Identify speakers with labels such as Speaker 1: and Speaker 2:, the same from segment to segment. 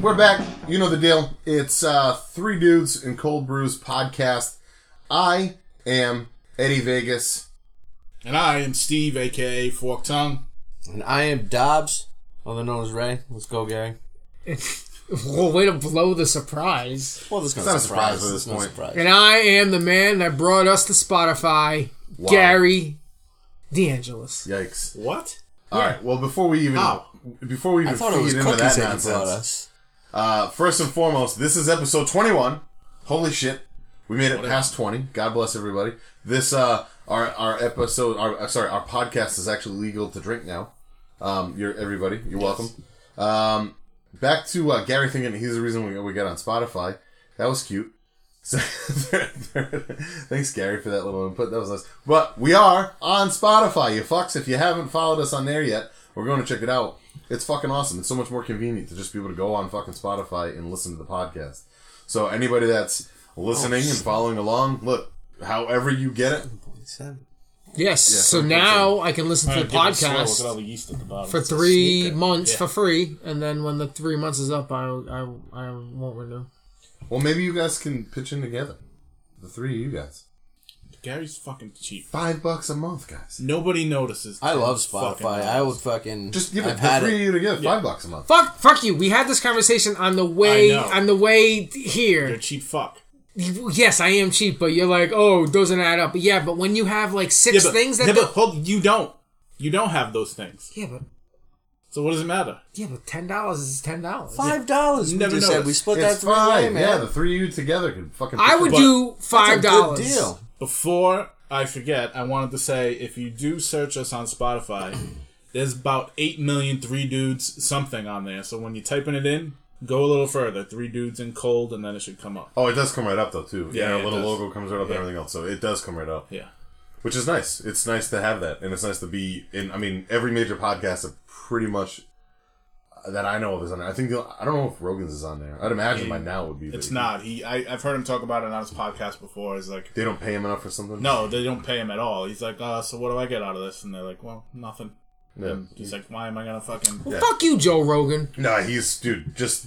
Speaker 1: We're back. You know the deal. It's uh, Three Dudes in Cold Brews podcast. I am Eddie Vegas.
Speaker 2: And I am Steve, aka Fork Tongue.
Speaker 3: And I am Dobbs, other known as Ray. Let's go, Gary.
Speaker 4: Well, way to blow the surprise.
Speaker 3: Well, this is
Speaker 1: It's
Speaker 3: no
Speaker 1: not a surprise at
Speaker 3: It's
Speaker 1: this
Speaker 3: no
Speaker 1: point.
Speaker 3: surprise.
Speaker 4: And I am the man that brought us to Spotify, Gary DeAngelis.
Speaker 1: Yikes.
Speaker 2: What?
Speaker 1: All right. Well, before we even
Speaker 2: Ow.
Speaker 1: before we
Speaker 3: Oh. I
Speaker 1: even
Speaker 3: thought it was
Speaker 1: feed into
Speaker 3: cookies
Speaker 1: that
Speaker 3: that you brought
Speaker 1: nonsense,
Speaker 3: us.
Speaker 1: uh, first and foremost, this is episode 21. Holy shit, we made it past 20. God bless everybody. This uh, our our episode, our uh, sorry, our podcast is actually legal to drink now. Um, you're everybody. You're welcome. Um, back to uh, Gary thinking he's the reason we, we got on Spotify. That was cute. So, thanks, Gary, for that little input. That was nice. But we are on Spotify, you fucks. If you haven't followed us on there yet, we're going to check it out. It's fucking awesome. It's so much more convenient to just be able to go on fucking Spotify and listen to the podcast. So anybody that's
Speaker 3: Oh,
Speaker 1: listening and following along, look, however you get it,
Speaker 4: Yes. so
Speaker 1: okay,
Speaker 4: now I can listen to the
Speaker 2: Look at all
Speaker 4: podcast
Speaker 2: the yeast at the bottom.
Speaker 4: for three months for free, and then when the three months is up, I I, I won't renew.
Speaker 1: well, maybe you guys can pitch in together. The three of you guys.
Speaker 2: Gary's fucking cheap.
Speaker 1: Five bucks a month, guys.
Speaker 2: Nobody notices.
Speaker 3: I love
Speaker 2: Fucking
Speaker 3: Spotify. I would fucking
Speaker 1: Just give it
Speaker 3: I've
Speaker 1: the
Speaker 3: had
Speaker 1: three
Speaker 3: it.
Speaker 1: of you together. Five bucks a month.
Speaker 4: Fuck, fuck you. We had this conversation on the way
Speaker 2: I know.
Speaker 4: on the way
Speaker 2: You're a
Speaker 4: here.
Speaker 2: cheap fuck.
Speaker 4: Yes, I am cheap, but you're like, oh, doesn't add up. Yeah, but when you have like six things that
Speaker 2: yeah,
Speaker 4: do-
Speaker 2: but hold, you don't. You don't have those things.
Speaker 4: yeah, but
Speaker 2: So what does it matter?
Speaker 4: yeah, but ten dollars is ten dollars.
Speaker 3: Five dollars. We
Speaker 2: Never
Speaker 3: just
Speaker 2: noticed.
Speaker 3: said we split that
Speaker 1: It's
Speaker 3: three way,
Speaker 1: five.
Speaker 3: man.
Speaker 1: Yeah, the three of you together could fucking.
Speaker 4: I
Speaker 1: pitch
Speaker 4: would
Speaker 1: in.
Speaker 4: do
Speaker 3: That's
Speaker 4: five
Speaker 3: a good
Speaker 4: dollars.
Speaker 3: deal.
Speaker 2: Before I forget, I wanted to say if you do search us on Spotify, there's about eight million three dudes something on there. So when you're typing it in, go a little further. Three dudes in cold, and then it should come up.
Speaker 1: Oh, it does come right up though too.
Speaker 2: Yeah,
Speaker 1: Yeah, our
Speaker 2: it
Speaker 1: little
Speaker 2: does.
Speaker 1: logo comes right up and
Speaker 2: Yeah.
Speaker 1: everything else. So it does come right up,
Speaker 2: Yeah.
Speaker 1: which is nice. It's nice to have that, and it's nice to be in. I mean, every major podcast that pretty much uh, that I know of is on there. I think the- I don't know if Rogan's is on there. I'd imagine by now it would be. but
Speaker 2: It's
Speaker 1: he-
Speaker 2: not. He I, I've heard him talk about it on his podcast before. He's like,
Speaker 1: They don't pay him enough for something.
Speaker 2: no, they don't pay him at all. He's like, uh, so what do I get out of this? And they're like, well, nothing.
Speaker 1: Yeah.
Speaker 2: He's like, why am I gonna fucking?
Speaker 1: Yeah.
Speaker 4: Fuck you, Joe Rogan.
Speaker 1: No, he's dude. Just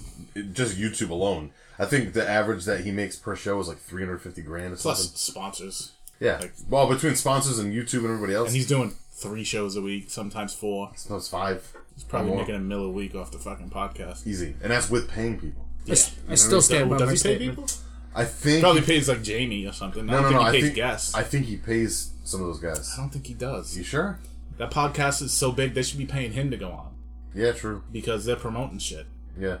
Speaker 1: just YouTube alone. I think the average that he makes per show is like three hundred fifty grand or
Speaker 2: Plus
Speaker 1: something.
Speaker 2: sponsors,
Speaker 1: Yeah.
Speaker 2: like-
Speaker 1: well, between sponsors and YouTube and everybody else,
Speaker 2: and he's doing three shows a week, sometimes four.
Speaker 1: no, it's five.
Speaker 2: He's probably
Speaker 1: More.
Speaker 2: making a mill a week off the fucking podcast.
Speaker 1: easy, and that's with paying people.
Speaker 4: I, s- I still stand by
Speaker 2: Does
Speaker 4: my
Speaker 2: he pay
Speaker 4: statement.
Speaker 2: people?
Speaker 1: I think
Speaker 2: Probably pays like Jamie or something. I
Speaker 1: No,
Speaker 2: don't
Speaker 1: no,
Speaker 2: think
Speaker 1: no.
Speaker 2: he
Speaker 1: I
Speaker 2: pays
Speaker 1: think
Speaker 2: guests.
Speaker 1: I
Speaker 2: I,
Speaker 1: think he pays some of those guys.
Speaker 2: don't think he does.
Speaker 1: You sure?
Speaker 2: That podcast is so big they should be paying him to go on
Speaker 1: Yeah, true.
Speaker 2: because they're promoting shit.
Speaker 1: Yeah.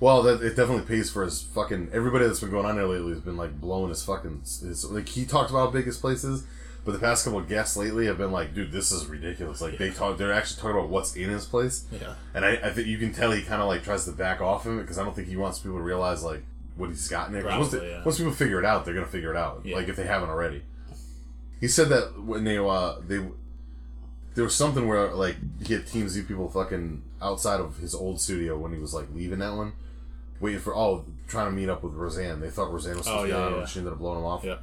Speaker 1: Well, that it definitely pays for his fucking. Everybody that's been going on there lately has been like blowing his fucking. His, like he talked about how big his place is, but the past couple of guests lately have been like, dude, this is ridiculous. Like they talk, they're actually talking about what's in his place,
Speaker 2: Yeah.
Speaker 1: and I, I think you can tell he kind of like tries to back off him because I don't think he wants people to realize like what he's got in there. 'Cause once,
Speaker 2: Probably,
Speaker 1: they-
Speaker 2: yeah.
Speaker 1: once people figure it out, they're gonna figure it out.
Speaker 2: Yeah.
Speaker 1: Like if they haven't already. He said that when they uh they there was something where like he had Team Z people fucking outside of his old studio when he was like leaving that one, waiting for oh trying to meet up with Roseanne. They thought Roseanne was supposed
Speaker 2: Oh,
Speaker 1: to be on,
Speaker 2: yeah, yeah,
Speaker 1: and
Speaker 2: yeah.
Speaker 1: she ended up blowing him off.
Speaker 2: Yeah.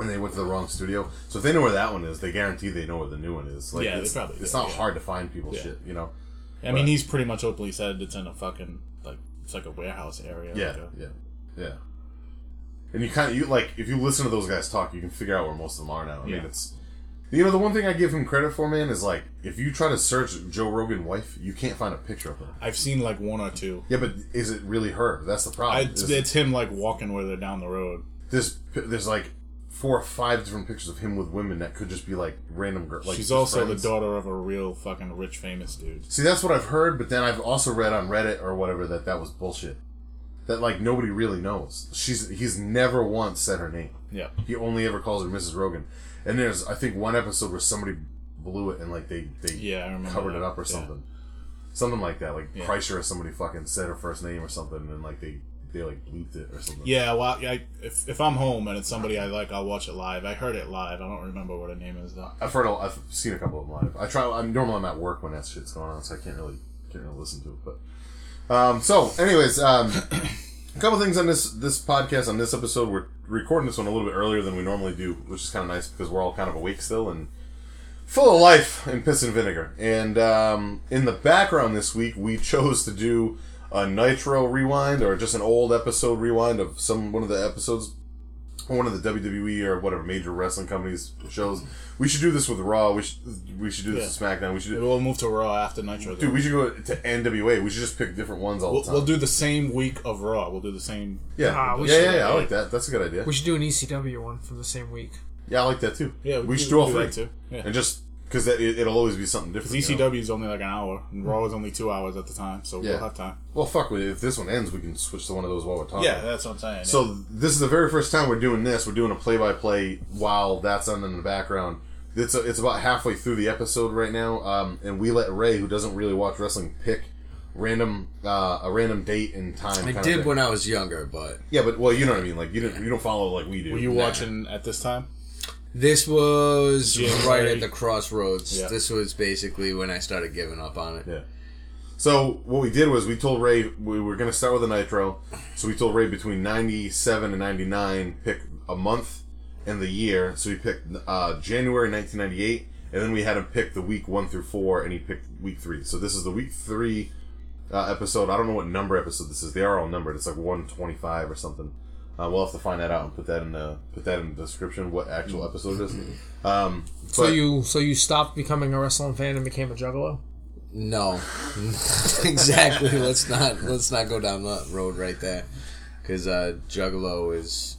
Speaker 1: And they went to the wrong studio. So if they know where that one is, they guarantee they know where the new one is. Like,
Speaker 2: Yeah, they
Speaker 1: it's,
Speaker 2: probably
Speaker 1: it's
Speaker 2: do,
Speaker 1: not
Speaker 2: yeah.
Speaker 1: hard to find people
Speaker 2: Yeah.
Speaker 1: shit, you know.
Speaker 2: I mean,
Speaker 1: But-
Speaker 2: he's pretty much openly said it's in a fucking like it's like a warehouse area.
Speaker 1: Yeah,
Speaker 2: like a-
Speaker 1: yeah, yeah. And you kind of you like if you listen to those guys talk, you can figure out where most of them are now. I
Speaker 2: Yeah.
Speaker 1: mean, it's you know the one thing I give him credit for, man, is like if you try to search Joe Rogan wife, you can't find a picture of her.
Speaker 2: I've seen like one or two.
Speaker 1: Yeah, but is it really her? That's the
Speaker 2: I,
Speaker 1: problem.
Speaker 2: it's,
Speaker 1: Is-
Speaker 2: it's him like walking where they're down the road.
Speaker 1: there's there's like four or five different pictures of him with women that could just be like random girls. Like
Speaker 2: She's
Speaker 1: just
Speaker 2: also
Speaker 1: friends.
Speaker 2: the daughter of a real fucking rich famous dude.
Speaker 1: See, that's what I've heard, but then I've also read on Reddit or whatever that that was bullshit. That like nobody really knows. She's he's never once said her name.
Speaker 2: Yeah.
Speaker 1: He only ever calls her Mrs. Rogan. And there's I think one episode where somebody blew it and like they they
Speaker 2: Yeah, I remember.
Speaker 1: covered
Speaker 2: that.
Speaker 1: it up or
Speaker 2: Yeah.
Speaker 1: something. Something like that. Like
Speaker 2: Yeah.
Speaker 1: Kreischer or somebody fucking said her first name or something and like they they like bleeped it or something.
Speaker 2: Yeah, well, I, if if I'm home and it's somebody I like, I'll watch it live. I heard it live. I don't remember what her name is though.
Speaker 1: I've heard a, I've seen a couple of them live. I try I'm normally I'm at work when that shit's going on, so I can't really can't really listen to it. But um, so anyways, um, a couple things on this this podcast on this episode. We're recording this one a little bit earlier than we normally do, which is kind of nice because we're all kind of awake still and full of life and piss and vinegar. And um, in the background this week, we chose to do a Nitro rewind or just an old episode rewind of some one of the episodes, one of the WWE or whatever major wrestling companies shows. We should do this with Raw. We should we should do this with SmackDown. We should
Speaker 2: Maybe
Speaker 1: do,
Speaker 2: We'll move to Raw after Nitro. then.
Speaker 1: dude. We should go to NWA. We should just pick different ones all
Speaker 2: We'll,
Speaker 1: the time.
Speaker 2: we'll do the same week of Raw. We'll do the same.
Speaker 1: yeah,
Speaker 4: Ah, we
Speaker 1: yeah,
Speaker 4: should-
Speaker 1: yeah, yeah. I like that. That's a good idea.
Speaker 4: We should do an ECW one from the same week.
Speaker 1: Yeah, I like that too.
Speaker 2: Yeah,
Speaker 1: we,
Speaker 2: we
Speaker 1: should
Speaker 2: do-
Speaker 1: do all
Speaker 2: we do
Speaker 1: three
Speaker 2: that too. E Yeah.
Speaker 1: and just because it, it'll always be something different. you know?
Speaker 2: ECW is only like an hour, and Raw is only two hours at the time, so
Speaker 1: Yeah.
Speaker 2: we'll have time.
Speaker 1: Well, fuck. we- If this one ends, we can switch to one of those while we're talking.
Speaker 2: that's what I'm saying. So
Speaker 1: So this is the very first time we're doing this. We're doing a play-by-play while that's on in the background. It's it's about halfway through the episode right now, um, and we let Ray, who doesn't really watch wrestling, pick random uh, a random date and time.
Speaker 3: I
Speaker 1: kinda
Speaker 3: did
Speaker 1: thing.
Speaker 3: when I was younger, but
Speaker 1: yeah, but well, you know what I mean. Like you don't you don't follow like we do.
Speaker 2: were you
Speaker 3: Nah.
Speaker 2: watching at this time?
Speaker 3: this was
Speaker 2: January.
Speaker 3: right at the crossroads.
Speaker 2: Yeah.
Speaker 3: This was basically when I started giving up on it.
Speaker 1: Yeah. So what we did was we told Ray we were going to start with a nitro. So we told Ray between '97 and '99, pick a month and the year. So he picked uh, January 1998, and then we had him pick the week one through four, and he picked week three. So this is the week three uh, episode. I don't know what number episode this is. They are all numbered. It's like 125 or something. Uh, we'll have to find that out and put that in the put that in the description. What actual episode it is?
Speaker 3: Mm-hmm.
Speaker 1: Um,
Speaker 4: So
Speaker 1: but-
Speaker 4: you so you stopped becoming a wrestling fan and became a juggalo.
Speaker 3: No, exactly. let's not let's not go down that road right there, because uh, Juggalo is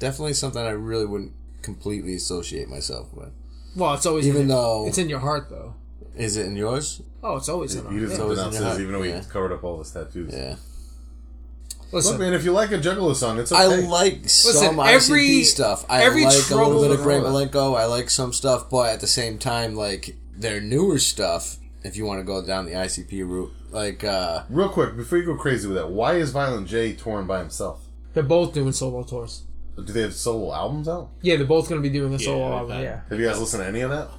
Speaker 3: definitely something I really wouldn't completely associate myself with.
Speaker 4: Well, it's always
Speaker 3: Even
Speaker 4: in your-
Speaker 3: though-
Speaker 4: it's in your heart though.
Speaker 3: Is it in yours?
Speaker 4: Oh, it's always in our
Speaker 1: He doesn't
Speaker 3: So-
Speaker 4: heart.
Speaker 1: denounce
Speaker 3: it's in your
Speaker 1: this, even though we
Speaker 3: heart, yeah.
Speaker 1: covered up all his tattoos.
Speaker 3: Yeah,
Speaker 4: Listen,
Speaker 1: Look, man, if you like a Juggalo song, it's okay.
Speaker 3: I like some
Speaker 4: every-
Speaker 3: ICP stuff. I
Speaker 4: every
Speaker 3: like a little
Speaker 4: trouble
Speaker 3: bit of
Speaker 4: is
Speaker 3: Greg
Speaker 4: over.
Speaker 3: Malenko. I like some stuff, but at the same time, like their newer stuff. If you want to go down the ICP route, like uh,
Speaker 1: Real quick, before you go crazy with that, why is Violent J touring by himself?
Speaker 4: they're both doing solo tours.
Speaker 1: Do they have solo albums out?
Speaker 4: Yeah, they're both going to be doing a solo
Speaker 2: they've
Speaker 4: album.
Speaker 2: had-
Speaker 4: Yeah.
Speaker 1: Have you guys listened to any of that?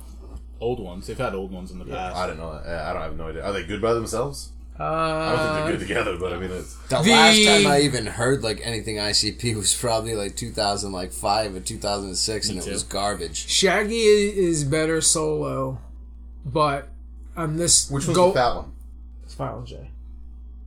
Speaker 2: Old ones. They've had old ones in the past.
Speaker 1: I don't know. I I don't I have no idea. Are they good by themselves? I don't
Speaker 4: Uh,
Speaker 1: think they're good together, but I mean, it's,
Speaker 3: the,
Speaker 4: The-
Speaker 3: last time I even heard like anything ICP was probably like 2005 or 2006, and it
Speaker 2: too.
Speaker 3: was garbage.
Speaker 4: Shaggy i- is better solo, but on this
Speaker 1: which one's
Speaker 4: go,
Speaker 1: the fat one?
Speaker 4: It's Violent J.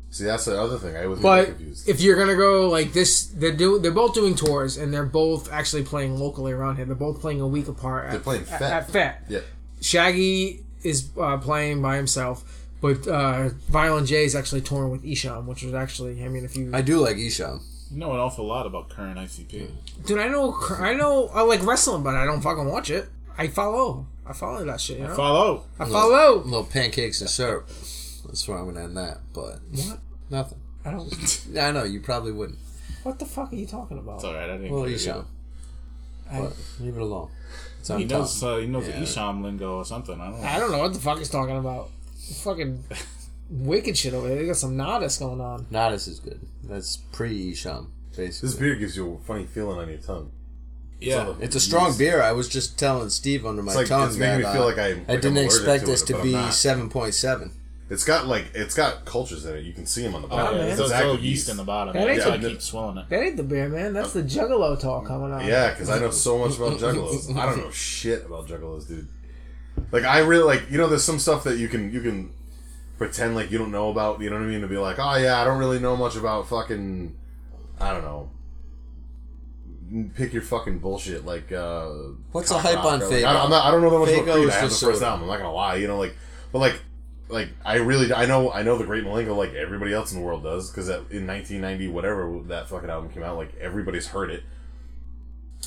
Speaker 1: See, that's the other thing. I was
Speaker 4: But
Speaker 1: confused.
Speaker 4: if you're gonna go like this, they're do they're both doing tours and they're both actually playing locally around here. They're both playing a week apart. At,
Speaker 1: They're playing
Speaker 4: at-
Speaker 1: Fat.
Speaker 4: At, Uh, Fat.
Speaker 1: yeah,
Speaker 4: Shaggy is uh, playing by himself, but uh, Violent J is actually touring with Isham, which was actually I mean if you
Speaker 3: I do like Isham.
Speaker 2: You know an awful lot about current ICP.
Speaker 4: dude I know I know I like wrestling, but I don't fucking watch it. I follow. I follow that shit. You know?
Speaker 2: Follow.
Speaker 4: I follow.
Speaker 3: Little pancakes and syrup. That's where I'm gonna end that. But
Speaker 4: What?
Speaker 3: nothing.
Speaker 4: I don't.
Speaker 3: Yeah, I know you probably wouldn't.
Speaker 4: What the fuck are you talking about?
Speaker 2: It's all right. I didn't.
Speaker 3: Well,
Speaker 2: get it
Speaker 3: Isham.
Speaker 4: I-
Speaker 3: But leave it alone. It's on
Speaker 2: either. He
Speaker 3: top.
Speaker 2: knows. Uh, he knows
Speaker 3: Yeah.
Speaker 2: the Isham lingo or something. I don't know.
Speaker 4: I don't know what the fuck he's talking about. Fucking wicked shit over there. They got some nodis going on.
Speaker 3: Not as is good. That's pre Isham, basically.
Speaker 1: this beer gives you a funny feeling on your tongue.
Speaker 2: Yeah.
Speaker 1: all the-
Speaker 3: It's a strong beer. I was just telling Steve under my
Speaker 1: It's like-
Speaker 3: tongue
Speaker 1: it's making
Speaker 3: that,
Speaker 1: me feel
Speaker 3: uh,
Speaker 1: like I'm- like I'm
Speaker 3: didn't
Speaker 1: allergic
Speaker 3: expect
Speaker 1: to
Speaker 3: this
Speaker 1: it,
Speaker 3: to
Speaker 1: but
Speaker 3: be
Speaker 1: I'm not.
Speaker 3: 7.7.
Speaker 1: It's got like it's got cultures in it. You can see them on the
Speaker 2: Oh,
Speaker 1: bottom.
Speaker 2: yeah,
Speaker 4: man.
Speaker 2: It's
Speaker 1: It's
Speaker 2: all
Speaker 1: active
Speaker 2: yeast in the bottom.
Speaker 4: That
Speaker 2: That's
Speaker 4: is
Speaker 2: why I
Speaker 1: a-
Speaker 2: keep swilling it.
Speaker 4: That ain't the beer, man. That's the Juggalo talk coming on.
Speaker 1: Yeah, because I know so much about juggalos. I don't know shit about juggalos, dude. Like I really like you know, there's some stuff that you can you can pretend like you don't know about. You know what I mean? To be like, oh yeah, I don't really know much about fucking, I don't know. Pick your fucking bullshit. Like uh,
Speaker 3: What's the
Speaker 1: cock
Speaker 3: hype
Speaker 1: rock,
Speaker 3: on
Speaker 1: or,
Speaker 3: Faygo?
Speaker 1: Like, I, don't- I'm not, I don't know that much
Speaker 3: Faygo
Speaker 1: about Creed. I
Speaker 3: is
Speaker 1: have the
Speaker 3: just
Speaker 1: first
Speaker 3: soda.
Speaker 1: album. I'm not gonna lie. You know, like, but like. Like I really, I know, I know the Great Malenko like everybody else in the world does because in 1990, whatever that fucking album came out, like everybody's heard it.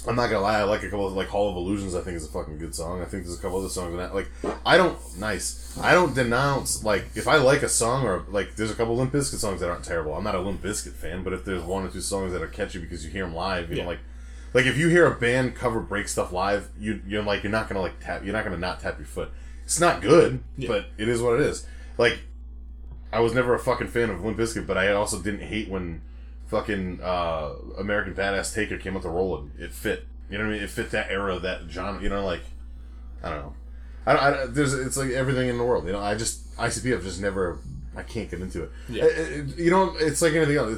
Speaker 1: I'm not gonna lie, I like a couple of like Hall of Illusions. I think is a fucking good song. I think there's a couple other songs in that. Like, I don't nice. I don't denounce like if I like a song or like there's a couple Limp Bizkit songs that aren't terrible. I'm not a Limp Bizkit fan, but if there's one or two songs that are catchy because you hear them live, you
Speaker 2: Yeah.
Speaker 1: know, like like if you hear a band cover break stuff live, you you're like you're not gonna like tap. You're not gonna not tap your foot. It's not good,
Speaker 2: Yeah.
Speaker 1: but it is what it is. Like, I was never a fucking fan of Limp Bizkit, but I also didn't hate when fucking uh, American Badass Taker came out to Roland. It fit. You know what I mean? It fit that era, that genre. You know, like I don't know. I, don't, I don't- there's it's like everything in the world. You know, I just ICP. I've just never. I can't get into it.
Speaker 2: Yeah.
Speaker 1: I- I- you know, it's like anything else.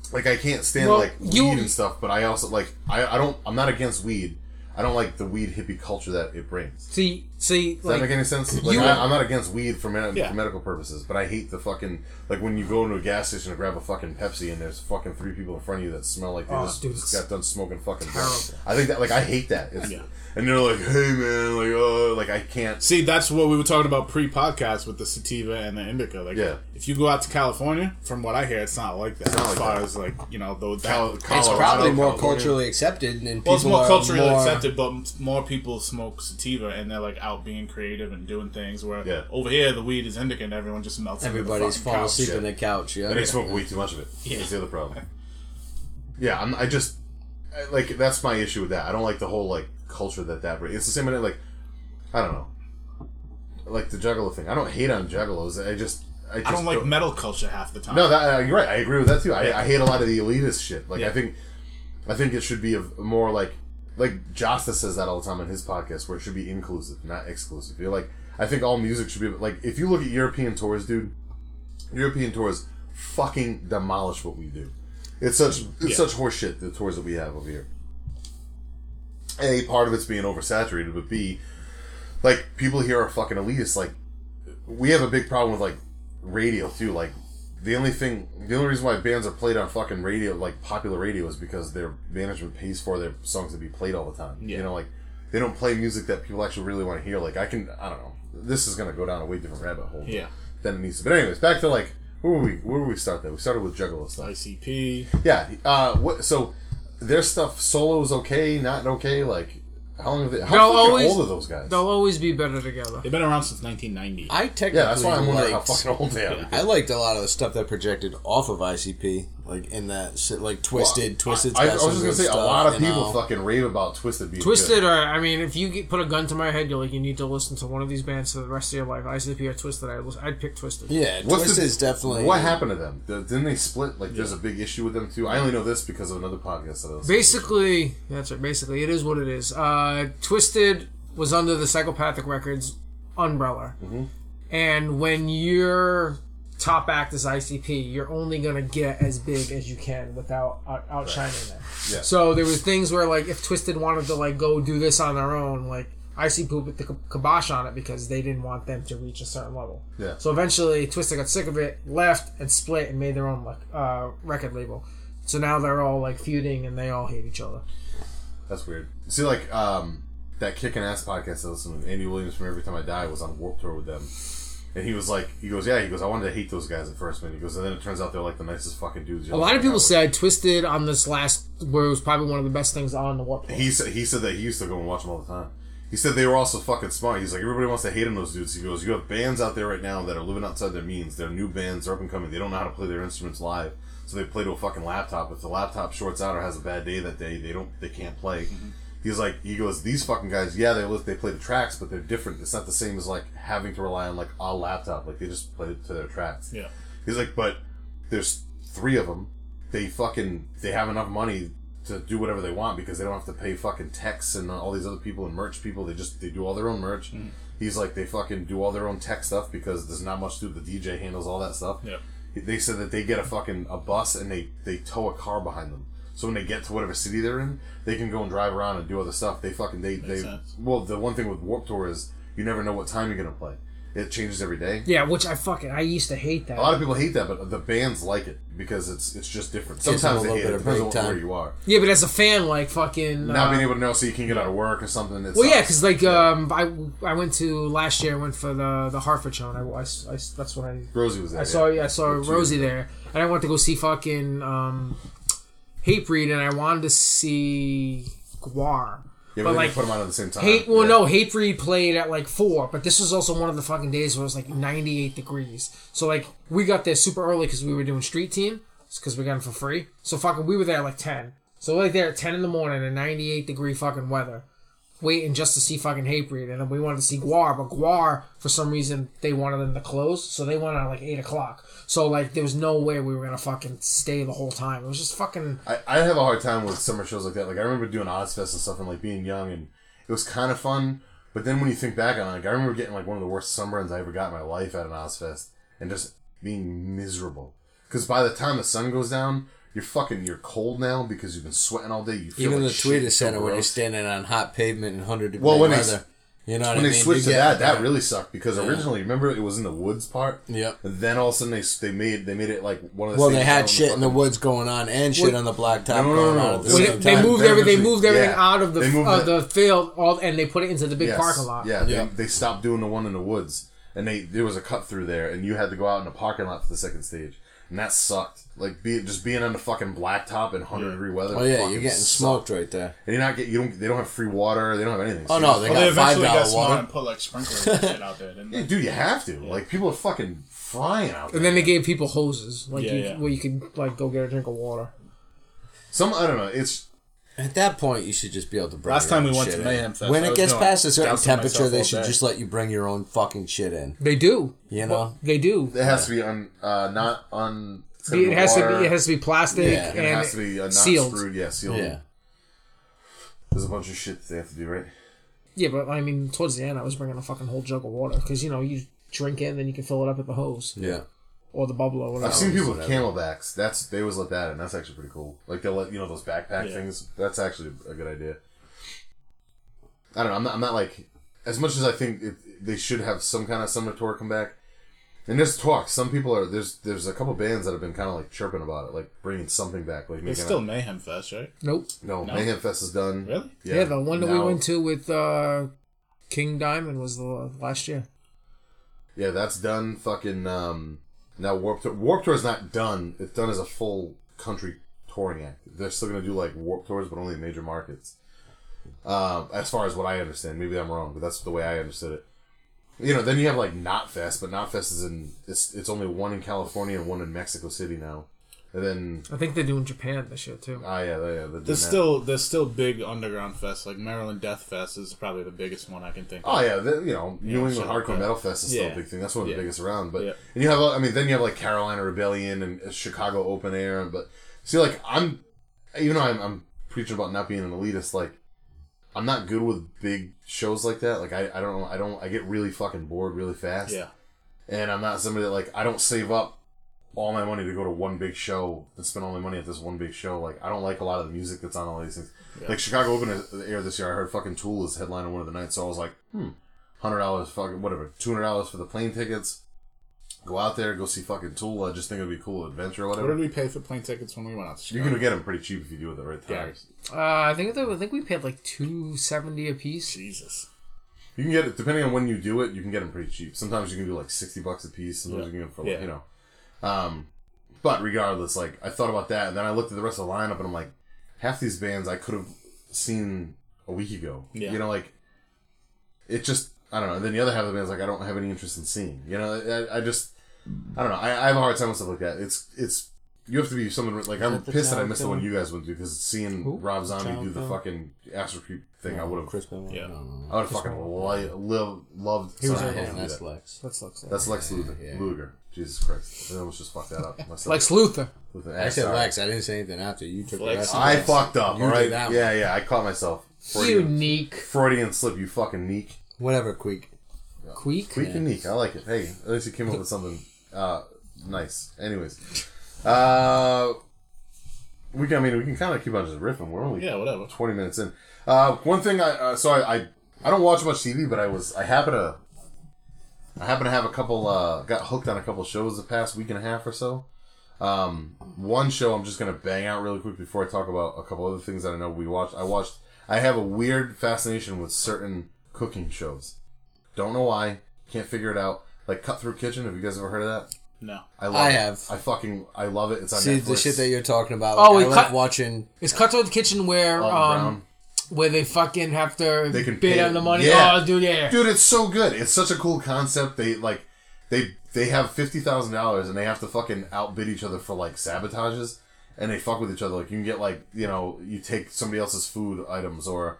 Speaker 1: It's like I can't stand
Speaker 4: Well,
Speaker 1: like
Speaker 4: you-
Speaker 1: weed and stuff, but I also like I, I don't. I'm not against weed. I don't like the weed hippie culture that it brings.
Speaker 4: See, see,
Speaker 1: Does that
Speaker 4: like,
Speaker 1: make any sense? Like,
Speaker 4: you-
Speaker 1: I, I'm not against weed for, med-
Speaker 2: Yeah.
Speaker 1: for medical purposes, but I hate the fucking like when you go into a gas station to grab a fucking Pepsi and there's fucking three people in front of you that smell like they
Speaker 4: Oh,
Speaker 1: just,
Speaker 4: dude,
Speaker 1: just
Speaker 4: it's
Speaker 1: got done smoking fucking.
Speaker 4: terrible.
Speaker 1: Drugs. I think that like I hate that. It's,
Speaker 2: Yeah.
Speaker 1: And they're like, hey man, like oh, like I can't.
Speaker 2: See, that's what we were talking about pre-podcast with the sativa and the indica. Like,
Speaker 1: Yeah.
Speaker 2: if you go out to California, from what I hear, it's not like that.
Speaker 1: not
Speaker 2: as
Speaker 1: like
Speaker 2: far
Speaker 1: that.
Speaker 2: as like you know, though that
Speaker 1: Col-
Speaker 3: It's
Speaker 1: Colorado,
Speaker 3: probably more
Speaker 1: California.
Speaker 3: culturally accepted, and people
Speaker 2: well, it's more
Speaker 3: are
Speaker 2: culturally
Speaker 3: more-
Speaker 2: accepted, but m- more people smoke sativa and they're like out being creative and doing things. Where
Speaker 1: Yeah.
Speaker 2: over here, the weed is indica and everyone just melts. into the
Speaker 3: Everybody's
Speaker 2: fucking
Speaker 3: falling
Speaker 2: couch.
Speaker 3: asleep
Speaker 1: yeah.
Speaker 3: on the couch. Yeah,
Speaker 1: And they smoke way too much of it.
Speaker 2: Yeah.
Speaker 1: That's the other problem. Yeah, I'm, I just I, like that's my issue with that. I don't like the whole like culture that that brings. It's the same way like I don't know, like the Juggalo thing. I don't hate on Juggalos. I just I, just
Speaker 2: I don't like metal culture half the time.
Speaker 1: No, that, uh, you're right. I agree with that too. I, I hate a lot of the elitist shit. Like I
Speaker 2: Yeah.
Speaker 1: think, I think it should be a more like like Josta says that all the time on his podcast, where it should be inclusive, not exclusive. You're like, I think all music should be like. If you look at European tours, dude, European tours fucking demolish what we do. It's such it's
Speaker 2: Yeah.
Speaker 1: such horseshit the tours that we have over here. A part of it's being oversaturated, but B, like people here are fucking elitist. Like we have a big problem with like radio too. Like the only thing, the only reason why bands are played on fucking radio, like popular radio, is because their management pays for their songs to be played all the time. You
Speaker 2: Yeah.
Speaker 1: know, like they don't play music that people actually really want to hear. Like I can, I don't know. This is gonna go down a way different rabbit hole.
Speaker 2: Yeah.
Speaker 1: Than it needs to. But anyways, back to like where were we? Where were we start? That we started with Juggalo stuff.
Speaker 2: ICP.
Speaker 1: Yeah. Uh, what, so their stuff solo is okay, not okay. Like how long? Have they, how
Speaker 4: They'll
Speaker 1: fucking
Speaker 4: always-
Speaker 1: old are those guys?
Speaker 4: they'll always be better together.
Speaker 2: They've been around since 1990.
Speaker 3: I technically
Speaker 1: Yeah, that's why I'm wondering how
Speaker 3: liked-
Speaker 1: fucking old they are.
Speaker 3: I liked a lot of the stuff that projected off of ICP, like in that shit, like Twisted, Twisted.
Speaker 1: I, I was just gonna say a lot of people fucking rave about Twisted being
Speaker 4: Twisted
Speaker 1: Good.
Speaker 4: are, I mean, if you get, put a gun to my head, you're like, you need to listen to one of these bands for the rest of your life. ICP or Twisted, I, lis- I'd pick Twisted.
Speaker 3: Yeah,
Speaker 1: What's
Speaker 3: Twisted
Speaker 1: the-
Speaker 3: is definitely
Speaker 1: What happened to them? The- Didn't they split? Like, there's a big issue with them too. I only know this because of another podcast that I was.
Speaker 4: Basically, that's right. Basically, it is what it is. Uh, Twisted was under the Psychopathic Records umbrella, and when your top act is ICP, you're only gonna get as big as you can without out- outshining them.
Speaker 1: Yeah.
Speaker 4: So there was things where like if Twisted wanted to like go do this on their own, like ICP put the kibosh on it because they didn't want them to reach a certain level.
Speaker 1: Yeah.
Speaker 4: So eventually, Twisted got sick of it, left, and split, and made their own like uh, record label. So now they're all like feuding, and they all hate each other.
Speaker 1: That's weird. See, like um, that kicking ass podcast I listened to, Andy Williams from Every Time I Die was on Warped Tour with them, and he was like, he goes, yeah, he goes, I wanted to hate those guys at first, man. He goes, and then it turns out they're like the nicest fucking dudes.
Speaker 4: A lot of people said Twisted on this last where it was probably one of the best things on the Warped Tour.
Speaker 1: He said he said that he used to go and watch them all the time. He said they were also fucking smart. He's like everybody wants to hate on those dudes. He goes, you have bands out there right now that are living outside their means. They're new bands, they're up and coming. They don't know how to play their instruments live, so they play to a fucking laptop. If the laptop shorts out or has a bad day that day, they don't they can't play. He's like he goes, these fucking guys. Yeah, they li- they play the tracks, but they're different. It's not the same as like having to rely on like a laptop. Like they just play to their tracks.
Speaker 2: yeah.
Speaker 1: He's like, but there's three of them. They fucking they have enough money to do whatever they want because they don't have to pay fucking techs and all these other people and merch people. They just they do all their own merch.
Speaker 2: Hmm.
Speaker 1: He's like they fucking do all their own tech stuff because there's not much to do. The DJ handles all that stuff.
Speaker 2: Yeah.
Speaker 1: They said that they get a fucking a bus and they they tow a car behind them. So when they get to whatever city they're in, they can go and drive around and do other stuff. They fucking they they
Speaker 2: sense.
Speaker 1: well the one thing with Warp Tour is you never know what time you're gonna play. It changes every day.
Speaker 4: Yeah, which I fucking I used to hate that.
Speaker 1: A lot of people hate that, but the bands like it because it's it's just different.
Speaker 3: Gives them
Speaker 1: Sometimes
Speaker 3: a
Speaker 1: they
Speaker 3: little
Speaker 1: hate
Speaker 3: bit
Speaker 1: it
Speaker 3: of
Speaker 1: depends on
Speaker 3: break
Speaker 1: where
Speaker 3: time.
Speaker 1: you are.
Speaker 4: yeah, but as a fan, like fucking
Speaker 1: Not
Speaker 4: uh,
Speaker 1: being able to know, so you can get out of work or something. It's
Speaker 4: Well, yeah, because like um, I I went to last year. I went for the the Hartford show, and I, I, I that's when I
Speaker 1: Rosie was there.
Speaker 4: I saw
Speaker 1: yeah.
Speaker 4: I saw
Speaker 1: Or two.
Speaker 4: Rosie there, and I went to go see fucking um, Hate Breed, and I wanted to see Guar.
Speaker 1: Yeah,
Speaker 4: but,
Speaker 1: but,
Speaker 4: like,
Speaker 1: like put them on at the same time.
Speaker 4: Hate well
Speaker 1: Uh, Yeah.
Speaker 4: no Hate Breed played at like four, but this was also one of the fucking days where it was like ninety eight degrees. So like we got there super early because we were doing street team because we got them for free. So fucking we were there at like ten. So we're like there at ten in the morning in ninety eight degree fucking weather. Waiting just to see fucking Hatebreed, and then we wanted to see Guar, but Guar for some reason they wanted them to close, so they went on like eight o'clock. So like there was no way we were gonna fucking stay the whole time. It was just fucking
Speaker 1: I, I have a hard time with summer shows like that. Like I remember doing Ozfest and stuff, and like being young, and it was kind of fun. But then when you think back on it, like I remember getting like one of the worst sunburns I ever got in my life at an Ozfest, and just being miserable. Because by the time the sun goes down, You're fucking. You're cold now because you've been sweating all day. You feel
Speaker 3: Even
Speaker 1: like
Speaker 3: the
Speaker 1: shit, you
Speaker 3: Twitter
Speaker 1: feel
Speaker 3: Center when you're
Speaker 1: gross.
Speaker 3: standing on hot pavement in hundred degree
Speaker 1: Well, when they s-
Speaker 3: weather. you know what
Speaker 1: when
Speaker 3: I
Speaker 1: they
Speaker 3: mean?
Speaker 1: switched to
Speaker 3: You
Speaker 1: that,
Speaker 3: get-
Speaker 1: that really sucked because originally, remember, it was in the woods part.
Speaker 3: Yep.
Speaker 1: And then all of a sudden they s- they made they made it like one of the.
Speaker 3: Well,
Speaker 1: stages
Speaker 3: they
Speaker 1: on
Speaker 3: had shit in the
Speaker 1: fucking-
Speaker 3: woods going on and shit
Speaker 4: Well-
Speaker 3: on the blacktop top
Speaker 1: No, no,
Speaker 3: going
Speaker 1: no,
Speaker 3: on
Speaker 1: no.
Speaker 3: at the
Speaker 1: Well,
Speaker 4: Well,
Speaker 3: same
Speaker 4: they, they
Speaker 3: time.
Speaker 4: moved
Speaker 1: They
Speaker 4: everything. They
Speaker 1: eventually-
Speaker 4: moved everything
Speaker 1: yeah.
Speaker 4: out of the
Speaker 1: They moved
Speaker 4: of
Speaker 1: it.
Speaker 4: the field, all and they put it into the big
Speaker 1: Yes.
Speaker 4: parking lot.
Speaker 1: Yeah,
Speaker 3: Yeah.
Speaker 1: They, they stopped doing the one in the woods, and they there was a cut through there, and you had to go out in the parking lot for the second stage, and that sucked. Like be, just being on the fucking blacktop in hundred degree weather.
Speaker 3: Oh yeah,
Speaker 1: fucking
Speaker 3: you're getting
Speaker 1: sucked.
Speaker 3: smoked right there.
Speaker 1: And you're not get you don't they don't have free water. They don't have anything. So
Speaker 3: Oh, no,
Speaker 1: you-
Speaker 3: they
Speaker 2: Well, they
Speaker 3: got five
Speaker 2: eventually got
Speaker 3: dollar
Speaker 2: smart
Speaker 3: water.
Speaker 2: and put like sprinklers and shit out there, didn't they?
Speaker 1: dude, you have to. Like people are fucking frying out. there.
Speaker 4: And then they gave people hoses, like
Speaker 2: Yeah,
Speaker 4: you,
Speaker 2: yeah.
Speaker 4: where you could like go get a drink of water.
Speaker 1: Some I don't know. It's
Speaker 3: At that point, you should just be able to bring.
Speaker 2: Last
Speaker 3: your
Speaker 2: time
Speaker 3: own
Speaker 2: we went
Speaker 3: shit
Speaker 2: to
Speaker 3: in.
Speaker 2: Mayhem Fest,
Speaker 3: when
Speaker 2: I
Speaker 3: it
Speaker 2: was
Speaker 3: gets
Speaker 2: doing
Speaker 3: past a certain
Speaker 2: dousing myself
Speaker 3: temperature, they
Speaker 2: all
Speaker 3: should
Speaker 2: day.
Speaker 3: just let you bring your own fucking shit in.
Speaker 4: They do.
Speaker 3: You know?
Speaker 4: They do.
Speaker 1: it has to be on uh not on. it's gotta
Speaker 4: It has to
Speaker 1: water,
Speaker 4: be. It has to be plastic
Speaker 3: Yeah.
Speaker 1: and
Speaker 4: and
Speaker 1: it has to be uh, not
Speaker 4: sealed.
Speaker 1: screwed. Yeah, sealed.
Speaker 3: Yeah.
Speaker 1: There's a bunch of shit that they have to do, right?
Speaker 4: Yeah, but I mean, towards the end, I was bringing a fucking whole jug of water because you know you drink it and then you can fill it up at the hose
Speaker 3: Yeah.
Speaker 4: or the bubble or whatever.
Speaker 1: I've seen people with
Speaker 3: whatever.
Speaker 1: camelbacks. That's they always let that in. That's actually pretty cool. Like they'll let you know those backpack
Speaker 2: Yeah.
Speaker 1: things. That's actually a good idea. I don't know. I'm not. I'm not like as much as I think it, they should have some kind of summer tour come back. And there's talk. Some people are there's there's a couple bands that have been kind of like chirping about it, like bringing something back. Like making
Speaker 2: It's still Mayhem Fest, right?
Speaker 4: Nope.
Speaker 1: a, no,
Speaker 2: no.
Speaker 1: Mayhem Fest is done.
Speaker 2: Really?
Speaker 4: Yeah, the one that
Speaker 1: now-
Speaker 4: we went to with uh, King Diamond was the last year.
Speaker 1: Yeah, that's done. Fucking um, now Warp Tour. Warp Tour is not done. It's done as a full country touring act. They're still gonna do like Warp Tours, but only in major markets. Um, as far as what I understand, maybe I'm wrong, but that's the way I understood it. You know, then you have like Knot Fest, but Knot Fest is in it's it's only one in California and one in Mexico City now. And then
Speaker 4: I think they're doing Japan this year too.
Speaker 1: ah yeah, yeah, they're doing
Speaker 2: There's
Speaker 1: that.
Speaker 2: still there's still big underground fests like Maryland Death Fest is probably the biggest one I can think. of.
Speaker 1: Oh yeah, the, you know, New
Speaker 2: Yeah,
Speaker 1: England
Speaker 2: shit like
Speaker 1: Hardcore
Speaker 2: that.
Speaker 1: Metal Fest is still
Speaker 2: Yeah.
Speaker 1: a big thing. That's one of the
Speaker 2: Yeah.
Speaker 1: biggest around. But
Speaker 2: Yeah.
Speaker 1: and you have, I mean, then you have like Carolina Rebellion and uh, Chicago Open Air. But see, like I'm, even though I'm, I'm preaching about not being an elitist, like I'm not good with big shows like that. Like I, I don't, know, I don't, I get really fucking bored really fast.
Speaker 2: Yeah.
Speaker 1: And I'm not somebody that like I don't save up all my money to go to one big show and spend all my money at this one big show. Like I don't like a lot of the music that's on all these things. Like Chicago Open is- Air this year, I heard fucking Tool is headlining one of the nights, so I was like, hmm, hundred dollars, fucking whatever, two hundred dollars for the plane tickets. Go out there, go see fucking Tool. I just think it'd be a cool adventure or
Speaker 2: What did
Speaker 1: whatever.
Speaker 2: we pay for plane tickets when we went out to
Speaker 1: You're
Speaker 2: Chicago?
Speaker 1: gonna get them pretty cheap if you do it the right
Speaker 2: Yeah.
Speaker 1: times.
Speaker 4: Uh, I think they- I think we paid like two seventy a piece.
Speaker 2: Jesus.
Speaker 1: You can get it depending on when you do it. You can get them pretty cheap. Sometimes you can do like sixty bucks a piece. Sometimes
Speaker 2: Yeah.
Speaker 1: you can get them for
Speaker 2: Yeah.
Speaker 1: you know. Um, but regardless, like I thought about that, and then I looked at the rest of the lineup, and I'm like, half these bands I could have seen a week ago.
Speaker 2: Yeah.
Speaker 1: You know, like it just I don't know. And then the other half of the band's like I don't have any interest in seeing. You know, I, I just I don't know. I, I have a hard time with stuff like that. It's it's you have to be someone like I'm
Speaker 3: that the
Speaker 1: pissed that I
Speaker 3: Tower
Speaker 1: missed the one
Speaker 3: Film?
Speaker 1: you guys went to because seeing
Speaker 3: Who?
Speaker 1: Rob
Speaker 3: Tower Oh.
Speaker 1: Zombie do the
Speaker 3: Film?
Speaker 1: fucking Astro Creep thing, I would have
Speaker 3: Chris Benoit.
Speaker 2: Yeah.
Speaker 1: I would have fucking li- live, loved.
Speaker 4: He was
Speaker 1: sorry,
Speaker 4: in
Speaker 1: I
Speaker 3: Yeah,
Speaker 1: can't do
Speaker 3: that's
Speaker 1: that.
Speaker 3: Lex.
Speaker 4: That's Lex.
Speaker 1: That's Lex Luthor.
Speaker 3: Yeah.
Speaker 1: Luger. Jesus Christ. I almost just fucked that up. myself.
Speaker 4: Lex Luthor.
Speaker 1: Luthor. Ah,
Speaker 3: I said
Speaker 1: sorry.
Speaker 3: Lex. I didn't say anything after you took
Speaker 2: Lex.
Speaker 3: the rest.
Speaker 1: I fucked up,
Speaker 3: You
Speaker 1: alright?
Speaker 3: did that
Speaker 1: Yeah, yeah, I caught myself. Freudian,
Speaker 4: Unique.
Speaker 1: Freudian slip, you fucking neek.
Speaker 3: Whatever, Queek.
Speaker 4: Queek.
Speaker 1: Quick and neek. I like it. Hey, at least you came up with something uh, nice. Anyways. Uh, we can, I mean, we can kind of keep on just riffing. We're only
Speaker 2: Yeah, whatever.
Speaker 1: 20 minutes in. Uh, one thing I uh, so I, I I don't watch much TV, but I was I happen to I happen to have a couple uh, got hooked on a couple shows the past week and a half or so. Um, one show I'm just gonna bang out really quick before I talk about a couple other things that I know we watched. I watched. I have a weird fascination with certain cooking shows. Don't know why. Can't figure it out. Like Cut Through Kitchen. Have you guys ever heard of that?
Speaker 2: No.
Speaker 1: love
Speaker 3: I
Speaker 1: it.
Speaker 3: have.
Speaker 1: I fucking I love it. It's on
Speaker 3: See
Speaker 1: Netflix.
Speaker 3: the shit that you're talking about.
Speaker 4: Oh,
Speaker 3: like,
Speaker 4: it
Speaker 3: I
Speaker 4: cut-
Speaker 3: like watching.
Speaker 4: It's Cutthroat Kitchen where
Speaker 1: Alton
Speaker 4: um
Speaker 1: Brown.
Speaker 4: where they fucking have to
Speaker 1: They can
Speaker 4: bid
Speaker 1: pay-
Speaker 4: on the money.
Speaker 1: yeah.
Speaker 4: Oh, dude, yeah.
Speaker 1: dude it's so good it's such a cool concept they like they they have $50000 and they have to fucking outbid each other for like sabotages and they fuck with each other like you can get like you know you take somebody else's food items or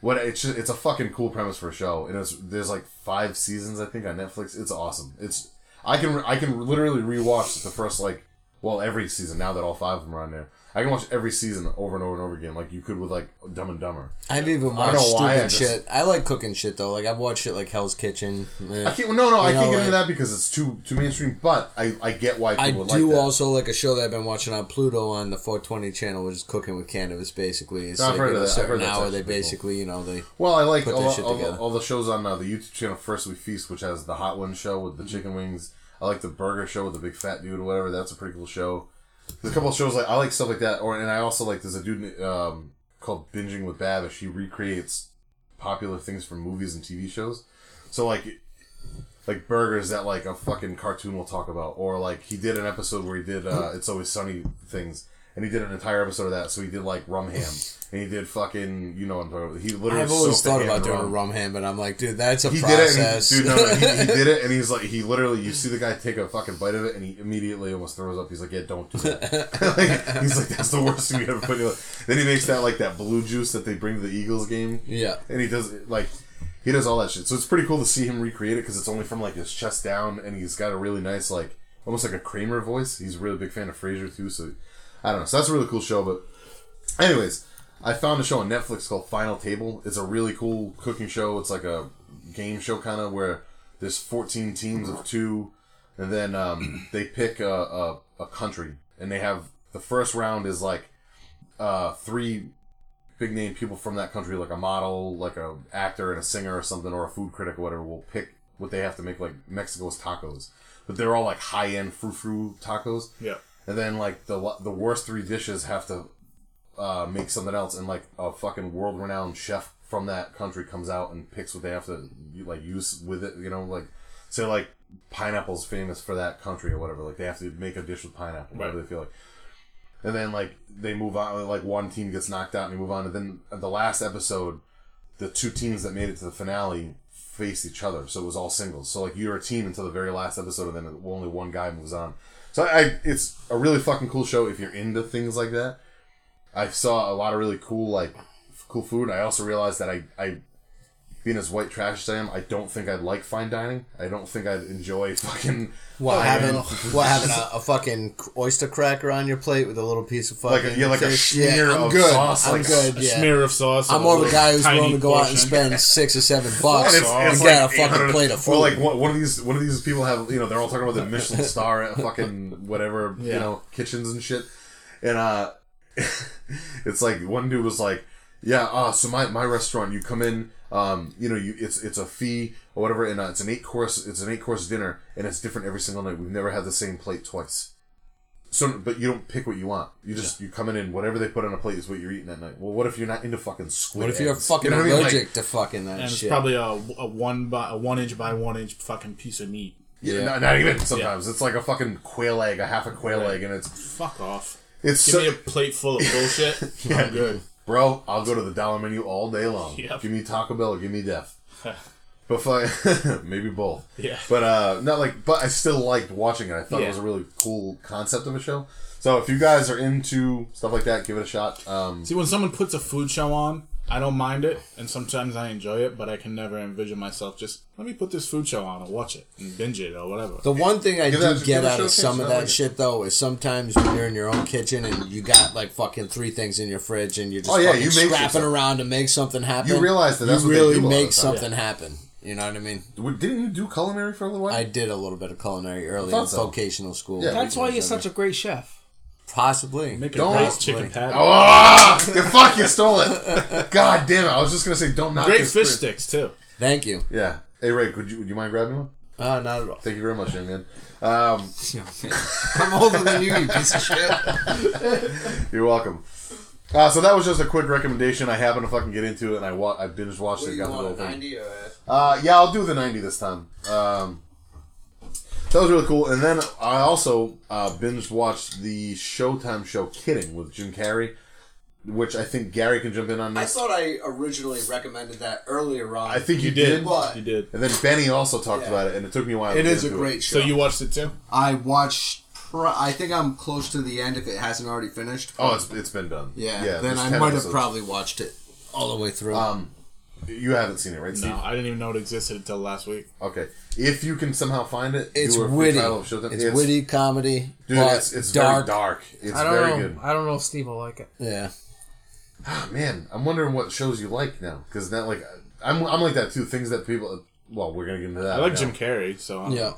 Speaker 1: what it's just, it's a fucking cool premise for a show and it's there's like five seasons i think on netflix it's awesome it's i can i can literally rewatch the first like well every season now that all five of them are on there I can watch every season over and over and over again, like you could with like Dumb and Dumber.
Speaker 3: I've even
Speaker 1: I don't
Speaker 3: watched
Speaker 1: know why,
Speaker 3: stupid
Speaker 1: I just-
Speaker 3: shit. I like cooking shit though. Like I've watched shit like Hell's Kitchen. Eh.
Speaker 1: I can't. No, no, I
Speaker 3: You know,
Speaker 1: can't get
Speaker 3: like-
Speaker 1: into that because it's too too mainstream. But I I get why people
Speaker 3: I
Speaker 1: would
Speaker 3: do
Speaker 1: like that.
Speaker 3: also like a show that I've been watching on Pluto on the 420 channel, which is Cooking with Cannabis. Basically, it's
Speaker 1: I've
Speaker 3: like
Speaker 1: heard
Speaker 3: at
Speaker 1: of
Speaker 3: a
Speaker 1: that. I've
Speaker 3: certain
Speaker 1: heard that's
Speaker 3: hour they
Speaker 1: actually pretty
Speaker 3: basically, you know, they
Speaker 1: well, I like
Speaker 3: put
Speaker 1: all,
Speaker 3: that shit
Speaker 1: all,
Speaker 3: together.
Speaker 1: all the shows on uh, the YouTube channel. First We Feast, which has the Hot One show
Speaker 3: Mm-hmm.
Speaker 1: with the chicken wings. I like the Burger show with the big fat dude or whatever. That's a pretty cool show. There's a couple of shows like I like stuff like that. Or and I also like there's a dude um, called Binging with Babish. He recreates popular things from movies and TV shows. So like like burgers that like a fucking cartoon will talk about, or like he did an episode where he did uh, "It's Always Sunny" things, and he did an entire episode of that. So he did like rum ham, and he did fucking you know what I'm talking about. He literally
Speaker 3: I've always
Speaker 1: soaked the
Speaker 3: thought
Speaker 1: ham
Speaker 3: about
Speaker 1: in
Speaker 3: doing a rum ham, but I'm like, dude, that's a
Speaker 1: He did it, and
Speaker 3: process.
Speaker 1: he, dude. No, no, he, he did it, and he's like, he literally, you see the guy take a fucking bite of it, and he immediately almost throws up. He's like, yeah, don't do that. like, he's like, that's the worst thing we ever put. in your life." Then he makes that like that blue juice that they bring to the Eagles game
Speaker 3: yeah.
Speaker 1: and he does like he does all that shit. So it's pretty cool to see him recreate it because it's only from like his chest down, and he's got a really nice like almost like a Kramer voice. He's a really big fan of Frasier too, so I don't know. So that's a really cool show. But anyways, I found a show on Netflix called Final Table. It's a really cool cooking show. It's like a game show kind of where there's 14 teams of two, and then um, they pick a, a a country, and they have the first round is like uh, three big name people from that country, like a model, like a actor and a singer or something, or a food critic or whatever, will pick what they have to make. Like Mexico's tacos, but they're all like high end frou frou tacos.
Speaker 2: Yeah.
Speaker 1: And then like the lo- the worst three dishes have to uh, make something else, and like a fucking world renowned chef from that country comes out and picks what they have to like use with it. You know, like say like pineapple's famous for that country or whatever. Like they have to make a dish with pineapple, whatever
Speaker 2: Right.
Speaker 1: they feel like. And then like they move on, like one team gets knocked out and they move on. And then at the last episode, the two teams that made it to the finale faced each other, so it was all singles. So like you're a team until the very last episode, and then only one guy moves on. So I, I it's a really fucking cool show if you're into things like that. I saw a lot of really cool like f- cool food. I also realized that I, I being as white trash as I am, I don't think I'd like fine dining. I don't think I'd enjoy fucking
Speaker 3: What
Speaker 1: fine
Speaker 3: having
Speaker 1: dining.
Speaker 3: what having a, a fucking oyster cracker on your plate with a little piece of
Speaker 1: Like
Speaker 3: fucking
Speaker 1: a- yeah, like a
Speaker 3: fish?
Speaker 1: smear
Speaker 3: yeah, I'm
Speaker 1: of
Speaker 3: good.
Speaker 1: sauce,
Speaker 3: I'm
Speaker 1: like a-
Speaker 3: good.
Speaker 2: A
Speaker 3: yeah.
Speaker 2: smear of sauce.
Speaker 3: I'm
Speaker 2: on
Speaker 3: more
Speaker 2: a
Speaker 3: of a guy who's
Speaker 2: tiny
Speaker 3: willing to go out and
Speaker 2: portion.
Speaker 3: spend six or seven bucks
Speaker 1: And it's-
Speaker 3: and
Speaker 1: it's
Speaker 3: get
Speaker 1: like
Speaker 3: a fucking
Speaker 1: 800
Speaker 3: plate of food.
Speaker 1: Well, like one, one of these, one of these people have, you know, they're all talking about the Michelin star at fucking whatever, you
Speaker 2: Yeah.
Speaker 1: know, kitchens and shit, and uh, it's like one dude was like, yeah, uh, so my my restaurant, you come in, um, you know, you it's it's a fee or whatever, and uh, it's an eight course, it's an eight course dinner, and it's different every single night. We've never had the same plate twice. So, but you don't pick what you want. You just you come in and whatever they put on a plate is what you're eating that night. Well, what if you're not into fucking squid?
Speaker 3: what if you're
Speaker 1: eggs? You
Speaker 3: fucking
Speaker 1: know what I mean? Like,
Speaker 3: allergic to fucking that
Speaker 2: And it's
Speaker 3: shit?
Speaker 2: probably a, a one by a one inch by one inch fucking piece of meat.
Speaker 1: Yeah,
Speaker 3: Yeah.
Speaker 1: Not, not even sometimes. It's like a fucking quail egg, a half a quail egg, and it's
Speaker 2: Fuck off.
Speaker 1: it's
Speaker 2: Give
Speaker 1: so,
Speaker 2: me a plate full of bullshit. I'm good.
Speaker 1: bro. I'll go to the dollar menu all day long.
Speaker 2: Yep.
Speaker 1: Give me Taco Bell, give me death. But fuck, maybe both.
Speaker 2: Yeah.
Speaker 1: But uh, not like. But I still liked watching it. I thought it
Speaker 2: Yeah.
Speaker 1: was a really cool concept of a show. So if you guys are into stuff like that, give it a shot. Um,
Speaker 2: See, when someone puts a food show on, I don't mind it, and sometimes I enjoy it, but I can never envision myself just let me put this food show on and watch it and binge it or whatever.
Speaker 3: The one thing I
Speaker 1: Give that-
Speaker 3: do
Speaker 1: give
Speaker 3: get
Speaker 1: that
Speaker 3: out of
Speaker 1: showcase,
Speaker 3: some
Speaker 1: I
Speaker 3: of
Speaker 1: like
Speaker 3: that
Speaker 1: it.
Speaker 3: shit though is sometimes when you're in your own kitchen and you got like fucking three things in your fridge and you're just
Speaker 1: Oh, yeah,
Speaker 3: fucking
Speaker 1: you make shit
Speaker 3: scrapping
Speaker 1: some-
Speaker 3: around to make something happen.
Speaker 1: You realize that that's
Speaker 3: you
Speaker 1: what they
Speaker 3: really
Speaker 1: do a lot of
Speaker 3: make
Speaker 1: the time.
Speaker 3: something happen. You know what I mean?
Speaker 1: w- didn't you do culinary for a little while?
Speaker 3: I did a little bit of culinary early
Speaker 1: thought
Speaker 3: in
Speaker 1: so.
Speaker 3: vocational school.
Speaker 1: Yeah.
Speaker 4: That's why you're such a great chef.
Speaker 3: possibly.
Speaker 2: Make a
Speaker 1: Don't-
Speaker 2: great chicken patty.
Speaker 1: oh, you- fuck! You stole it. God damn it! I was just gonna say don't knock
Speaker 2: great
Speaker 1: this
Speaker 2: fish
Speaker 1: food.
Speaker 2: sticks too.
Speaker 3: Thank you.
Speaker 1: Yeah. Hey Ray, could you would you mind grabbing one?
Speaker 3: Oh, not at all.
Speaker 1: Thank you very much, young man. Um,
Speaker 3: I'm older than you, you piece of shit.
Speaker 1: You're welcome. Uh, so that was just a quick recommendation. I happened to fucking get into it, and I wa- I binge watched it. Got the whole thing.
Speaker 3: or
Speaker 1: Uh, yeah, I'll do the ninety this time. Um, that was really cool. And then I also uh, binge watched the Showtime show "Kidding" with Jim Carrey, which I think Gary can jump in on
Speaker 3: I
Speaker 1: this.
Speaker 3: thought I originally recommended that earlier on.
Speaker 1: I think you,
Speaker 2: You did.
Speaker 1: did.
Speaker 3: What?
Speaker 2: You did.
Speaker 1: And then Benny also talked
Speaker 3: Yeah.
Speaker 1: about it, and it took me a while.
Speaker 3: it
Speaker 1: to get
Speaker 3: is a
Speaker 1: into
Speaker 3: great show.
Speaker 2: So you watched it too?
Speaker 3: I watched. Pro- I think I'm close to the end if it hasn't already finished.
Speaker 1: Oh, it's, it's been done.
Speaker 3: Yeah, then
Speaker 1: there's
Speaker 3: I
Speaker 1: 10
Speaker 3: might have
Speaker 1: episodes.
Speaker 3: probably watched it all the way through.
Speaker 1: Um, you haven't seen it, right, Steve?
Speaker 2: No, I didn't even know it existed until last week.
Speaker 1: Okay. If you can somehow find it,
Speaker 3: It's
Speaker 1: you are free
Speaker 3: witty.
Speaker 1: trial of Showtime.
Speaker 3: It's, witty comedy.
Speaker 1: Dude,
Speaker 3: but
Speaker 1: it's, it's
Speaker 3: dark.
Speaker 1: very dark. It's
Speaker 4: I don't
Speaker 1: very
Speaker 4: know.
Speaker 1: good.
Speaker 4: I don't know if Steve will like it.
Speaker 3: Yeah.
Speaker 1: Ah, man, I'm wondering what shows you like now because now, like, I'm, I'm like that too. Things that people. Well, we're gonna get into that.
Speaker 2: I like
Speaker 1: now.
Speaker 2: Jim Carrey, so um,
Speaker 3: Yeah.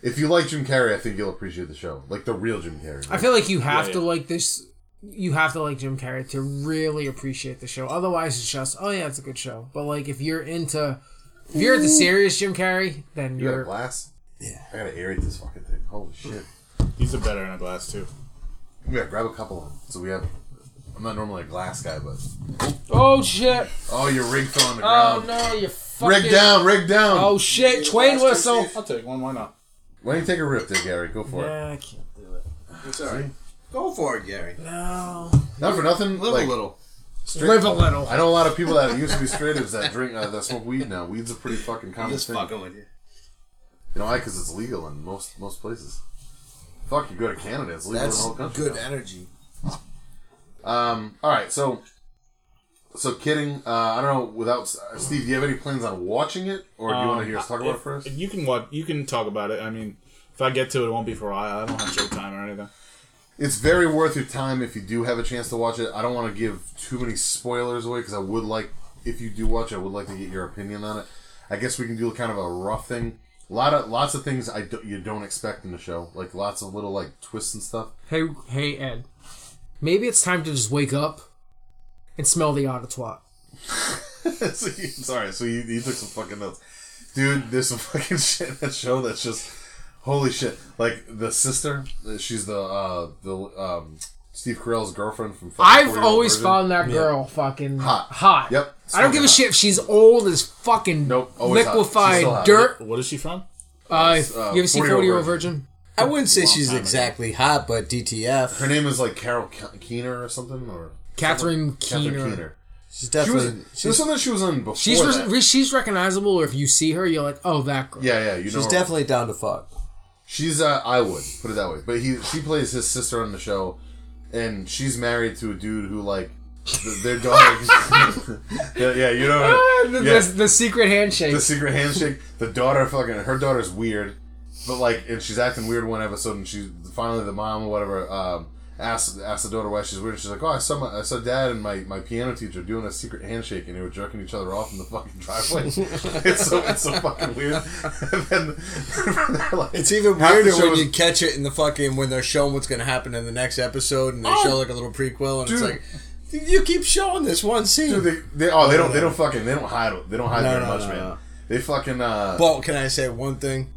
Speaker 1: If you like Jim Carrey, I think you'll appreciate the show, like the real Jim Carrey.
Speaker 4: I feel like you have
Speaker 2: Yeah,
Speaker 4: to
Speaker 2: yeah.
Speaker 4: like this. You have to like Jim Carrey to really appreciate the show. Otherwise, it's just oh yeah, it's a good show. But like if you're into, if you're into serious Jim Carrey, then
Speaker 1: You got a
Speaker 4: you're
Speaker 1: glass?
Speaker 3: Yeah.
Speaker 1: I gotta aerate this fucking thing. Holy shit!
Speaker 2: he's a better in a glass too.
Speaker 1: Yeah, grab a couple of them. So we have. I'm not normally a glass guy, but
Speaker 4: oh shit,
Speaker 1: oh, your rig fell on the
Speaker 4: oh
Speaker 1: ground.
Speaker 4: no, you fucking
Speaker 1: Rig down, rig down.
Speaker 4: oh shit, Twain whistle.
Speaker 2: I'll take one. Why not?
Speaker 1: Why don't you take a rip there, Gary? Go for it.
Speaker 4: Yeah, I can't do it.
Speaker 3: It's all right. Go for it, Gary.
Speaker 4: No,
Speaker 1: Not for nothing.
Speaker 3: Live
Speaker 1: like,
Speaker 3: a little.
Speaker 1: straight-
Speaker 4: live a little.
Speaker 1: I know a lot of people that used to be straightives that drink uh, that smoke weed now. Weed's a pretty fucking
Speaker 3: I'm
Speaker 1: common
Speaker 3: just
Speaker 1: thing.
Speaker 3: fucking with you.
Speaker 1: You know why? Because it's legal in most most places. Fuck, you go to Canada, it's legal in
Speaker 3: That's
Speaker 1: the whole country.
Speaker 3: good energy.
Speaker 1: Um, all right, so so kidding. Uh, I don't know. Without Steve, do you have any plans on watching it, or do you want to hear us talk about it first?
Speaker 2: Um, If you can what you can talk about it. I mean, if I get to it, it won't be for a while. I don't have showtime or anything.
Speaker 1: it's very worth your time if you do have a chance to watch it. I don't want to give too many spoilers away because I would like, if you do watch, it, I would like to get your opinion on it. I guess we can do kind of a rough thing. A lot of lots of things I do, you don't expect in the show, like lots of little like twists and stuff.
Speaker 4: Hey, hey Ed, maybe it's time to just wake up and smell the auto twat.
Speaker 1: so you, sorry, so you, you took some fucking notes, dude. There's some fucking shit in that show that's just holy shit. Like the sister, she's the uh the um Steve Carell's girlfriend from. fucking 40
Speaker 4: I've
Speaker 1: Year Old
Speaker 4: always
Speaker 1: Virgin.
Speaker 4: found that girl fucking
Speaker 1: Hot.
Speaker 4: hot.
Speaker 1: Yep.
Speaker 4: I don't give
Speaker 1: Smoking
Speaker 4: a
Speaker 1: hot.
Speaker 4: shit if she's old as fucking
Speaker 1: Nope, always hot. She's
Speaker 4: liquefied
Speaker 1: still hot.
Speaker 4: dirt.
Speaker 2: What is she from?
Speaker 4: Uh,
Speaker 1: uh,
Speaker 4: you ever see
Speaker 1: 40-year-old
Speaker 4: Forty Year Old Virgin?
Speaker 3: I wouldn't say she's
Speaker 2: time ago.
Speaker 3: exactly hot, but DTF.
Speaker 1: Her name is like Carol Ke- Keener or something, or
Speaker 4: Catherine
Speaker 1: Catherine
Speaker 4: Keener.
Speaker 1: Keener.
Speaker 3: She's
Speaker 1: She was.
Speaker 3: definitely
Speaker 1: She was
Speaker 3: she's,
Speaker 1: something she was on before.
Speaker 4: She's re-
Speaker 1: that.
Speaker 4: re- she's recognizable. Or if you see her, you're like, oh, that girl.
Speaker 1: yeah, yeah. You know.
Speaker 3: she's
Speaker 1: her.
Speaker 3: definitely down to fuck.
Speaker 1: She's. Uh, I would put it that way. But he. She plays his sister on the show, and she's married to a dude who like th- their daughter. yeah, yeah, you know.
Speaker 4: Ah, the,
Speaker 1: Her, yeah,
Speaker 4: the, the secret handshake.
Speaker 1: the secret handshake. The daughter fucking her daughter's weird, but like, and she's acting weird one episode, and she's finally the mom or whatever um, asks asks the daughter why she's weird. And she's like, "Oh, I saw my, I saw dad and my, my piano teacher doing a secret handshake, and they were jerking each other off in the fucking driveway. it's so it's so fucking weird." and then they're like,
Speaker 3: It's even
Speaker 1: half the
Speaker 3: weirder
Speaker 1: show
Speaker 3: when
Speaker 1: is-
Speaker 3: you catch it in the fucking when they're showing what's gonna happen in the next episode, and they show like a little prequel,
Speaker 1: Oh!
Speaker 3: and
Speaker 1: dude.
Speaker 3: it's like you keep showing this one scene.
Speaker 1: Dude, they, they, oh, they don't they don't fucking they don't hide they don't hide
Speaker 3: No,
Speaker 1: very
Speaker 3: no,
Speaker 1: much,
Speaker 3: no,
Speaker 1: man.
Speaker 3: no.
Speaker 1: They fucking uh.
Speaker 3: but can I say one thing?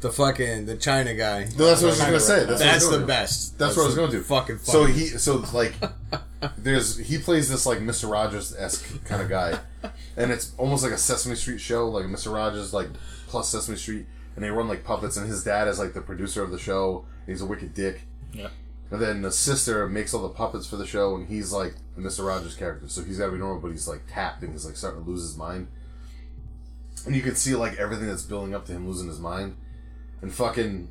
Speaker 3: The fucking the China guy.
Speaker 1: no, that's what I was gonna say. That's, what I was
Speaker 3: That's
Speaker 1: gonna
Speaker 3: the
Speaker 1: do.
Speaker 3: best.
Speaker 1: That's what I was
Speaker 3: the
Speaker 1: going to do.
Speaker 3: Fucking
Speaker 1: So
Speaker 3: funny.
Speaker 1: he, so like, there's he plays this like Mister Rogers esque kind of guy, and it's almost like a Sesame Street show, like Mister Rogers like plus Sesame Street, and they run like puppets, and his dad is like the producer of the show. and he's a wicked dick.
Speaker 2: Yeah.
Speaker 1: And then the sister makes all the puppets for the show, and he's like the Mister Rogers character. So he's got to be normal, but he's like tapped, and he's like starting to lose his mind. And you can see like everything that's building up to him losing his mind, and fucking,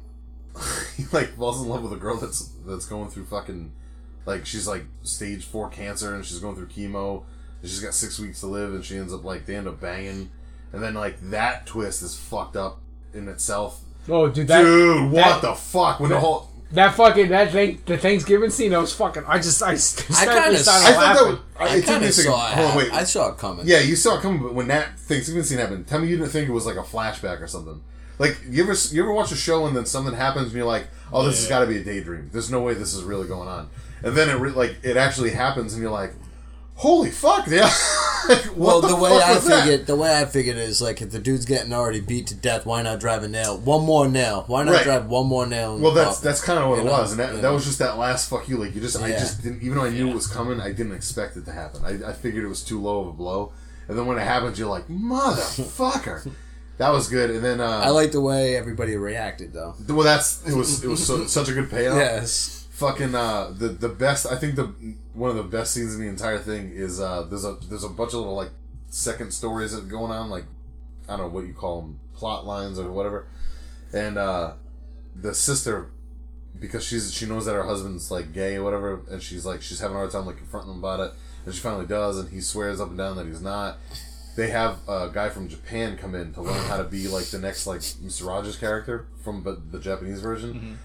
Speaker 1: he like falls in love with a girl that's that's going through fucking, like she's like stage four cancer, and she's going through chemo. And she's got six weeks to live, and she ends up like they end up banging, and then like that twist is fucked up in itself.
Speaker 4: oh, dude, that
Speaker 1: Dude, what
Speaker 4: that-
Speaker 1: the fuck? When the whole
Speaker 4: that fucking that thing, the Thanksgiving scene, I was fucking. I just I,
Speaker 3: kinda
Speaker 4: started
Speaker 3: saw-
Speaker 1: I
Speaker 4: started
Speaker 1: thought that
Speaker 4: laughing.
Speaker 1: was. I,
Speaker 3: I
Speaker 1: it took
Speaker 3: kind
Speaker 1: me a
Speaker 3: of
Speaker 1: second.
Speaker 3: saw it.
Speaker 1: Hold on, wait.
Speaker 3: hap- I saw it coming.
Speaker 1: yeah, you saw it coming, but when that Thanksgiving scene happened, tell me you didn't think it was like a flashback or something. Like you ever you ever watch a show and then something happens and you're like, oh, this has got to be a daydream. There's no way this is really going on. And then it re- like it actually happens and you're like, holy fuck, yeah. Like, what
Speaker 3: Well, the, way
Speaker 1: fuck
Speaker 3: I
Speaker 1: was that?
Speaker 3: figured, the way I figured it is like if the dude's getting already beat to death, why not drive a nail? One more nail. Why not
Speaker 1: Right.
Speaker 3: drive one more nail? and
Speaker 1: Well, that's
Speaker 3: pop it?
Speaker 1: that's kind of what it
Speaker 3: know,
Speaker 1: was, and that,
Speaker 3: you
Speaker 1: that
Speaker 3: know.
Speaker 1: was just that last fuck you. Like you just, I
Speaker 3: Yeah.
Speaker 1: just didn't, even though I knew it was coming, I didn't expect it to happen. I, I figured it was too low of a blow, and then when it happens, you're like, motherfucker, that was good. And then, uh,
Speaker 3: I like the way everybody reacted though.
Speaker 1: well, that's it was it was so, such a good payoff.
Speaker 3: Yes.
Speaker 1: Fucking uh, the the best. I think the one of the best scenes in the entire thing is uh, there's a there's a bunch of little like second stories that are going on, like I don't know what you call them, plot lines or whatever. And uh, the sister, because she's she knows that her husband's like gay or whatever, and she's like she's having a hard time like confronting him about it, and she finally does, and he swears up and down that he's not. they have a guy from Japan come in to learn how to be like the next like Mr. Rogers character from the, the Japanese version.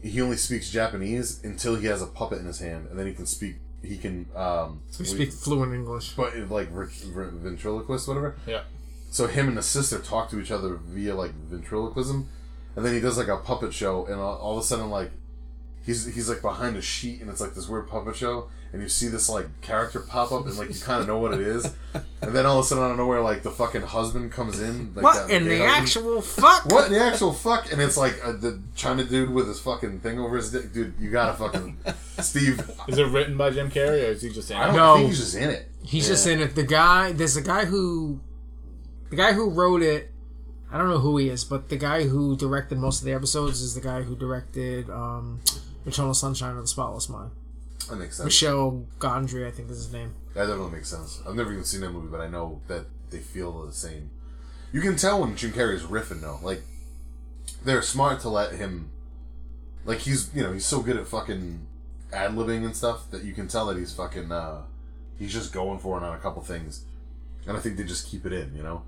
Speaker 1: He only speaks Japanese until he has a puppet in his hand, and then he can speak. He can um,
Speaker 4: We speak fluent English.
Speaker 1: but like re- re- ventriloquist, whatever.
Speaker 2: Yeah.
Speaker 1: So him and the sister talk to each other via like ventriloquism, and then he does like a puppet show, and all, all of a sudden like he's he's like behind a sheet, and it's like this weird puppet show, and you see this like character pop up, and like you kind of know what it is, and then all of a sudden out of nowhere like the fucking husband comes in. Like,
Speaker 4: What in
Speaker 1: gay
Speaker 4: the
Speaker 1: husband.
Speaker 4: actual fuck?
Speaker 1: What in the actual fuck? And it's like uh, the China dude with his fucking thing over his dick. Dude, you gotta fucking Steve.
Speaker 2: Is it written by Jim Carrey or is he just in
Speaker 1: I don't
Speaker 2: it?
Speaker 4: No.
Speaker 1: think he's just in it.
Speaker 4: He's just in it. The guy, there's a guy who, the guy who wrote it. I don't know who he is, but the guy who directed most of the episodes is the guy who directed um, Eternal Sunshine of the Spotless Mind.
Speaker 1: That makes sense.
Speaker 4: Michel Gondry, I think is his name.
Speaker 1: That definitely makes sense. I've never even seen that movie, but I know that they feel the same. You can tell when Jim Carrey's riffing, though. Like, they're smart to let him. Like, he's, you know, he's so good at fucking ad libbing and stuff that you can tell that he's fucking, uh, he's just going for it on a couple things. And I think they just keep it in, you know?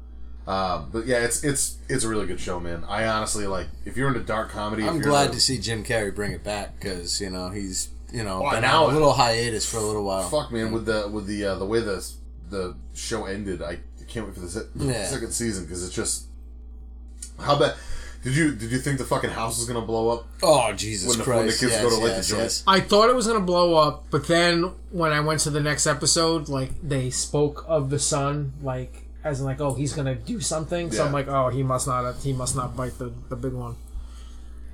Speaker 1: Um, but yeah, it's it's it's a really good show, man. I honestly like if you're into dark comedy. if
Speaker 3: I'm
Speaker 1: you're
Speaker 3: glad
Speaker 1: into-
Speaker 3: to see Jim Carrey bring it back because you know he's you know
Speaker 1: Oh, I
Speaker 3: been
Speaker 1: know
Speaker 3: out
Speaker 1: it.
Speaker 3: a little hiatus for a little while.
Speaker 1: Fuck, man, with the with the uh, the way the the show ended, I can't wait for the se-
Speaker 3: Yeah.
Speaker 1: second season because it's just how bad. Did you did you think the fucking house was gonna blow up?
Speaker 3: Oh Jesus
Speaker 1: When the- when the
Speaker 3: Christ!
Speaker 1: kids
Speaker 3: yes,
Speaker 1: go to, like, the
Speaker 3: yes,
Speaker 1: joint.
Speaker 3: yes.
Speaker 4: I thought it was gonna blow up, but then when I went to the next episode, like they spoke of the son, like as in like, oh, he's gonna do something. So
Speaker 1: Yeah.
Speaker 4: I'm like, oh, he must not, he must not bite the, the big one.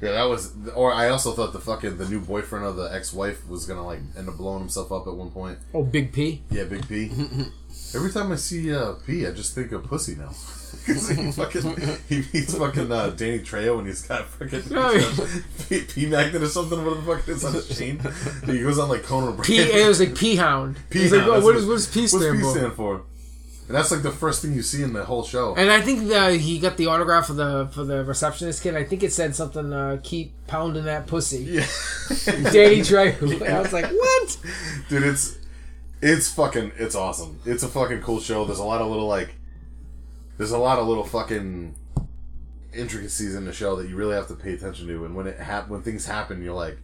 Speaker 1: Yeah, that was. Or I also thought the fucking the new boyfriend of the ex wife was gonna like end up blowing himself up at one point.
Speaker 4: Oh, Big P.
Speaker 1: Yeah, Big P. Every time I see uh, P, I just think of pussy now. Because he fucking he meets fucking uh, Danny Trejo and he's got fucking P, P magnet or something. What the fuck is on his chain? He goes on like Conan.
Speaker 4: P.
Speaker 1: O'Brien.
Speaker 4: It was like P Hound.
Speaker 1: P.
Speaker 4: He's like,
Speaker 1: Hound,
Speaker 4: oh,
Speaker 1: that's
Speaker 4: what does what does P
Speaker 1: What's
Speaker 4: stand
Speaker 1: P
Speaker 4: for?
Speaker 1: stand for? And that's like the first thing you see in the whole show.
Speaker 4: And I think that he got the autograph for the for the receptionist kid. I think it said something. Uh, Keep pounding that pussy,
Speaker 1: yeah.
Speaker 4: Danny Trejo. I was like, what?
Speaker 1: Dude, it's it's fucking it's awesome. It's a fucking cool show. There's a lot of little like there's a lot of little fucking intricacies in the show that you really have to pay attention to and when it hap- when things happen you're like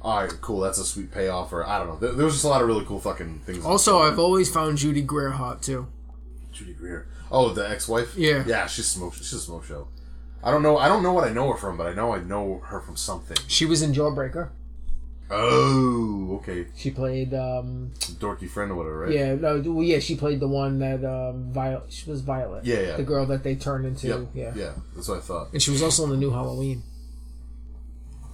Speaker 1: all right, cool. That's a sweet payoff, or I don't know. There, there was just a lot of really cool fucking things.
Speaker 4: Also, I've always found Judy Greer hot too.
Speaker 1: Judy Greer. Oh, the ex-wife.
Speaker 4: Yeah.
Speaker 1: yeah. She's smoke. She's a smoke show. I don't know. I don't know what I know her from, but I know I know her from something.
Speaker 4: She was in Jawbreaker.
Speaker 1: Oh, okay.
Speaker 4: She played. um
Speaker 1: Dorky friend or whatever, right?
Speaker 4: Yeah, no, well, yeah, she played the one that um Violet. She was Violet.
Speaker 1: Yeah, yeah.
Speaker 4: The girl that they turned into.
Speaker 1: Yep.
Speaker 4: Yeah.
Speaker 1: Yeah. That's what I thought.
Speaker 4: And she was also in the new Halloween.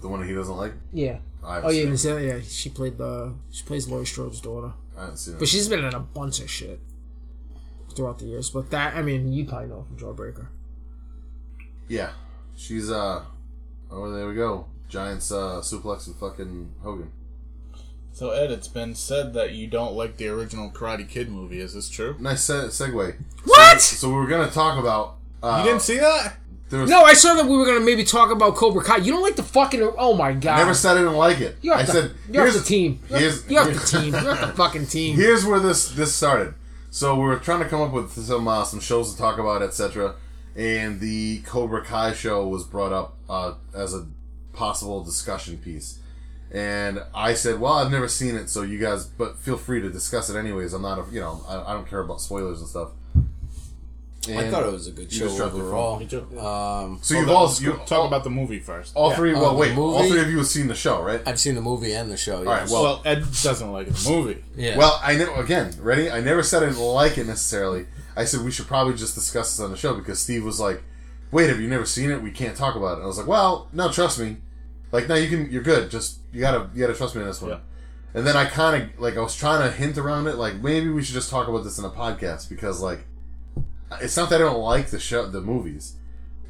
Speaker 1: The one that he doesn't like.
Speaker 4: Yeah.
Speaker 1: I haven't
Speaker 4: Oh yeah,
Speaker 1: seen
Speaker 4: and
Speaker 1: it.
Speaker 4: so- yeah. She played the. She plays Laurie Strode's daughter.
Speaker 1: I haven't seen it.
Speaker 4: But she's been in a bunch of shit throughout the years. But that, I mean, you probably know from Jawbreaker.
Speaker 1: yeah, she's uh. Oh, there we go. Giants uh, suplex and fucking Hogan.
Speaker 2: So Ed, it's been said that you don't like the original Karate Kid movie. Is this true?
Speaker 1: Nice se- segue.
Speaker 4: What?
Speaker 1: So we were gonna talk about. Uh,
Speaker 2: You didn't see that?
Speaker 1: There was,
Speaker 4: No, I saw that we were gonna maybe talk about Cobra Kai. You don't like the fucking. Oh my god.
Speaker 1: I never said I didn't like it.
Speaker 4: You're off
Speaker 1: I
Speaker 4: the,
Speaker 1: said
Speaker 4: you're off
Speaker 1: here's
Speaker 4: the team. You're,
Speaker 1: Here's,
Speaker 4: you're off the team. You're off the fucking team.
Speaker 1: here's where this this started. So we were trying to come up with some uh, some shows to talk about, etc. And the Cobra Kai show was brought up uh, as a possible discussion piece. And I said, "Well, I've never seen it, so you guys, but feel free to discuss it anyways. I'm not, a, you know, I, I don't care about spoilers and stuff."
Speaker 3: I
Speaker 1: And
Speaker 3: thought it was a good
Speaker 1: you
Speaker 3: show
Speaker 1: just dropped your
Speaker 3: overall.
Speaker 1: phone.
Speaker 2: Me too.
Speaker 3: Um,
Speaker 1: so. You've all you,
Speaker 2: Talk
Speaker 1: all,
Speaker 2: about the movie first.
Speaker 1: all three. well,
Speaker 3: Uh, the
Speaker 1: wait, all
Speaker 3: movie?
Speaker 1: three of you have seen the show, right?
Speaker 3: I've seen the movie and the show. Yes.
Speaker 1: all right.
Speaker 2: Well, Ed doesn't like the movie.
Speaker 3: yeah.
Speaker 1: Well, I know again. Ready? I never said I didn't like it necessarily. I said we should probably just discuss this on the show because Steve was like, "Wait, have you never seen it? We can't talk about it." And I was like, "Well, no, trust me. Like, no, you can. You're good. Just you gotta you gotta trust me on this one."
Speaker 2: Yeah.
Speaker 1: And then I kind of like I was trying to hint around it, like maybe we should just talk about this in a podcast because like it's not that I don't like the show, the movies.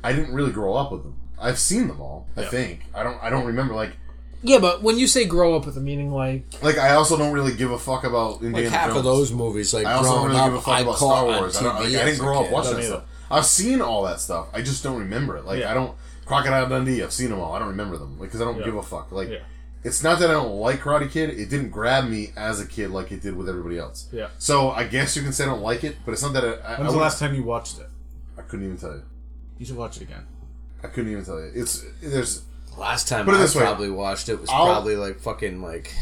Speaker 1: I didn't really grow up with them. I've seen them all. I
Speaker 2: Yeah.
Speaker 1: think I don't. I don't remember like.
Speaker 4: Yeah, but when you say grow up with them, meaning like
Speaker 1: Like I also don't really give a fuck about Indiana
Speaker 3: like half
Speaker 1: Jones.
Speaker 3: of those movies, like
Speaker 1: I also don't
Speaker 3: growing
Speaker 1: really
Speaker 3: up,
Speaker 1: give a fuck
Speaker 3: I
Speaker 1: about
Speaker 3: caught
Speaker 1: Star
Speaker 3: on
Speaker 1: Wars. I, don't, like, I
Speaker 3: TV as
Speaker 1: didn't
Speaker 3: a
Speaker 1: grow up
Speaker 3: kid.
Speaker 1: watching
Speaker 2: Don't
Speaker 1: that
Speaker 2: either.
Speaker 1: stuff. I've seen all that stuff. I just don't remember it. Like
Speaker 2: Yeah.
Speaker 1: I don't Crocodile Dundee. I've seen them all. I don't remember them because I don't
Speaker 2: Yeah.
Speaker 1: give a fuck. Like
Speaker 2: Yeah.
Speaker 1: It's not that I don't like Karate Kid. It didn't grab me as a kid like it did with everybody else.
Speaker 2: Yeah.
Speaker 1: So I guess you can say I don't like it, but it's not that I. I, I
Speaker 2: When's the
Speaker 1: wouldn't-
Speaker 2: last time you watched it?
Speaker 1: I couldn't even tell you.
Speaker 2: You should watch it again.
Speaker 1: I couldn't even tell you. It's there's
Speaker 3: Last time
Speaker 1: Put it
Speaker 3: I
Speaker 1: this way.
Speaker 3: probably watched it was
Speaker 1: I'll-
Speaker 3: probably like fucking like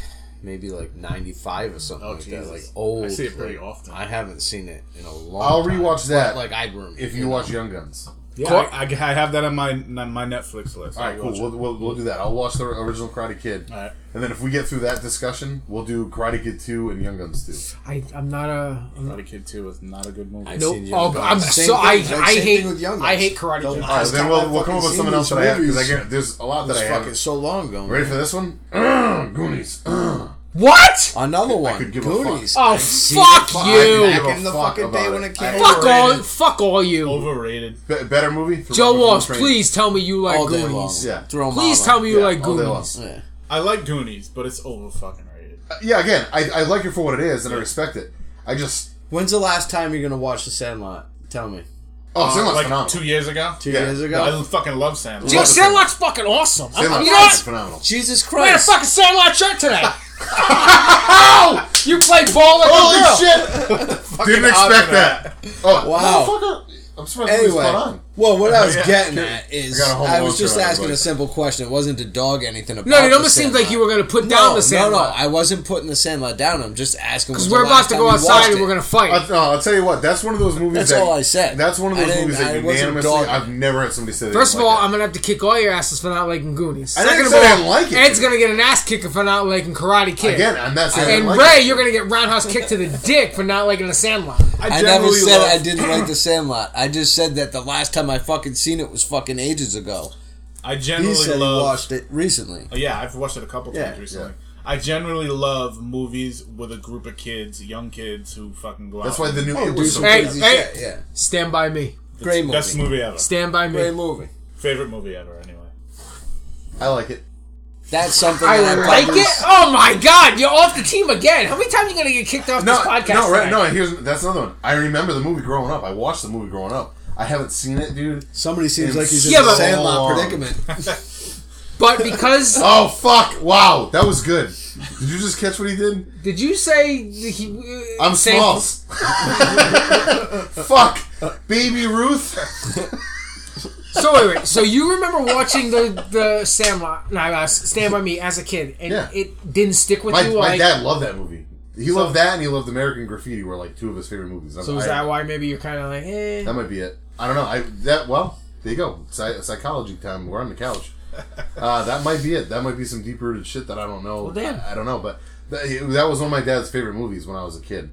Speaker 3: maybe like ninety five or something
Speaker 2: Oh,
Speaker 3: like
Speaker 2: Jesus.
Speaker 3: that. Like old.
Speaker 2: I see it pretty
Speaker 3: like,
Speaker 2: often.
Speaker 3: I haven't seen it in a long.
Speaker 1: I'll
Speaker 3: time.
Speaker 1: rewatch that
Speaker 3: But, like I room.
Speaker 1: if you watch Young Guns.
Speaker 2: Yeah,
Speaker 3: Cor-
Speaker 2: I, I have that on my on my Netflix list.
Speaker 1: All right,
Speaker 2: I'll
Speaker 1: cool.
Speaker 2: watch it.
Speaker 1: We'll, we'll, we'll do that. I'll watch the original Karate Kid,
Speaker 2: All right.
Speaker 1: and then if we get through that discussion, we'll do Karate Kid Two and Young Guns Two.
Speaker 4: I, I'm not a. I'm not,
Speaker 2: Karate Kid Two is not a good movie.
Speaker 3: I-
Speaker 4: nope.
Speaker 3: seen Young
Speaker 4: Oh,
Speaker 3: Guns.
Speaker 4: I'm
Speaker 3: Same
Speaker 4: so.
Speaker 3: thing-
Speaker 4: I,
Speaker 3: like, same
Speaker 4: I
Speaker 3: thing
Speaker 4: hate.
Speaker 3: with Young
Speaker 4: I
Speaker 3: Guns.
Speaker 4: hate karate.
Speaker 3: Don't-
Speaker 4: Kid.
Speaker 1: All right,
Speaker 3: Last
Speaker 1: then
Speaker 3: time
Speaker 1: we'll,
Speaker 3: I've
Speaker 1: we'll come up with
Speaker 3: fucking
Speaker 1: something
Speaker 3: seen
Speaker 1: else that I
Speaker 3: these
Speaker 1: have because I
Speaker 3: movies.
Speaker 1: can't. There's a lot that I
Speaker 3: It's fucking
Speaker 1: have.
Speaker 3: so long ago.
Speaker 1: Ready
Speaker 3: man.
Speaker 1: for this one? Goonies.
Speaker 4: What?
Speaker 3: Another one.
Speaker 1: could give a fuck.
Speaker 3: Goonies.
Speaker 4: Oh,
Speaker 3: I've seen
Speaker 4: fuck
Speaker 3: it fucking
Speaker 4: you.
Speaker 1: I could give
Speaker 3: Back
Speaker 1: a
Speaker 3: in the
Speaker 1: fuck
Speaker 3: fucking day
Speaker 1: about
Speaker 3: when
Speaker 1: it.
Speaker 3: it came
Speaker 4: Fuck all.
Speaker 3: overrated.
Speaker 4: Fuck all you.
Speaker 2: Overrated.
Speaker 1: Be- better movie. for
Speaker 4: Joe
Speaker 1: Robert
Speaker 4: Walsh,
Speaker 1: Train.
Speaker 4: please tell me you like
Speaker 3: All day long.
Speaker 4: Goonies.
Speaker 1: Yeah.
Speaker 3: Throw 'em
Speaker 4: Please
Speaker 3: all
Speaker 4: tell
Speaker 3: up.
Speaker 4: me you
Speaker 1: Yeah,
Speaker 4: like
Speaker 1: all day
Speaker 4: Goonies.
Speaker 3: Yeah.
Speaker 2: I like Goonies, but it's over fucking rated.
Speaker 1: Uh, Yeah, again, I, I like it for what it is, and I respect it. I just
Speaker 3: When's the last time you're gonna watch The Sandlot? Tell me.
Speaker 1: oh, Sandlot's
Speaker 2: like
Speaker 1: phenomenal.
Speaker 2: two years ago.
Speaker 3: Two
Speaker 1: Yeah.
Speaker 3: years ago.
Speaker 2: I fucking love Sandlot.
Speaker 4: Dude,
Speaker 1: Love the
Speaker 4: Sandlot's fucking awesome. I'm-
Speaker 1: Sandlot's
Speaker 4: you know what?
Speaker 1: phenomenal.
Speaker 3: Jesus
Speaker 4: Wear a
Speaker 3: Christ.
Speaker 4: fucking Sandlot shirt today. you play ball like a girl.
Speaker 1: Holy shit! Didn't expect that. Oh
Speaker 3: Wow.
Speaker 1: wow! I'm surprised anyway.
Speaker 3: Anyway,
Speaker 1: spot on.
Speaker 3: well, what I was
Speaker 2: Yeah.
Speaker 3: getting at is
Speaker 1: I got a whole
Speaker 3: I,
Speaker 1: bunch
Speaker 3: was just
Speaker 1: of
Speaker 3: asking
Speaker 1: everybody.
Speaker 3: a simple question. It wasn't to dog anything about.
Speaker 4: No, it
Speaker 3: the
Speaker 4: almost seemed like
Speaker 3: Sandlot.
Speaker 4: you were going to put
Speaker 3: No,
Speaker 4: down the
Speaker 3: no, no,
Speaker 4: Sandlot.
Speaker 3: I wasn't putting the Sandlot down. I'm just asking
Speaker 4: Because we're about to go outside and we're going to fight.
Speaker 1: I, no, I'll tell you what. That's one of those movies.
Speaker 3: That's
Speaker 1: that,
Speaker 3: all I said.
Speaker 1: That's one of
Speaker 3: I
Speaker 1: those
Speaker 3: didn't-
Speaker 1: movies that
Speaker 3: I wasn't
Speaker 1: unanimously.
Speaker 3: dogging
Speaker 1: I've never heard somebody say. They
Speaker 4: First of
Speaker 1: didn't
Speaker 4: all,
Speaker 1: like
Speaker 4: I'm going to have to kick all your asses for not liking Goonies.
Speaker 1: I didn't
Speaker 4: Second of
Speaker 1: say I
Speaker 4: all,
Speaker 1: didn't like it.
Speaker 4: Ed's going to get an ass kicking for not liking Karate
Speaker 1: it.
Speaker 4: Kid.
Speaker 1: again, I'm not saying. I
Speaker 4: And
Speaker 1: didn't like
Speaker 4: Ray,
Speaker 1: it.
Speaker 4: you're going to get roundhouse kicked to the dick for not liking the Sandlot.
Speaker 3: I never
Speaker 2: generally
Speaker 3: said
Speaker 2: love-
Speaker 3: I didn't like the Sandlot. I just said that the last time I fucking seen it was fucking ages ago.
Speaker 2: I
Speaker 3: He
Speaker 2: generally
Speaker 3: said he
Speaker 2: love.
Speaker 3: watched it recently.
Speaker 2: Oh, Yeah, I've watched it a couple times
Speaker 3: Yeah,
Speaker 2: recently. I generally love movies with a group of kids, young kids who fucking go out.
Speaker 1: That's why the new
Speaker 3: Oh,
Speaker 1: it
Speaker 3: dude,
Speaker 1: was so
Speaker 3: some
Speaker 4: Hey,
Speaker 1: good.
Speaker 3: crazy
Speaker 4: hey.
Speaker 3: shit, yeah.
Speaker 4: Stand by me.
Speaker 3: Great movie.
Speaker 2: best movie ever.
Speaker 4: Stand by
Speaker 3: Great
Speaker 4: me.
Speaker 3: movie.
Speaker 2: Favorite movie ever, anyway.
Speaker 1: I like it.
Speaker 3: That's something
Speaker 4: I
Speaker 3: that I
Speaker 4: like
Speaker 3: probably-
Speaker 4: it. Oh my god, you're off the team again. How many times are you going to get kicked off
Speaker 1: No,
Speaker 4: this podcast?
Speaker 1: no, right,
Speaker 4: tonight?
Speaker 1: no. Here's that's another one. I remember the movie growing up. I watched the movie growing up. I haven't seen it, dude.
Speaker 3: Somebody seems
Speaker 1: It's
Speaker 3: like he's in
Speaker 4: Yeah,
Speaker 3: the
Speaker 4: but-
Speaker 3: Sandlot
Speaker 1: long.
Speaker 3: predicament.
Speaker 4: But because
Speaker 1: Oh fuck! Wow, that was good. Did you just catch what he did?
Speaker 4: did you say that he? uh,
Speaker 1: I'm
Speaker 4: same-
Speaker 1: small. Fuck, baby Ruth.
Speaker 4: So wait, wait. So you remember watching the the Sandlot? No, uh, Stand by Me as a kid, and
Speaker 1: Yeah.
Speaker 4: it didn't stick with
Speaker 1: My,
Speaker 4: you.
Speaker 1: my
Speaker 4: like,
Speaker 1: dad loved that movie. He loved that, and he loved American Graffiti, were like two of his favorite movies. I'm-
Speaker 4: so is
Speaker 1: I-
Speaker 4: that why maybe you're kind of like, eh?
Speaker 1: That might be it. I don't know. I that well. There you go. Psy- psychology time. We're on the couch. Uh, that might be it. That might be some deep rooted shit that I don't know.
Speaker 4: damn.
Speaker 1: I, I don't know, but th- that was one of my dad's favorite movies when I was a kid.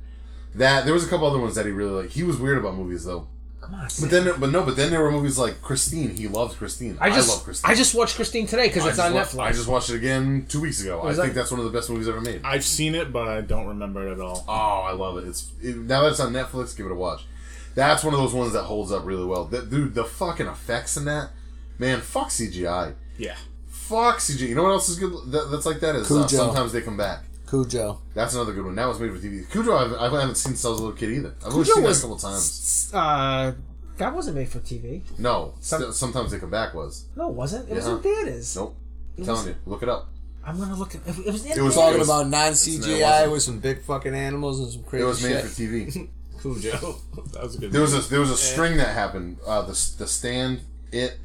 Speaker 1: That there was a couple other ones that he really liked. He was weird about movies though.
Speaker 4: Come on.
Speaker 1: But then, but no, but then there were movies like Christine. He loves Christine.
Speaker 4: I just I,
Speaker 1: love Christine.
Speaker 4: just watched Christine today because
Speaker 1: I
Speaker 4: it's
Speaker 1: just
Speaker 4: on
Speaker 1: wa-
Speaker 4: Netflix.
Speaker 1: I just watched it again two weeks ago. I
Speaker 4: Was
Speaker 1: think
Speaker 4: that-
Speaker 1: that's one of the best movies ever made.
Speaker 2: I've seen it, but I don't remember it at all.
Speaker 1: Oh, I love it. It's it, now that it's on Netflix. Give it a watch. That's one of those ones that holds up really well. That dude, the fucking effects in that, man. Fuck CGI.
Speaker 2: Yeah.
Speaker 1: Fuck CGI. You know what else is good? That, that's like that is uh,
Speaker 3: Cujo.
Speaker 1: sometimes they come back.
Speaker 3: Cujo.
Speaker 1: That's another good one. Now it's made for TV. Cujo, I've, I haven't seen since I was a little kid either. I've only
Speaker 4: Cujo
Speaker 1: seen
Speaker 4: was-
Speaker 1: that a couple times.
Speaker 4: uh, that wasn't made for TV.
Speaker 1: No,
Speaker 4: Some-
Speaker 1: St- sometimes they come back was.
Speaker 4: No, it wasn't. It was
Speaker 1: Yeah.
Speaker 4: in theaters.
Speaker 1: Nope. I'm telling you, look it up.
Speaker 4: I'm gonna look. At, it was in
Speaker 1: It was
Speaker 3: Talking
Speaker 1: It was-
Speaker 3: about non
Speaker 1: wasn't
Speaker 3: CGI
Speaker 1: it?
Speaker 3: with some big fucking animals and some crazy
Speaker 1: It was made
Speaker 3: shit.
Speaker 1: for TV.
Speaker 3: Cujo.
Speaker 2: That was a good
Speaker 1: There was
Speaker 2: movie.
Speaker 1: a there was a string that happened. Uh, the the stand it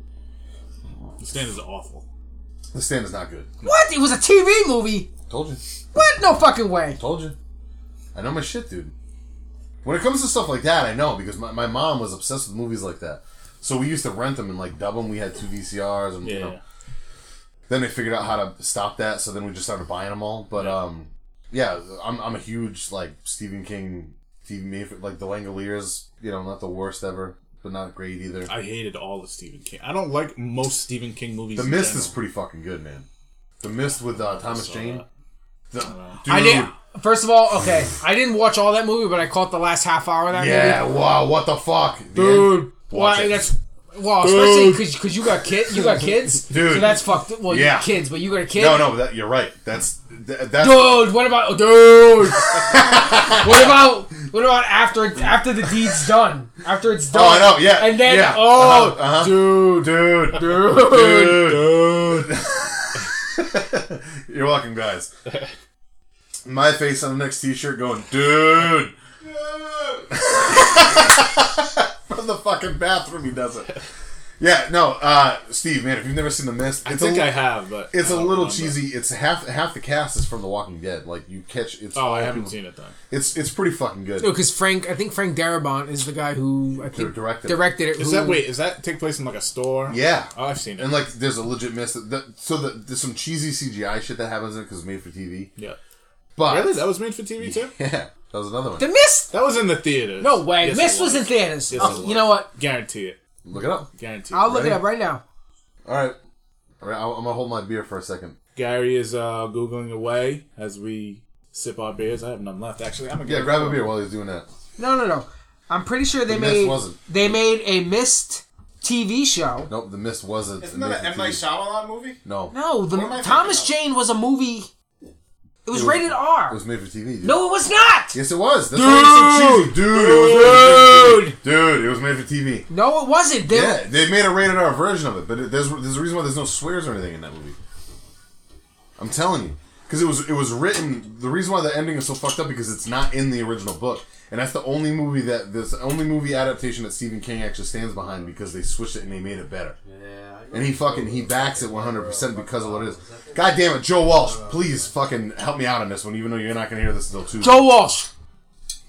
Speaker 2: The Stand is awful.
Speaker 1: the stand is not good.
Speaker 4: What? It was a TV movie.
Speaker 1: Told you.
Speaker 4: What? No fucking way.
Speaker 1: Told you. I know my shit, dude. When it comes to stuff like that, I know because my, my mom was obsessed with movies like that. So we used to rent them and like dub them. We had two VCRs, and
Speaker 2: Yeah.
Speaker 1: you know. Then they figured out how to stop that, so then we just started buying them all. But um, yeah, I'm, I'm a huge like Stephen King, Stephen Mayf like The Langoliers. You know, not the worst ever, but not great either.
Speaker 2: I hated all of Stephen King. I don't like most Stephen King movies.
Speaker 1: the
Speaker 2: in
Speaker 1: Mist
Speaker 2: general.
Speaker 1: is pretty fucking good, man. The Mist with uh, Thomas
Speaker 2: saw
Speaker 1: Jane.
Speaker 2: that.
Speaker 1: The,
Speaker 4: I
Speaker 1: dude.
Speaker 4: did. First of all, okay, I didn't watch all that movie, but I caught the last half hour of that
Speaker 1: Yeah. Wow. What the fuck, The
Speaker 4: movie.
Speaker 1: end. Watch
Speaker 4: why?
Speaker 1: it.
Speaker 4: That's well, especially because you got kid, you got kids,
Speaker 1: Dude.
Speaker 4: So that's fucked. Well, you
Speaker 1: Yeah.
Speaker 4: got kids, but you got a kid.
Speaker 1: No, no, that, you're right. That's that, that's
Speaker 4: Dude, what about dude? what about what about after after the deed's done? After it's done.
Speaker 1: Oh, I know. Yeah. uh-huh.
Speaker 4: And then
Speaker 1: yeah.
Speaker 4: oh,
Speaker 1: Uh-huh, uh-huh.
Speaker 4: dude,
Speaker 1: dude,
Speaker 4: dude.
Speaker 1: dude. You're welcome, guys. My face on the next T-shirt, going, dude. From the fucking bathroom, he does it. Yeah, no, uh, Steve, man, if you've never seen The Mist,
Speaker 2: I
Speaker 1: it's
Speaker 2: think
Speaker 1: a,
Speaker 2: I
Speaker 1: li-
Speaker 2: have, but
Speaker 1: it's
Speaker 2: I
Speaker 1: a
Speaker 2: don't
Speaker 1: little
Speaker 2: remember.
Speaker 1: cheesy. It's half half the cast is from The Walking Dead. Like you catch, it's
Speaker 2: Oh, I
Speaker 1: all
Speaker 2: haven't
Speaker 1: people-
Speaker 2: seen it then.
Speaker 1: It's it's pretty fucking good.
Speaker 4: No, because Frank, I think Frank Darabont is the guy who I think
Speaker 1: directed it.
Speaker 4: it. who-
Speaker 2: Is that wait? Is that take place in like a store?
Speaker 1: Yeah.
Speaker 2: Oh, I've seen it.
Speaker 1: And like, there's a legit mist. That, that, so the, there's some cheesy CGI shit that happens in it because it's made for TV.
Speaker 2: yeah.
Speaker 1: But
Speaker 2: Really? That was made for TV too?
Speaker 1: yeah, that was another one.
Speaker 4: The Mist?
Speaker 2: That was in the theaters.
Speaker 4: No way.
Speaker 2: Yes,
Speaker 4: Mist
Speaker 2: it
Speaker 4: was in theaters.
Speaker 2: Yes,
Speaker 4: Oh,
Speaker 2: it was.
Speaker 4: you know what?
Speaker 2: Guarantee it.
Speaker 1: Look it up.
Speaker 2: Guarantee.
Speaker 4: I'll
Speaker 2: It.
Speaker 4: look it
Speaker 1: Ready?
Speaker 4: up right now.
Speaker 1: All right, all right. I'm gonna hold my beer for a second.
Speaker 2: Gary is uh, googling away as we sip our beers. I have none left actually. I'm gonna
Speaker 1: Yeah,
Speaker 2: get-
Speaker 1: grab a beer while he's doing that.
Speaker 4: No, no, no. I'm pretty sure they
Speaker 1: The Mist
Speaker 4: made
Speaker 1: wasn't.
Speaker 4: they made a Mist TV show.
Speaker 1: Nope, the mist wasn't.
Speaker 5: Isn't that an M. Night Shyamalan movie?
Speaker 1: No, no,
Speaker 4: No,
Speaker 5: What am
Speaker 4: the
Speaker 5: I
Speaker 4: Thomas
Speaker 5: thinking
Speaker 4: Jane was a movie. It was
Speaker 1: It was-
Speaker 4: rated R.
Speaker 1: it was made for TV. Dude.
Speaker 4: no, it was not.
Speaker 1: Yes, it was. That's why it's so cheesy, dude. It was made for TV. dude, it was made for TV.
Speaker 4: No, it wasn't. They-
Speaker 1: Yeah, they made a rated R version of it, but it, there's there's a reason why there's no swears or anything in that movie. I'm telling you, because it was it was written. The reason why the ending is so fucked up because it's not in the original book, and that's the only movie that this only movie adaptation that Stephen King actually stands behind because they switched it and they made it better.
Speaker 5: Yeah.
Speaker 1: And he fucking he backs it 100 percent because of what it is. God damn it, Joe Walsh, please fucking help me out on this one, even though you're not gonna hear this until Tuesday.
Speaker 4: Joe Walsh,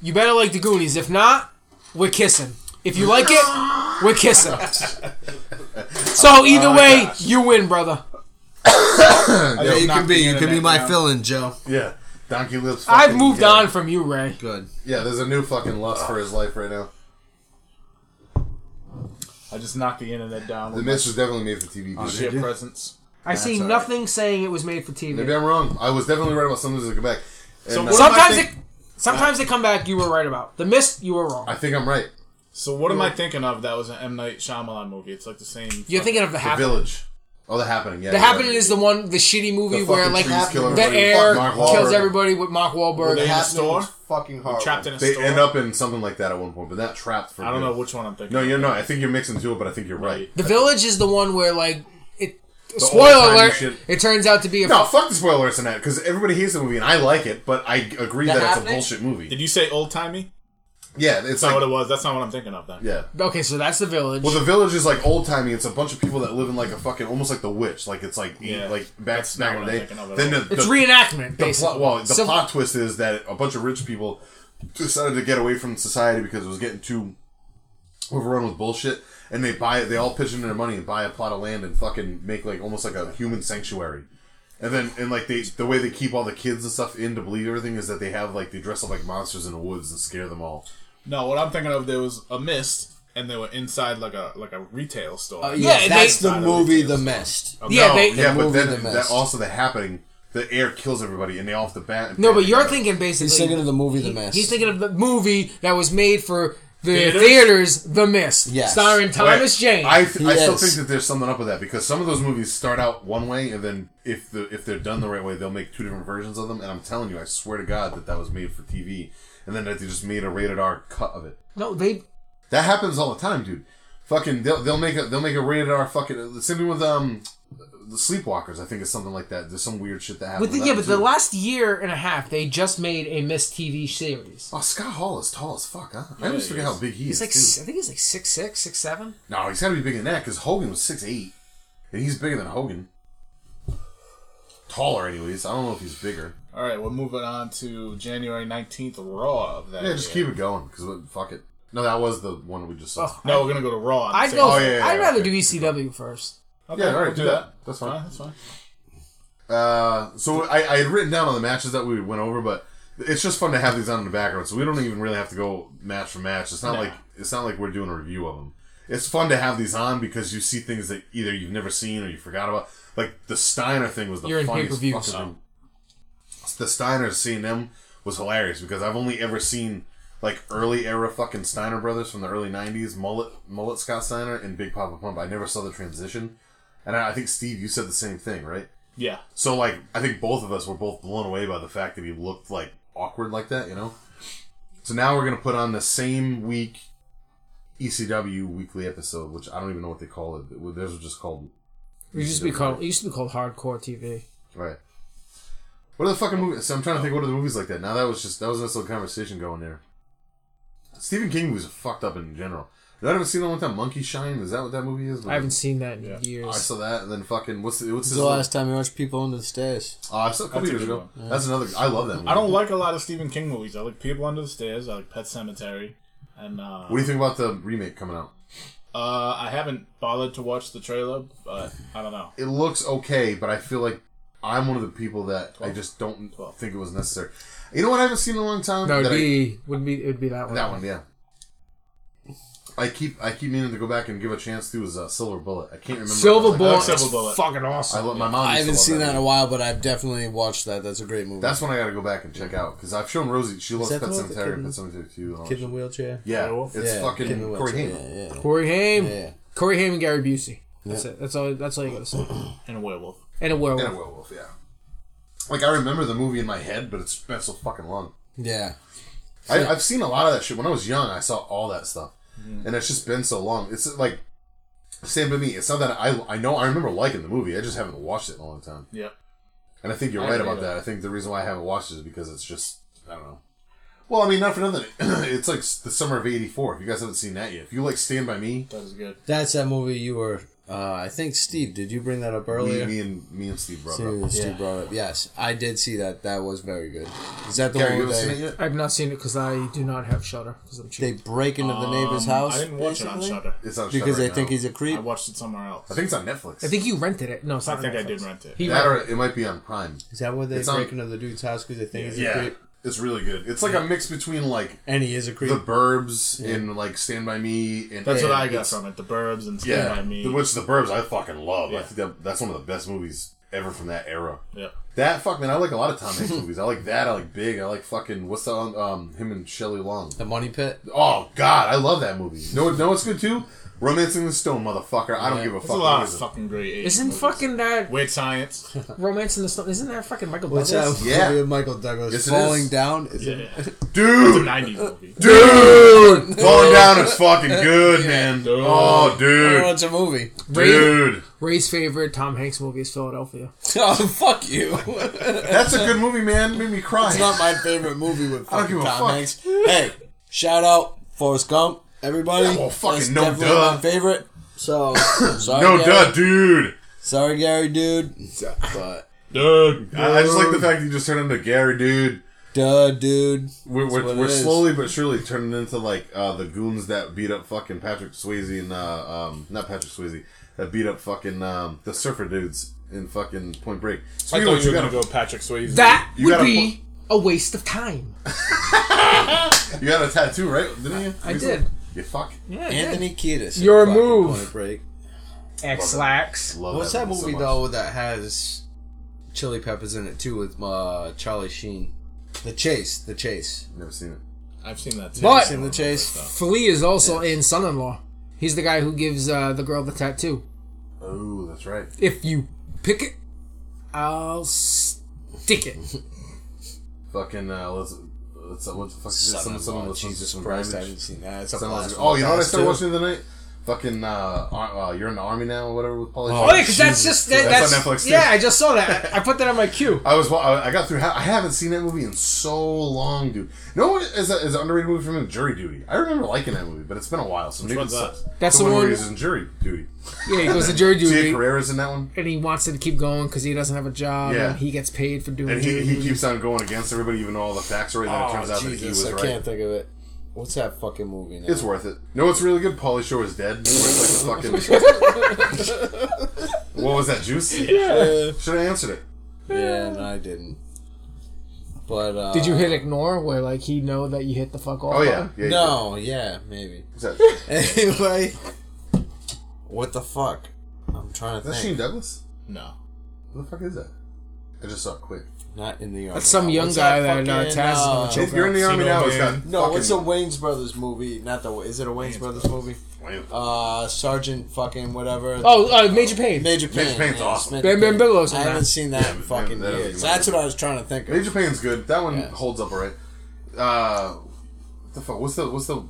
Speaker 4: you better like the Goonies. If not, we're kissing. If you like it, we're kissing. so either way, you win, brother.
Speaker 3: Yeah, you can be. You can be my
Speaker 2: down.
Speaker 3: fill-in, Joe.
Speaker 1: Yeah, Donkey Lips.
Speaker 4: I've
Speaker 1: fucking-
Speaker 4: moved
Speaker 1: yeah.
Speaker 4: on from you, Ray.
Speaker 3: Good.
Speaker 1: Yeah, there's a new fucking lust for his life right now.
Speaker 2: I just knocked the internet down.
Speaker 1: The
Speaker 2: with
Speaker 1: Mist was definitely made for TV.
Speaker 2: my
Speaker 1: dude.
Speaker 2: sheer presence.
Speaker 4: I see
Speaker 3: all right.
Speaker 4: nothing saying it was made for TV.
Speaker 1: Maybe I'm wrong. I was definitely right about something to go back. And,
Speaker 2: So
Speaker 1: uh,
Speaker 2: what-
Speaker 4: Sometimes
Speaker 2: I
Speaker 4: it,
Speaker 2: think-
Speaker 4: sometimes they come back. You were right about the mist. You were wrong.
Speaker 1: I think I'm right.
Speaker 2: So what am I thinking of? That was an M Night Shyamalan movie. It's like the same.
Speaker 4: You're
Speaker 2: fucking-
Speaker 4: thinking of the
Speaker 1: The
Speaker 4: happening.
Speaker 1: Village. Oh, the happening. Yeah.
Speaker 4: The
Speaker 1: you're
Speaker 4: happening
Speaker 1: right.
Speaker 4: is the one, the shitty movie
Speaker 1: The
Speaker 4: where
Speaker 1: fucking
Speaker 4: like
Speaker 1: trees kill
Speaker 4: the
Speaker 1: everybody.
Speaker 4: air
Speaker 1: Fuck Mark
Speaker 4: kills
Speaker 1: Wahlberg.
Speaker 4: everybody with Mark Wahlberg.
Speaker 2: they in the
Speaker 4: Happening.
Speaker 2: store?
Speaker 5: fucking hard.
Speaker 2: trapped in a
Speaker 1: They
Speaker 2: store.
Speaker 1: end up in something like that at one point, but not trapped for.
Speaker 2: I don't
Speaker 1: good.
Speaker 2: know which one I'm thinking.
Speaker 1: No,
Speaker 2: of.
Speaker 1: you're not. I think you're mixing two, but I think you're right.
Speaker 4: The village is the one where like it.
Speaker 1: old-timey
Speaker 4: spoiler alert!
Speaker 1: shit.
Speaker 4: It turns out to be a
Speaker 1: No, fuck the spoilers and that because everybody hates the movie and I like it, but I agree
Speaker 4: The
Speaker 1: that it's a
Speaker 4: Happening?
Speaker 1: bullshit movie.
Speaker 2: Did you say old timey?
Speaker 1: Yeah, it's
Speaker 2: That's not
Speaker 1: like
Speaker 2: what it was. That's not what I'm thinking of then.
Speaker 1: yeah.
Speaker 4: Okay, so that's the village.
Speaker 1: Well, the village is like old timey. It's a bunch of people that live in like a fucking almost like the witch. Like it's like
Speaker 2: Yeah.
Speaker 1: like back
Speaker 2: That's
Speaker 1: back
Speaker 2: not
Speaker 1: in
Speaker 2: what
Speaker 1: the
Speaker 2: I'm
Speaker 1: day.
Speaker 2: thinking of at
Speaker 1: Then
Speaker 2: all.
Speaker 1: the, the,
Speaker 4: it's reenactment,
Speaker 1: the
Speaker 4: basically.
Speaker 1: plot. Well, the
Speaker 4: Civil-
Speaker 1: plot twist is that a bunch of rich people decided to get away from society because it was getting too overrun with bullshit, and they buy they all pitch in their money and buy a plot of land and fucking make like almost like a human sanctuary. And then, and like they, the way they keep all the kids and stuff in to believe everything is that they have like they dress up like monsters in the woods and scare them all.
Speaker 2: No, what I'm thinking of there was a mist, and they were inside like a like a retail store.
Speaker 4: Yeah,
Speaker 3: Uh, yeah,
Speaker 4: and
Speaker 3: that's
Speaker 4: they-
Speaker 3: the movie, The Mist.
Speaker 4: Yeah,
Speaker 1: No,
Speaker 4: they-
Speaker 1: yeah, but
Speaker 3: movie
Speaker 1: then
Speaker 3: The
Speaker 1: that
Speaker 3: Mist.
Speaker 1: also the happening, the air kills everybody, and they all have to bat.
Speaker 4: no, but you're thinking basically.
Speaker 3: He's thinking of the movie, The Mist.
Speaker 4: He's thinking of the movie that was made for the
Speaker 2: Theaters?
Speaker 4: theaters, The Mist,
Speaker 3: Yes.
Speaker 4: starring Thomas Jane.
Speaker 1: I, th- I still
Speaker 3: Yes.
Speaker 1: think that there's something up with that because some of those movies start out one way and then if the if they're done the right way, they'll make two different versions of them. And I'm telling you, I swear to God that that was made for TV, and then that they just made a rated R cut of it.
Speaker 4: no, they.
Speaker 1: That happens all the time, dude. Fucking, they'll, they'll make a they'll make a rated R fucking. The same thing with um, the Sleepwalkers. I think is something like that. There's some weird shit that happens.
Speaker 4: But the,
Speaker 1: with
Speaker 4: yeah,
Speaker 1: that
Speaker 4: but the
Speaker 1: too.
Speaker 4: last year and a half, they just made a Mist TV series.
Speaker 1: Oh, Scott Hall is tall as fuck, huh? I always
Speaker 2: he
Speaker 1: forget
Speaker 2: is.
Speaker 1: how big he is.
Speaker 4: It's like
Speaker 1: too.
Speaker 4: s- I think it's like six six, six seven.
Speaker 1: No, he's got to be bigger than that because Hogan was six eight, and he's bigger than Hogan. Taller, anyways. I don't know if he's bigger.
Speaker 2: All right, we're moving on to January 19th Raw of that.
Speaker 1: Yeah, just
Speaker 2: year.
Speaker 1: keep it going because fuck it. No, that was the one we just saw.
Speaker 4: Oh,
Speaker 2: No, we're gonna go to Raw.
Speaker 4: I'd
Speaker 2: Say- oh,
Speaker 4: go.
Speaker 1: Oh, yeah, yeah,
Speaker 4: I'd
Speaker 1: yeah,
Speaker 4: rather
Speaker 1: okay.
Speaker 4: do ECW first.
Speaker 2: Okay,
Speaker 1: yeah, all right,
Speaker 2: we'll
Speaker 1: do that. That's fine.
Speaker 2: That's fine.
Speaker 1: Uh, so I, I had written down on the matches that we went over, but it's just fun to have these on in the background. So we don't even really have to go match for match. It's not
Speaker 2: No.
Speaker 1: like it's not like we're doing a review of them. It's fun to have these on because you see things that either you've never seen or you forgot about. Like the Steiner thing was the
Speaker 4: You're in
Speaker 1: funniest
Speaker 4: pay-per-view,
Speaker 1: fucking
Speaker 4: so.
Speaker 1: thing. The Steiner seeing them was hilarious because I've only ever seen like early era fucking Steiner brothers from the early '90s, mullet mullet Scott Steiner and Big Papa Pump. I never saw the transition, and I, I think Steve, you said the same thing, right?
Speaker 2: Yeah.
Speaker 1: So like, I think both of us were both blown away by the fact that he looked like awkward like that, you know. So now we're gonna put on the same week ECW weekly episode, which I don't even know what they call it. Theirs was just called
Speaker 4: It used to be called. It used to be called Hardcore TV.
Speaker 1: Right. What are the fucking movies? So I'm trying to think. What are the movies like that? Now that was just that was this little conversation going there. Stephen King movies are fucked up in general. I haven't seen the one with that Monkey Shine. Is that what that movie is?
Speaker 4: I haven't seen that in
Speaker 1: Oh, I
Speaker 4: years.
Speaker 1: saw that, and then fucking what's the, what's his?
Speaker 3: This is the
Speaker 1: little-
Speaker 3: last time we watched people under the stairs.
Speaker 1: Oh, I saw it a couple
Speaker 2: That's a
Speaker 1: years
Speaker 2: good
Speaker 1: ago. That's another. I love that. Movie.
Speaker 2: I don't like a lot of Stephen King movies. I like People Under the Stairs. I like Pet Cemetery. And uh,
Speaker 1: What do you think about the remake coming out?
Speaker 2: uh, I haven't bothered to watch the trailer, but I don't know.
Speaker 1: It looks okay, but I feel like I'm one of the people that I just don't
Speaker 2: Twelve.
Speaker 1: think it was necessary. You know what? I haven't seen in a long time.
Speaker 4: No,
Speaker 1: That
Speaker 4: it'd
Speaker 1: I-
Speaker 4: be would be it'd be that one.
Speaker 1: That one, yeah. I keep I keep meaning to go back and give a chance to is uh, Silver Bullet. I can't remember.
Speaker 4: Silver
Speaker 1: I,
Speaker 4: Bullet.
Speaker 1: was like,
Speaker 2: Silver Bullet.
Speaker 4: Is fucking
Speaker 1: I
Speaker 4: awesome.
Speaker 1: love my mom.
Speaker 3: I
Speaker 1: used to
Speaker 3: haven't
Speaker 1: love
Speaker 3: seen that in
Speaker 1: movie.
Speaker 3: a while, but I've definitely watched that. That's a great movie.
Speaker 1: That's one I got to go back and check out because I've shown Rosie. She loves
Speaker 3: that the
Speaker 1: Pet
Speaker 3: one with the
Speaker 1: Cemetery,
Speaker 3: kid
Speaker 1: Pet
Speaker 3: in-
Speaker 1: Cemetery too.
Speaker 3: Kid in the wheelchair.
Speaker 1: Yeah,
Speaker 2: Werewolf?
Speaker 1: it's
Speaker 3: Yeah,
Speaker 1: fucking
Speaker 3: Kid in the
Speaker 1: Corey
Speaker 3: Wheelchair,
Speaker 1: Haim.
Speaker 3: Yeah, yeah.
Speaker 4: Corey Haim,
Speaker 3: Yeah.
Speaker 4: Corey Haim, and Gary Busey. That's it. That's all. That's all you gotta say.
Speaker 2: And a werewolf.
Speaker 4: And a werewolf.
Speaker 1: And a werewolf, yeah. Like I remember the movie in my head, but it's been so fucking long.
Speaker 3: Yeah.
Speaker 1: I, I've seen a lot of that shit. When I was young, I saw all that stuff, and it's just been so long. It's like same with me. It's not that I I know I remember liking the movie. I just haven't watched it in a long time.
Speaker 2: Yeah.
Speaker 1: And I think you're
Speaker 2: I
Speaker 1: right
Speaker 2: agree
Speaker 1: about
Speaker 2: with
Speaker 1: that. I think the reason why I haven't watched it is because it's just I don't know. Well, I mean, not for nothing. it's like s- the summer of '84. If you guys haven't seen that yet, if you like Stand by Me,
Speaker 2: That was good.
Speaker 3: That's that movie you were. Uh, I think Steve. Did you bring that up
Speaker 1: me,
Speaker 3: earlier?
Speaker 1: me and me and Steve brought it
Speaker 3: Steve,
Speaker 1: up.
Speaker 3: Steve
Speaker 2: Yeah.
Speaker 3: brought up. Yes, I did see that. That was very good. Is that the
Speaker 1: Gary, you
Speaker 3: one
Speaker 1: haven't
Speaker 3: where
Speaker 1: seen it yet?
Speaker 3: they,
Speaker 4: I've not seen it because I do not have Shutter because I'm cheap.
Speaker 3: they break into the neighbor's
Speaker 2: Um,
Speaker 3: house?
Speaker 2: I didn't watch
Speaker 3: basically?
Speaker 2: it on Shutter.
Speaker 1: It's on Shudder
Speaker 3: because they
Speaker 1: right
Speaker 3: think
Speaker 1: now.
Speaker 3: he's a creep.
Speaker 2: I watched it somewhere else.
Speaker 1: I think it's on Netflix.
Speaker 4: I think you rented it. No, it's
Speaker 2: I
Speaker 4: not
Speaker 2: think
Speaker 4: on
Speaker 2: I did
Speaker 4: Netflix.
Speaker 2: rent it.
Speaker 4: He
Speaker 1: that
Speaker 4: rented
Speaker 1: or it might be on Prime.
Speaker 3: Is that where they
Speaker 1: It's on-
Speaker 3: break into the dude's house because they think he's a
Speaker 1: Yeah,
Speaker 3: creep?
Speaker 1: it's really good. It's like a mix between like
Speaker 3: And he is a creep.
Speaker 1: The Burbs and like Stand by Me and
Speaker 2: That's what I got
Speaker 1: guess.
Speaker 2: from it. The Burbs and Stand
Speaker 1: Yeah,
Speaker 2: By Me.
Speaker 1: the- which the Burbs I fucking love. I
Speaker 2: Yeah.
Speaker 1: think that, that's one of the best movies ever from that era.
Speaker 2: yeah.
Speaker 1: That fuck man, I like a lot of Tom Hanks movies. I like that. I like Big. I like fucking what's that? one, Um, him and Shelley Long.
Speaker 3: the money pit.
Speaker 1: Oh God, I love that movie. No, no, it's good too. Romancing the Stone, motherfucker. I don't give a
Speaker 2: There's a
Speaker 1: fuck.
Speaker 2: lot
Speaker 1: What
Speaker 2: of
Speaker 1: is it?
Speaker 2: fucking great 80s
Speaker 4: Isn't
Speaker 2: movies.
Speaker 4: fucking that
Speaker 2: Weird Science.
Speaker 4: romance in the stone? Isn't that fucking Michael
Speaker 3: What's
Speaker 1: uh,
Speaker 3: that
Speaker 4: Douglas?
Speaker 3: movie
Speaker 1: Yeah.
Speaker 3: of Michael Douglas
Speaker 1: Yes, it
Speaker 3: falling
Speaker 1: is.
Speaker 3: down? Is
Speaker 2: yeah.
Speaker 3: it?
Speaker 2: It's a
Speaker 1: dude,
Speaker 2: 90s movie.
Speaker 1: dude, falling down is fucking good, man. Oh,
Speaker 3: Oh,
Speaker 1: dude,
Speaker 3: it's a movie.
Speaker 1: dude.
Speaker 4: Ray's favorite Tom Hanks movie is Philadelphia.
Speaker 3: Oh, fuck you. it's
Speaker 1: That's a good movie, man. Made me cry.
Speaker 3: not my favorite movie with
Speaker 1: I don't
Speaker 3: fucking
Speaker 1: give a
Speaker 3: Tom
Speaker 1: fuck.
Speaker 3: Hanks. Hey, shout out Forrest Gump, everybody.
Speaker 1: Yeah, well, fucking
Speaker 3: That's
Speaker 1: no
Speaker 3: definitely
Speaker 1: duh.
Speaker 3: my favorite. So sorry,
Speaker 1: no,
Speaker 3: Gary.
Speaker 1: duh, dude.
Speaker 3: Sorry, Gary, dude. But
Speaker 2: Dude.
Speaker 1: I, I just like the fact that you just turned into Gary, dude.
Speaker 3: duh, dude.
Speaker 1: We're,
Speaker 3: That's what
Speaker 1: we're,
Speaker 3: it
Speaker 1: we're
Speaker 3: is.
Speaker 1: slowly but surely turning into like uh, the goons that beat up fucking Patrick Swayze and uh, um, not Patrick Swayze that beat up fucking um, the surfer dudes in fucking Point Break.
Speaker 2: I
Speaker 1: Speaking of
Speaker 2: thought
Speaker 1: which,
Speaker 2: you
Speaker 1: you
Speaker 2: were going
Speaker 1: gotta
Speaker 2: to go Patrick Swayze.
Speaker 4: That
Speaker 1: You
Speaker 4: would
Speaker 1: gotta
Speaker 4: be a waste of time.
Speaker 1: you got a tattoo, right? Didn't you?
Speaker 4: I
Speaker 1: Recently?
Speaker 4: did.
Speaker 1: You fuck.
Speaker 4: Yeah,
Speaker 3: Anthony Kiedis. in
Speaker 4: Your
Speaker 3: fucking
Speaker 4: move.
Speaker 3: Point Break.
Speaker 4: X lax.
Speaker 1: Love
Speaker 3: What's that
Speaker 1: movie so
Speaker 3: movie
Speaker 1: much.
Speaker 3: though that has Chili Peppers in it too with uh, Charlie Sheen? The Chase. The Chase.
Speaker 1: Never seen it.
Speaker 2: I've seen that too.
Speaker 4: But-
Speaker 3: In the Chase.
Speaker 4: Flea is also in Son-in-Law. He's the guy who gives uh, the girl the tattoo.
Speaker 1: Oh, that's right.
Speaker 4: If you pick it, I'll stick it.
Speaker 1: Fucking uh, let's. let's uh, what the fuck is this? Someone, someone
Speaker 3: Son-in-Law,
Speaker 1: listens to
Speaker 3: Jesus
Speaker 1: some
Speaker 3: Christ, I
Speaker 1: garbage.
Speaker 3: haven't seen that. It's a
Speaker 1: Someone was-
Speaker 3: blast.
Speaker 1: oh, you know what I
Speaker 3: Blast,
Speaker 1: started
Speaker 3: too.
Speaker 1: watching the other night? Fucking, uh, Ar- uh, you're in the army now or whatever with Pauly.
Speaker 3: Oh,
Speaker 4: Oh,
Speaker 1: Shore.
Speaker 4: yeah, because that's
Speaker 3: Jesus
Speaker 4: just that,
Speaker 1: Christ.
Speaker 4: that's,
Speaker 1: That's on Netflix, too.
Speaker 4: yeah. I just saw that. I put that on my queue.
Speaker 1: I was, wa- I I got through. ha- I haven't seen that movie in so long, dude. No one is, a, is an underrated movie from Jury Duty. I remember liking that movie, but it's been a while. So maybe it
Speaker 2: one's that?
Speaker 1: sucks.
Speaker 4: That's the
Speaker 1: where
Speaker 4: one-
Speaker 1: he was in Jury Duty.
Speaker 4: Yeah, he goes to jury
Speaker 1: Tia
Speaker 4: duty,
Speaker 1: Carrera's in that one,
Speaker 4: and he wants it to keep going because he doesn't have a job,
Speaker 1: Yeah.
Speaker 4: and he gets paid for doing
Speaker 1: and
Speaker 4: jury
Speaker 1: he, he
Speaker 4: duty.
Speaker 1: keeps on going against everybody, even though all the facts are right. Then
Speaker 4: Oh,
Speaker 1: it turns out that he was
Speaker 3: I
Speaker 1: right.
Speaker 3: can't think of it. What's that fucking movie now?
Speaker 1: It's worth it. No, it's really good. Pauly Shore is dead. It's like the fucking. what was that juice?
Speaker 2: Yeah.
Speaker 1: Should have answered it.
Speaker 3: yeah, no, I didn't. But uh,
Speaker 4: Did you hit ignore where like he know that you hit the fuck off?
Speaker 1: Oh yeah,
Speaker 4: button?
Speaker 1: yeah. you
Speaker 3: No, yeah, maybe.
Speaker 1: did. What's that?
Speaker 3: Anyway, what the fuck? I'm trying to
Speaker 1: Is that
Speaker 3: think.
Speaker 1: Shane Douglas?
Speaker 2: No.
Speaker 1: What the fuck is that? I just saw it quick.
Speaker 3: Not in the army.
Speaker 4: That's some
Speaker 3: now.
Speaker 4: young
Speaker 3: What's
Speaker 4: guy
Speaker 3: that
Speaker 4: that, uh,
Speaker 3: fucking,
Speaker 4: Taz is gonna choke
Speaker 1: If you're in the army
Speaker 2: Casino
Speaker 1: now, it's
Speaker 2: Man.
Speaker 1: got
Speaker 3: No,
Speaker 1: fucking
Speaker 3: what's the Wayne's Brothers movie? Not the. Is it a Wayne's Brothers movie?
Speaker 1: Wayne-
Speaker 3: Uh, Sergeant fucking whatever.
Speaker 4: Oh, uh, Major Payne.
Speaker 3: Major Payne.
Speaker 1: Payne's
Speaker 3: yeah,
Speaker 1: awesome.
Speaker 3: Major
Speaker 4: Ben Ben
Speaker 3: Payne.
Speaker 4: Bigelow's in
Speaker 3: I
Speaker 4: that.
Speaker 3: haven't seen that in
Speaker 1: Yeah,
Speaker 3: fucking
Speaker 1: that- that
Speaker 3: years.
Speaker 1: is-
Speaker 3: That's what I was trying to think of.
Speaker 1: Major Payne's good. That one
Speaker 3: Yeah.
Speaker 1: holds up alright. Uh, what the fuck? What's the what's the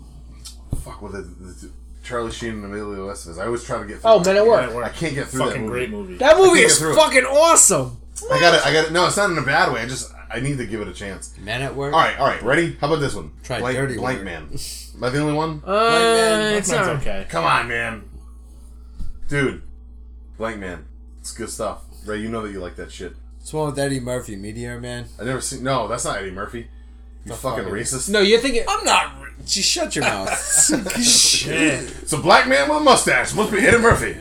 Speaker 1: fuck? What the, the, the Charlie Sheen and Emilio Estevez. I always try to get through
Speaker 4: Oh,
Speaker 1: it.
Speaker 4: Men at Work.
Speaker 1: I can't get through that
Speaker 2: Fucking
Speaker 1: movie.
Speaker 2: great movie.
Speaker 4: That movie
Speaker 1: get
Speaker 4: is
Speaker 1: through it.
Speaker 4: fucking awesome.
Speaker 1: I got it. I got it. No, it's not in a bad way. I just I need to give it a chance.
Speaker 3: Men at work.
Speaker 1: All right, all right. Ready? How about this one?
Speaker 3: Try
Speaker 1: blank,
Speaker 3: Dirty
Speaker 1: blank
Speaker 3: Work.
Speaker 1: man. Am I the only one?
Speaker 4: Uh,
Speaker 3: Man,
Speaker 4: it's
Speaker 2: That's
Speaker 4: not.
Speaker 2: okay.
Speaker 1: Come on, man. Dude, blank man. It's good stuff. Ray, you know that you like that shit.
Speaker 3: What's the one with Eddie Murphy, Meteor Man?
Speaker 1: I never seen. No, that's not Eddie Murphy. You fucking
Speaker 3: fuck
Speaker 1: racist.
Speaker 4: No, you're thinking.
Speaker 3: I'm not. re- Just shut your mouth. Shit.
Speaker 1: It's a black man with a mustache. Must be Eddie Murphy.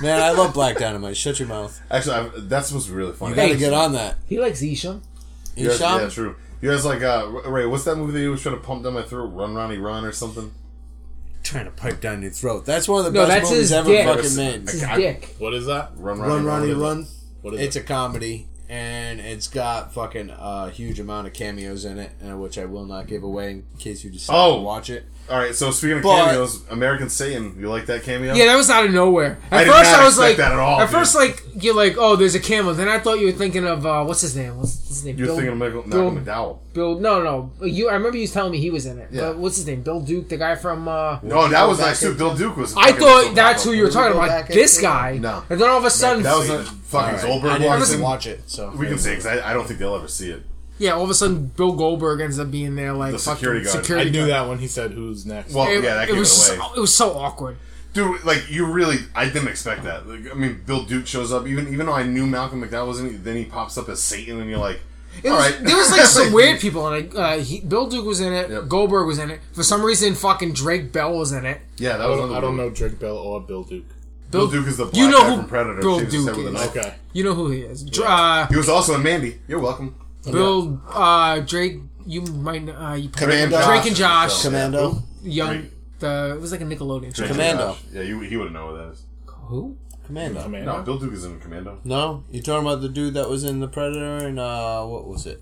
Speaker 3: Man, I love Black Dynamite. Shut your mouth.
Speaker 1: Actually, I, that's supposed to be really funny.
Speaker 3: You gotta
Speaker 4: Hey.
Speaker 3: get on that.
Speaker 4: He likes Isham.
Speaker 1: You guys-
Speaker 3: Isham?
Speaker 1: Yeah, true. You guys like uh, Ray? What's that movie that you was trying to pump down my throat? Run, Ronnie, run, or something?
Speaker 3: Trying to pipe down your throat. That's one of the
Speaker 4: No,
Speaker 3: best
Speaker 4: that's
Speaker 3: movies
Speaker 4: his
Speaker 3: ever
Speaker 4: dick.
Speaker 3: fucking made.
Speaker 4: It's his
Speaker 1: I-
Speaker 4: dick.
Speaker 2: What is that?
Speaker 1: Run, Ronnie,
Speaker 3: Run, Ronnie, run.
Speaker 2: What is
Speaker 3: It's
Speaker 2: it?
Speaker 3: a comedy, and it's got fucking a huge amount of cameos in it, uh, which I will not give away in case you decide
Speaker 1: Oh.
Speaker 3: to watch it.
Speaker 1: All right. So speaking of
Speaker 3: But-
Speaker 1: cameos, American Satan. You like that cameo?
Speaker 4: Yeah, that was out of nowhere. At
Speaker 1: I did
Speaker 4: first,
Speaker 1: not
Speaker 4: I was
Speaker 1: expect
Speaker 4: like,
Speaker 1: that at all, dude.
Speaker 4: first, like you're like, oh, there's a camel. Then I thought you were thinking of uh, what's his name? What's his name?
Speaker 1: You're
Speaker 4: Bill,
Speaker 1: thinking of Michael,
Speaker 4: Bill,
Speaker 1: Malcolm McDowell.
Speaker 4: Bill- No, no, no. You. I remember you telling me he was in it.
Speaker 1: Yeah.
Speaker 4: But what's his name? Bill Duke, the guy from. Uh,
Speaker 1: No, that was
Speaker 3: back
Speaker 1: nice too.
Speaker 3: in-
Speaker 1: Bill Duke was.
Speaker 4: I
Speaker 1: fucking
Speaker 4: thought
Speaker 1: so
Speaker 4: that's who you were
Speaker 3: Can we
Speaker 4: talking
Speaker 3: go
Speaker 4: about.
Speaker 3: back
Speaker 4: This
Speaker 3: into-
Speaker 4: guy.
Speaker 1: No.
Speaker 4: And then all of a sudden,
Speaker 1: That was a
Speaker 3: All
Speaker 1: fucking
Speaker 3: right. I
Speaker 1: Goldberg
Speaker 3: didn't
Speaker 1: one.
Speaker 3: even watch it, so
Speaker 1: We can say because I, I don't think they'll ever see it.
Speaker 4: yeah, all of a sudden, Bill Goldberg ends up being there, like
Speaker 1: The
Speaker 4: fucking
Speaker 1: security guard.
Speaker 2: I
Speaker 4: Security
Speaker 2: knew
Speaker 4: guard.
Speaker 2: that when he said who's next.
Speaker 1: Well,
Speaker 4: It,
Speaker 1: yeah, that
Speaker 4: it
Speaker 1: gave it,
Speaker 4: was
Speaker 1: away.
Speaker 4: so, it was so awkward.
Speaker 1: Dude, like you really, I didn't expect that. Like, I mean, Bill Duke shows up, even even though I knew Malcolm McDowell wasn't. Then he pops up as Satan, and you're like,
Speaker 4: It
Speaker 1: all
Speaker 4: was,
Speaker 1: right.
Speaker 4: There was like some weird people in it. Uh, he, Bill Duke was in it.
Speaker 1: Yep.
Speaker 4: Goldberg was in it. For some reason, fucking Drake Bell was in it.
Speaker 1: Yeah, that
Speaker 2: I
Speaker 1: was.
Speaker 2: don't,
Speaker 1: another
Speaker 2: I don't
Speaker 1: weird-
Speaker 2: know Drake Bell or Bill Duke.
Speaker 1: Bill Duke is the black
Speaker 4: you know
Speaker 1: guy
Speaker 4: who
Speaker 1: from Predator.
Speaker 4: Bill
Speaker 1: shaves his head
Speaker 4: Duke
Speaker 1: with a
Speaker 4: is.
Speaker 1: knife.
Speaker 2: Okay.
Speaker 4: You know who he is. Dr- Uh,
Speaker 1: He was also in Mandy. You're welcome.
Speaker 4: Bill uh, Drake. You might kn- uh, you probably-
Speaker 1: Commando.
Speaker 4: Drake and Josh.
Speaker 3: Commando.
Speaker 4: Young.
Speaker 1: Drake.
Speaker 4: The it was like a Nickelodeon. show.
Speaker 3: Commando.
Speaker 1: Josh. Yeah, you, he would know who that is.
Speaker 4: Who?
Speaker 3: Commando.
Speaker 2: Commando.
Speaker 1: No, Bill Duke is in Commando.
Speaker 3: No, you're talking about the dude that was in the Predator and uh, what was it?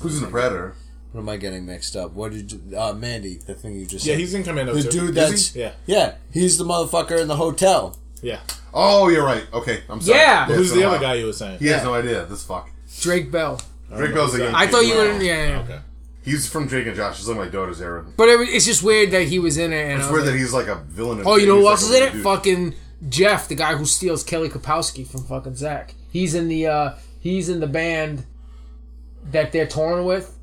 Speaker 1: Who's in the Predator?
Speaker 3: What am I getting mixed up? What did you, uh, Mandy? The thing you just
Speaker 2: Yeah,
Speaker 3: said.
Speaker 2: he's in Commando
Speaker 3: the
Speaker 2: too.
Speaker 3: dude
Speaker 2: Is
Speaker 3: that's
Speaker 2: he? Yeah.
Speaker 3: yeah, he's the motherfucker in the hotel.
Speaker 2: Yeah.
Speaker 1: Oh, you're right. Okay, I'm sorry.
Speaker 4: Yeah.
Speaker 1: it's
Speaker 2: Who's
Speaker 1: been
Speaker 2: the
Speaker 1: a
Speaker 2: other
Speaker 1: while.
Speaker 2: guy you were saying?
Speaker 1: He has no idea. This fuck.
Speaker 4: Drake Bell.
Speaker 1: Drake Bell's a young
Speaker 4: I
Speaker 1: kid.
Speaker 4: thought you were. Yeah. yeah, yeah.
Speaker 2: Okay.
Speaker 1: He's from Drake and Josh. He's like my daughter's era.
Speaker 4: But it, was- it's just weird that he was in it. And
Speaker 1: It's
Speaker 4: I was
Speaker 1: weird
Speaker 4: like,
Speaker 1: that he's like a villain. in-
Speaker 4: oh, you know
Speaker 1: he's
Speaker 4: who
Speaker 1: like
Speaker 4: else
Speaker 1: a
Speaker 4: is in
Speaker 1: little
Speaker 4: it?
Speaker 1: dude.
Speaker 4: Fucking Jeff, the guy who steals Kelly Kapowski from fucking Zach. He's in the. uh He's in the band that they're touring with.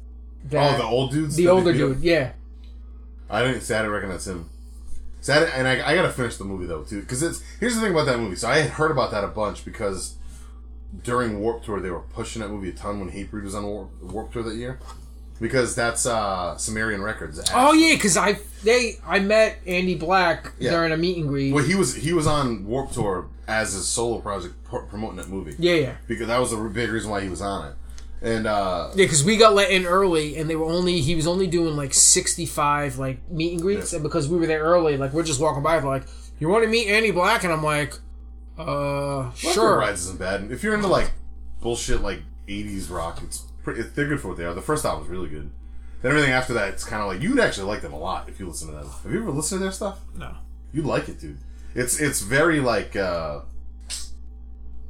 Speaker 1: Oh,
Speaker 4: That,
Speaker 1: the old dudes.
Speaker 4: the
Speaker 1: that they
Speaker 4: older
Speaker 1: beat up?
Speaker 4: dude. Yeah.
Speaker 1: I didn't say I didn't recognize him. So I, and I, I gotta finish the movie though too, because it's here's the thing about that movie. So I had heard about that a bunch because during Warp Tour they were pushing that movie a ton when Hatebreed was on Warp, Warp Tour that year, because that's uh Sumerian Records.
Speaker 4: Oh yeah, because I they I met Andy Black
Speaker 1: Yeah.
Speaker 4: during a meet and greet.
Speaker 1: Well, he was he was on Warp Tour as his solo project pro- promoting that movie.
Speaker 4: Yeah, yeah.
Speaker 1: because that was the big reason why he was on it. And uh
Speaker 4: Yeah, because we got let in early, and they were only he was only doing like sixty five like meet and greets, and because we were there early, like we're just walking by, they're like, "You want to meet Andy Black?" And I'm like, "Uh,
Speaker 1: Sure.
Speaker 4: sure."
Speaker 1: Rides isn't bad. If you're into like bullshit like '80s rock, it's pretty, they're good for what they are. The first album's really good. Then everything after that, it's kind of like you'd actually like them a lot if you listen to them. Have you ever listened to their stuff?
Speaker 2: No.
Speaker 1: You'd like it, dude. It's it's very like uh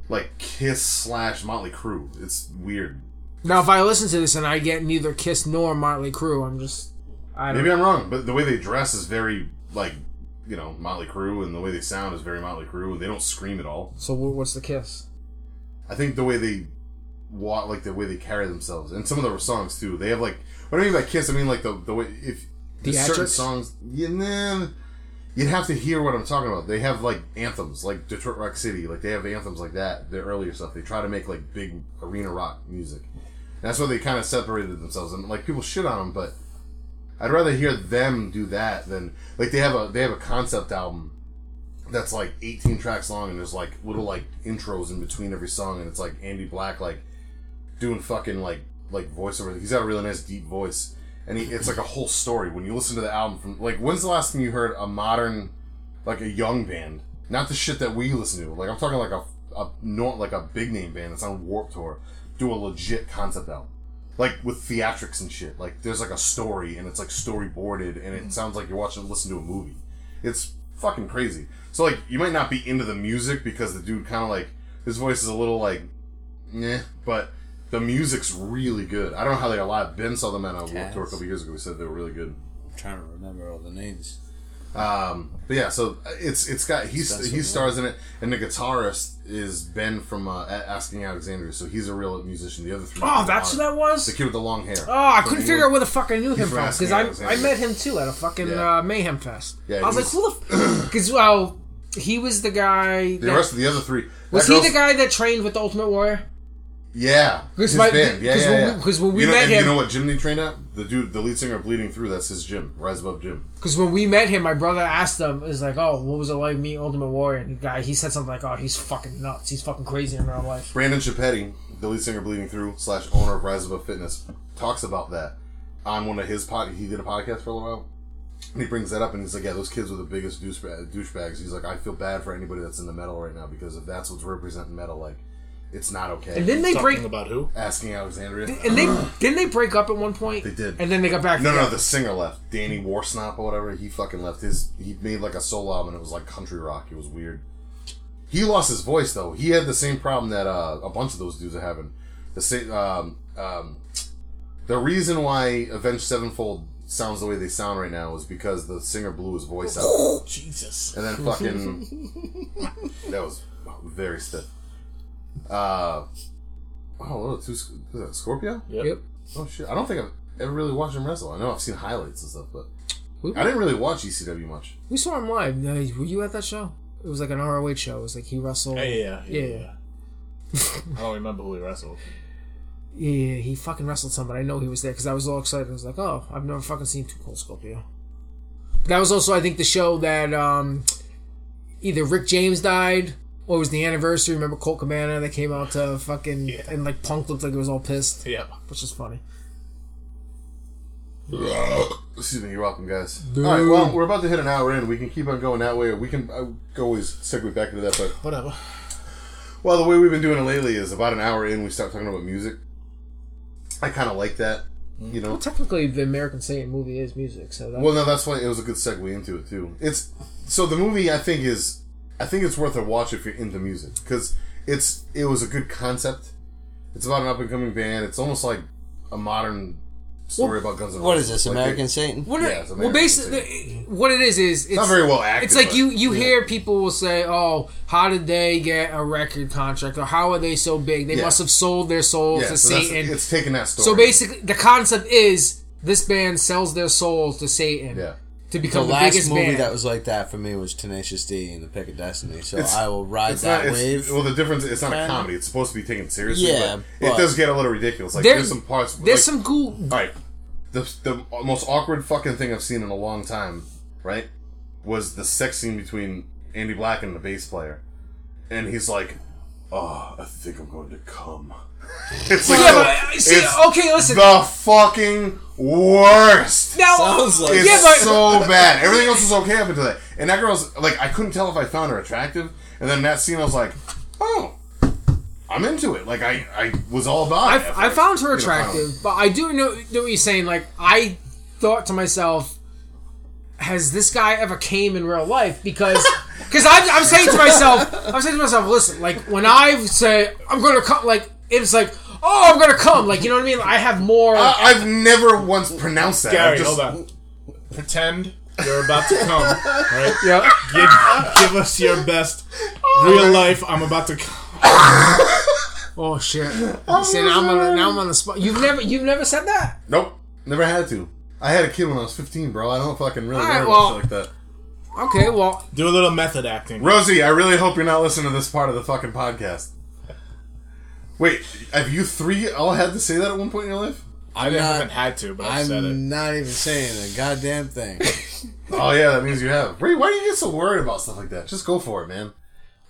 Speaker 1: like Kiss slash Motley Crue. It's weird.
Speaker 4: Now, if I listen to this and I get neither Kiss nor Motley Crue, I'm just I don't.
Speaker 1: Maybe I'm wrong, but the way they dress is very like you know Motley Crue, and the way they sound is very Motley Crue. They don't scream at all.
Speaker 4: so wh- what's the Kiss?
Speaker 1: I think the way they walk, like the way they carry themselves, and some of their songs too. They have like what I mean by kiss. I mean like the the way if there's certain
Speaker 4: Theatrics?
Speaker 1: songs, you know, you'd have to hear what I'm talking about. They have like anthems, like Detroit Rock City, like they have anthems like that. Their earlier stuff. They try to make like big arena rock music. That's why they kind of separated themselves, and like people shit on them, but I'd rather hear them do that than like they have a they have a concept album that's like 18 tracks long and there's like little like intros in between every song and it's like Andy Black like doing fucking like like voiceover. He's got a really nice deep voice and he, it's like a whole story when you listen to the album from like when's the last time you heard a modern like a young band not the shit that we listen to like I'm talking like a a not like a big name band that's on Warp Tour do a legit concept album like with theatrics and shit like there's like a story and it's like storyboarded and it sounds like you're watching listen to a movie it's fucking crazy. So like, you might not be into the music because the dude kind of like his voice is a little like, yeah, but the music's really good. I don't know how they are live. Ben saw them at a Warped Tour a couple years ago. He said they were really good.
Speaker 3: I'm trying to remember all the names.
Speaker 1: Um, but yeah, so it's it's got he's he stars in it, and the guitarist is Ben from uh, A- Asking Alexandria, so he's a real musician. The other three,
Speaker 4: Oh, that's who that was?
Speaker 1: The kid with the long hair.
Speaker 4: Oh, I couldn't figure out where the fuck I knew him
Speaker 1: from
Speaker 4: from because
Speaker 1: Asking
Speaker 4: I, I
Speaker 1: Alexandria.
Speaker 4: met him too at a fucking
Speaker 1: Yeah.
Speaker 4: uh, Mayhem Fest.
Speaker 1: Yeah,
Speaker 4: I was
Speaker 1: he
Speaker 4: like, who the? Because well, he was the guy.
Speaker 1: The
Speaker 4: that-
Speaker 1: rest of the other three. that
Speaker 4: was he
Speaker 1: girl's-
Speaker 4: the guy that trained with the Ultimate Warrior?
Speaker 1: Yeah,
Speaker 4: Because
Speaker 1: his
Speaker 4: my-
Speaker 1: band. Yeah,
Speaker 4: because
Speaker 1: yeah,
Speaker 4: when
Speaker 1: yeah.
Speaker 4: we- because when we
Speaker 1: you know,
Speaker 4: met
Speaker 1: and
Speaker 4: him-
Speaker 1: you know what gym they trained at? The dude, the lead singer of Bleeding Through. That's his gym, Rise Above Gym.
Speaker 4: Because when we met him, my brother asked him, "Is like, oh, what was it like meeting Ultimate Warrior?" And the guy, he said something like, "Oh, he's fucking nuts. He's fucking crazy in real life."
Speaker 1: Brandon Chapetti, the lead singer of Bleeding Through slash owner of Rise Above Fitness, talks about that on one of his pod. He did a podcast for a little while. And he brings that up, and he's like, "Yeah, those kids are the biggest douchebag- douchebags." He's like, "I feel bad for anybody that's in the metal right now because if that's what's representing metal, like, it's not okay."
Speaker 4: And then they
Speaker 2: Talking
Speaker 4: break.
Speaker 2: about who?
Speaker 1: Asking Alexandria,
Speaker 4: And they didn't they break up at one point.
Speaker 1: They did.
Speaker 4: And then they got back.
Speaker 1: No, no,
Speaker 4: together.
Speaker 1: the singer left. Danny Warsnop or whatever. He fucking left his. He made like a solo album and it was like country rock. It was weird. He lost his voice though. He had the same problem that uh, a bunch of those dudes are having. The same. Um, um, the reason why Avenged Sevenfold sounds the way they sound right now is because the singer blew his voice out
Speaker 2: Jesus.
Speaker 1: and then fucking. that was very stiff. Uh, oh, two, is that Scorpio?
Speaker 4: Yep.
Speaker 1: Oh shit! I don't think I've ever really watched him wrestle. I know I've seen highlights and stuff, but
Speaker 4: We-
Speaker 1: I didn't really watch ECW much.
Speaker 4: We saw him live. Now, Were you at that show? It was like an ROH show. It was like he wrestled.
Speaker 2: Yeah, yeah, yeah.
Speaker 4: Yeah.
Speaker 2: yeah. I don't remember who he wrestled.
Speaker 4: Yeah, yeah, he fucking wrestled somebody. I know he was there because I was all excited. I was like, oh, I've never fucking seen Too Cold Scorpio. That was also, I think, the show that um, either Rick James died or it was the anniversary. Remember Colt Cabana that came out to fucking
Speaker 2: Yeah.
Speaker 4: and like Punk looked like it was all pissed,
Speaker 2: Yeah.
Speaker 4: which is funny.
Speaker 1: Excuse me, you're welcome, guys. All right, well, we're about to hit an hour in. We can keep on going that way, or we can I could always segue back into that. But
Speaker 2: Whatever.
Speaker 1: well, the way we've been doing it lately is about an hour in, we start talking about music. I kind of like that, you know.
Speaker 4: Well, technically, the American Satan movie is music, so that
Speaker 1: Well, no, that's why it was a good segue into it too. It's so the movie I think is I think it's worth a watch if you're into music because it's it was a good concept. It's about an up and coming band. It's almost like a modern story about Guns N' Roses.
Speaker 3: What is this,
Speaker 1: Like,
Speaker 3: American
Speaker 1: it-
Speaker 3: Satan?
Speaker 4: What it-
Speaker 1: Yeah, it's
Speaker 4: well,
Speaker 1: American
Speaker 4: basically, what it is is it's
Speaker 1: not very well acted,
Speaker 4: It's like
Speaker 1: but-
Speaker 4: you you hear people will say, "Oh, how did they get a record contract? Or how are they so big? They
Speaker 1: Yeah.
Speaker 4: must have sold their souls
Speaker 1: yeah,
Speaker 4: to
Speaker 1: so that's-
Speaker 4: Satan."
Speaker 1: It's taking that story.
Speaker 4: So basically, the concept is this band sells their soul to Satan
Speaker 1: yeah.
Speaker 3: The
Speaker 4: to become the,
Speaker 3: last
Speaker 4: biggest
Speaker 3: movie
Speaker 4: band.
Speaker 3: that was like that for me was Tenacious D and the Pick of Destiny. So
Speaker 1: It's-
Speaker 3: I will ride
Speaker 1: It's not,
Speaker 3: that
Speaker 1: it's-
Speaker 3: wave.
Speaker 1: well, the difference it's not a
Speaker 3: kinda.
Speaker 1: comedy. It's supposed to be taken seriously.
Speaker 3: Yeah,
Speaker 1: but it
Speaker 3: but-
Speaker 1: does get a little ridiculous. Like
Speaker 4: There-
Speaker 1: there's some parts.
Speaker 4: There's
Speaker 1: like,
Speaker 4: some cool.
Speaker 3: uh,
Speaker 1: All right. The, the most awkward fucking thing I've seen in a long time, right, was the sex scene between Andy Black and the bass player. And he's like, oh, I think I'm going to come. it's like,
Speaker 4: Yeah, but, uh, see,
Speaker 1: it's
Speaker 4: okay, listen.
Speaker 1: the fucking worst.
Speaker 4: now,
Speaker 3: Sounds like-
Speaker 1: It's
Speaker 4: yeah, but
Speaker 1: so bad. Everything else was okay up until that. And that girl's, like, I couldn't tell if I found her attractive. And then that scene, I was like, oh, I'm into it. Like, I, I was all about it.
Speaker 4: I, I found
Speaker 1: You know,
Speaker 4: her
Speaker 1: um, finally.
Speaker 4: attractive, but I do know, know what you're saying. Like, I thought to myself, has this guy ever came in real life? Because, because I'm, I'm saying to myself, I'm saying to myself, listen, like when I say I'm gonna come, like it's like, oh, I'm gonna come, like you know what I mean? I have more.
Speaker 1: I- I've never once pronounced that.
Speaker 2: Gary,
Speaker 1: I've just-
Speaker 2: hold on. Pretend you're about to come, right?
Speaker 4: yeah.
Speaker 2: Give, give us your best real life. I'm about to come.
Speaker 4: Oh shit. See, now I'm on the, now I'm on the spot. You've never you've never said that.
Speaker 1: Nope. Never had to. I had a kid when I was 15, bro. I don't fucking really
Speaker 4: All right,
Speaker 1: worry
Speaker 4: well-
Speaker 1: about shit like that.
Speaker 4: Okay, well,
Speaker 2: Do a little method acting.
Speaker 1: Rosie, I really hope you're not listening to this part of the fucking podcast. Wait, have you three all had to say that at one point in your life?
Speaker 2: I
Speaker 3: I'm
Speaker 2: haven't
Speaker 3: not.
Speaker 2: had to, but I've said it.
Speaker 3: I'm not even saying a goddamn thing.
Speaker 1: Oh yeah, that means you have. Wait, why do you get so worried about stuff like that? Just go for it, man.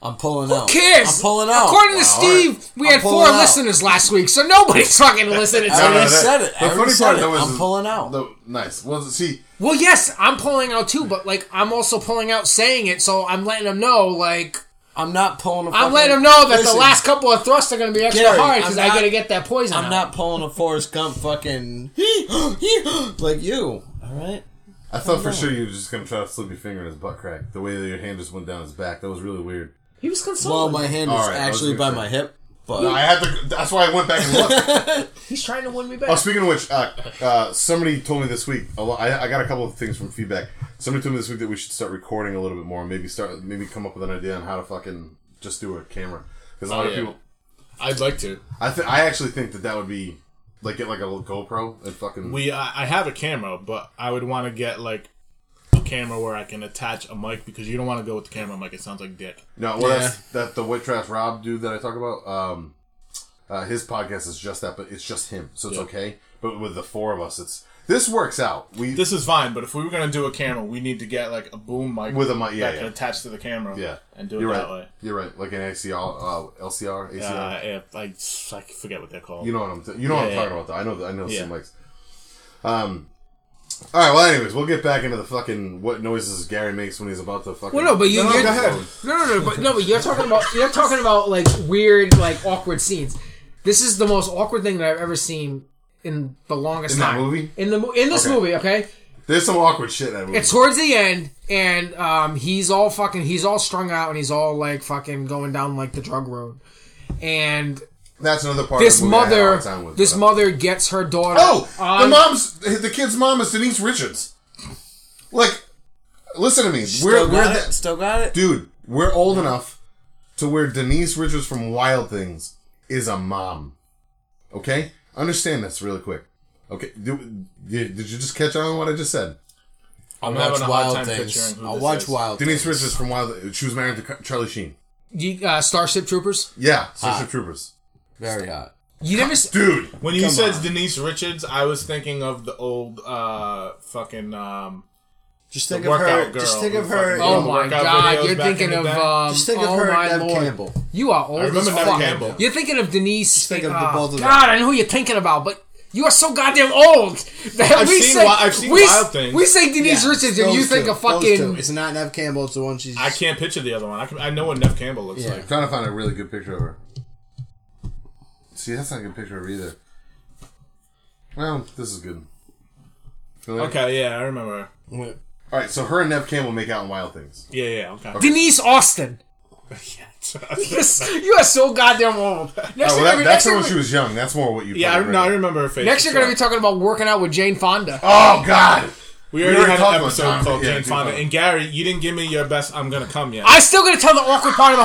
Speaker 3: I'm pulling out.
Speaker 4: kids.
Speaker 3: I'm pulling out.
Speaker 4: According to
Speaker 1: all right.
Speaker 4: Steve, we
Speaker 3: I'm
Speaker 4: had four
Speaker 3: pulling out.
Speaker 4: listeners last week, so nobody's fucking listening.
Speaker 3: I
Speaker 4: to
Speaker 1: that-
Speaker 3: already said it.
Speaker 1: The
Speaker 3: I already
Speaker 1: funny
Speaker 3: said
Speaker 1: part
Speaker 3: it.
Speaker 1: though is
Speaker 3: I'm pulling out.
Speaker 1: The, nice. Well, see,
Speaker 4: Well, yes, I'm pulling out too, but like I'm also pulling out saying it, so I'm letting them know. Like
Speaker 3: I'm not pulling. A
Speaker 4: I'm
Speaker 3: fucking-
Speaker 4: letting them know that
Speaker 3: Listen,
Speaker 4: the last couple of thrusts are going to be extra
Speaker 3: Gary,
Speaker 4: hard because
Speaker 3: I'm
Speaker 4: I
Speaker 3: not-
Speaker 4: got to get that poison.
Speaker 3: I'm
Speaker 4: out.
Speaker 3: not pulling a Forrest Gump fucking like you. All right.
Speaker 1: I thought
Speaker 3: Oh,
Speaker 1: for sure you were just gonna try to slip your finger in his butt crack. The way that your hand just went down his back, that was really weird.
Speaker 4: He was
Speaker 3: Well,
Speaker 4: consoling.
Speaker 3: my hand
Speaker 1: All
Speaker 3: is
Speaker 1: right, I was
Speaker 3: actually by
Speaker 1: gonna
Speaker 3: my hip, but
Speaker 1: I had to. That's why I went back and looked.
Speaker 4: He's trying to win me
Speaker 1: Oh,
Speaker 4: back.
Speaker 1: speaking of which, uh, uh, somebody told me this week. a lo- I, I got a couple of things from feedback. Somebody told me this week that we should start recording a little bit more. Maybe start, maybe come up with an idea on how to fucking just do a camera. Because a lot
Speaker 2: Oh,
Speaker 1: of
Speaker 2: yeah.
Speaker 1: people,
Speaker 2: I'd like to.
Speaker 1: I th- I actually think that that would be like get like a little GoPro and fucking.
Speaker 2: We I I have a camera, but I would want to get like a camera where I can attach a mic because you don't want to go with the camera mic. It sounds like dick.
Speaker 1: no, well, that's that the white trash Rob dude that I talk about. Um, uh, his podcast is just that, but it's just him, so it's
Speaker 2: Yeah.
Speaker 1: okay. But with the four of us, it's this works out. We
Speaker 2: This is fine, but if we were gonna do a camera, we need to get like a boom mic
Speaker 1: With a mic, yeah,
Speaker 2: that
Speaker 1: yeah.
Speaker 2: can attach to the camera,
Speaker 1: yeah,
Speaker 2: and do it
Speaker 1: You're
Speaker 2: that
Speaker 1: right.
Speaker 2: way.
Speaker 1: You're right, like an ACR, uh, LCR, ACR.
Speaker 2: Uh, yeah, I, I forget what they're called.
Speaker 1: You know what I'm. Th- you know what I'm
Speaker 2: Yeah,
Speaker 1: talking about. Though. I know. The, I know
Speaker 2: Yeah.
Speaker 1: some mics. Um. All right. Well, anyways, we'll get back into the fucking what noises Gary makes when he's about to fucking.
Speaker 4: Well, no, but you.
Speaker 1: No, no,
Speaker 4: you're,
Speaker 1: go ahead.
Speaker 4: No, no, no, but no, but you're talking about you're talking about like weird, like awkward scenes. This is the most awkward thing that I've ever seen in the longest
Speaker 1: In that
Speaker 4: time.
Speaker 1: movie?
Speaker 4: In the mo- in this
Speaker 1: Okay.
Speaker 4: movie, okay.
Speaker 1: There's some awkward shit in that movie.
Speaker 4: It's towards the end, and um, he's all fucking, he's all strung out, and he's all like fucking going down like the drug road, and
Speaker 1: That's another part.
Speaker 4: this
Speaker 1: of the movie I had a
Speaker 4: mother,
Speaker 1: hard time with,
Speaker 4: this
Speaker 1: but-
Speaker 4: mother gets her daughter.
Speaker 1: Oh, the
Speaker 4: on-
Speaker 1: mom's the kid's mom is Denise Richards. Like, listen to me. we're
Speaker 3: Still
Speaker 1: we're
Speaker 3: got
Speaker 1: the-
Speaker 3: it? Still got it?
Speaker 1: dude. We're old enough to where Denise Richards from Wild Things is a mom. Okay, understand this really quick. Okay, do, did, did you just catch on what I just said?
Speaker 2: I'm
Speaker 3: I'll
Speaker 2: having
Speaker 3: watch
Speaker 2: a hard
Speaker 3: Wild
Speaker 2: time
Speaker 3: Things.
Speaker 2: picturing who
Speaker 3: I'll
Speaker 2: this
Speaker 3: watch
Speaker 2: is.
Speaker 3: Wild
Speaker 1: Denise
Speaker 3: Things.
Speaker 1: Richards from Wild. She was married to Car- Charlie Sheen.
Speaker 4: you, uh, Starship Troopers.
Speaker 1: Yeah, Starship Troopers.
Speaker 3: Very hot.
Speaker 4: You never. s-
Speaker 1: Dude,
Speaker 2: When you said Denise Richards, I was thinking of the old uh, fucking um,
Speaker 3: Just think
Speaker 2: The
Speaker 3: of her.
Speaker 2: workout girl
Speaker 3: Just think of
Speaker 2: who
Speaker 3: her.
Speaker 2: fucking-
Speaker 4: Oh
Speaker 2: Yeah, the
Speaker 4: my
Speaker 2: workout
Speaker 4: god,
Speaker 2: videos
Speaker 4: you're
Speaker 2: back in
Speaker 4: thinking
Speaker 2: the
Speaker 4: of
Speaker 2: day.
Speaker 4: um,
Speaker 3: just think of
Speaker 4: oh
Speaker 3: her.
Speaker 4: my
Speaker 3: and Nev
Speaker 4: lord.
Speaker 3: Campbell.
Speaker 4: You are old as
Speaker 2: remember Nev
Speaker 4: fuck.
Speaker 2: Campbell.
Speaker 4: You're thinking of Denise. Just
Speaker 3: think of the both of them.
Speaker 4: God, I know who you're thinking about, but you are so goddamn old. That
Speaker 2: I've
Speaker 4: we
Speaker 2: seen
Speaker 4: say,
Speaker 2: Wi- I've seen
Speaker 4: we,
Speaker 2: Wild Things.
Speaker 4: We say Denise
Speaker 3: Yeah,
Speaker 4: Richards, and you
Speaker 3: those
Speaker 4: think
Speaker 3: two,
Speaker 4: of
Speaker 3: those two.
Speaker 4: fucking.
Speaker 3: It's not Nev Campbell. It's the one she's.
Speaker 2: I can't picture the other one. I can, I know what Nev Campbell looks
Speaker 3: Yeah.
Speaker 2: like.
Speaker 1: I'm trying to find a really good picture of her. See, that's not a good picture of her either. Well, this is good. Really?
Speaker 2: Okay, yeah, I remember. her.
Speaker 3: can't.
Speaker 1: All right, so her and Nev Campbell make out in Wild Things.
Speaker 2: Yeah, yeah, okay.
Speaker 4: Denise Austin. Yes, you are so goddamn old. Next,
Speaker 1: Oh,
Speaker 4: year
Speaker 1: well,
Speaker 4: gonna
Speaker 1: that, that's
Speaker 4: be- next,
Speaker 1: not
Speaker 4: year
Speaker 1: when she was young. That's more what you.
Speaker 2: yeah, I,
Speaker 1: fucking
Speaker 2: no, I
Speaker 1: read.
Speaker 2: remember her face.
Speaker 4: next year,
Speaker 2: for
Speaker 4: we're
Speaker 2: sure.
Speaker 4: going to be talking about working out with Jane Fonda.
Speaker 1: Oh God!
Speaker 2: We already,
Speaker 1: already
Speaker 2: had
Speaker 1: talked
Speaker 2: an
Speaker 1: about
Speaker 2: episode
Speaker 1: John-
Speaker 2: called
Speaker 1: yeah,
Speaker 2: Jane
Speaker 1: Jane
Speaker 2: Fonda.
Speaker 1: Fonda.
Speaker 2: And Gary, you didn't give me your best I'm gonna come yet.
Speaker 4: I'm still going to tell the awkward part of the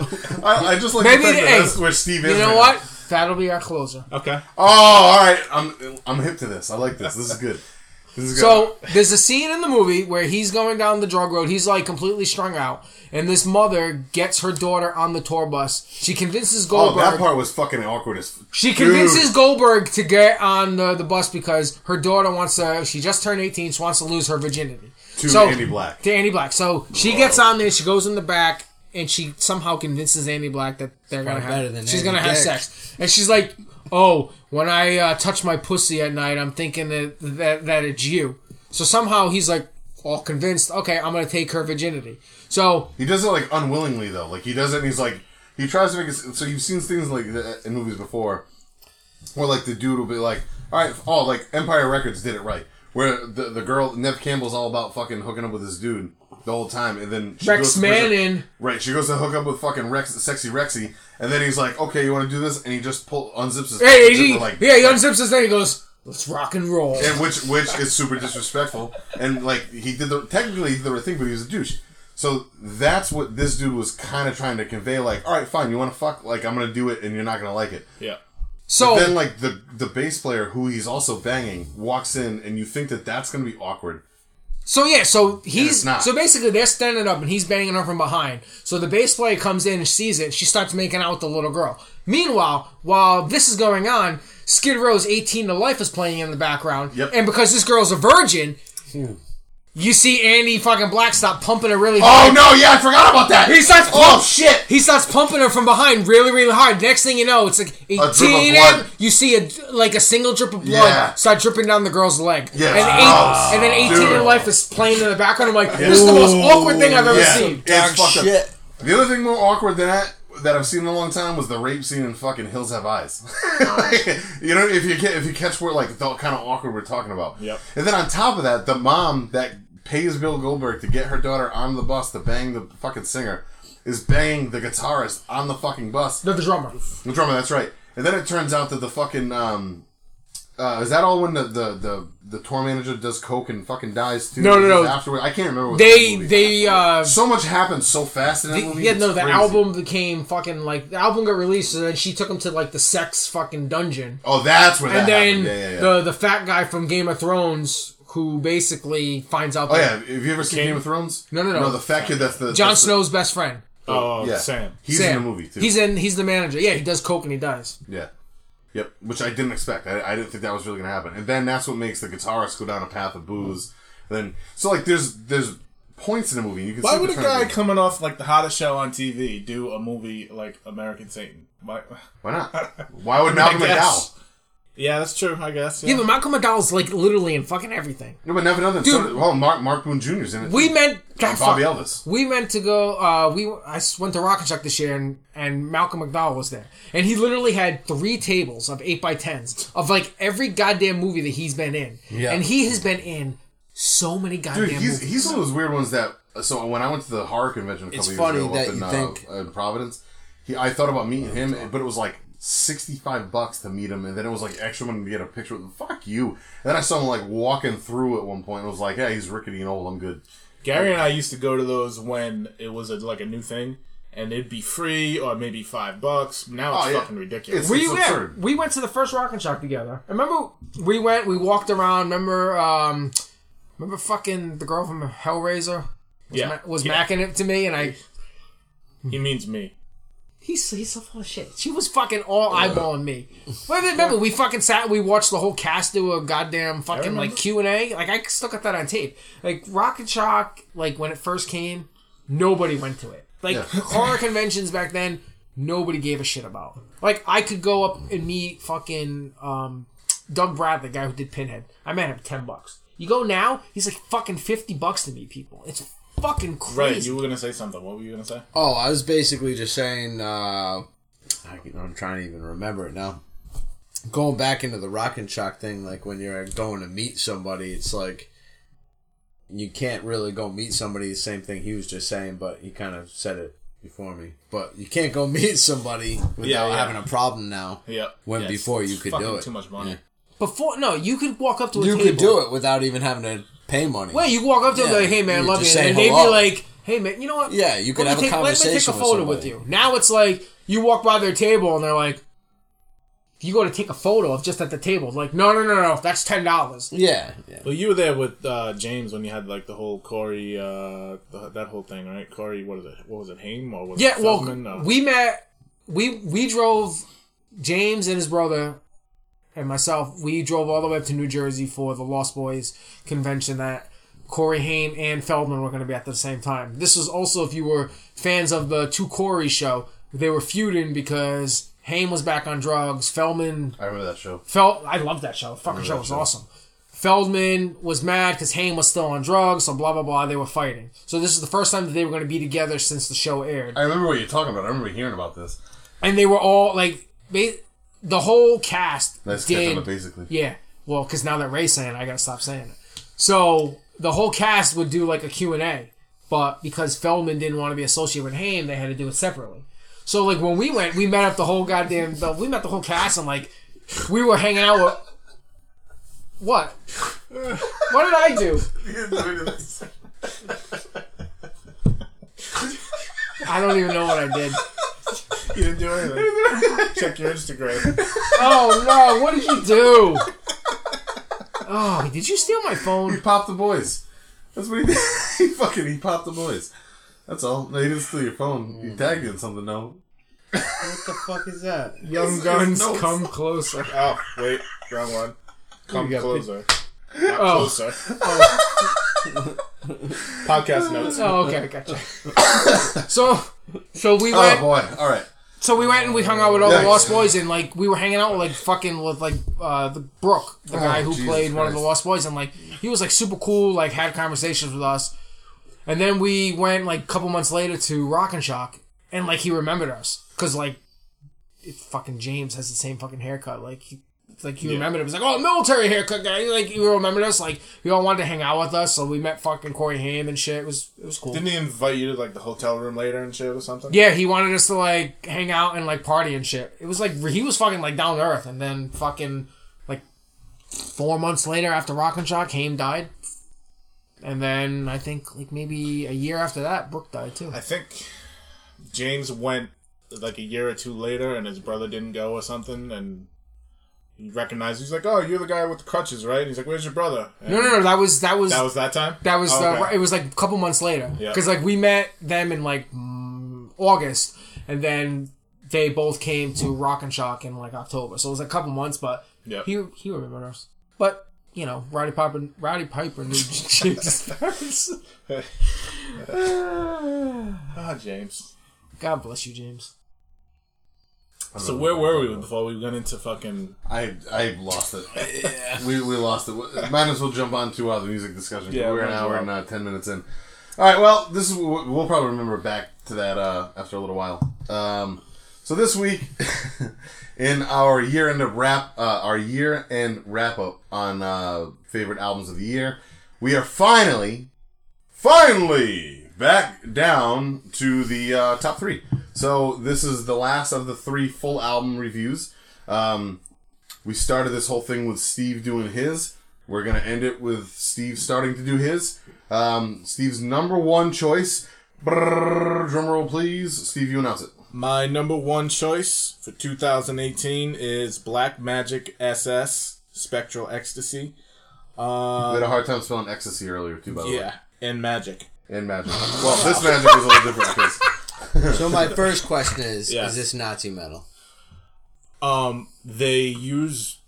Speaker 4: movie.
Speaker 1: I, I just like
Speaker 4: Maybe
Speaker 1: to think
Speaker 4: it-
Speaker 1: that
Speaker 4: hey,
Speaker 1: that's where Steve is. right
Speaker 4: You know
Speaker 1: now.
Speaker 4: what? That'll be our closer.
Speaker 2: okay.
Speaker 1: Oh, all right. I'm I'm hip to this. I like this. This is good. This is good.
Speaker 4: So there's a scene in the movie where he's going down the drug road. He's like completely strung out, and this mother gets her daughter on the tour bus. She convinces
Speaker 1: oh,
Speaker 4: Goldberg.
Speaker 1: that part was fucking awkward as.
Speaker 4: she convinces Goldberg to get on the, the bus because her daughter wants to. She just turned 18. She wants to lose her virginity.
Speaker 1: to Andy Black.
Speaker 4: To Andy Black. So she gets on there. She goes in the back, and she somehow convinces Andy Black that they're gonna
Speaker 3: probably better
Speaker 4: have.
Speaker 3: than
Speaker 4: She's
Speaker 3: Andy
Speaker 4: gonna have
Speaker 3: Dick.
Speaker 4: sex, and she's like, "Oh, when I uh, touch my pussy at night, I'm thinking that, that that it's you." So somehow he's like all convinced. Okay, I'm gonna take her virginity. So
Speaker 1: He does it like unwillingly though. Like he does it, and he's like he tries to make it. So you've seen things like that in movies before, where like the dude will be like, "All right, oh, like Empire Records did it right." Where the, the girl Nev Campbell's all about fucking hooking up with this dude the whole time, and then she
Speaker 4: Rex
Speaker 1: goes to prison-
Speaker 4: Manning.
Speaker 1: right? She goes to hook up with fucking Rex, sexy Rexy, and then he's like, "Okay, you want to do this?" And he just pull unzips his
Speaker 4: Hey,
Speaker 1: zipper,
Speaker 4: he,
Speaker 1: like,
Speaker 4: yeah, he unzips his thing. He goes, "Let's rock and roll."
Speaker 1: and which which is super disrespectful. And like he did the technically he did the right thing, but he was a douche. So that's what this dude was kind of trying to convey. Like, all right, fine, you want to fuck? Like, I'm gonna do it, and you're not gonna like it.
Speaker 2: Yeah.
Speaker 4: So
Speaker 1: Then like the the bass player who he's also banging walks in, and you think that that's gonna be awkward.
Speaker 4: So yeah, so he's
Speaker 1: it's not.
Speaker 4: so basically they're standing up and he's banging her from behind. So the bass player comes in and sees it. She starts making out with the little girl. Meanwhile, while this is going on, Skid Row's "18 to Life" is playing in the background.
Speaker 1: Yep.
Speaker 4: And because this girl's a virgin, you see Andy fucking Black stop pumping her really.
Speaker 1: Oh no, yeah, I forgot about that.
Speaker 4: He starts.
Speaker 1: Oh
Speaker 4: pump-
Speaker 1: shit.
Speaker 4: He starts pumping her from behind really, really hard. Next thing you know, it's like
Speaker 1: drip of
Speaker 4: eighteen.
Speaker 1: blood.
Speaker 4: and you see a like a single drip of blood
Speaker 1: Yeah.
Speaker 4: start dripping down the girl's leg.
Speaker 1: Yeah,
Speaker 4: And,
Speaker 1: it's gross.
Speaker 4: and then eighteen
Speaker 1: Dude.
Speaker 4: in life is playing in the background. I'm like, this is the most awkward thing I've ever
Speaker 1: Yeah,
Speaker 4: seen.
Speaker 1: it's fucked up.
Speaker 3: shit.
Speaker 1: The other thing more awkward than that that I've seen in a long time was the rape scene in fucking Hills Have Eyes. Like, you know, if you ca- if you catch where like the kind of awkward we're talking about.
Speaker 2: Yep.
Speaker 1: And then on top of that, the mom that pays Bill Goldberg to get her daughter on the bus to bang the fucking singer is banging the guitarist on the fucking bus.
Speaker 4: No, the drummer.
Speaker 1: The drummer, that's right. And then it turns out that the fucking um, Uh, is that all when the, the, the, the tour manager does coke and fucking dies too?
Speaker 4: No, no, no.
Speaker 1: Afterward, I can't remember. What
Speaker 4: They
Speaker 1: that movie-
Speaker 4: they uh
Speaker 1: so much happened so fast in that
Speaker 4: the-
Speaker 1: movie.
Speaker 4: yeah no
Speaker 1: it's
Speaker 4: the
Speaker 1: crazy.
Speaker 4: album became fucking like the album got released and then she took him to like the sex fucking dungeon
Speaker 1: Oh, that's where
Speaker 4: and
Speaker 1: that
Speaker 4: then
Speaker 1: happened. Yeah, yeah, yeah.
Speaker 4: the the fat guy from Game of Thrones who basically finds out
Speaker 1: oh
Speaker 4: that
Speaker 1: yeah, have you ever seen Game of Thrones?
Speaker 4: No, no, no.
Speaker 1: No, the fat kid that's the
Speaker 4: Jon
Speaker 1: that's the-
Speaker 4: Snow's best friend
Speaker 2: Oh,
Speaker 1: yeah,
Speaker 2: Sam.
Speaker 1: He's
Speaker 4: Sam.
Speaker 1: in the movie too.
Speaker 4: He's in he's the manager. Yeah, he does coke and he dies.
Speaker 1: Yeah. Yep. Which I didn't expect. I, I didn't think that was really gonna happen. And then that's what makes the guitarist go down a path of booze. Then so like there's there's points in the movie you can.
Speaker 2: Why
Speaker 1: see
Speaker 2: would a
Speaker 1: what they're trying
Speaker 2: guy
Speaker 1: to do.
Speaker 2: coming off like the hottest show on TV do a movie like American Satan? Why?
Speaker 1: Why not? Why would
Speaker 2: I
Speaker 1: Oh, Malcolm
Speaker 2: guess.
Speaker 1: McDowell?
Speaker 2: Yeah, that's true. I guess.
Speaker 4: Yeah,
Speaker 2: Yeah.
Speaker 4: but Malcolm McDowell's like literally in fucking everything.
Speaker 1: No, but never done that.
Speaker 4: Dude.
Speaker 1: So, well, Mark Mark Boone Jr.'s in it.
Speaker 4: We
Speaker 1: too.
Speaker 4: meant God,
Speaker 1: Bobby
Speaker 4: fuck.
Speaker 1: Elvis.
Speaker 4: We meant to go. Uh, we I s- went to Rock and Chuck this year, and, and Malcolm McDowell was there, and he literally had three tables of eight by tens of like every goddamn movie that he's been in,
Speaker 3: Yeah.
Speaker 4: and he has been in so many goddamn
Speaker 1: Dude, he's
Speaker 4: movies.
Speaker 1: he's one of those weird ones that. So when I went to the horror convention a couple
Speaker 3: It's
Speaker 1: years
Speaker 3: funny
Speaker 1: ago up
Speaker 3: that
Speaker 1: in,
Speaker 3: you
Speaker 1: uh,
Speaker 3: think-
Speaker 1: in Providence, he, I thought about meeting him, but it was like sixty five bucks to meet him, and then it was like extra money to get a picture. with him. Fuck you! And then I saw him like walking through at one point, and was like, "Yeah, he's rickety and old. I'm good."
Speaker 2: Gary and I used to go to those when it was a, like a new thing, and it'd be free or maybe five bucks. Now it's
Speaker 1: Oh, yeah.
Speaker 2: fucking ridiculous.
Speaker 1: It's-
Speaker 4: we
Speaker 1: it's
Speaker 4: yeah,
Speaker 1: absurd.
Speaker 4: we went to the first Rock and Shock together. Remember, we went, we walked around. Remember, um, remember fucking the girl from Hellraiser was,
Speaker 2: yeah,
Speaker 4: ma- was
Speaker 2: yeah.
Speaker 4: macking it to me, and I
Speaker 2: He means me.
Speaker 4: He's, he's so full of shit. She was fucking all eyeballing me. Well, then, remember, we fucking sat and we watched the whole cast do a goddamn fucking like
Speaker 2: remember.
Speaker 4: Q and A. Like I still got that on tape. Like Rock and Shock, like when it first came, nobody went to it. Like horror conventions back then, nobody gave a shit about. Like I could go up and meet fucking um, Doug Brad, the guy who did Pinhead. I met him ten bucks. You go now, he's like fucking fifty bucks to meet people. It's fucking
Speaker 2: Right,
Speaker 4: crazy.
Speaker 2: you were gonna say something. What were you gonna say?
Speaker 3: Oh, I was basically just saying. Uh, I can, I'm trying to even remember it now. Going back into the rock and shock thing, like when you're going to meet somebody, it's like you can't really go meet somebody. The same thing he was just saying, but he kind of said it before me. But you can't go meet somebody without
Speaker 2: Yeah, yeah.
Speaker 3: having a problem now.
Speaker 2: Yeah.
Speaker 3: When
Speaker 2: Yeah,
Speaker 3: before you
Speaker 2: it's
Speaker 3: could
Speaker 2: fucking
Speaker 3: do it.
Speaker 2: Too much money.
Speaker 3: Yeah.
Speaker 4: Before no, you could walk up to a
Speaker 3: You
Speaker 4: table.
Speaker 3: could do it without even having to pay money.
Speaker 4: Well, you walk up to them
Speaker 3: Yeah,
Speaker 4: like, "Hey, man,
Speaker 3: you
Speaker 4: love you,"
Speaker 3: just say
Speaker 4: and they'd be
Speaker 3: hello.
Speaker 4: like, "Hey, man, you know what?
Speaker 3: Yeah, you could
Speaker 4: Let me
Speaker 3: have a
Speaker 4: take- Let me take
Speaker 3: conversation
Speaker 4: a
Speaker 3: with
Speaker 4: photo with,
Speaker 3: somebody.
Speaker 4: you." Now it's like you walk by their table and they're like, "You go to take a photo of just at the table." Like, no, no, no, no, that's ten dollars.
Speaker 3: Yeah. yeah.
Speaker 2: Well, you were there with uh, James when you had like the whole Corey, uh, th- that whole thing, right? Corey, what is it? What was it? Haim or was
Speaker 4: Yeah,
Speaker 2: it
Speaker 4: well,
Speaker 2: Feldman? No.
Speaker 4: we met. We we drove James and his brother and myself. We drove all the way up to New Jersey for the Lost Boys convention that Corey Haim and Feldman were going to be at the same time. This was also if you were fans of the Two Corey show, they were feuding because Haim was back on drugs. Feldman
Speaker 1: I remember that show.
Speaker 4: Feld. I loved that show. The fucking show was awesome. Feldman was mad because Haim was still on drugs, so blah blah blah. They were fighting. So this is the first time that they were going to be together since the show aired
Speaker 1: I remember what you're talking about. I remember hearing about this.
Speaker 4: and they were all like ba- the whole cast
Speaker 1: That's
Speaker 4: did
Speaker 1: Ketama, basically.
Speaker 4: yeah well because now that ray's saying it, i gotta stop saying it so the whole cast would do like a q&a but because feldman didn't want to be associated with haim they had to do it separately so like when we went we met up the whole goddamn the, we met the whole cast and like we were hanging out with what what did i do i don't even know what i did
Speaker 2: you didn't do anything. Check your Instagram.
Speaker 4: oh no what did you do oh did you steal my phone
Speaker 1: He popped the boys. That's what he did. he fucking he popped the boys. That's all. No, he didn't steal your phone. He tagged you in something, no.
Speaker 3: What the fuck is that?
Speaker 4: Young
Speaker 1: It's-
Speaker 4: Guns,
Speaker 1: it's notes.
Speaker 4: come closer.
Speaker 2: Oh, wait, wrong one. Come
Speaker 4: got
Speaker 2: closer. Not
Speaker 4: Oh.
Speaker 2: closer. Podcast notes.
Speaker 4: Oh, okay, gotcha. so, so we
Speaker 1: Oh
Speaker 4: went.
Speaker 1: boy. All right.
Speaker 4: So we went and we hung out with all the
Speaker 1: Yikes.
Speaker 4: Lost Boys, and like we were hanging out with like fucking with like uh, the Brooke, the guy who
Speaker 1: Oh, Jesus
Speaker 4: played one of the
Speaker 1: Christ.
Speaker 4: Lost Boys, and like he was like super cool, like had conversations with us. And then we went like a couple months later to Rock and Shock, and like he remembered us because like it, fucking James has the same fucking haircut, like. He, like he remembered it was like oh military haircut guy like you remembered us like we all wanted to hang out with us so we met fucking Corey Haim and shit it was it was cool
Speaker 2: Didn't he invite you to like the hotel room later and shit or something?
Speaker 4: yeah, he wanted us to like hang out and like party and shit. It was like he was fucking like down to earth, and then fucking like four months later after Rock and Shock, Haim died. And then I think like maybe a year after that, Brooke died too.
Speaker 2: I think James went like a year or two later, and his brother didn't go or something, and he recognized. He's like, "Oh, you're the guy with the crutches, right?" He's like, "Where's your brother?" And
Speaker 4: No, no, no. That was that was
Speaker 2: That was that time.
Speaker 4: That was
Speaker 2: Oh,
Speaker 4: uh,
Speaker 2: okay.
Speaker 4: it was like a couple months later
Speaker 2: Yeah.
Speaker 4: because like we met them in like mm, August, and then they both came to Rock and Shock in like October. So it was a couple months, but
Speaker 2: Yeah.
Speaker 4: he he remembered us. But you know, Rowdy Piper, Rowdy Piper knew James Ferris.
Speaker 2: Ah, James.
Speaker 4: God bless you, James.
Speaker 2: So where were we before we went into fucking?
Speaker 1: I I lost it. We we lost it. Might as well jump on to uh, the music discussion.
Speaker 2: Yeah,
Speaker 1: we're
Speaker 2: might
Speaker 1: an
Speaker 2: as
Speaker 1: hour
Speaker 2: well.
Speaker 1: and uh, ten minutes in. All right. Well, this is what- we'll probably remember back to that uh, after a little while. Um, so this week, in our year end of wrap, uh, our year end wrap up on uh, favorite albums of the year, we are finally, finally back down to the uh, top three. So this is the last of the three full album reviews. Um, we started this whole thing with Steve doing his. We're gonna end it with Steve starting to do his. Um, Steve's number one choice. Brrr, drum roll, please. Steve, you announce it.
Speaker 2: My number one choice for 2018 is Black Magic SS Spectral Ecstasy.
Speaker 1: I
Speaker 2: Uh,
Speaker 1: had a hard time spelling ecstasy earlier too, by the way.
Speaker 2: yeah, and Magic.
Speaker 1: And magic. Well, this magic is a little different because
Speaker 3: So my first question is:
Speaker 2: Yeah.
Speaker 3: Is this Nazi metal?
Speaker 2: Um, they use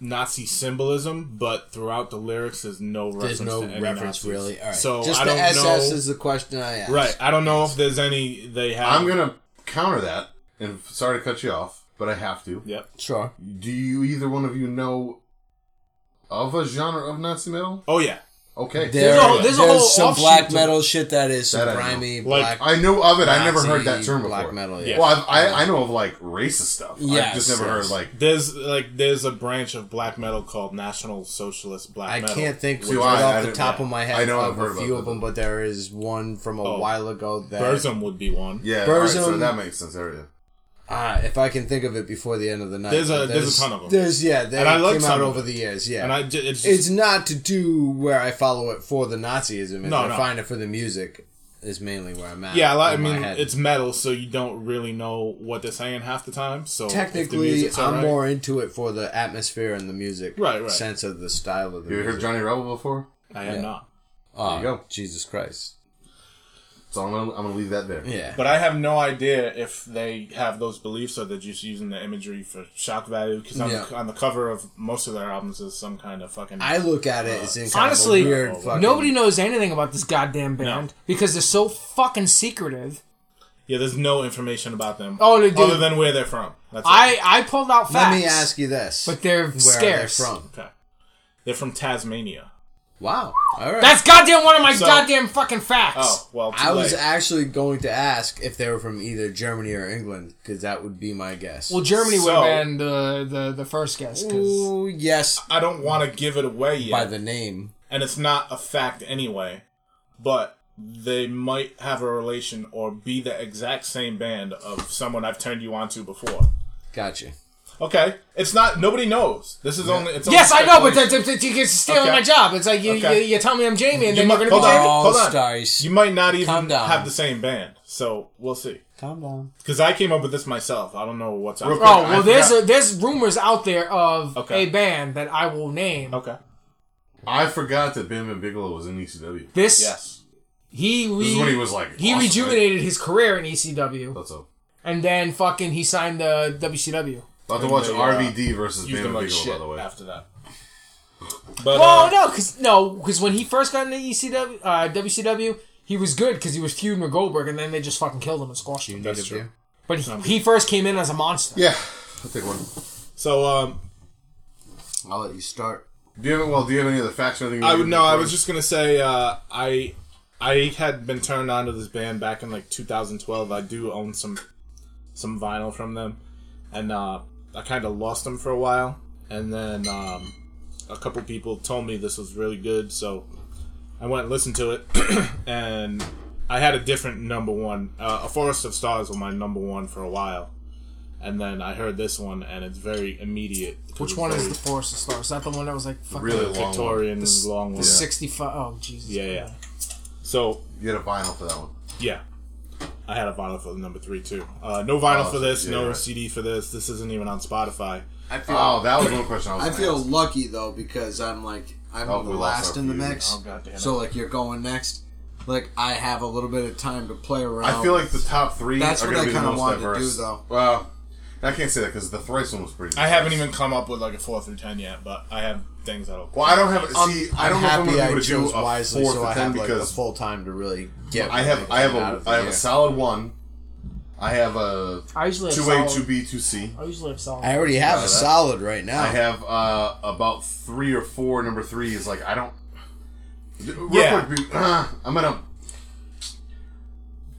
Speaker 2: Nazi symbolism, but throughout the lyrics, there's no reference.
Speaker 3: There's no
Speaker 2: to any
Speaker 3: reference
Speaker 2: Nazis.
Speaker 3: really. All right.
Speaker 2: So
Speaker 3: just
Speaker 2: I
Speaker 3: the
Speaker 2: don't
Speaker 3: SS
Speaker 2: know.
Speaker 3: is the question I asked.
Speaker 2: right. I don't know if there's any they
Speaker 3: Um,
Speaker 2: have.
Speaker 1: I'm gonna counter that. And sorry to cut you off, but I have to.
Speaker 2: Yep.
Speaker 3: Sure.
Speaker 1: Do you either one of you know of a genre of Nazi metal?
Speaker 2: Oh yeah.
Speaker 1: Okay.
Speaker 3: There,
Speaker 4: a whole-
Speaker 3: there's,
Speaker 4: there's a whole
Speaker 3: some
Speaker 4: offshoot
Speaker 3: black
Speaker 4: to-
Speaker 3: metal shit that is some
Speaker 1: That I know.
Speaker 3: grimy black.
Speaker 2: Like,
Speaker 1: I knew of it. I never heard that
Speaker 3: Nazi
Speaker 1: term before.
Speaker 3: black metal, yeah.
Speaker 1: Well, I've, I I know of like racist stuff. I've
Speaker 3: Yes,
Speaker 1: just never
Speaker 3: yes.
Speaker 1: heard like
Speaker 2: There's like there's a branch of black metal called National Socialist Black
Speaker 3: I
Speaker 2: Metal.
Speaker 3: can't think
Speaker 1: See,
Speaker 3: right
Speaker 1: I- I
Speaker 3: off the
Speaker 1: didn't-
Speaker 3: top of my head
Speaker 1: I know I've
Speaker 3: of
Speaker 1: heard
Speaker 3: a
Speaker 1: about
Speaker 3: few
Speaker 1: that.
Speaker 3: of them, but there is one from a
Speaker 2: Oh.
Speaker 3: while ago that
Speaker 2: Burzum would be one.
Speaker 1: Yeah, all right, so
Speaker 3: Burzum.
Speaker 1: that makes sense. There we go.
Speaker 3: Ah, if I can think of it before the end of the night.
Speaker 2: There's a-
Speaker 3: but
Speaker 2: there's a ton of 'em.
Speaker 3: There's yeah, they
Speaker 2: And I like
Speaker 3: came
Speaker 2: some
Speaker 3: out
Speaker 2: of
Speaker 3: over
Speaker 2: it.
Speaker 3: the years. Yeah,
Speaker 2: And I ju- it's,
Speaker 3: it's not to do where I follow it for the Nazism. It's
Speaker 2: No,
Speaker 3: I
Speaker 2: no.
Speaker 3: find it for the music is mainly where I'm at.
Speaker 2: yeah. A lot, I
Speaker 3: in my
Speaker 2: mean,
Speaker 3: head.
Speaker 2: it's metal, so you don't really know what they're saying half the time. So if the
Speaker 3: technically
Speaker 2: music's
Speaker 3: I'm
Speaker 2: alright-
Speaker 3: more into it for the atmosphere and the music
Speaker 2: Right, right.
Speaker 3: sense of the style of the
Speaker 1: You ever
Speaker 3: music.
Speaker 1: heard Johnny Rebel before?
Speaker 2: I am
Speaker 3: yeah.
Speaker 2: not.
Speaker 3: Ah,
Speaker 1: There you go.
Speaker 3: Jesus Christ.
Speaker 1: So I'm gonna I'm gonna leave that there.
Speaker 3: Yeah.
Speaker 2: But I have no idea if they have those beliefs or they're just using the imagery for shock value. Because on,
Speaker 3: Yeah.
Speaker 2: the, on the cover of most of their albums is some kind of fucking.
Speaker 3: I look at it
Speaker 2: Uh,
Speaker 3: as in kind
Speaker 4: Honestly,
Speaker 3: of a weird fucking
Speaker 4: nobody knows anything about this goddamn band because they're so fucking secretive.
Speaker 2: yeah, there's no information about them.
Speaker 4: Oh, they do.
Speaker 2: other than where they're from. That's it.
Speaker 4: I I pulled out
Speaker 3: Let
Speaker 4: facts.
Speaker 3: me ask you this.
Speaker 4: but they're
Speaker 3: Where
Speaker 4: scarce.
Speaker 3: are they from?
Speaker 2: Okay. They're from Tasmania.
Speaker 3: Wow. All right.
Speaker 4: That's goddamn one of my
Speaker 2: So-
Speaker 4: goddamn fucking facts.
Speaker 2: Oh well, too
Speaker 3: I was
Speaker 2: late.
Speaker 3: actually going to ask if they were from either Germany or England, because that would be my guess.
Speaker 4: Well, Germany would
Speaker 2: So-
Speaker 4: have been the, the, the first guess because
Speaker 3: Ooh, yes,
Speaker 2: I don't want to give it away yet,
Speaker 3: by the name.
Speaker 2: and it's not a fact anyway. But they might have a relation or be the exact same band of someone I've turned you on to before.
Speaker 3: Gotcha.
Speaker 2: Okay, it's not. Nobody knows. This is only. It's
Speaker 4: yes,
Speaker 2: only
Speaker 4: I know, but that,
Speaker 2: speculation.
Speaker 4: that, that, you're stealing
Speaker 2: Okay.
Speaker 4: my job. It's like you,
Speaker 2: Okay.
Speaker 4: you, you tell me I'm Jamie, and
Speaker 2: You
Speaker 4: then
Speaker 2: mu-
Speaker 4: you're gonna be
Speaker 2: hold on.
Speaker 4: Jamie.
Speaker 3: All
Speaker 2: hold on.
Speaker 3: stars.
Speaker 2: You might not
Speaker 3: Calm
Speaker 2: even
Speaker 3: down.
Speaker 2: have the same band, so we'll see.
Speaker 3: Calm down.
Speaker 2: Because I came up with this myself. I don't know what's out
Speaker 1: Real
Speaker 2: there.
Speaker 1: quick.
Speaker 4: Oh well,
Speaker 1: I
Speaker 4: there's
Speaker 1: forgot.
Speaker 4: a, there's rumors out there of
Speaker 2: Okay.
Speaker 4: a band that I will name.
Speaker 2: Okay.
Speaker 1: I forgot that Bam Bam Bigelow was in E ECW.
Speaker 4: This
Speaker 2: Yes.
Speaker 4: he re-
Speaker 1: This is when he was like
Speaker 4: he
Speaker 1: awesome,
Speaker 4: rejuvenated his career in ECW,
Speaker 1: Right? Thought so.
Speaker 4: and then fucking he signed the WCW.
Speaker 1: About to
Speaker 2: And
Speaker 1: watch
Speaker 2: they, uh,
Speaker 1: RVD versus
Speaker 2: Used
Speaker 1: Bam
Speaker 2: them
Speaker 1: Bam
Speaker 2: like
Speaker 1: Bigelow.
Speaker 2: shit
Speaker 1: by the way,
Speaker 2: after that. But
Speaker 4: Well,
Speaker 2: uh,
Speaker 4: no, because no, because when he first got into ECW, uh, WCW, he was good because he was feuding with Goldberg, and then they just fucking killed him and squashed him.
Speaker 2: that's true.
Speaker 4: But he, he first came in as a monster.
Speaker 1: yeah, I'll take one.
Speaker 2: So um,
Speaker 3: I'll let you start.
Speaker 1: Do you have well? Do you have any other facts or anything?
Speaker 2: I would no. I was just gonna say uh, I I had been turned on to this band back in like 2012. I do own some some vinyl from them, and uh, I kind of lost them for a while, and then um, a couple people told me this was really good, so I went and listened to it, and I had a different number one. Uh, a Forest of Stars was my number one for a while, and then I heard this one, and it's very immediate. 'cause
Speaker 4: Which
Speaker 2: it's
Speaker 4: one is
Speaker 2: very
Speaker 4: the Forest of Stars? Is that the one that was like fucking
Speaker 1: Really long.
Speaker 2: Victorian
Speaker 4: The,
Speaker 2: long one?
Speaker 4: the 65. Oh, Jesus.
Speaker 2: Yeah, yeah. So
Speaker 1: You had a vinyl for that one.
Speaker 2: yeah, I had a vinyl for the number three too. Uh, no vinyl
Speaker 1: Oh,
Speaker 2: for this,
Speaker 1: yeah,
Speaker 2: no
Speaker 1: right.
Speaker 2: CD for this. This isn't even on Spotify.
Speaker 6: I feel
Speaker 1: Oh, that was one question I was.
Speaker 6: I
Speaker 1: gonna
Speaker 6: feel
Speaker 1: ask.
Speaker 6: lucky though because I'm like I'm
Speaker 1: Oh,
Speaker 6: the
Speaker 1: we lost
Speaker 6: last
Speaker 1: our
Speaker 6: in the
Speaker 1: view.
Speaker 6: mix.
Speaker 2: Oh, goddamn it.
Speaker 6: so like you're going next. Like I have a little bit of time to play around.
Speaker 1: I feel like the top three
Speaker 6: That's
Speaker 1: are
Speaker 6: what
Speaker 1: going
Speaker 6: I
Speaker 1: to be the
Speaker 6: kinda
Speaker 1: most
Speaker 6: wanted to do,
Speaker 1: diverse.
Speaker 6: though.
Speaker 1: Well, I can't say that because the thrice one was pretty.
Speaker 2: I haven't
Speaker 1: diverse.
Speaker 2: even come up with like a four through ten yet, but I have things that'll.
Speaker 1: Well, I don't have.
Speaker 3: I'm-
Speaker 1: See, I
Speaker 3: I'm
Speaker 1: don't know if I'm going to be
Speaker 3: happy
Speaker 1: able
Speaker 3: Um, I
Speaker 1: to do
Speaker 3: chose
Speaker 1: a
Speaker 3: wisely,
Speaker 1: fourth
Speaker 3: so I
Speaker 1: or ten
Speaker 3: have like a
Speaker 1: because
Speaker 3: full time to really get.
Speaker 1: I have
Speaker 3: everything
Speaker 1: I have
Speaker 3: out of
Speaker 1: a
Speaker 3: it,
Speaker 1: I have a
Speaker 3: yeah.
Speaker 1: solid one. I have a
Speaker 4: I usually have
Speaker 1: two A,
Speaker 4: solid- Oh.
Speaker 1: two B, two C.
Speaker 4: I usually have solid.
Speaker 3: I already have
Speaker 1: Yeah, that-
Speaker 3: a solid right now.
Speaker 1: I have uh, about three or four. Number three is like I don't. Real
Speaker 2: Yeah.
Speaker 1: quick, be- I'm gonna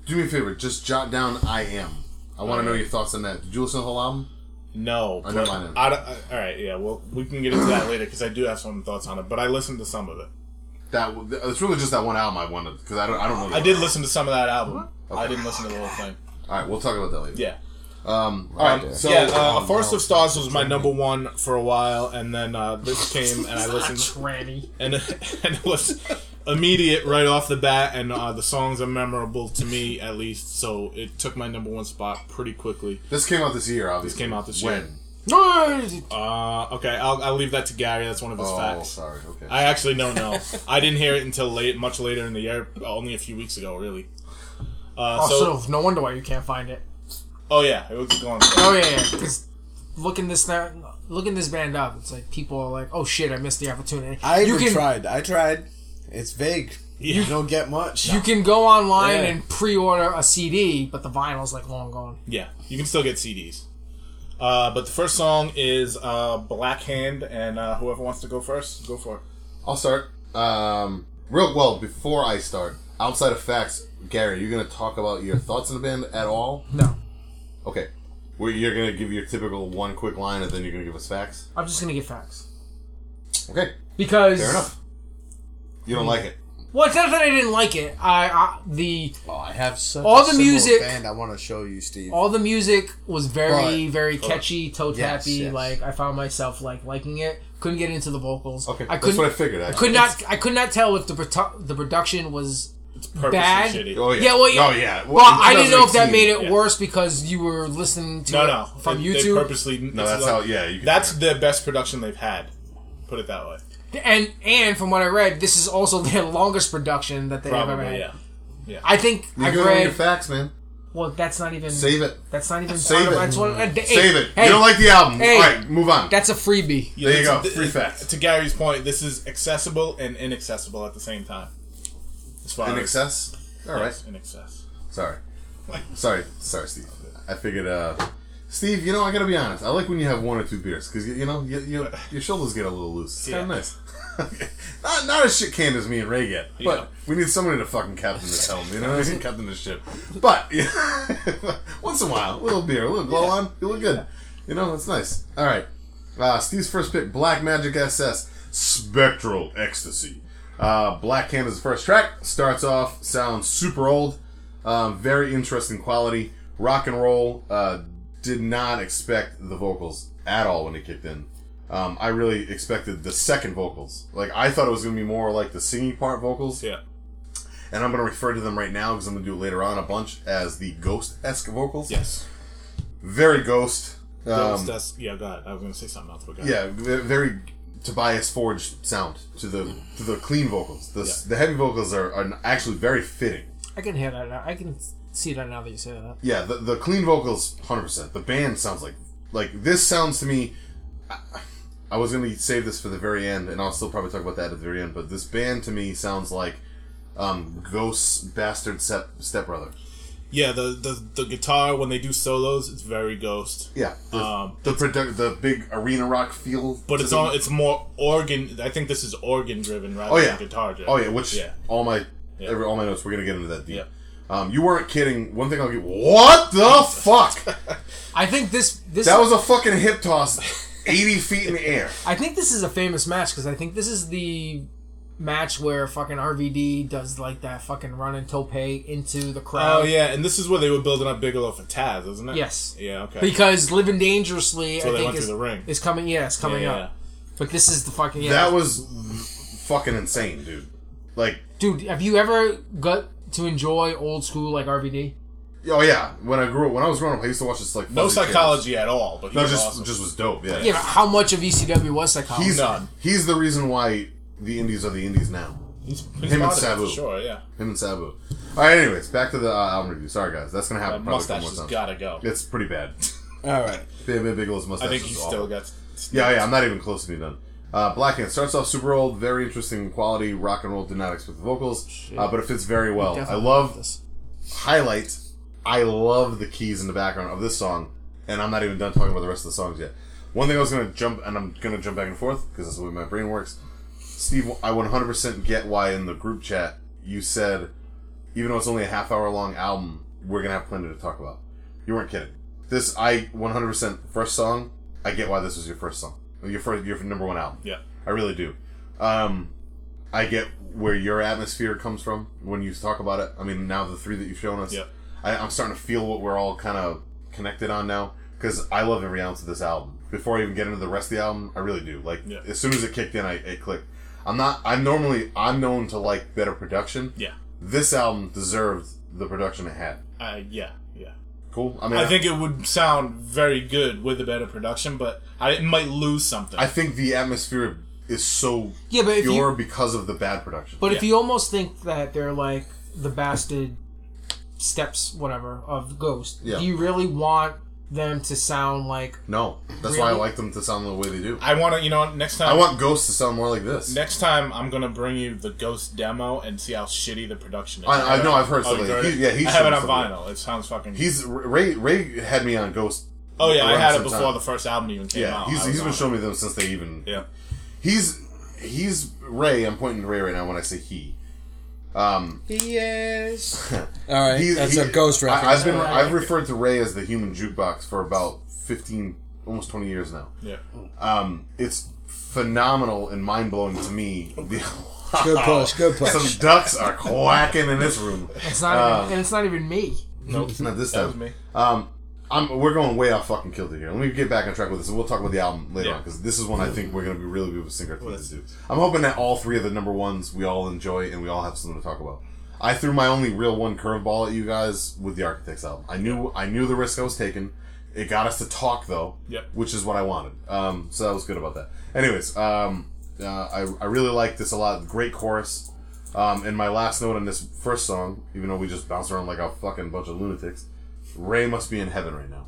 Speaker 1: do me a favor. Just jot down I am. I want to know your thoughts on that. Did you listen to the whole album?
Speaker 2: No,
Speaker 1: I
Speaker 2: but
Speaker 1: don't mind it.
Speaker 2: I don't- I- all right, yeah. Well, we can get into that later because I do have some thoughts on it. But I listened to some of it.
Speaker 1: That it's really just that one album I wanted because I don't I don't know. the
Speaker 2: I did
Speaker 1: other.
Speaker 2: listen to some of that album. I didn't listen to the whole thing.
Speaker 1: All right, we'll talk about that later.
Speaker 2: Yeah.
Speaker 1: Um. All right.
Speaker 2: Um,
Speaker 1: So
Speaker 2: yeah, uh, A Forest of Stars was my number one for a while, and then uh, this came and I listened,
Speaker 4: tranny.
Speaker 2: and, and it was immediate right off the bat, and uh, the songs are memorable to me at least, so it took my number one spot pretty quickly.
Speaker 1: this came out this year. Obviously,
Speaker 2: came out this
Speaker 1: when?
Speaker 2: year. Uh, okay, I'll, I'll leave that to Gary. That's one of his
Speaker 1: Oh,
Speaker 2: facts.
Speaker 1: sorry. Okay.
Speaker 2: I actually don't know. I didn't hear it until late, much later in the year, uh, only a few weeks ago, really. Uh,
Speaker 1: Oh,
Speaker 2: so,
Speaker 4: Also, no wonder why you can't find it.
Speaker 2: oh yeah, it was going.
Speaker 4: Oh yeah, yeah. 'cause looking this now, looking this band up, it's like people are like, "Oh shit, I missed the opportunity."
Speaker 3: I
Speaker 4: you
Speaker 3: even
Speaker 4: can
Speaker 3: tried. I tried. It's vague.
Speaker 2: Yeah.
Speaker 3: You don't get much.
Speaker 4: you can go online
Speaker 3: Yeah.
Speaker 4: and pre-order a CD, but the vinyl's like long gone.
Speaker 2: Yeah, you can still get CDs. Uh, but the first song is uh, Black Hand, and uh, whoever wants to go first, go for it.
Speaker 1: I'll start. Um, real well before I start. Outside of facts, Gary, you're gonna talk about your thoughts on the band at all?
Speaker 4: No,
Speaker 1: Okay. Where you're gonna give your typical one quick line, and then you're gonna give us facts.
Speaker 4: I'm just gonna get facts
Speaker 1: Okay.
Speaker 4: because
Speaker 1: Fair enough. You don't like it.
Speaker 4: well, it's not that I didn't like it. I, I the
Speaker 3: Oh, I have such
Speaker 4: All
Speaker 3: a
Speaker 4: the
Speaker 3: similar
Speaker 4: music-
Speaker 3: band I want to show you, Steve.
Speaker 4: all the music was very
Speaker 3: But-
Speaker 4: very catchy, toe
Speaker 3: Yes,
Speaker 4: tappy.
Speaker 3: yes.
Speaker 4: Like I found myself like liking it. Couldn't get into the vocals.
Speaker 1: Okay.
Speaker 4: I
Speaker 1: That's
Speaker 4: couldn't.
Speaker 1: what I figured. Actually.
Speaker 4: could not. I could not tell if the produ- the production was
Speaker 2: It's purposely
Speaker 4: Bad?
Speaker 2: shitty.
Speaker 1: Oh yeah.
Speaker 4: Yeah, well, yeah.
Speaker 1: Oh yeah.
Speaker 4: Well, I didn't know if that made it
Speaker 2: yeah.
Speaker 4: worse because you were listening to
Speaker 2: No,
Speaker 4: it
Speaker 2: no,
Speaker 4: from
Speaker 2: They- They
Speaker 4: YouTube.
Speaker 2: purposely.
Speaker 1: No, that's how. Yeah. You can
Speaker 2: That's the best production they've had. Put it that way.
Speaker 4: and and from what I read, this is also their longest production that they've ever had.
Speaker 2: Probably, yeah.
Speaker 4: I think
Speaker 1: You're
Speaker 4: I
Speaker 1: good on your
Speaker 4: read.
Speaker 1: facts, man.
Speaker 4: Well, that's not even.
Speaker 1: Save it.
Speaker 4: That's not even.
Speaker 1: Save
Speaker 4: part of-
Speaker 1: it.
Speaker 4: That's one, hey,
Speaker 1: Save it.
Speaker 4: Hey,
Speaker 1: you don't like the album.
Speaker 4: hey.
Speaker 1: All right, move on.
Speaker 4: That's a freebie.
Speaker 2: Yeah,
Speaker 1: There you
Speaker 2: that's-
Speaker 1: go, free
Speaker 2: th-
Speaker 1: facts.
Speaker 2: To Gary's point, this is accessible and inaccessible at the same time. As far
Speaker 1: In
Speaker 2: as-
Speaker 1: excess. All
Speaker 2: yes,
Speaker 1: right.
Speaker 2: in excess.
Speaker 1: Sorry. Sorry. Sorry, Steve. I figured, uh, Steve, you know, I gotta be honest. I like when you have one or two beers, because, you, you know, you, you, your shoulders get a little loose. It's kind
Speaker 2: Yeah.
Speaker 1: of nice. not, not as shit canned as me and Ray get, but
Speaker 2: Yeah.
Speaker 1: we need somebody to fucking captain this helm, you know what I mean? Captain this ship. But, yeah, once in a while, a little beer, a little glow on, you look good. You know, it's nice. All right. Uh, Steve's first pick, Black Magic SS, Spectral Ecstasy. Uh, Black Hand is the first track. Starts off, sounds super old. Um, very interesting quality. Rock and roll. Uh, did not expect the vocals at all when it kicked in. Um, I really expected the second vocals. Like I thought it was gonna be more like the singing part vocals,
Speaker 2: Yeah.
Speaker 1: and I'm gonna refer to them right now because I'm gonna do it later on a bunch as the ghost esque vocals.
Speaker 2: Yes.
Speaker 1: Very ghost.
Speaker 2: That's-
Speaker 1: Um,
Speaker 2: that's, yeah, go ahead. I was going to say something else, but go ahead.
Speaker 1: yeah, ve- very Tobias Forge sound to the to the clean vocals. The, s the heavy vocals are, are actually very fitting.
Speaker 4: I can hear that. Now. I can see that now that you say that.
Speaker 1: Yeah, the, the clean vocals, hundred percent. The band sounds like like this sounds to me. I, I was gonna save this for the very end, and I'll still probably talk about that at the very end. But this band to me sounds like um, Ghost's bastard step stepbrother.
Speaker 2: Yeah, the, the, the guitar, when they do solos, it's very ghost.
Speaker 1: Yeah, the,
Speaker 2: Um,
Speaker 1: the produ- the big arena rock feel.
Speaker 2: But
Speaker 1: to
Speaker 2: it's
Speaker 1: them.
Speaker 2: all it's more organ. I think this is organ driven rather
Speaker 1: Oh yeah,
Speaker 2: than guitar driven.
Speaker 1: Oh yeah, which
Speaker 2: yeah,
Speaker 1: all my
Speaker 2: Yeah.
Speaker 1: every, all my notes. We're gonna get into that deep.
Speaker 2: yeah.
Speaker 1: Um, you weren't kidding. One thing I'll give. What the fuck?
Speaker 4: I think this this
Speaker 1: That was a fucking hip toss, eighty feet in the air.
Speaker 4: I think this is a famous match because I think this is the match where fucking RVD does like that fucking run and tope into the crowd.
Speaker 2: Oh yeah, and this is where they were building up Bigelow for Taz, isn't it?
Speaker 4: Yes.
Speaker 2: Yeah. Okay.
Speaker 4: Because living dangerously,
Speaker 2: So
Speaker 4: I
Speaker 2: they
Speaker 4: think
Speaker 2: went
Speaker 4: is,
Speaker 2: through the ring.
Speaker 4: is coming. Yeah, it's coming
Speaker 2: yeah.
Speaker 4: up. But this is the fucking yeah.
Speaker 1: That was fucking insane, dude. Like,
Speaker 4: Dude, have you ever got to enjoy old school like RVD?
Speaker 1: oh yeah, when I grew up, when I was growing up, I used to watch this like
Speaker 2: No
Speaker 1: fuzzy
Speaker 2: psychology at all, but he
Speaker 1: channels. No,
Speaker 2: was
Speaker 1: just
Speaker 2: awesome.
Speaker 1: just was dope. Yeah,
Speaker 4: Yeah, but how much of ECW was psychology?
Speaker 1: he's
Speaker 2: None.
Speaker 1: he's the reason why the Indies are the Indies now.
Speaker 2: He's
Speaker 1: him and
Speaker 2: him and
Speaker 1: Sabu.
Speaker 2: Sabu. Sure, yeah.
Speaker 1: Him and Sabu. All right, anyways, back to the uh, album review. Sorry guys, that's gonna
Speaker 2: That
Speaker 1: happen probably a
Speaker 2: mustache
Speaker 1: couple more times.
Speaker 2: has got to go.
Speaker 1: It's pretty bad.
Speaker 3: All right.
Speaker 1: Big Big Bigelow's mustache.
Speaker 2: I think
Speaker 1: is
Speaker 2: he's
Speaker 1: awful.
Speaker 2: still got.
Speaker 1: Yeah, yeah, I'm not even close to being done. Uh, Blackhand starts off super old, very interesting quality. Rock and roll did not expect the vocals, uh, but it fits very well. I love
Speaker 3: this.
Speaker 1: highlights. I love the keys in the background of this song, and I'm not even done talking about the rest of the songs yet. One thing I was gonna jump, and I'm gonna jump back and forth because that's the way my brain works. Steve, I 100% get why in the group chat you said, even though it's only a half hour long album, we're gonna have plenty to talk about. You weren't kidding. This I 100% first song. I get why this was your first song, your first your number one album.
Speaker 2: Yeah.
Speaker 1: I really do. Um, I get where your atmosphere comes from when you talk about it. I mean, now the three that you've shown us,
Speaker 2: Yeah.
Speaker 1: I, I'm starting to feel what we're all kind of connected on now because I love every ounce of this album. Before I even get into the rest of the album, I really do. Like
Speaker 2: Yeah.
Speaker 1: as soon as it kicked in, I it clicked. I'm not. I'm normally I'm known to like better production.
Speaker 2: Yeah.
Speaker 1: This album deserved the production it had.
Speaker 2: Uh, yeah. Yeah.
Speaker 1: Cool. I mean,
Speaker 2: I think it would sound very good with a better production, but I it might lose something.
Speaker 1: I think the atmosphere is so
Speaker 4: Yeah, but if you-
Speaker 1: pure because of the bad production.
Speaker 4: But if
Speaker 2: Yeah.
Speaker 4: you almost think that they're like the bastard steps, whatever, of Ghost,
Speaker 1: Yeah.
Speaker 4: do you really want them to sound like
Speaker 1: no, that's why I
Speaker 4: Really?
Speaker 1: like them to sound the way they do.
Speaker 2: I want to, you know, next time.
Speaker 1: I want Ghost to sound more like this.
Speaker 2: Next time, I'm gonna bring you the Ghost demo and see how shitty the production is.
Speaker 1: I- I know, I've heard
Speaker 2: Oh, you
Speaker 1: something.
Speaker 2: heard
Speaker 1: He-
Speaker 2: it?
Speaker 1: yeah, he
Speaker 2: I have
Speaker 1: showed
Speaker 2: it on
Speaker 1: something.
Speaker 2: vinyl. It sounds fucking.
Speaker 1: He's Ray. Ray had me on Ghost.
Speaker 2: oh yeah, I
Speaker 1: around
Speaker 2: had
Speaker 1: some
Speaker 2: it before
Speaker 1: time.
Speaker 2: the first album even came
Speaker 1: Yeah,
Speaker 2: out.
Speaker 1: he's,
Speaker 2: I
Speaker 1: he's
Speaker 2: was
Speaker 1: been
Speaker 2: on
Speaker 1: showing me them since they even.
Speaker 2: it. Yeah,
Speaker 1: He's he's Ray. I'm pointing to Ray right now when I say he. Um,
Speaker 3: Yes. All right.
Speaker 1: he's,
Speaker 3: That's
Speaker 1: he-
Speaker 3: a ghost reference.
Speaker 1: I, have been I've referred to Ray as the human jukebox for about 15, almost 20 years now.
Speaker 2: yeah.
Speaker 1: Um, it's phenomenal and mind blowing to me.
Speaker 3: Good push. Good push.
Speaker 1: Some ducks are quacking in this room.
Speaker 4: it's not,
Speaker 1: Uh.
Speaker 4: even, and it's not even me.
Speaker 1: No, it's not this
Speaker 2: That
Speaker 1: time.
Speaker 2: was me.
Speaker 1: Um, I'm, we're going way off fucking kilter here. Let me get back on track with this, and we'll talk about the album later
Speaker 2: Yeah.
Speaker 1: on because this is one I think we're going to be really able to sink our teeth into. I'm hoping that all three of the number ones we all enjoy and we all have something to talk about. I threw my only real one curveball at you guys with the Architects album. I knew I knew the risk I was taking. It got us to talk though,
Speaker 2: Yep.
Speaker 1: which is what I wanted. Um, so that was good about that. Anyways, um, uh, I I really like this a lot. Great chorus. Um, and my last note on this first song, even though we just bounced around like a fucking bunch of lunatics, Ray must be in heaven right now.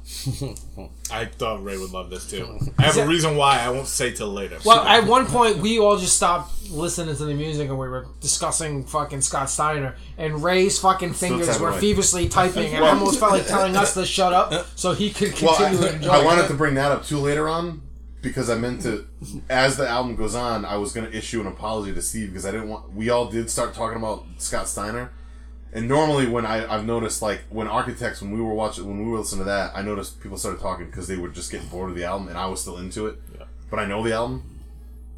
Speaker 2: I thought Ray would love this too. I have a reason why I won't say till later.
Speaker 4: Well, at one point, we all just stopped listening to the music and we were discussing fucking Scott Steiner. And Ray's fucking fingers
Speaker 1: typing
Speaker 4: were
Speaker 1: away.
Speaker 4: feverishly typing and almost felt like telling us to shut up so he could
Speaker 1: Well,
Speaker 4: continue to
Speaker 1: I,
Speaker 4: enjoy
Speaker 1: I wanted
Speaker 4: it.
Speaker 1: to bring that up too later on because I meant to. As the album goes on, I was going to issue an apology to Steve because I didn't want. We all did start talking about Scott Steiner, and normally when I I've noticed like when Architects when we were watching when we were listening to that, I noticed people started talking because they were just getting bored of the album and I was still into it. But I know the album,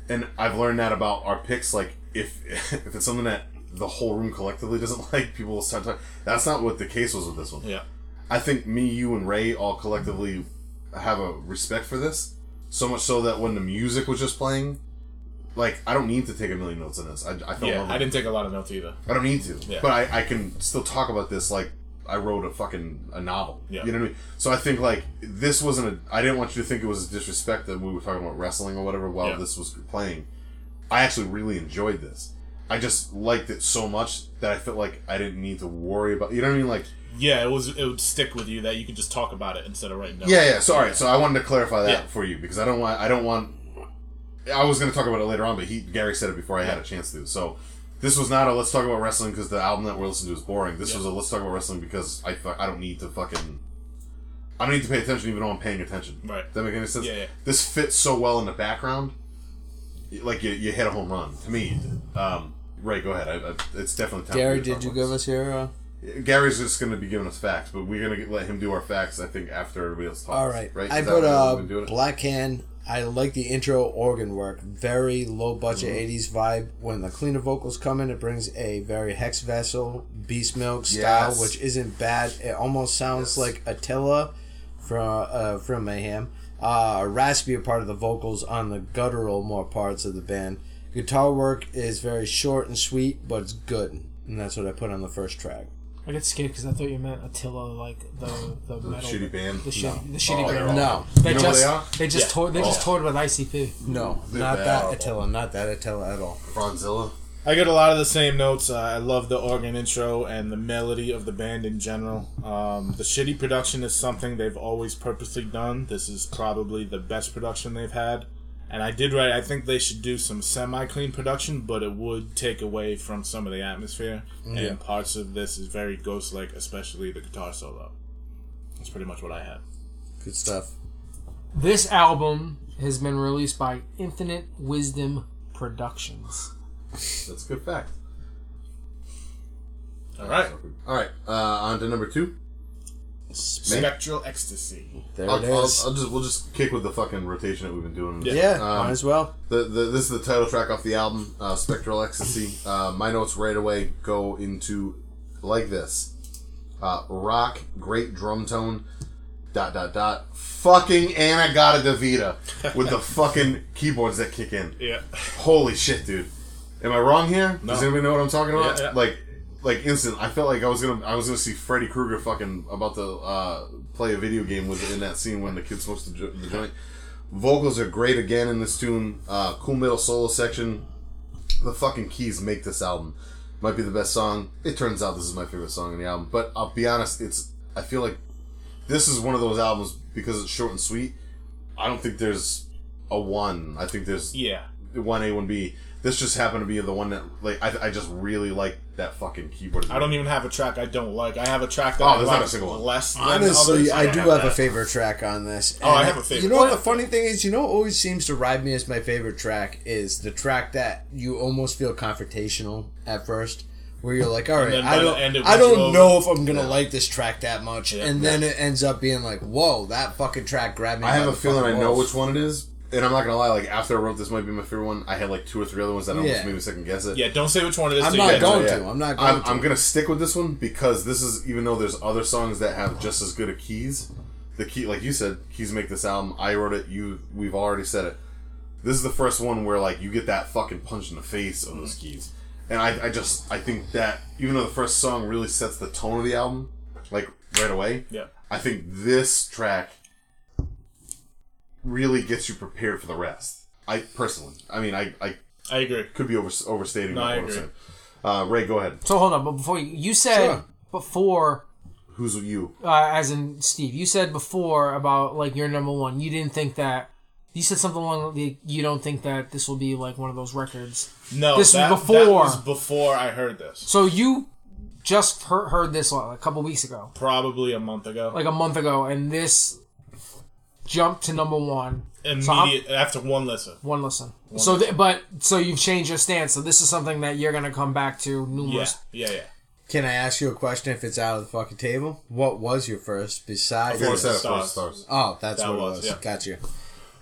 Speaker 1: and I've learned that about our picks. Like if if it's something that the whole room collectively doesn't like, people will start talking. That's not what the case was with this one.
Speaker 2: yeah,
Speaker 1: I think me, you, and Ray all collectively have a respect for this. So much so that when the music was just playing, like I don't need to take a million notes in this. I, I fell in
Speaker 2: yeah.
Speaker 1: love with
Speaker 2: I
Speaker 1: it.
Speaker 2: didn't take a lot of notes either.
Speaker 1: I don't need to.
Speaker 2: Yeah.
Speaker 1: But I, I can still talk about this like I wrote a fucking a novel.
Speaker 2: Yeah.
Speaker 1: You know what I mean? So I think like this wasn't a I didn't want you to think it was a disrespect that we were talking about wrestling or whatever while
Speaker 2: Yeah.
Speaker 1: this was playing. I actually really enjoyed this. I just liked it so much that I felt like I didn't need to worry about you know what I mean? Like
Speaker 2: Yeah, it was. It would stick with you that you could just talk about it instead of writing notes.
Speaker 1: Yeah, yeah. So all right, so I wanted to clarify that
Speaker 2: Yeah.
Speaker 1: for you because I don't want I don't want I was going to talk about it later on, but he Gary said it before I had a chance to. So this was not a let's talk about wrestling because the album that we're listening to is boring. This was a let's talk about wrestling because I fu- I don't need to fucking I don't need to pay attention even though I'm paying attention.
Speaker 2: Right.
Speaker 1: Does that make any sense?
Speaker 2: Yeah, yeah.
Speaker 1: This fits so well in the background. Like you, you hit a home run to me. Um, right, go ahead. I, I, it's definitely time.
Speaker 3: Gary,
Speaker 1: for to talk
Speaker 3: did you
Speaker 1: about
Speaker 3: give
Speaker 1: this.
Speaker 3: us your? Uh...
Speaker 1: Gary's just going to be giving us facts, but we're going to let him do our facts. I think after everybody else talks.
Speaker 3: All right.
Speaker 1: right?
Speaker 3: I
Speaker 1: Is that
Speaker 3: put
Speaker 1: how
Speaker 3: uh,
Speaker 1: we've been doing it?
Speaker 3: Black Hand I like the intro organ work. Very low budget
Speaker 1: Mm-hmm.
Speaker 3: 80s vibe. When the cleaner vocals come in, it brings a very Hex Vessel, Beast Milk style,
Speaker 1: Yes.
Speaker 3: which isn't bad. It almost sounds like Attila from, uh, from Mayhem. Uh, a raspier part of the vocals on the guttural more parts of the band. Guitar work is very short and sweet, but it's good. And that's what I put on the first track.
Speaker 7: I got scared because I thought you meant Attila, like the the metal
Speaker 1: shitty band?
Speaker 7: the, shit, the shitty
Speaker 1: Oh, they're
Speaker 7: band.
Speaker 1: all-
Speaker 3: No,
Speaker 7: They
Speaker 1: You know who
Speaker 7: just
Speaker 1: they are?
Speaker 7: they just toured they just
Speaker 1: Oh.
Speaker 7: toured with ICP.
Speaker 3: no,
Speaker 1: They're
Speaker 3: not
Speaker 1: bad.
Speaker 3: that Attila, not that Attila at all.
Speaker 1: Bronzilla.
Speaker 2: I get a lot of the same notes. Uh, I love the organ intro and the melody of the band in general. Um, the shitty production is something they've always purposely done. This is probably the best production they've had. And I did write, I think they should do some semi clean production, but it would take away from some of the atmosphere. And parts of this is very ghost like, especially the guitar solo. That's pretty much what I had.
Speaker 3: Good stuff.
Speaker 7: This album has been released by Infinite Wisdom Productions.
Speaker 1: That's a good fact.
Speaker 2: All right.
Speaker 1: All right, uh, on to number two.
Speaker 2: Spectral Ecstasy.
Speaker 3: There
Speaker 1: I'll,
Speaker 3: it
Speaker 1: I'll-
Speaker 3: is.
Speaker 1: I'll just we'll just kick with the fucking rotation that we've been doing.
Speaker 3: yeah,
Speaker 1: Um,
Speaker 3: might as well.
Speaker 1: The, the, this is the title track off the album, uh, Spectral Ecstasy. Uh, my notes right away go into like this uh, rock, great drum tone, dot, dot, dot. Fucking Anna Gata DeVita with the fucking keyboards that kick in.
Speaker 2: Yeah.
Speaker 1: Holy shit, dude. Am I wrong here? Does anybody know what I'm talking about?
Speaker 2: Yeah, yeah.
Speaker 1: Like, like instant. I felt like I was gonna, I was gonna see Freddy Krueger fucking about to uh, play a video game with in that scene when the kid smokes the, jo- the joint. Vocals are great again in this tune. Uh, cool middle solo section. The fucking keys make this album. Might be the best song. It turns out this is my favorite song in the album. But I'll be honest, it's. I feel like this is one of those albums because it's short and sweet. I don't think there's a one. I think there's
Speaker 2: Yeah.
Speaker 1: one A, one B. This just happened to be the one that like I, I just really like that fucking keyboard.
Speaker 2: I don't even have a track I don't like. I have a track that
Speaker 1: Oh,
Speaker 2: I
Speaker 1: there's
Speaker 2: like
Speaker 1: not a single one.
Speaker 2: less than
Speaker 3: Honestly,
Speaker 2: others.
Speaker 3: I do have
Speaker 2: that.
Speaker 3: a favorite track on this.
Speaker 2: Oh, I
Speaker 3: And
Speaker 2: have a favorite
Speaker 3: You know what the
Speaker 2: track.
Speaker 3: funny thing is? You know what always seems to ride me as my favorite track is the track that you almost feel confrontational at first, where you're like, all right,
Speaker 2: then
Speaker 3: I
Speaker 2: by the
Speaker 3: don't,
Speaker 2: end, it
Speaker 3: I
Speaker 2: wins you
Speaker 3: don't
Speaker 2: over."
Speaker 3: know if I'm going to like this track that much. and then it ends up being like, whoa, that fucking track grabbed me.
Speaker 1: I have
Speaker 3: by
Speaker 1: a
Speaker 3: the
Speaker 1: feeling I
Speaker 3: fucking
Speaker 1: know
Speaker 3: balls.
Speaker 1: which one it is, and I'm not gonna lie. Like after I wrote this, might be my favorite one. I had like two or three other ones that almost
Speaker 3: Yeah.
Speaker 1: made me second guess it.
Speaker 2: Yeah, don't say which one it is.
Speaker 3: I'm
Speaker 2: till
Speaker 3: not
Speaker 2: you get
Speaker 3: going
Speaker 2: to
Speaker 3: to. I'm not going
Speaker 1: I'm,
Speaker 3: to.
Speaker 1: I'm gonna stick with this one because this is even though there's other songs that have just as good a keys. The key, like you said, keys make this album. I wrote it. You, we've already said it. This is the first one where like you get that fucking punch in the face of those keys, and I, I just, I think that even though the first song really sets the tone of the album, like right away.
Speaker 2: Yeah.
Speaker 1: I think this track really gets you prepared for the rest. I personally, I mean, I, I
Speaker 2: I agree.
Speaker 1: could be over, overstating
Speaker 2: No,
Speaker 1: what
Speaker 2: I
Speaker 1: I'm
Speaker 2: agree.
Speaker 1: saying. Uh, Ray, go ahead.
Speaker 7: So hold on, but before you, you said
Speaker 3: Sure.
Speaker 7: before,
Speaker 1: Who's you?
Speaker 7: uh, as in Steve, you said before about like your number one. You didn't think that. You said something along the you don't think that this will be like one of those records.
Speaker 2: No,
Speaker 7: This was
Speaker 2: that, That
Speaker 7: before.
Speaker 2: was before I heard this,
Speaker 7: So you just heard, heard this like, a couple weeks ago.
Speaker 2: probably a month ago.
Speaker 7: like a month ago, and this jumped to number one.
Speaker 2: Immediate after one listen.
Speaker 7: One listen. so, th- but so you've changed your stance. So this is something that you're gonna come back to
Speaker 2: Yeah,
Speaker 7: numerous.
Speaker 2: yeah, yeah.
Speaker 3: Can I ask you a question if it's out of the fucking table? What was your first besides
Speaker 1: Four set of
Speaker 2: Stars.
Speaker 1: four stars.
Speaker 3: Oh, that's
Speaker 2: That
Speaker 3: what it
Speaker 2: was,
Speaker 3: was.
Speaker 2: yeah.
Speaker 3: Got you.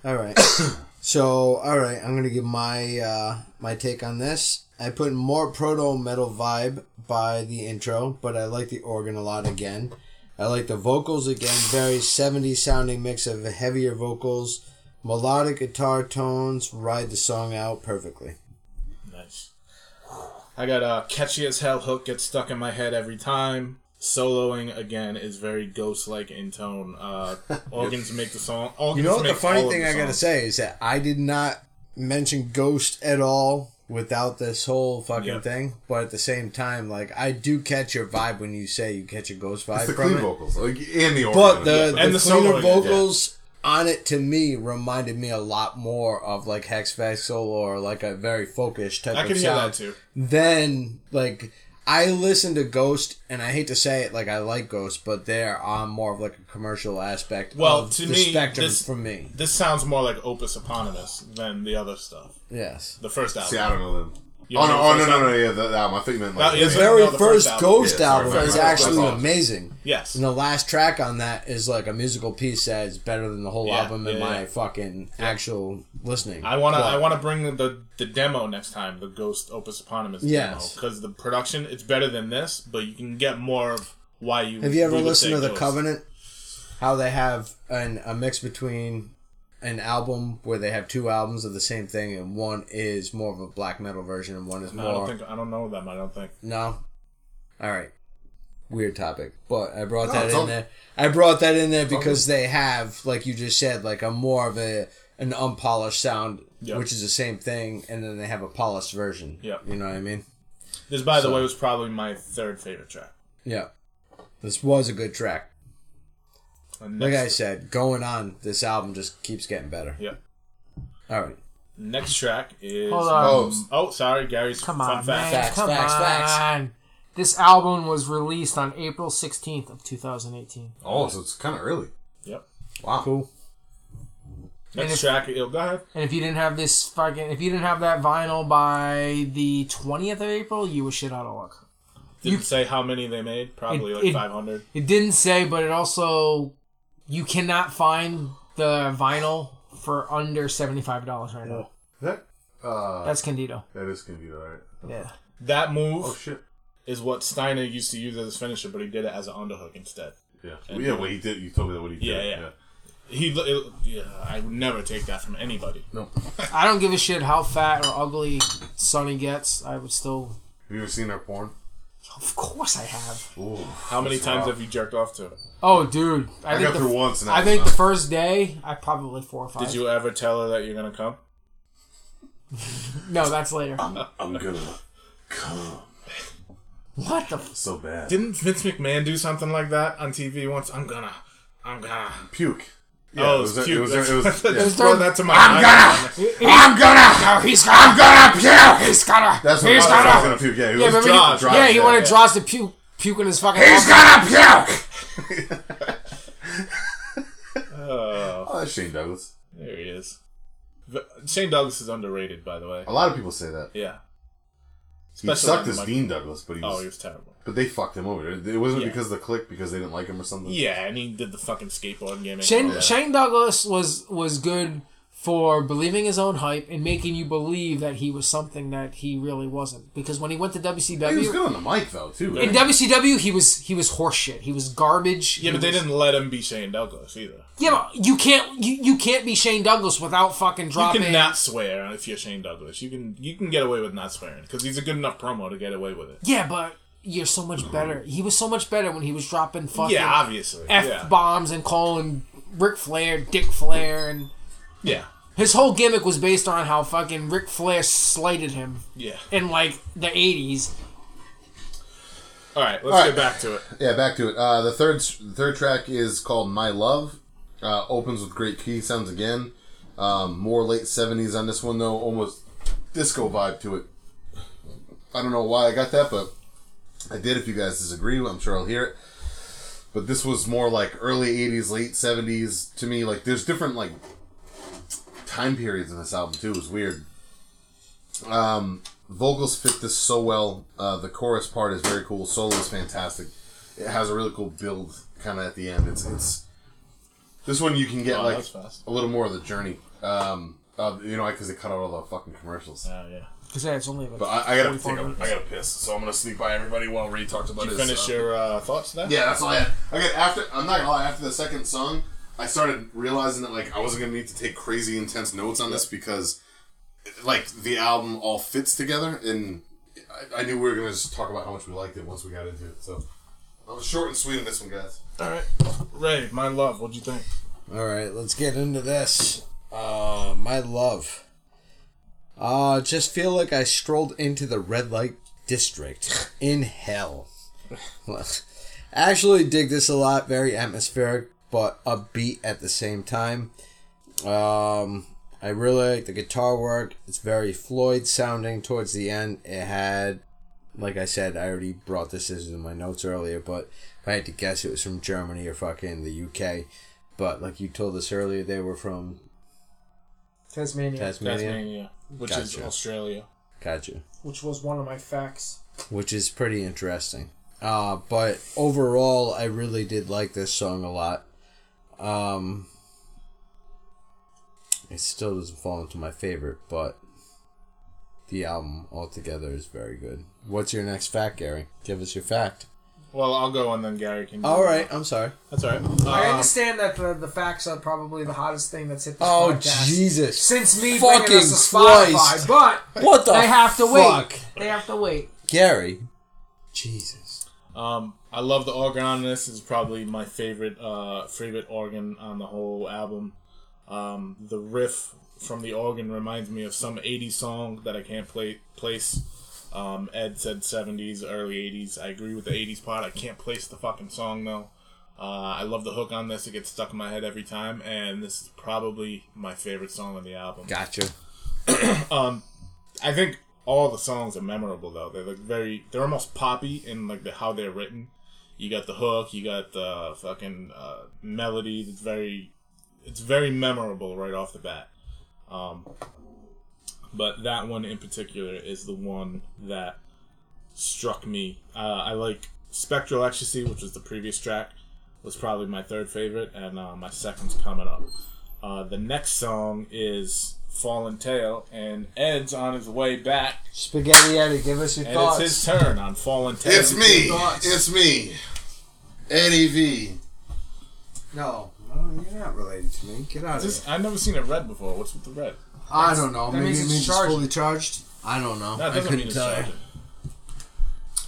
Speaker 3: All right. so, all right, I'm gonna give my uh, my take on this. I put more proto metal vibe by the intro, but I like the organ a lot again. I like the vocals again, very 70s sounding mix of heavier vocals, melodic guitar tones, ride the song out perfectly.
Speaker 2: Nice. I got a catchy as hell hook gets stuck in my head every time. Soloing again is very ghost-like in tone. Uh, organs make the song. Organs
Speaker 3: You know what the
Speaker 2: make all
Speaker 3: funny
Speaker 2: of
Speaker 3: thing
Speaker 2: the
Speaker 3: I gotta
Speaker 2: songs.
Speaker 3: say is that I did not mention Ghost at all without this whole fucking
Speaker 2: Yeah.
Speaker 3: thing. But at the same time, like I do catch your vibe when you say you catch a ghost vibe
Speaker 1: It's the
Speaker 3: from
Speaker 1: clean
Speaker 3: it.
Speaker 1: vocals like, and the organ.
Speaker 3: But the,
Speaker 2: And
Speaker 3: the, cleaner
Speaker 2: the solo, yeah.
Speaker 3: vocals on it to me reminded me a lot more of like Hex Vessel or like a very focused type
Speaker 2: I
Speaker 3: of
Speaker 2: can hear
Speaker 3: sound
Speaker 2: that too.
Speaker 3: then like I listen to Ghost, and I hate to say it, like I like Ghost, but they're on more of like a commercial aspect.
Speaker 2: Well,
Speaker 3: of
Speaker 2: to
Speaker 3: the
Speaker 2: me,
Speaker 3: spectrum
Speaker 2: this-
Speaker 3: for me,
Speaker 2: This sounds more like Opus Eponymous than the other stuff.
Speaker 3: yes.
Speaker 2: The first album.
Speaker 1: See, I don't know them.
Speaker 2: You
Speaker 1: Oh no!
Speaker 2: know the
Speaker 1: Oh no!
Speaker 2: first
Speaker 1: No!
Speaker 2: album?
Speaker 1: No! Yeah, the album. I think you meant
Speaker 2: That
Speaker 1: like.
Speaker 2: is-
Speaker 1: yeah.
Speaker 3: very
Speaker 2: No, the first
Speaker 3: first,
Speaker 2: album.
Speaker 3: Ghost
Speaker 1: Yeah,
Speaker 3: album
Speaker 1: sorry,
Speaker 3: is
Speaker 1: my- my
Speaker 3: actually
Speaker 1: fault.
Speaker 3: amazing.
Speaker 2: Yes.
Speaker 3: And the last track on that is like a musical piece that is better than the whole
Speaker 2: Yeah,
Speaker 3: album in
Speaker 2: yeah,
Speaker 3: my
Speaker 2: yeah.
Speaker 3: fucking actual listening.
Speaker 2: I want to.
Speaker 3: But
Speaker 2: I want to bring the, the demo next time. The Ghost Opus Eponymous
Speaker 3: Yes.
Speaker 2: demo because the production it's better than this, but you can get more of why you.
Speaker 3: Have you ever
Speaker 2: we would
Speaker 3: listened
Speaker 2: say
Speaker 3: to the
Speaker 2: Ghost.
Speaker 3: Covenant? How they have an, a mix between an album where they have two albums of the same thing, and one is more of a black metal version, and one is
Speaker 2: No,
Speaker 3: more
Speaker 2: I don't think I don't know them. I don't think.
Speaker 3: No. All right. Weird topic, but I brought
Speaker 1: No,
Speaker 3: that
Speaker 1: it's
Speaker 3: in
Speaker 1: all-
Speaker 3: there. I brought that in there because they have, like you just said, like a more of a an unpolished sound,
Speaker 2: Yeah.
Speaker 3: which is the same thing, and then they have a polished version.
Speaker 2: Yeah.
Speaker 3: You know what I mean?
Speaker 2: This, by the
Speaker 3: So-
Speaker 2: way, was probably my third favorite track.
Speaker 3: Yeah. This was a good track.
Speaker 2: And
Speaker 3: Like I
Speaker 2: next,
Speaker 3: said, going on, this album just keeps getting better.
Speaker 2: Yeah.
Speaker 3: All right.
Speaker 2: next track is.
Speaker 4: Hold on.
Speaker 1: Oh,
Speaker 2: Oh, sorry, Gary's
Speaker 4: Come
Speaker 2: fun
Speaker 4: on, man.
Speaker 2: fact.
Speaker 3: Facts,
Speaker 4: Come
Speaker 3: facts,
Speaker 4: on.
Speaker 3: facts.
Speaker 4: This album was released on April 16th of 2018.
Speaker 1: oh, so it's kind of early.
Speaker 2: Yep.
Speaker 1: Wow.
Speaker 3: Cool.
Speaker 4: And
Speaker 2: Next
Speaker 4: if-
Speaker 2: track. Yo, go ahead.
Speaker 4: And if you didn't have this fucking, if you didn't have that vinyl by the 20th of April, you were shit out of luck.
Speaker 2: Didn't
Speaker 4: You-
Speaker 2: say how many they made. Probably
Speaker 4: It-
Speaker 2: like
Speaker 4: it-
Speaker 2: 500.
Speaker 4: It didn't say, but it also, you cannot find the vinyl for under $75 right now.
Speaker 1: That uh,
Speaker 4: That's Candido.
Speaker 1: that is gonna be alright.
Speaker 4: Yeah.
Speaker 2: That move
Speaker 1: Oh shit.
Speaker 2: is what Steiner used to use as his finisher, but he did it as an underhook instead.
Speaker 1: Yeah.
Speaker 2: And-
Speaker 1: yeah. What he did. You told me that. What he did.
Speaker 2: Yeah, yeah. He, it, yeah, I would never take that from anybody.
Speaker 4: I don't give a shit how fat or ugly Sonny gets. I would still.
Speaker 1: Have you ever seen her porn?
Speaker 4: Of course I have.
Speaker 1: Ooh,
Speaker 2: How many times have you jerked off to it?
Speaker 4: Oh, dude. I,
Speaker 1: I,
Speaker 4: think
Speaker 1: got
Speaker 4: the,
Speaker 1: through once, and I,
Speaker 4: I
Speaker 1: was
Speaker 4: think
Speaker 1: not-
Speaker 4: the first day, I probably four or five.
Speaker 2: Did you ever tell her that you're gonna come?
Speaker 4: No, that's later.
Speaker 1: I'm gonna come
Speaker 4: What the? F-
Speaker 1: so bad.
Speaker 2: Didn't Vince McMahon do something like that on TV once? I'm gonna, I'm gonna.
Speaker 1: puke.
Speaker 2: oh,
Speaker 1: it
Speaker 2: it was,
Speaker 1: was-
Speaker 2: cute.
Speaker 1: it was-
Speaker 2: That's-
Speaker 1: it was- yeah.
Speaker 2: just throw that to my.
Speaker 1: I'm
Speaker 2: gonna.
Speaker 1: I'm gonna.
Speaker 4: he's gonna. I'm gonna puke. He's gonna.
Speaker 1: That's what I
Speaker 4: he's
Speaker 1: was,
Speaker 4: gonna.
Speaker 1: I was gonna puke. Yeah, he
Speaker 4: yeah,
Speaker 1: was
Speaker 4: remember
Speaker 1: Josh.
Speaker 4: he,
Speaker 1: Josh
Speaker 4: yeah, he
Speaker 1: said
Speaker 4: wanted
Speaker 1: it.
Speaker 4: Dross to puke, puke in his fucking.
Speaker 1: He's
Speaker 4: mouth.
Speaker 1: gonna puke. oh, that's Shane Douglas.
Speaker 2: There he is. V- Shane Douglas is underrated, by the way.
Speaker 1: A lot of people say that.
Speaker 2: Yeah.
Speaker 1: He
Speaker 2: Especially
Speaker 1: sucked
Speaker 2: on
Speaker 1: as
Speaker 2: Mike-
Speaker 1: Dean Douglas, but he was,
Speaker 2: Oh, he was terrible.
Speaker 1: but they fucked him over. It it wasn't
Speaker 2: Yeah.
Speaker 1: because of the click because they didn't like him or something.
Speaker 2: Yeah, and he did the fucking skateboard gimmick.
Speaker 4: Shane, Shane Douglas was was good for believing his own hype and making you believe that he was something that he really wasn't. Because when he went to WCW,
Speaker 1: He was good on the mic though too.
Speaker 4: In WCW, he was he was horseshit. He was garbage.
Speaker 2: Yeah,
Speaker 4: He
Speaker 2: but they
Speaker 4: was-
Speaker 2: didn't let him be Shane Douglas either.
Speaker 4: Yeah, but you can't you, you can't be Shane Douglas without fucking
Speaker 2: You
Speaker 4: dropping.
Speaker 2: can not swear if you're Shane Douglas. You can you can get away with not swearing because he's a good enough promo to get away with it.
Speaker 4: yeah, but you're so much better. He was so much better when he was dropping fucking
Speaker 2: Yeah, obviously.
Speaker 4: f
Speaker 2: yeah.
Speaker 4: bombs and calling Ric Flair Dick Flair, and
Speaker 2: yeah,
Speaker 4: his whole gimmick was based on how fucking Ric Flair slighted him
Speaker 2: yeah.
Speaker 4: in like the '80s.
Speaker 2: All right, let's
Speaker 1: All
Speaker 2: get
Speaker 1: right.
Speaker 2: back to it.
Speaker 1: Yeah, back to it. Uh, the third the third track is called "My Love." Uh, opens with great key sounds again. Um, more late seventies on this one though, almost disco vibe to it. I don't know why I got that, but I did. If you guys disagree, I'm sure I'll hear it. But this was more like early '80s, late '70s to me. Like there's different like time periods in this album too. It was weird. Um, vocals fit this so well. Uh, the chorus part is very cool. Solo is fantastic. It has a really cool build kind of at the end. It's it's this one you can get
Speaker 2: Oh,
Speaker 1: like
Speaker 2: that's fast.
Speaker 1: a little more of the journey. Um, of, you know, because they cut out all the fucking commercials.
Speaker 2: Oh yeah.
Speaker 4: Because yeah, it's only
Speaker 1: But
Speaker 4: about
Speaker 1: I, I gotta
Speaker 4: 44
Speaker 1: take a, I gotta piss, so I'm gonna sneak by everybody while Ray talks about
Speaker 2: Did you
Speaker 1: his,
Speaker 2: finish
Speaker 1: uh,
Speaker 2: your uh, thoughts there?
Speaker 1: Yeah, that's all I had. Okay, after I'm not gonna lie, after the second song, I started realizing that like I wasn't gonna need to take crazy intense notes on this because like the album all fits together, and I, I knew we were gonna just talk about how much we liked it once we got into it. So I was short and sweet on this one, guys.
Speaker 2: All right. Ray, my love, what'd you think?
Speaker 3: All right, let's get into this. Uh, my love. Uh, just feel like I strolled into the red light district in hell. I actually dig this a lot. Very atmospheric, but upbeat at the same time. Um, I really like the guitar work. It's very Floyd sounding towards the end. It had, like I said, I already brought this in my notes earlier, but if I had to guess, it was from Germany or fucking the UK. But like you told us earlier, they were from
Speaker 4: Tasmania.
Speaker 3: Tasmania.
Speaker 2: Tasmania, which is
Speaker 3: Gotcha.
Speaker 2: Australia.
Speaker 3: Gotcha.
Speaker 4: which was one of my facts.
Speaker 3: Which is pretty interesting. Uh, but overall, I really did like this song a lot. Um, it still doesn't fall into my favorite, but the album altogether is very good. What's your next fact, Gary? Give us your fact.
Speaker 2: Well, I'll go and then Gary can.
Speaker 3: All right, I'm sorry.
Speaker 2: That's all right.
Speaker 1: Um,
Speaker 4: I
Speaker 2: Uh,
Speaker 4: understand that the, the facts are probably the hottest thing that's hit this
Speaker 3: Oh
Speaker 4: podcast
Speaker 3: Jesus!
Speaker 4: since me
Speaker 3: Fucking
Speaker 4: bringing us to Spotify,
Speaker 3: Christ.
Speaker 4: but
Speaker 3: What the?
Speaker 4: they have to
Speaker 3: fuck?
Speaker 4: wait. They have to wait.
Speaker 3: Gary. Jesus.
Speaker 2: Um, I love the organ on this. It's probably my favorite uh, favorite organ on the whole album. Um, the riff from the organ reminds me of some '80s song that I can't play place. Um, Ed said '70s, early '80s. I agree with the '80s part. I can't place the fucking song though. Uh, I love the hook on this. It gets stuck in my head every time, and this is probably my favorite song on the album.
Speaker 3: Gotcha.
Speaker 2: I think all the songs are memorable though. They're like very, they're almost poppy in like the, how they're written. You got the hook, you got the fucking uh, melody. It's very, it's very memorable right off the bat. Um, but that one in particular is the one that struck me. Uh, I like Spectral Ecstasy, which was the previous track, was probably my third favorite, and uh, my second's coming up. Uh, the next song is Fallen Tail, and Ed's on his way back,
Speaker 3: Spaghetti Eddie, give us your
Speaker 2: and
Speaker 3: thoughts.
Speaker 2: it's his turn on Fallen Tail.
Speaker 1: It's me. It's me. Eddie V.
Speaker 6: No. No, you're not related to me. Get out of
Speaker 2: Is
Speaker 6: here.
Speaker 2: this- I've never seen it red before. What's with the red?
Speaker 6: I don't know.
Speaker 4: that
Speaker 6: Maybe
Speaker 4: means
Speaker 6: it
Speaker 4: it's
Speaker 6: means it's
Speaker 4: charged.
Speaker 6: fully charged. I don't know.
Speaker 2: That
Speaker 6: I
Speaker 2: doesn't
Speaker 6: couldn't
Speaker 2: mean it's
Speaker 6: tell you.
Speaker 2: charging.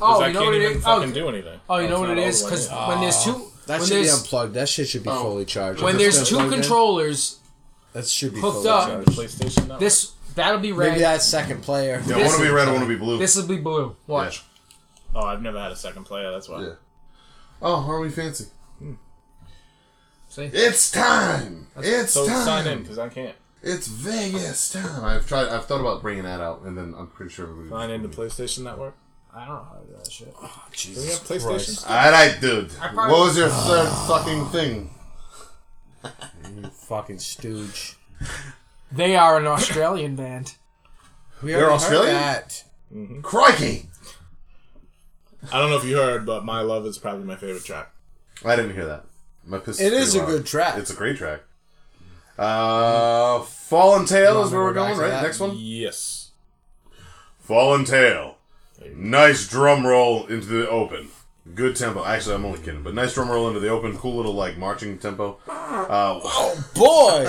Speaker 7: Oh,
Speaker 2: I
Speaker 7: you know
Speaker 2: can't
Speaker 7: what it
Speaker 2: even
Speaker 7: is?
Speaker 2: fucking
Speaker 7: Oh,
Speaker 2: do anything.
Speaker 7: Oh, you
Speaker 2: Oh,
Speaker 7: know what
Speaker 2: it's
Speaker 7: it
Speaker 2: not all
Speaker 7: is?
Speaker 2: the way
Speaker 7: Because
Speaker 2: in.
Speaker 7: when there's two,
Speaker 3: Ah, That
Speaker 7: when
Speaker 3: should be
Speaker 4: Oh.
Speaker 7: there's,
Speaker 3: unplugged. That shit should be fully charged.
Speaker 7: when
Speaker 3: If
Speaker 7: there's
Speaker 3: it's
Speaker 7: two
Speaker 3: plugged in,
Speaker 7: controllers,
Speaker 3: that should be
Speaker 7: hooked
Speaker 3: fully
Speaker 7: up,
Speaker 3: charged.
Speaker 2: PlayStation. Network.
Speaker 7: this that'll be
Speaker 3: Maybe
Speaker 7: red.
Speaker 3: that second player.
Speaker 1: Yeah, I want to be red. I want to be blue.
Speaker 7: This will be blue. Watch.
Speaker 2: Oh, I've never had a second player. That's why.
Speaker 1: Yeah. Oh, are we fancy?
Speaker 7: See?
Speaker 1: It's time. it's
Speaker 2: So
Speaker 1: time.
Speaker 2: sign in because I can't
Speaker 1: It's Vegas time. I've tried. I've thought about bringing that out, and then I'm pretty sure everybody.
Speaker 2: sign in to PlayStation Network.
Speaker 7: I don't know how to do that shit.
Speaker 2: Do we have PlayStation?
Speaker 1: All right, dude.
Speaker 4: probably-
Speaker 1: What was your third fucking thing?
Speaker 3: Fucking stooge.
Speaker 7: They are an Australian band.
Speaker 3: We
Speaker 1: They're
Speaker 3: already heard
Speaker 1: Australian?
Speaker 3: that.
Speaker 1: Crikey!
Speaker 2: I don't know if you heard, but My Love is probably my favorite track.
Speaker 1: I didn't hear that. My piss.
Speaker 3: It is
Speaker 1: pretty
Speaker 3: a
Speaker 1: loud.
Speaker 3: good track.
Speaker 1: It's a great track. Uh, Fallen Tail is where we're
Speaker 3: back
Speaker 1: going,
Speaker 3: to
Speaker 1: right?
Speaker 3: that?
Speaker 1: Next one.
Speaker 2: Yes.
Speaker 1: Fallen Tail. Nice drum roll into the open. Good tempo. Actually, I'm only kidding, but nice drum roll into the open. Cool little like marching tempo. Uh,
Speaker 3: Boy,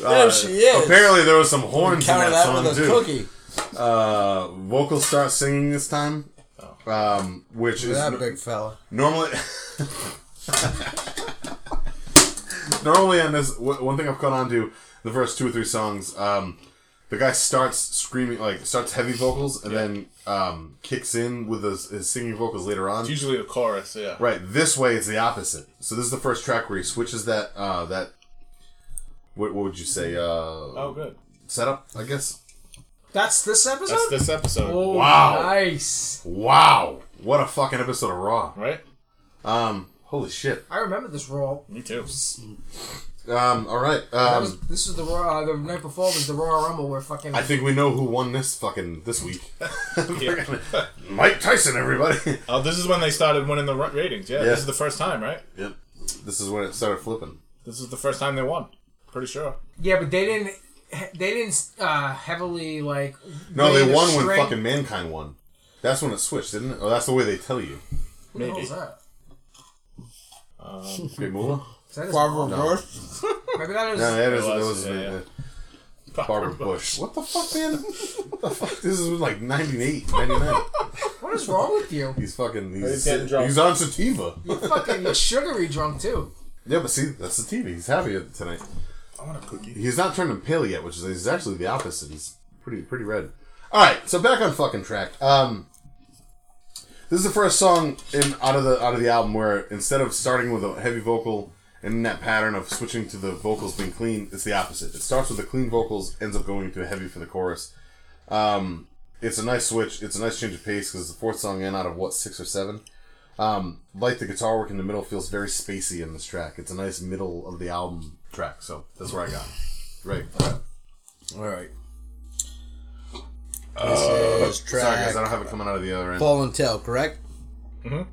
Speaker 3: there she is.
Speaker 1: Apparently, there was some horns in that,
Speaker 3: Counter that
Speaker 1: song
Speaker 3: with a
Speaker 1: too.
Speaker 3: cookie.
Speaker 1: Uh, vocals start singing this time,
Speaker 2: Oh.
Speaker 1: um, which
Speaker 6: Look
Speaker 1: is
Speaker 6: at That big fella.
Speaker 1: normally. normally on this, w- one thing I've caught on to the first two or three songs, um, the guy starts screaming like starts heavy vocals and then um, kicks in with his, his singing vocals later on.
Speaker 2: It's usually the chorus. Yeah.
Speaker 1: Right. This way is the opposite. So this is the first track where he switches that uh, that. What, what would you say? Uh,
Speaker 2: Oh, good.
Speaker 1: Setup, I guess.
Speaker 4: That's this episode.
Speaker 2: That's this episode,
Speaker 7: Oh,
Speaker 1: Wow.
Speaker 7: Nice.
Speaker 1: Wow, what a fucking episode of Raw.
Speaker 2: right?
Speaker 1: Um, holy shit.
Speaker 4: I remember this raw.
Speaker 2: Me too.
Speaker 1: Um, all right.
Speaker 4: That was,
Speaker 1: Um,
Speaker 4: this was the raw. Uh, the night before was the Royal Rumble where fucking
Speaker 1: I think we know who won this fucking this week. Mike Tyson, everybody.
Speaker 2: Oh, this is when they started winning the ra- ratings. Yeah,
Speaker 1: Yeah.
Speaker 2: This is the first time, right?
Speaker 1: yep. This is when it started flipping.
Speaker 2: This is the first time they won. Pretty sure.
Speaker 4: yeah, but they didn't. They didn't uh, heavily like.
Speaker 1: No,
Speaker 4: lay
Speaker 1: they
Speaker 4: the
Speaker 1: won when
Speaker 4: string-
Speaker 1: fucking mankind won. That's when it switched, didn't it? Oh, that's the way they tell you.
Speaker 4: What the hell
Speaker 2: Maybe.
Speaker 4: is that?
Speaker 1: Great Moolah?
Speaker 4: Is that his,
Speaker 3: Barbara Bush.
Speaker 4: maybe that was.
Speaker 1: No, that is that
Speaker 2: was,
Speaker 1: was
Speaker 2: yeah, yeah.
Speaker 1: uh, Barbara Bush. What the fuck, man? what the fuck? This is like 98, 99.
Speaker 4: What is wrong with you?
Speaker 1: He's fucking. He's,
Speaker 2: He's getting drunk.
Speaker 1: he's on sativa.
Speaker 4: You're fucking you're sugary drunk too.
Speaker 1: Yeah, but see, that's the TV. He's happy tonight.
Speaker 2: I want a cookie.
Speaker 1: He's not turning pale yet, which is he's actually the opposite. He's pretty pretty red. All right, so back on fucking track. Um, this is the first song in out of the out of the album where instead of starting with a heavy vocal and in that pattern of switching to the vocals being clean, it's the opposite. It starts with the clean vocals, ends up going to a heavy for the chorus. Um, it's a nice switch. It's a nice change of pace because the fourth song in out of what six or seven. Um, like the guitar work in the middle feels very spacey in this track. It's a nice middle of the album track, so that's where I got. it. Right.
Speaker 3: All right. This is
Speaker 1: Sorry, guys,
Speaker 3: track
Speaker 1: I don't have it coming out of the other end.
Speaker 3: Fallen Tail, correct?
Speaker 2: Mhm.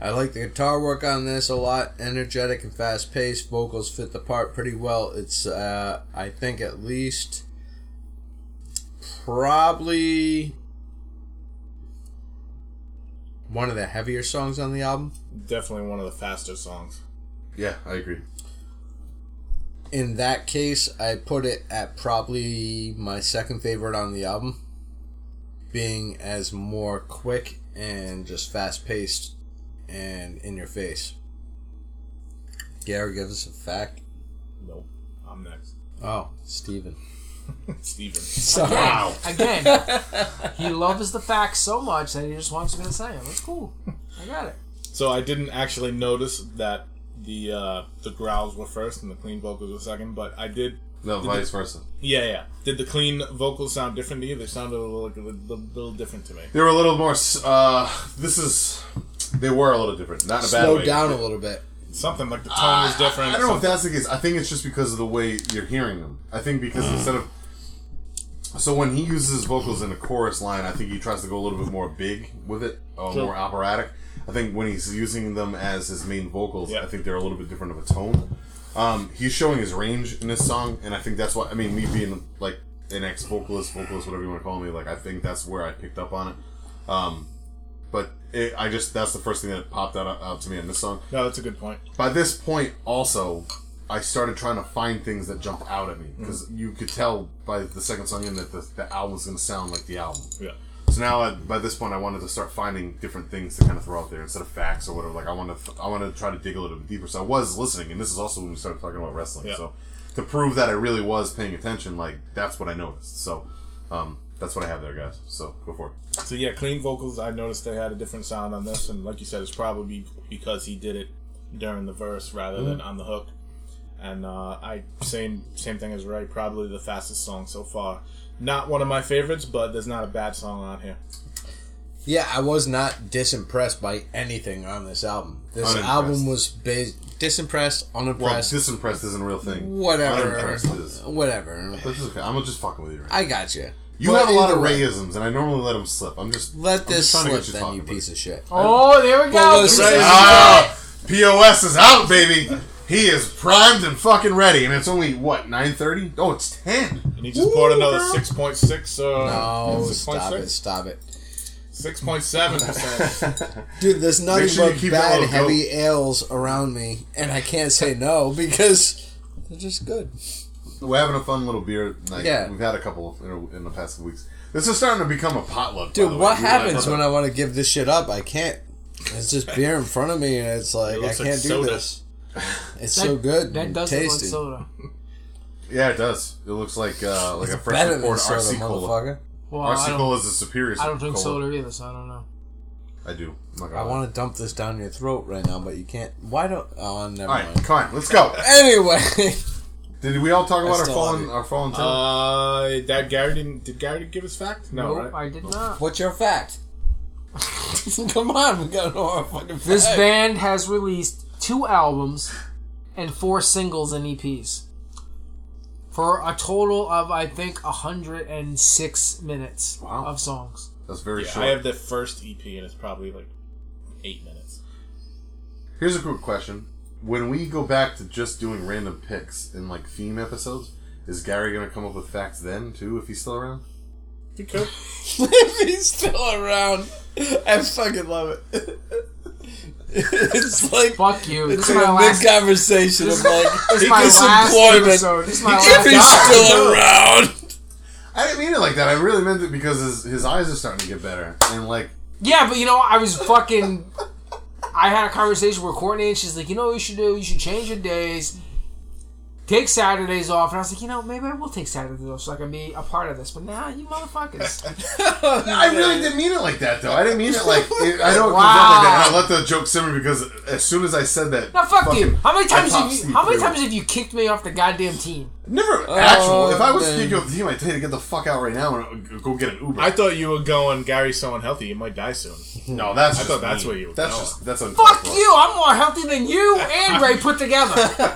Speaker 3: I like the guitar work on this a lot. Energetic and fast paced. Vocals fit the part pretty well. It's, uh, I think, at least probably one of the heavier songs on the album.
Speaker 2: Definitely one of the faster songs.
Speaker 1: Yeah, I agree.
Speaker 3: In that case, I put it at probably my second favorite on the album, being as more quick and just fast paced and in your face. Gary, give us a fact.
Speaker 2: Nope. I'm next.
Speaker 3: Oh, Steven.
Speaker 2: Steven.
Speaker 3: Sorry.
Speaker 1: Wow.
Speaker 7: Again, he loves the facts so much that he just wants me to say them. It's cool. I got it.
Speaker 2: So I didn't actually notice that the uh, the growls were first and the clean vocals were second, but I did.
Speaker 1: No, vice versa.
Speaker 2: Yeah, yeah. Did the clean vocals sound different to you? They sounded a little, a little, little different to me.
Speaker 1: They were a little more. s- Uh, this is. They were a little different. Not in a bad
Speaker 3: Slow
Speaker 1: way.
Speaker 3: down a little bit.
Speaker 2: Something like the tone was different.
Speaker 1: Uh, I don't know if
Speaker 2: something-
Speaker 1: that's the case. I think it's just because of the way you're hearing them. I think because
Speaker 2: Uh-huh.
Speaker 1: instead of so when he uses his vocals in a chorus line, I think he tries to go a little bit more big with it, uh, more operatic. I think when he's using them as his main vocals,
Speaker 2: Yeah.
Speaker 1: I think they're a little bit different of a tone. Um, he's showing his range in this song, and I think that's why. I mean, me being like an ex vocalist, vocalist, whatever you want to call me, like I think that's where I picked up on it. Um, but it, I just that's the first thing that popped out, out to me in this song
Speaker 2: No, that's a good point.
Speaker 1: by this point also i started trying to find things that jumped out at me
Speaker 2: Mm.
Speaker 1: because you could tell by the second song in that the, the album's going to sound like the album
Speaker 2: Yeah.
Speaker 1: so now I, by this point i wanted to start finding different things to kind of throw out there instead of facts or whatever like i want to i want to try to dig a little bit deeper so i was listening and this is also when we started talking about wrestling
Speaker 2: Yeah.
Speaker 1: so to prove that i really was paying attention like that's what i noticed so um, that's what i have there guys so go for it
Speaker 2: So yeah, clean vocals. I noticed they had a different sound on this, and like you said, it's probably because he did it during the verse rather than on the hook. And uh, I same same thing as Ray. Probably the fastest song so far. Not one of my favorites, but there's not a bad song on here.
Speaker 3: Yeah, I was not disimpressed by anything on this album. This
Speaker 1: Unimpressed.
Speaker 3: album was based disimpressed,
Speaker 1: well
Speaker 3: unimpressed,
Speaker 1: disimpressed isn't a real thing
Speaker 3: whatever,
Speaker 1: Unimpressed is.
Speaker 3: whatever.
Speaker 1: But it's okay. i'm just fucking with you right
Speaker 3: I got you.
Speaker 1: You have a lot of Rayisms, and I normally let them slip. I'm just
Speaker 3: Let
Speaker 1: I'm just
Speaker 3: this
Speaker 1: trying to
Speaker 3: slip,
Speaker 1: get
Speaker 3: then
Speaker 1: talking
Speaker 3: you
Speaker 1: about
Speaker 3: piece
Speaker 1: it.
Speaker 3: of shit.
Speaker 7: Oh, there we
Speaker 3: Pull
Speaker 7: go.
Speaker 3: those
Speaker 7: There we go.
Speaker 3: raises
Speaker 1: Ah, POS is out, baby. He is primed and fucking ready, and it's only what nine thirty? Oh, it's ten.
Speaker 2: And he just poured another six point six. Uh,
Speaker 3: Oh,
Speaker 2: six point
Speaker 3: stop it,
Speaker 2: six,
Speaker 3: stop it.
Speaker 2: six point seven percent.
Speaker 3: Dude, there's nothing
Speaker 1: sure you
Speaker 3: but
Speaker 1: keep that
Speaker 3: bad
Speaker 1: little
Speaker 3: heavy ales around me, and I can't say no because they're just good.
Speaker 1: We're having a fun little beer night.
Speaker 3: Yeah.
Speaker 1: we've had a couple in, a, in the past weeks. This is starting to become a potluck, by the
Speaker 3: Dude,
Speaker 1: way.
Speaker 3: what
Speaker 1: You
Speaker 3: happens
Speaker 1: realize
Speaker 3: when
Speaker 1: that?
Speaker 3: I want to give this shit up? I can't. It's just beer in front of me, and it's like I
Speaker 2: It looks
Speaker 3: can't
Speaker 2: like
Speaker 3: do
Speaker 2: soda.
Speaker 3: this. It's
Speaker 7: That-
Speaker 3: so good.
Speaker 7: That
Speaker 3: and
Speaker 7: does look like
Speaker 3: tasty.
Speaker 7: soda.
Speaker 1: Yeah, it does. It looks like uh, like a
Speaker 3: Better
Speaker 1: freshly
Speaker 3: than
Speaker 1: poured
Speaker 3: soda,
Speaker 1: RC cola.
Speaker 3: motherfucker.
Speaker 7: Well, I
Speaker 1: RC
Speaker 7: don't,
Speaker 1: cola is a superior.
Speaker 7: I don't drink
Speaker 1: cola.
Speaker 7: soda either, so I don't know.
Speaker 1: I do. I'm not gonna
Speaker 3: I
Speaker 1: lie.
Speaker 3: want to dump this down your throat right now, but you can't. Why don't? Oh, never
Speaker 1: All right,
Speaker 3: mind.
Speaker 1: come on, let's go.
Speaker 3: Anyway,
Speaker 1: Did we all talk about our
Speaker 3: still love
Speaker 1: fallen
Speaker 3: you.
Speaker 1: our fallen? talent?
Speaker 2: uh, that Gary didn't. Did Gary give his fact? No,
Speaker 7: nope,
Speaker 2: right?
Speaker 7: I did not.
Speaker 3: what's your fact? Come on, we gotta know our fucking fact.
Speaker 7: This band has released two albums and four singles and EPs for a total of I think 106 minutes
Speaker 1: Wow.
Speaker 7: of songs.
Speaker 1: That's very
Speaker 2: Yeah,
Speaker 1: short.
Speaker 2: I have the first EP, and it's probably like eight minutes.
Speaker 1: Here's a quick question. When we go back to just doing random picks in like theme episodes, is Gary gonna come up with facts then too if he's still around?
Speaker 2: You could.
Speaker 3: if he's still around, I fucking love it. it's like
Speaker 7: Fuck you.
Speaker 3: it's
Speaker 7: This
Speaker 3: in
Speaker 7: is my
Speaker 3: a mid
Speaker 7: last.
Speaker 3: conversation of like
Speaker 7: This is my last
Speaker 3: disappointment.
Speaker 7: episode. This is my
Speaker 3: if
Speaker 7: last.
Speaker 3: he's still around.
Speaker 1: I didn't mean it like that. I really meant it because his, his eyes are starting to get better and like
Speaker 7: Yeah, but you know, what? I was fucking. I had a conversation with Courtney, and she's like, "You know, what you should do. You should change your days. Take Saturdays off." And I was like, "You know, maybe I will take Saturdays off so I can be a part of this." But nah, you motherfuckers.
Speaker 1: I really didn't mean it like that though. I didn't mean it like it, I know it comes out like that. And I let the joke simmer because as soon as I said that,
Speaker 7: Now fuck you.
Speaker 1: fucking-
Speaker 7: How many
Speaker 1: I
Speaker 7: times
Speaker 1: popped
Speaker 7: have you?
Speaker 1: Steve
Speaker 7: How many
Speaker 1: Cleveland.
Speaker 7: times have you kicked me off the goddamn team?
Speaker 1: Never actual. If I was
Speaker 3: man.
Speaker 1: speaking of the team, I'd tell you to get the fuck out right now and go get an Uber.
Speaker 2: I thought you were going. Gary's so unhealthy, you might die soon.
Speaker 1: no, that's
Speaker 2: I
Speaker 1: just
Speaker 2: thought that's
Speaker 1: mean.
Speaker 2: where you were
Speaker 1: That's
Speaker 2: going.
Speaker 1: just that's
Speaker 7: Fuck you! I'm more healthy than you and Ray put together. How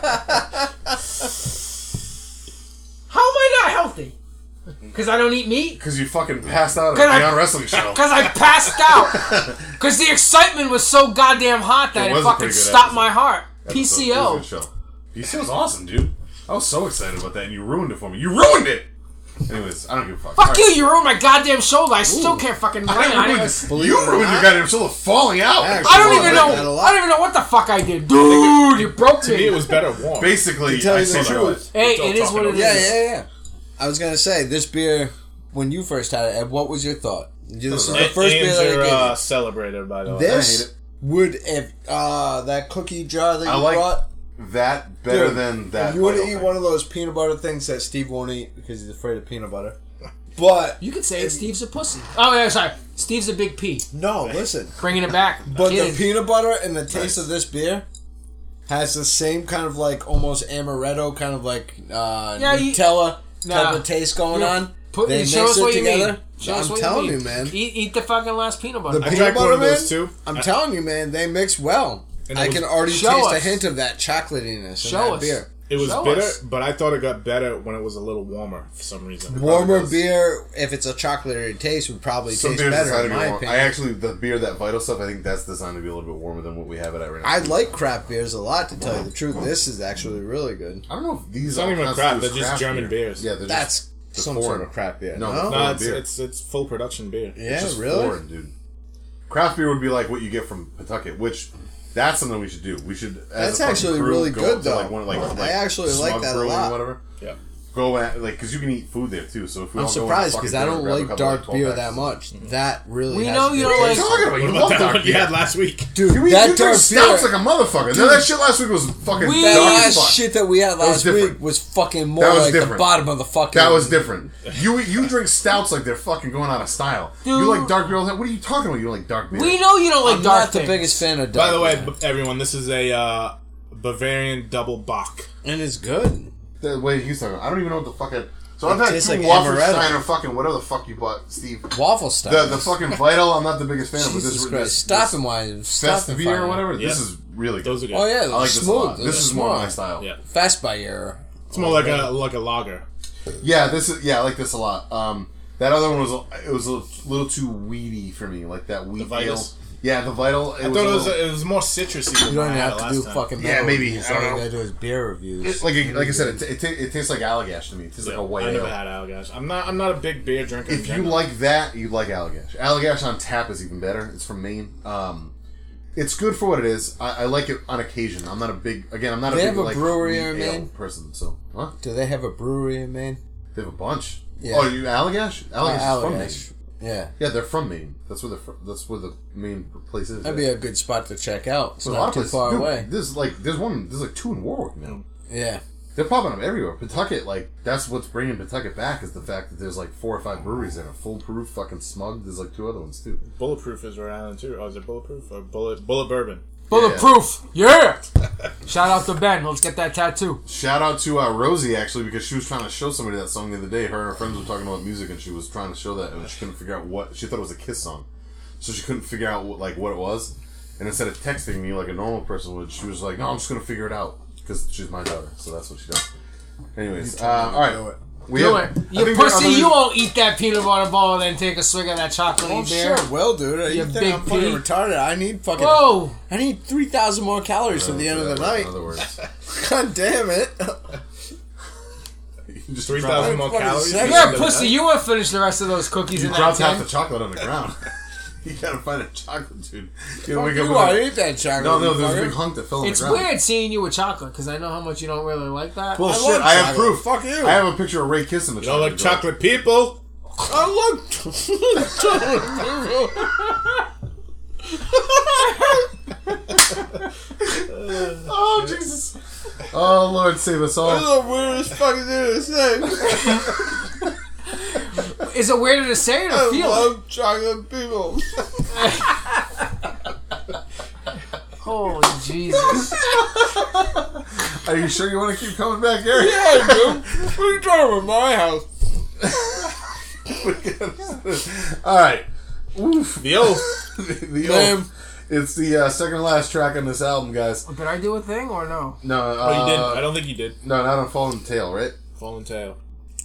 Speaker 7: am I not healthy? Because I don't eat meat?
Speaker 1: Because you fucking passed out at
Speaker 7: Can
Speaker 1: a
Speaker 7: I-
Speaker 1: Beyond Wrestling show.
Speaker 7: Because I passed out. Because the excitement was so goddamn hot that
Speaker 1: It
Speaker 7: it,
Speaker 1: was a
Speaker 7: fucking
Speaker 1: pretty good
Speaker 7: stopped
Speaker 1: episode.
Speaker 7: my heart.
Speaker 1: Episode. It
Speaker 7: PCO.
Speaker 1: was a good show. PCO's awesome, dude. I was so excited about that, and you ruined it for me. You ruined it. Anyways, I don't give a fuck.
Speaker 7: Fuck you, you ruined my goddamn shoulder. I still can't fucking run.
Speaker 1: I
Speaker 7: I,
Speaker 1: ruined
Speaker 7: didn't-
Speaker 1: this. You ruined your goddamn show of falling out.
Speaker 3: Actually,
Speaker 7: I don't
Speaker 3: Well,
Speaker 7: even
Speaker 3: I like that a
Speaker 7: know.
Speaker 3: lot.
Speaker 7: I don't even know what the fuck I did. Dude, you broke
Speaker 2: To me,
Speaker 7: me.
Speaker 2: it was better warm.
Speaker 1: Basically,
Speaker 3: tell
Speaker 1: I
Speaker 3: you the
Speaker 1: saw that.
Speaker 3: truth.
Speaker 7: Hey,
Speaker 2: Don't
Speaker 7: it is
Speaker 2: talk
Speaker 7: what
Speaker 2: it
Speaker 7: it
Speaker 2: over.
Speaker 7: is.
Speaker 3: Yeah, yeah, yeah. I was gonna say this beer when you first had it, Ed, what was your thought? This is the
Speaker 2: And-
Speaker 3: first beer
Speaker 2: and
Speaker 3: that I
Speaker 2: you're,
Speaker 3: gave
Speaker 2: uh,
Speaker 3: you.
Speaker 2: celebrated by the way.
Speaker 1: I hate
Speaker 3: This would if ah that cookie jar that you
Speaker 1: I like
Speaker 3: brought.
Speaker 1: that better
Speaker 3: Dude,
Speaker 1: than
Speaker 3: If
Speaker 1: that.
Speaker 3: you want to
Speaker 1: Vital
Speaker 3: eat
Speaker 1: thing.
Speaker 3: one of those peanut butter things that Steve won't eat because he's afraid of peanut butter. But
Speaker 7: You could say Steve's a pussy. Oh, yeah, sorry. Steve's a big P.
Speaker 3: no, listen.
Speaker 7: Bringing it back.
Speaker 3: But
Speaker 7: Kid.
Speaker 3: the peanut butter and the taste of this beer has the same kind of like almost amaretto kind of like uh,
Speaker 7: Yeah, you-
Speaker 3: Nutella
Speaker 7: Nah.
Speaker 3: type of taste going
Speaker 7: Yeah.
Speaker 3: on.
Speaker 7: Put,
Speaker 3: they
Speaker 7: show
Speaker 3: mix
Speaker 7: us
Speaker 3: it
Speaker 7: what you
Speaker 3: together.
Speaker 7: mean. Show us
Speaker 3: I'm
Speaker 7: what
Speaker 3: telling
Speaker 7: you,
Speaker 3: you,
Speaker 7: mean.
Speaker 3: man.
Speaker 7: Eat, eat the fucking last peanut butter.
Speaker 2: I
Speaker 3: peanut
Speaker 2: drank one
Speaker 3: butter
Speaker 2: of those
Speaker 3: man?
Speaker 2: too.
Speaker 3: I'm
Speaker 2: I-
Speaker 3: telling you, man, they mix well.
Speaker 2: And it
Speaker 3: I
Speaker 2: was-
Speaker 3: can already taste
Speaker 7: Show
Speaker 3: a
Speaker 7: us.
Speaker 3: hint of that chocolatiness in
Speaker 7: Show
Speaker 3: that
Speaker 7: us.
Speaker 3: beer.
Speaker 2: It was
Speaker 7: Show
Speaker 2: bitter,
Speaker 7: us.
Speaker 2: but I thought it got better when it was a little warmer for some reason.
Speaker 3: Warmer
Speaker 1: does.
Speaker 3: beer, if it's a chocolatey taste, would probably
Speaker 1: Some
Speaker 3: taste
Speaker 1: beers
Speaker 3: better.
Speaker 1: decided
Speaker 3: In
Speaker 1: to be
Speaker 3: my
Speaker 1: warm.
Speaker 3: opinion,
Speaker 1: I actually the beer that vital stuff. I think that's designed to be a little bit warmer than what we have it at right now.
Speaker 3: I like craft beers a lot, to tell you the truth. This is actually really good.
Speaker 1: I don't know if these
Speaker 2: not
Speaker 1: are
Speaker 2: even
Speaker 1: constitute
Speaker 2: crap,
Speaker 1: as
Speaker 2: they're just
Speaker 1: craft
Speaker 2: German
Speaker 1: beer.
Speaker 2: beers.
Speaker 1: Yeah, they're just
Speaker 3: That's
Speaker 1: the
Speaker 3: some
Speaker 1: foreign.
Speaker 3: sort of crap beer.
Speaker 1: No, the
Speaker 3: No,
Speaker 2: No, it's,
Speaker 1: beer.
Speaker 2: it's it's full production beer.
Speaker 3: yeah,
Speaker 1: just
Speaker 3: really.
Speaker 1: foreign, dude. Craft beer would be like what you get from Pawtucket, which that's something we should do. We should. As a
Speaker 3: That's
Speaker 1: fucking
Speaker 3: actually
Speaker 1: crew,
Speaker 3: really
Speaker 1: go
Speaker 3: good,
Speaker 1: up to, Like
Speaker 3: though.
Speaker 1: one, like,
Speaker 3: I
Speaker 1: like
Speaker 3: actually
Speaker 1: Smug
Speaker 3: like that a
Speaker 1: Brewing or
Speaker 3: lot.
Speaker 1: Whatever.
Speaker 2: Yeah.
Speaker 1: Go at like because you can eat food there too. So if we
Speaker 3: I'm
Speaker 1: all go in
Speaker 3: surprised
Speaker 1: Pawtucket
Speaker 3: because I
Speaker 1: Theater,
Speaker 3: don't
Speaker 1: grab a
Speaker 3: like
Speaker 1: couple,
Speaker 3: dark
Speaker 1: like, 12
Speaker 3: beer
Speaker 1: packs. Mm.
Speaker 3: that much. That really.
Speaker 7: We
Speaker 3: has
Speaker 7: know
Speaker 3: a
Speaker 7: you
Speaker 3: good
Speaker 7: don't
Speaker 3: taste.
Speaker 7: like-
Speaker 1: Talking about
Speaker 2: What
Speaker 1: you
Speaker 2: about
Speaker 1: love
Speaker 2: that
Speaker 1: dark
Speaker 2: one you
Speaker 1: beer.
Speaker 2: had last week?
Speaker 1: You,
Speaker 3: dude. that
Speaker 1: you
Speaker 3: dark
Speaker 1: drink stouts
Speaker 3: beer.
Speaker 1: like a motherfucker. Now that shit last week was fucking
Speaker 7: We-
Speaker 1: dark
Speaker 3: that
Speaker 1: as fuck.
Speaker 3: last shit that we
Speaker 1: was
Speaker 3: had last week
Speaker 1: different.
Speaker 3: was fucking more
Speaker 1: That was
Speaker 3: like the
Speaker 1: different.
Speaker 3: bottom of the fucking.
Speaker 1: That was different. You you drink stouts like they're fucking going out of style. You
Speaker 7: Dude.
Speaker 1: like dark beer all the time. What are you talking about? You like dark beer?
Speaker 7: we know you don't like
Speaker 3: I'm
Speaker 7: dark
Speaker 3: not the
Speaker 7: things.
Speaker 3: biggest fan of. Dark
Speaker 2: By the way,
Speaker 3: beer.
Speaker 2: b- everyone, this is a uh, Bavarian double Bock.
Speaker 3: and it's good.
Speaker 1: the way he's talking. I don't even know what the fuck. I, so
Speaker 3: It
Speaker 1: I've had
Speaker 3: tastes
Speaker 1: two like
Speaker 3: like
Speaker 1: Waffenstein
Speaker 3: amaretto.
Speaker 1: or fucking whatever the fuck you bought, Steve.
Speaker 3: Waffle stuff.
Speaker 1: The, the fucking vital. I'm not the biggest fan of, but
Speaker 3: Jesus
Speaker 1: this
Speaker 3: Christ!
Speaker 1: this,
Speaker 3: stop
Speaker 1: this
Speaker 3: and wine. Stop
Speaker 1: Fest
Speaker 3: and
Speaker 1: beer
Speaker 3: fire.
Speaker 1: or whatever. This
Speaker 2: Yeah.
Speaker 1: is really good.
Speaker 2: Those are good.
Speaker 3: Oh yeah,
Speaker 1: I like this a
Speaker 3: smooth.
Speaker 1: lot. This is more my style.
Speaker 2: Yeah.
Speaker 3: Fast by era.
Speaker 2: It's more like a like a lager.
Speaker 1: Yeah, this is yeah, I like this a lot. Um, that other one was it was a little too weedy for me, like that wheat
Speaker 2: Vitus?
Speaker 1: ale. Yeah, the vital. It
Speaker 2: I
Speaker 1: was
Speaker 2: thought
Speaker 1: a
Speaker 2: it was,
Speaker 1: little-
Speaker 2: it was more citrusy.
Speaker 3: You
Speaker 2: than
Speaker 3: don't
Speaker 2: I
Speaker 3: even
Speaker 2: had
Speaker 3: have to
Speaker 2: last
Speaker 3: do
Speaker 2: time.
Speaker 3: fucking.
Speaker 1: Yeah,
Speaker 3: metal
Speaker 1: maybe.
Speaker 3: reviews.
Speaker 1: I don't
Speaker 3: All you
Speaker 1: know.
Speaker 3: gotta do is beer reviews.
Speaker 1: It- like like I said, it, it, ta it tastes like Allagash to me. It tastes
Speaker 2: Yeah,
Speaker 1: like a white
Speaker 2: I never
Speaker 1: ale.
Speaker 2: had Allagash. I'm not. I'm not a big beer drinker. in
Speaker 1: If you
Speaker 2: general.
Speaker 1: like that, you'd like Allagash. Allagash on tap is even better. It's from Maine. Um, it's good for what it is. I, I like it on occasion. I'm not a big again. I'm not
Speaker 3: They
Speaker 1: a big
Speaker 3: have a
Speaker 1: like,
Speaker 3: brewery
Speaker 1: wheat
Speaker 3: in
Speaker 1: ale
Speaker 3: Maine?
Speaker 1: person. So huh?
Speaker 3: Do they have a brewery in Maine?
Speaker 1: They have a bunch.
Speaker 3: Yeah.
Speaker 1: Oh, you Allagash? Allagash is
Speaker 3: Uh,
Speaker 1: from Maine.
Speaker 3: Allagash. Yeah.
Speaker 1: Yeah, they're from Maine. That's where the fr- that's where the main place is.
Speaker 3: That'd be a good spot to check out. It's
Speaker 1: There's
Speaker 3: not too far
Speaker 1: Dude,
Speaker 3: away.
Speaker 1: There's like there's one. There's like two in Warwick now.
Speaker 3: Yeah.
Speaker 1: They're popping up everywhere. Pawtucket, like that's what's bringing Pawtucket back is the fact that there's like four or five breweries that are full proof, fucking smug. There's like two other ones too.
Speaker 2: Bulletproof is Rhode Island too. Oh, is it Bulletproof or Bullet Bullet Bourbon?
Speaker 7: Bulletproof. Yeah. Shout out to Ben. Let's get that tattoo.
Speaker 1: Shout out to uh, Rosie actually because she was trying to show somebody that song the other day. Her and her friends were talking about music and she was trying to show that and she couldn't figure out what she thought it was a Kiss song, so she couldn't figure out what, like what it was. And instead of texting me like a normal person would, she was like, "No, I'm just gonna figure it out because she's my daughter." So that's what she does. Anyways, uh, all right. We
Speaker 7: Do
Speaker 1: have-
Speaker 7: it.
Speaker 1: I
Speaker 7: You
Speaker 1: think there are
Speaker 7: pussy.
Speaker 1: others-
Speaker 7: You won't eat that peanut butter ball and then take a swig of that chocolate
Speaker 3: Oh,
Speaker 7: beer.
Speaker 3: sure, well, dude. Are
Speaker 7: You
Speaker 3: you think I'm
Speaker 7: big
Speaker 3: fucking
Speaker 7: pig.
Speaker 3: retarded? I need fucking.
Speaker 7: Whoa.
Speaker 3: I need 3,000 more calories at the end of the
Speaker 1: Yeah,
Speaker 3: night.
Speaker 1: In other words,
Speaker 3: God damn it.
Speaker 1: You just
Speaker 2: Three
Speaker 1: dropped-
Speaker 2: thousand more
Speaker 3: Fucking
Speaker 2: calories.
Speaker 3: sex.
Speaker 7: You're a pussy. You won't finish the rest of those cookies
Speaker 1: You
Speaker 7: in that
Speaker 1: dropped half
Speaker 7: tin.
Speaker 1: the chocolate on the ground. you gotta find a chocolate, dude. You gotta
Speaker 3: Fuck
Speaker 1: wake
Speaker 3: you,
Speaker 1: up with
Speaker 3: I
Speaker 1: a-
Speaker 3: ate that chocolate.
Speaker 1: No, no, there's a
Speaker 3: motherfucker.
Speaker 1: big hunk that fell on
Speaker 7: It's
Speaker 1: the ground.
Speaker 7: weird seeing you with chocolate because I know how much you don't really like that.
Speaker 1: Bullshit.
Speaker 3: I love
Speaker 1: Oh, I, have
Speaker 3: chocolate.
Speaker 1: proof.
Speaker 3: Fuck you.
Speaker 1: I have a picture of Ray kissing the
Speaker 2: You don't
Speaker 1: chocolate.
Speaker 2: like chocolate people.
Speaker 3: I love chocolate.
Speaker 1: girl. Oh Jesus! Oh Lord, save us all.
Speaker 3: That's the weirdest fucking thing to say.
Speaker 7: Is it weirder to say it or
Speaker 3: I
Speaker 7: feel it?
Speaker 3: love chocolate people.
Speaker 7: Holy Jesus.
Speaker 1: Are you sure you want to keep coming back, Eric?
Speaker 3: Yeah, dude. What are you talking about my house?
Speaker 1: all right.
Speaker 2: The old
Speaker 1: the old,
Speaker 3: Man,
Speaker 1: it's the uh, second to last track on this album, guys.
Speaker 7: Did I do a thing or no?
Speaker 1: No, uh,
Speaker 2: Oh, you didn't. I don't think you did.
Speaker 1: no, not on Fallen Tail, right?
Speaker 2: Fallen Tail.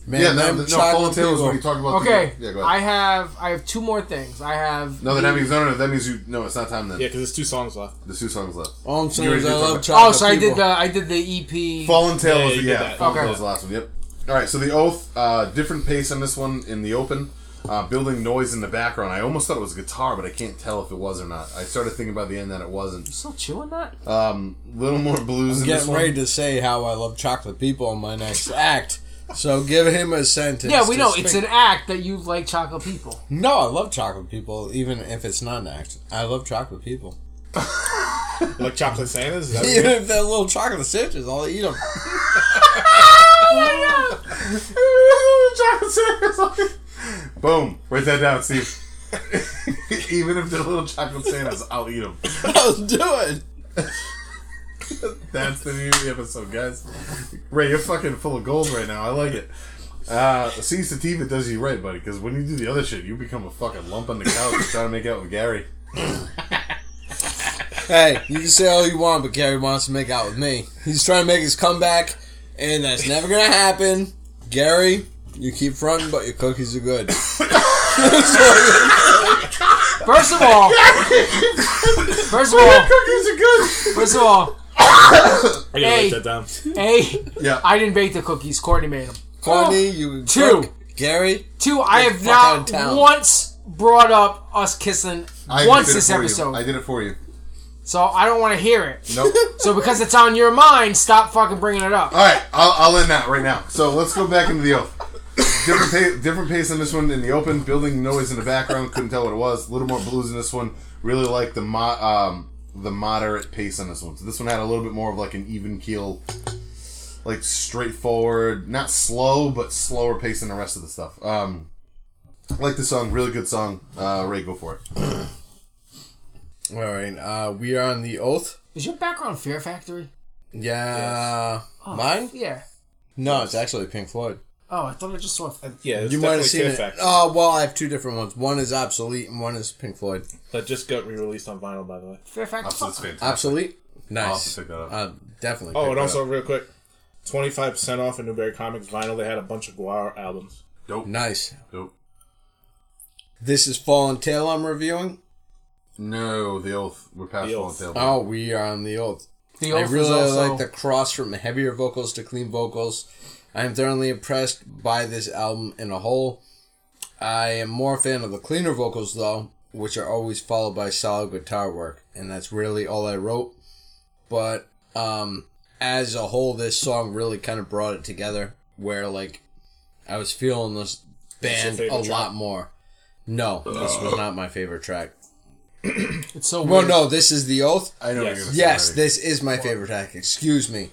Speaker 3: Man,
Speaker 1: yeah, no,
Speaker 3: them
Speaker 1: no,
Speaker 3: chocolate
Speaker 1: Fallen Tail is
Speaker 3: people-
Speaker 1: when you talked about.
Speaker 7: Okay,
Speaker 1: The, yeah, go
Speaker 7: I
Speaker 1: ahead.
Speaker 7: have I have two more things. I have E
Speaker 1: no,
Speaker 7: the-
Speaker 1: then that means no, no, no, that means you. No, it's not time then.
Speaker 2: Yeah, because there's two songs left.
Speaker 1: There's two songs left.
Speaker 3: All I'm saying
Speaker 1: You
Speaker 3: is I
Speaker 1: already did
Speaker 3: love
Speaker 1: something.
Speaker 3: chocolate
Speaker 7: Oh, so I did
Speaker 3: people.
Speaker 7: the E I did the EP.
Speaker 1: Fallen Tail
Speaker 2: Yeah,
Speaker 1: was
Speaker 2: you
Speaker 1: the
Speaker 2: did
Speaker 1: yeah.
Speaker 2: that.
Speaker 1: Fallen
Speaker 7: Okay.
Speaker 1: Tail was the last one. Yep. All right. So the oath, uh, different pace on this one in the open, uh, building noise in the background. I almost thought it was guitar, but I can't tell if it was or not. I started thinking by the end that it wasn't.
Speaker 7: Still chewing that?
Speaker 1: Um, little more blues in this
Speaker 3: Getting
Speaker 1: one.
Speaker 3: ready to say how I love chocolate people on my next act. So give him a sentence.
Speaker 7: yeah, we
Speaker 3: to
Speaker 7: know
Speaker 3: speak.
Speaker 7: it's an act that you like chocolate people.
Speaker 3: No, I love chocolate people, even if it's not an act. I love chocolate people.
Speaker 2: Like Chocolate Santas? Is that what you
Speaker 3: Even if they're little chocolate sandwiches, I'll eat them.
Speaker 1: Chocolate Santa's like- Boom. Write that down, Steve. Even if they're little chocolate Santas, I'll eat them.
Speaker 3: I'll do it.
Speaker 1: That's the new episode, guys. Ray, you're fucking full of gold right now. I like it. Uh, see, Sativa does you right, buddy, because when you do the other shit, you become a fucking lump on the couch trying to make out with Gary.
Speaker 3: Hey, you can say all you want, but Gary wants to make out with me. He's trying to make his comeback, and that's never gonna happen. Gary, you keep fronting, but your cookies are good.
Speaker 7: First of all, first of all,
Speaker 1: Cookies are good!
Speaker 7: first of all,
Speaker 2: I gotta
Speaker 7: Hey.
Speaker 2: write that down.
Speaker 7: a
Speaker 1: Yeah.
Speaker 7: I didn't bake the cookies. Courtney made them.
Speaker 3: Courtney, you can
Speaker 7: Two.
Speaker 3: cook. Gary,
Speaker 7: Two, I
Speaker 3: Get
Speaker 7: have
Speaker 3: the fuck out of
Speaker 7: not
Speaker 3: town.
Speaker 7: once brought up us kissing
Speaker 1: I
Speaker 7: once
Speaker 1: did it
Speaker 7: this
Speaker 1: for you.
Speaker 7: episode,
Speaker 1: I did it for you.
Speaker 7: so I don't want to hear it.
Speaker 1: Nope.
Speaker 7: So because it's on your mind, stop fucking bringing it up.
Speaker 1: All right, I'll, I'll end that right now. So let's go back into the oath. Different, pa- different pace on this one in the open, building noise in the background. Couldn't tell what it was. A little more blues in this one. Really like the mo- um, the moderate pace on this one. So this one had a little bit more of like an even keel, like straightforward, not slow but slower pace than the rest of the stuff. Um, like the song, really good song. Uh, Ray, go for it.
Speaker 3: All right, uh, we are on the oath.
Speaker 7: Is your background Fear Factory?
Speaker 3: Yeah,
Speaker 4: Oh,
Speaker 3: mine?
Speaker 7: Oh, Yeah.
Speaker 3: No, it's actually Pink Floyd.
Speaker 7: Oh, I thought I just saw. a-
Speaker 2: Uh, Yeah, it's
Speaker 3: You might have
Speaker 2: definitely
Speaker 3: seen
Speaker 2: Fear
Speaker 3: it.
Speaker 2: Factor.
Speaker 3: Oh well, I have two different ones. One is obsolete, and one is Pink Floyd.
Speaker 2: That just got re released on vinyl, by the way.
Speaker 7: Fear Factory.
Speaker 1: Absolute
Speaker 7: Fuck.
Speaker 1: fantastic.
Speaker 3: Obsolete,
Speaker 1: I'll
Speaker 3: nice.
Speaker 1: have to pick that up.
Speaker 3: Uh, definitely.
Speaker 2: Oh,
Speaker 3: pick
Speaker 2: and
Speaker 3: that
Speaker 2: also,
Speaker 3: up.
Speaker 2: real quick 25% off in Newberry Comics vinyl. They had a bunch of Guar albums.
Speaker 1: Dope.
Speaker 3: nice.
Speaker 1: Dope.
Speaker 3: This is Fallen Tail. I'm reviewing.
Speaker 1: No, the oath. We're past
Speaker 2: The
Speaker 1: all
Speaker 2: Oath.
Speaker 1: tail.
Speaker 3: Oh, we are on the oath.
Speaker 7: The
Speaker 3: I
Speaker 7: Oath is
Speaker 3: really
Speaker 7: also-
Speaker 3: like the cross from heavier vocals to clean vocals. I am thoroughly impressed by this album in a whole. I am more a fan of the cleaner vocals though, which are always followed by solid guitar work, and that's really all I wrote. But um as a whole this song really kind of brought it together where like I was feeling this band a
Speaker 2: favorite track?
Speaker 3: lot more. No, this was not my favorite track.
Speaker 7: It's so
Speaker 3: Well,
Speaker 7: weird.
Speaker 3: no, this is The Oath.
Speaker 1: I know.
Speaker 2: Yes.
Speaker 1: you're gonna say
Speaker 3: Yes,
Speaker 1: already.
Speaker 3: this is my favorite track. Excuse me,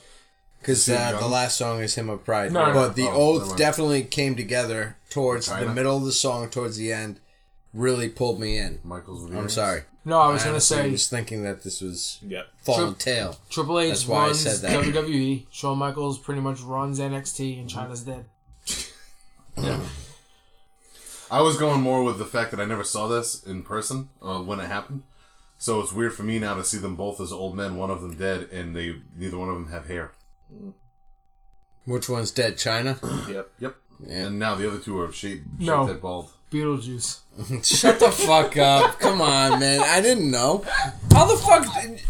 Speaker 3: because
Speaker 1: Steve
Speaker 3: uh,
Speaker 1: Young?
Speaker 3: the last song is "Hymn of Pride,"
Speaker 7: No, no,
Speaker 3: but the
Speaker 1: no. Oh, never
Speaker 3: oath
Speaker 1: mind.
Speaker 3: definitely came together towards the
Speaker 1: China?
Speaker 3: middle of the song, towards the end. Really pulled me in.
Speaker 1: Michael's.
Speaker 3: I'm
Speaker 1: Williams.
Speaker 3: sorry.
Speaker 7: No, I was
Speaker 3: I
Speaker 7: gonna
Speaker 3: honestly
Speaker 7: say
Speaker 3: was thinking that this was
Speaker 2: Yep.
Speaker 3: Fallen Tail.
Speaker 7: Triple H
Speaker 3: That's why I
Speaker 7: runs
Speaker 3: said that.
Speaker 7: WWE. Shawn Michaels pretty much runs NXT,
Speaker 3: Mm-hmm.
Speaker 7: and China's dead.
Speaker 3: Oh.
Speaker 1: I was going more with the fact that I never saw this in person uh, when it happened. So it's weird for me now to see them both as old men, one of them dead, and they neither one of them have hair.
Speaker 3: Which one's dead? China.
Speaker 2: Yep.
Speaker 1: Yep.
Speaker 3: Yeah.
Speaker 1: And now the other two are shaped, shaped
Speaker 7: No.
Speaker 1: head bald.
Speaker 7: Beetlejuice.
Speaker 3: Shut the fuck up! Come on, man. I didn't know. How the fuck? Did...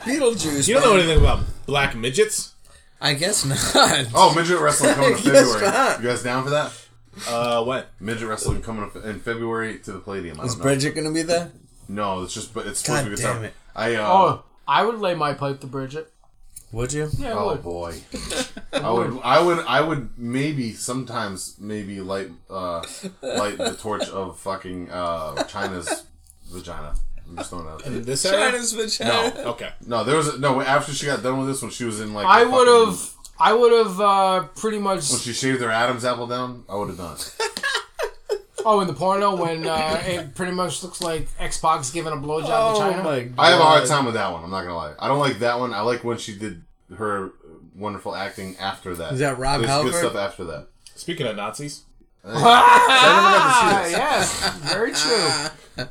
Speaker 3: Beetlejuice.
Speaker 2: You don't know
Speaker 3: man.
Speaker 2: anything about black midgets?
Speaker 3: I guess not.
Speaker 1: Oh, midget wrestling coming in
Speaker 3: Yes,
Speaker 1: February.
Speaker 3: not.
Speaker 1: You guys down for that?
Speaker 2: Uh, what?
Speaker 1: Midget wrestling coming up in February to the Palladium. I
Speaker 3: Is
Speaker 1: don't know.
Speaker 3: Bridget gonna be there?
Speaker 1: no, it's just but it's supposed
Speaker 3: God
Speaker 1: to be a
Speaker 3: damn
Speaker 1: guitar.
Speaker 3: it.
Speaker 1: I uh,
Speaker 7: Oh, I would lay my pipe to Bridget.
Speaker 3: Would you?
Speaker 7: Yeah, I
Speaker 1: Oh
Speaker 7: would.
Speaker 1: boy. I would I would I would maybe sometimes maybe light uh light the torch of fucking uh China's vagina. I'm just throwing that out there.
Speaker 2: This era?
Speaker 3: China's vagina.
Speaker 1: No.
Speaker 2: Okay.
Speaker 1: No, there was a, no after she got done with this one she was in like
Speaker 7: I
Speaker 1: the
Speaker 7: would
Speaker 1: fucking-
Speaker 7: have. I would have uh, pretty much.
Speaker 1: when she shaved her Adam's apple down, I would have done it.
Speaker 7: Oh, in the porno when uh, it pretty much looks like Xbox giving a blowjob to
Speaker 1: Oh
Speaker 3: Oh
Speaker 7: China.
Speaker 3: god.
Speaker 1: I have a hard time with that one, I'm not gonna lie. I don't like that one. I like when she did her wonderful acting after that.
Speaker 3: Is that Rob
Speaker 1: There's good
Speaker 3: Halford?
Speaker 1: stuff after that.
Speaker 2: Speaking of Nazis,
Speaker 4: Uh,
Speaker 1: I never got to see
Speaker 7: Ah,
Speaker 1: this.
Speaker 7: yes, very true.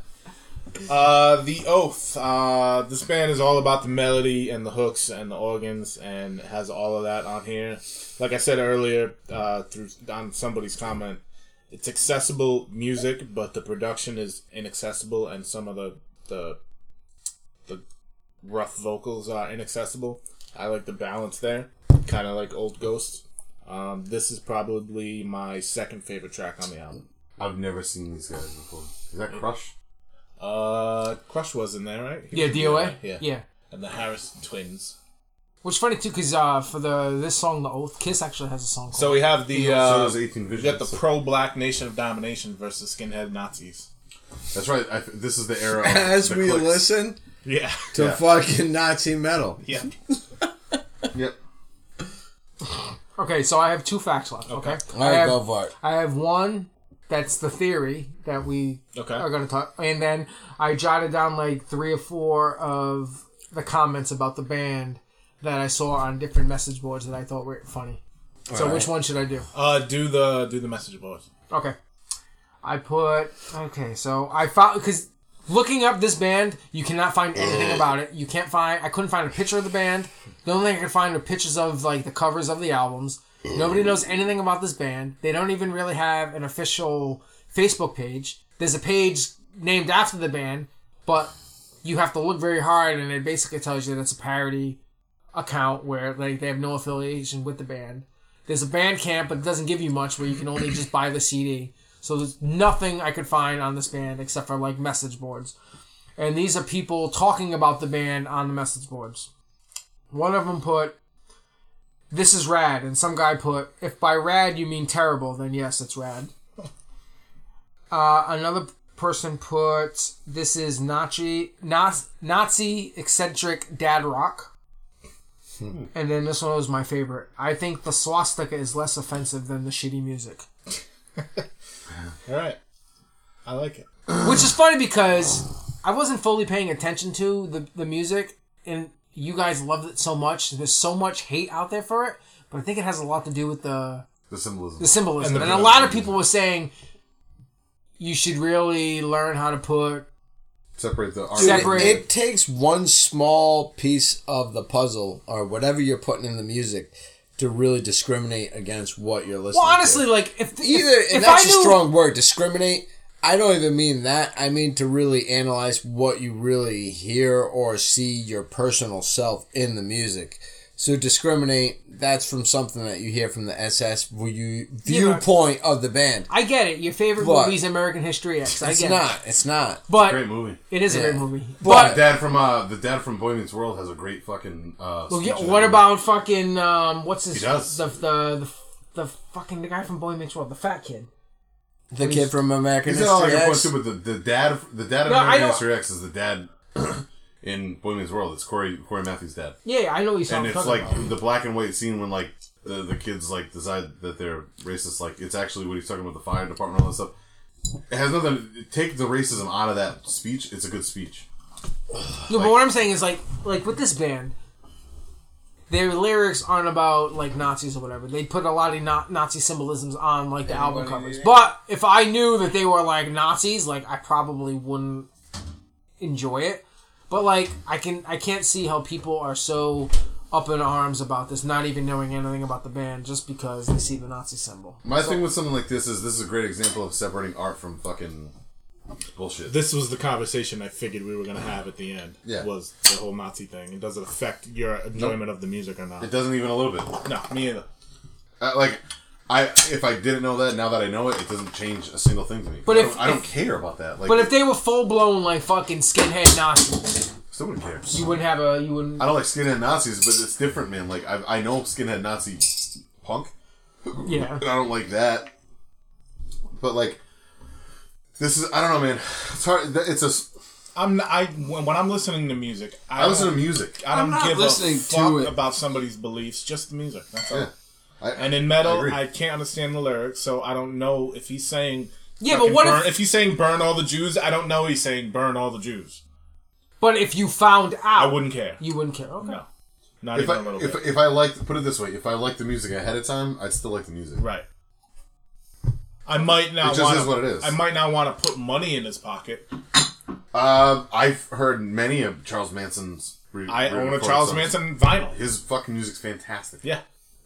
Speaker 2: Uh, the Oath. Uh, this band is all about the melody and the hooks and the organs and has all of that on here. Like I said earlier, uh, through on somebody's comment, it's accessible music, but the production is inaccessible and some of the the the rough vocals are inaccessible. I like the balance there, kind of like Old Ghost. Um, this is probably my second favorite track on the album.
Speaker 1: I've never seen these guys before. Is that Crush?
Speaker 2: Uh, Crush was in there, right? He
Speaker 4: Yeah,
Speaker 2: was
Speaker 4: DOA.
Speaker 2: Yeah.
Speaker 4: yeah.
Speaker 2: And the Harris twins.
Speaker 4: Which is funny too, because uh, for the this song, the Oath, Kiss actually has a song. Called
Speaker 2: So we have the
Speaker 1: so
Speaker 2: uh,
Speaker 1: those 18
Speaker 2: we
Speaker 1: visions.
Speaker 2: got the pro black nation of domination versus skinhead Nazis.
Speaker 1: That's right. I, this is the era. Of
Speaker 3: As
Speaker 1: the
Speaker 3: we
Speaker 1: clicks.
Speaker 3: listen
Speaker 2: Yeah.
Speaker 3: to
Speaker 1: Yeah.
Speaker 3: fucking Nazi metal.
Speaker 2: Yeah.
Speaker 1: Yep.
Speaker 4: okay, so I have two facts left. Okay,
Speaker 3: All right,
Speaker 4: I, have,
Speaker 3: go for it.
Speaker 4: I have one that's the theory that we
Speaker 2: Okay.
Speaker 4: are going to talk, and then I jotted down like three or four of the comments about the band that I saw on different message boards that I thought were funny. so which one should I do?
Speaker 2: Uh, do the do the message board.
Speaker 4: Okay. I put okay, so I found because looking up this band, you cannot find anything about it. You can't find. I couldn't find a picture of the band. The only thing I could find were pictures of like the covers of the albums. Nobody knows anything about this band. They don't even really have an official Facebook page. There's a page named after the band, but you have to look very hard, and it basically tells you that it's a parody account where like they have no affiliation with the band. There's a band camp, but it doesn't give you much where you can only just buy the CD. So there's nothing I could find on this band except for like message boards. And these are people talking about the band on the message boards. One of them put, This is rad. And some guy put, If by rad you mean terrible, then yes, it's rad. Uh, another person put, This is Nazi, Naz- Nazi eccentric dad rock. And then this one was my favorite. I think the swastika is less offensive than the shitty music.
Speaker 2: All right. I like it.
Speaker 4: Which is funny because I wasn't fully paying attention to the, the music, and you guys loved it so much. There's so much hate out there for it, but I think it has a lot to do with the,
Speaker 1: The symbolism.
Speaker 4: the symbolism.
Speaker 2: And
Speaker 4: And,
Speaker 2: the
Speaker 4: a lot of
Speaker 2: production.
Speaker 4: people were saying you should really learn how to put.
Speaker 1: Separate the art.
Speaker 4: Dude, Separate.
Speaker 3: It, it takes one small piece of the puzzle or whatever you're putting in the music to really discriminate against what you're listening
Speaker 4: Well, honestly,
Speaker 3: to.
Speaker 4: like if if-
Speaker 3: Either,
Speaker 4: if,
Speaker 3: and that's
Speaker 4: I
Speaker 3: a
Speaker 4: knew,
Speaker 3: strong word, discriminate. I don't even mean that. I mean to really analyze what you really hear or see your personal self in the music. So discriminate, that's from something that you hear from the SS view, viewpoint of the band.
Speaker 4: I get it. Your favorite
Speaker 3: But-
Speaker 4: movie is American History X. I
Speaker 3: It's
Speaker 4: get it,
Speaker 3: not. It's not.
Speaker 4: but
Speaker 1: Great movie.
Speaker 4: it is a great
Speaker 3: Yeah.
Speaker 4: movie.
Speaker 1: the
Speaker 4: But,
Speaker 1: dad from uh, the dad from Boy Meets World has a great fucking. Uh,
Speaker 4: well,
Speaker 1: speech
Speaker 4: yeah,
Speaker 1: in
Speaker 4: what
Speaker 1: that
Speaker 4: about fucking um, what's his
Speaker 1: He does.
Speaker 4: the the the, the fucking the guy from Boy Meets World, the fat kid.
Speaker 3: The kid from American
Speaker 1: movie. He's not like
Speaker 3: History
Speaker 1: a
Speaker 3: X.
Speaker 1: point too, but the, the dad the dad of
Speaker 4: No, I
Speaker 1: American
Speaker 4: don't-
Speaker 1: History X is the dad in Boy Meets World. It's Corey Corey Matthews' dad,
Speaker 4: Yeah, I know he's
Speaker 1: and
Speaker 4: talking
Speaker 1: it's
Speaker 4: about.
Speaker 1: like the black and white scene when like the the kids like decide that they're racist. Like it's actually what he's talking about the fire department and all that stuff. It has nothing. Take the racism out of that speech. It's a good speech.
Speaker 4: No, but what I'm saying is like like with this band, their lyrics aren't about like Nazis or whatever. They put a lot of na- Nazi symbolisms on like the album covers. But if I knew that they were like Nazis, like I probably wouldn't enjoy it. But like I can I can't see how people are so up in arms about this, not even knowing anything about the band, just because they see the Nazi symbol.
Speaker 1: My thing with something like this is this is a great example of separating art from fucking bullshit.
Speaker 2: This was the conversation I figured we were gonna have at the end.
Speaker 1: Yeah.
Speaker 2: Was the whole Nazi thing? And does it affect your enjoyment of the music or not?
Speaker 1: It doesn't even a little bit.
Speaker 2: No, me either.
Speaker 1: Uh, like I if I didn't know that, now that I know it, it doesn't change a single thing to me.
Speaker 4: But
Speaker 1: I
Speaker 4: if-
Speaker 1: don't, I don't
Speaker 4: if-
Speaker 1: care about that. Like
Speaker 4: But if they were full blown like fucking skinhead Nazis,
Speaker 1: still wouldn't care.
Speaker 4: you wouldn't have a you wouldn't.
Speaker 1: I don't like skinhead Nazis, but it's different, man. Like I I know skinhead Nazi punk,
Speaker 4: Yeah.
Speaker 1: and I don't like that. But like this is I don't know, man. It's hard. It's a s-
Speaker 2: I'm not, I when when I'm listening to music, I,
Speaker 1: I listen to
Speaker 2: don't-
Speaker 1: music.
Speaker 2: I don't
Speaker 8: I'm not
Speaker 2: give
Speaker 8: listening
Speaker 2: a
Speaker 8: to
Speaker 2: fuck
Speaker 8: it.
Speaker 2: about somebody's beliefs. Just the music. That's all.
Speaker 1: Yeah. I,
Speaker 2: And in
Speaker 1: I
Speaker 2: metal,
Speaker 1: agree.
Speaker 2: I, can't understand the lyrics, so I don't know if he's saying.
Speaker 4: Yeah, but
Speaker 2: fucking
Speaker 4: what
Speaker 2: burn,
Speaker 4: if-
Speaker 2: he's saying burn all the Jews? I don't know. He's saying burn all the Jews.
Speaker 4: But if you found
Speaker 2: I
Speaker 4: out,
Speaker 2: wouldn't care.
Speaker 4: You wouldn't care. Okay.
Speaker 2: No, not
Speaker 1: if
Speaker 2: even
Speaker 1: I
Speaker 2: a little
Speaker 1: if,
Speaker 2: bit.
Speaker 1: if I liked put it this way, if I liked the music ahead of time, I'd still like the music.
Speaker 2: right. I might not.
Speaker 1: It just
Speaker 2: wanna,
Speaker 1: is what it is.
Speaker 2: I might not want to put money in his pocket,
Speaker 1: Uh, I've heard many of Charles Manson's. Re-
Speaker 2: I own a
Speaker 1: re-recorded
Speaker 2: Charles
Speaker 1: songs.
Speaker 2: Manson vinyl.
Speaker 1: His fucking music's fantastic.
Speaker 2: Yeah,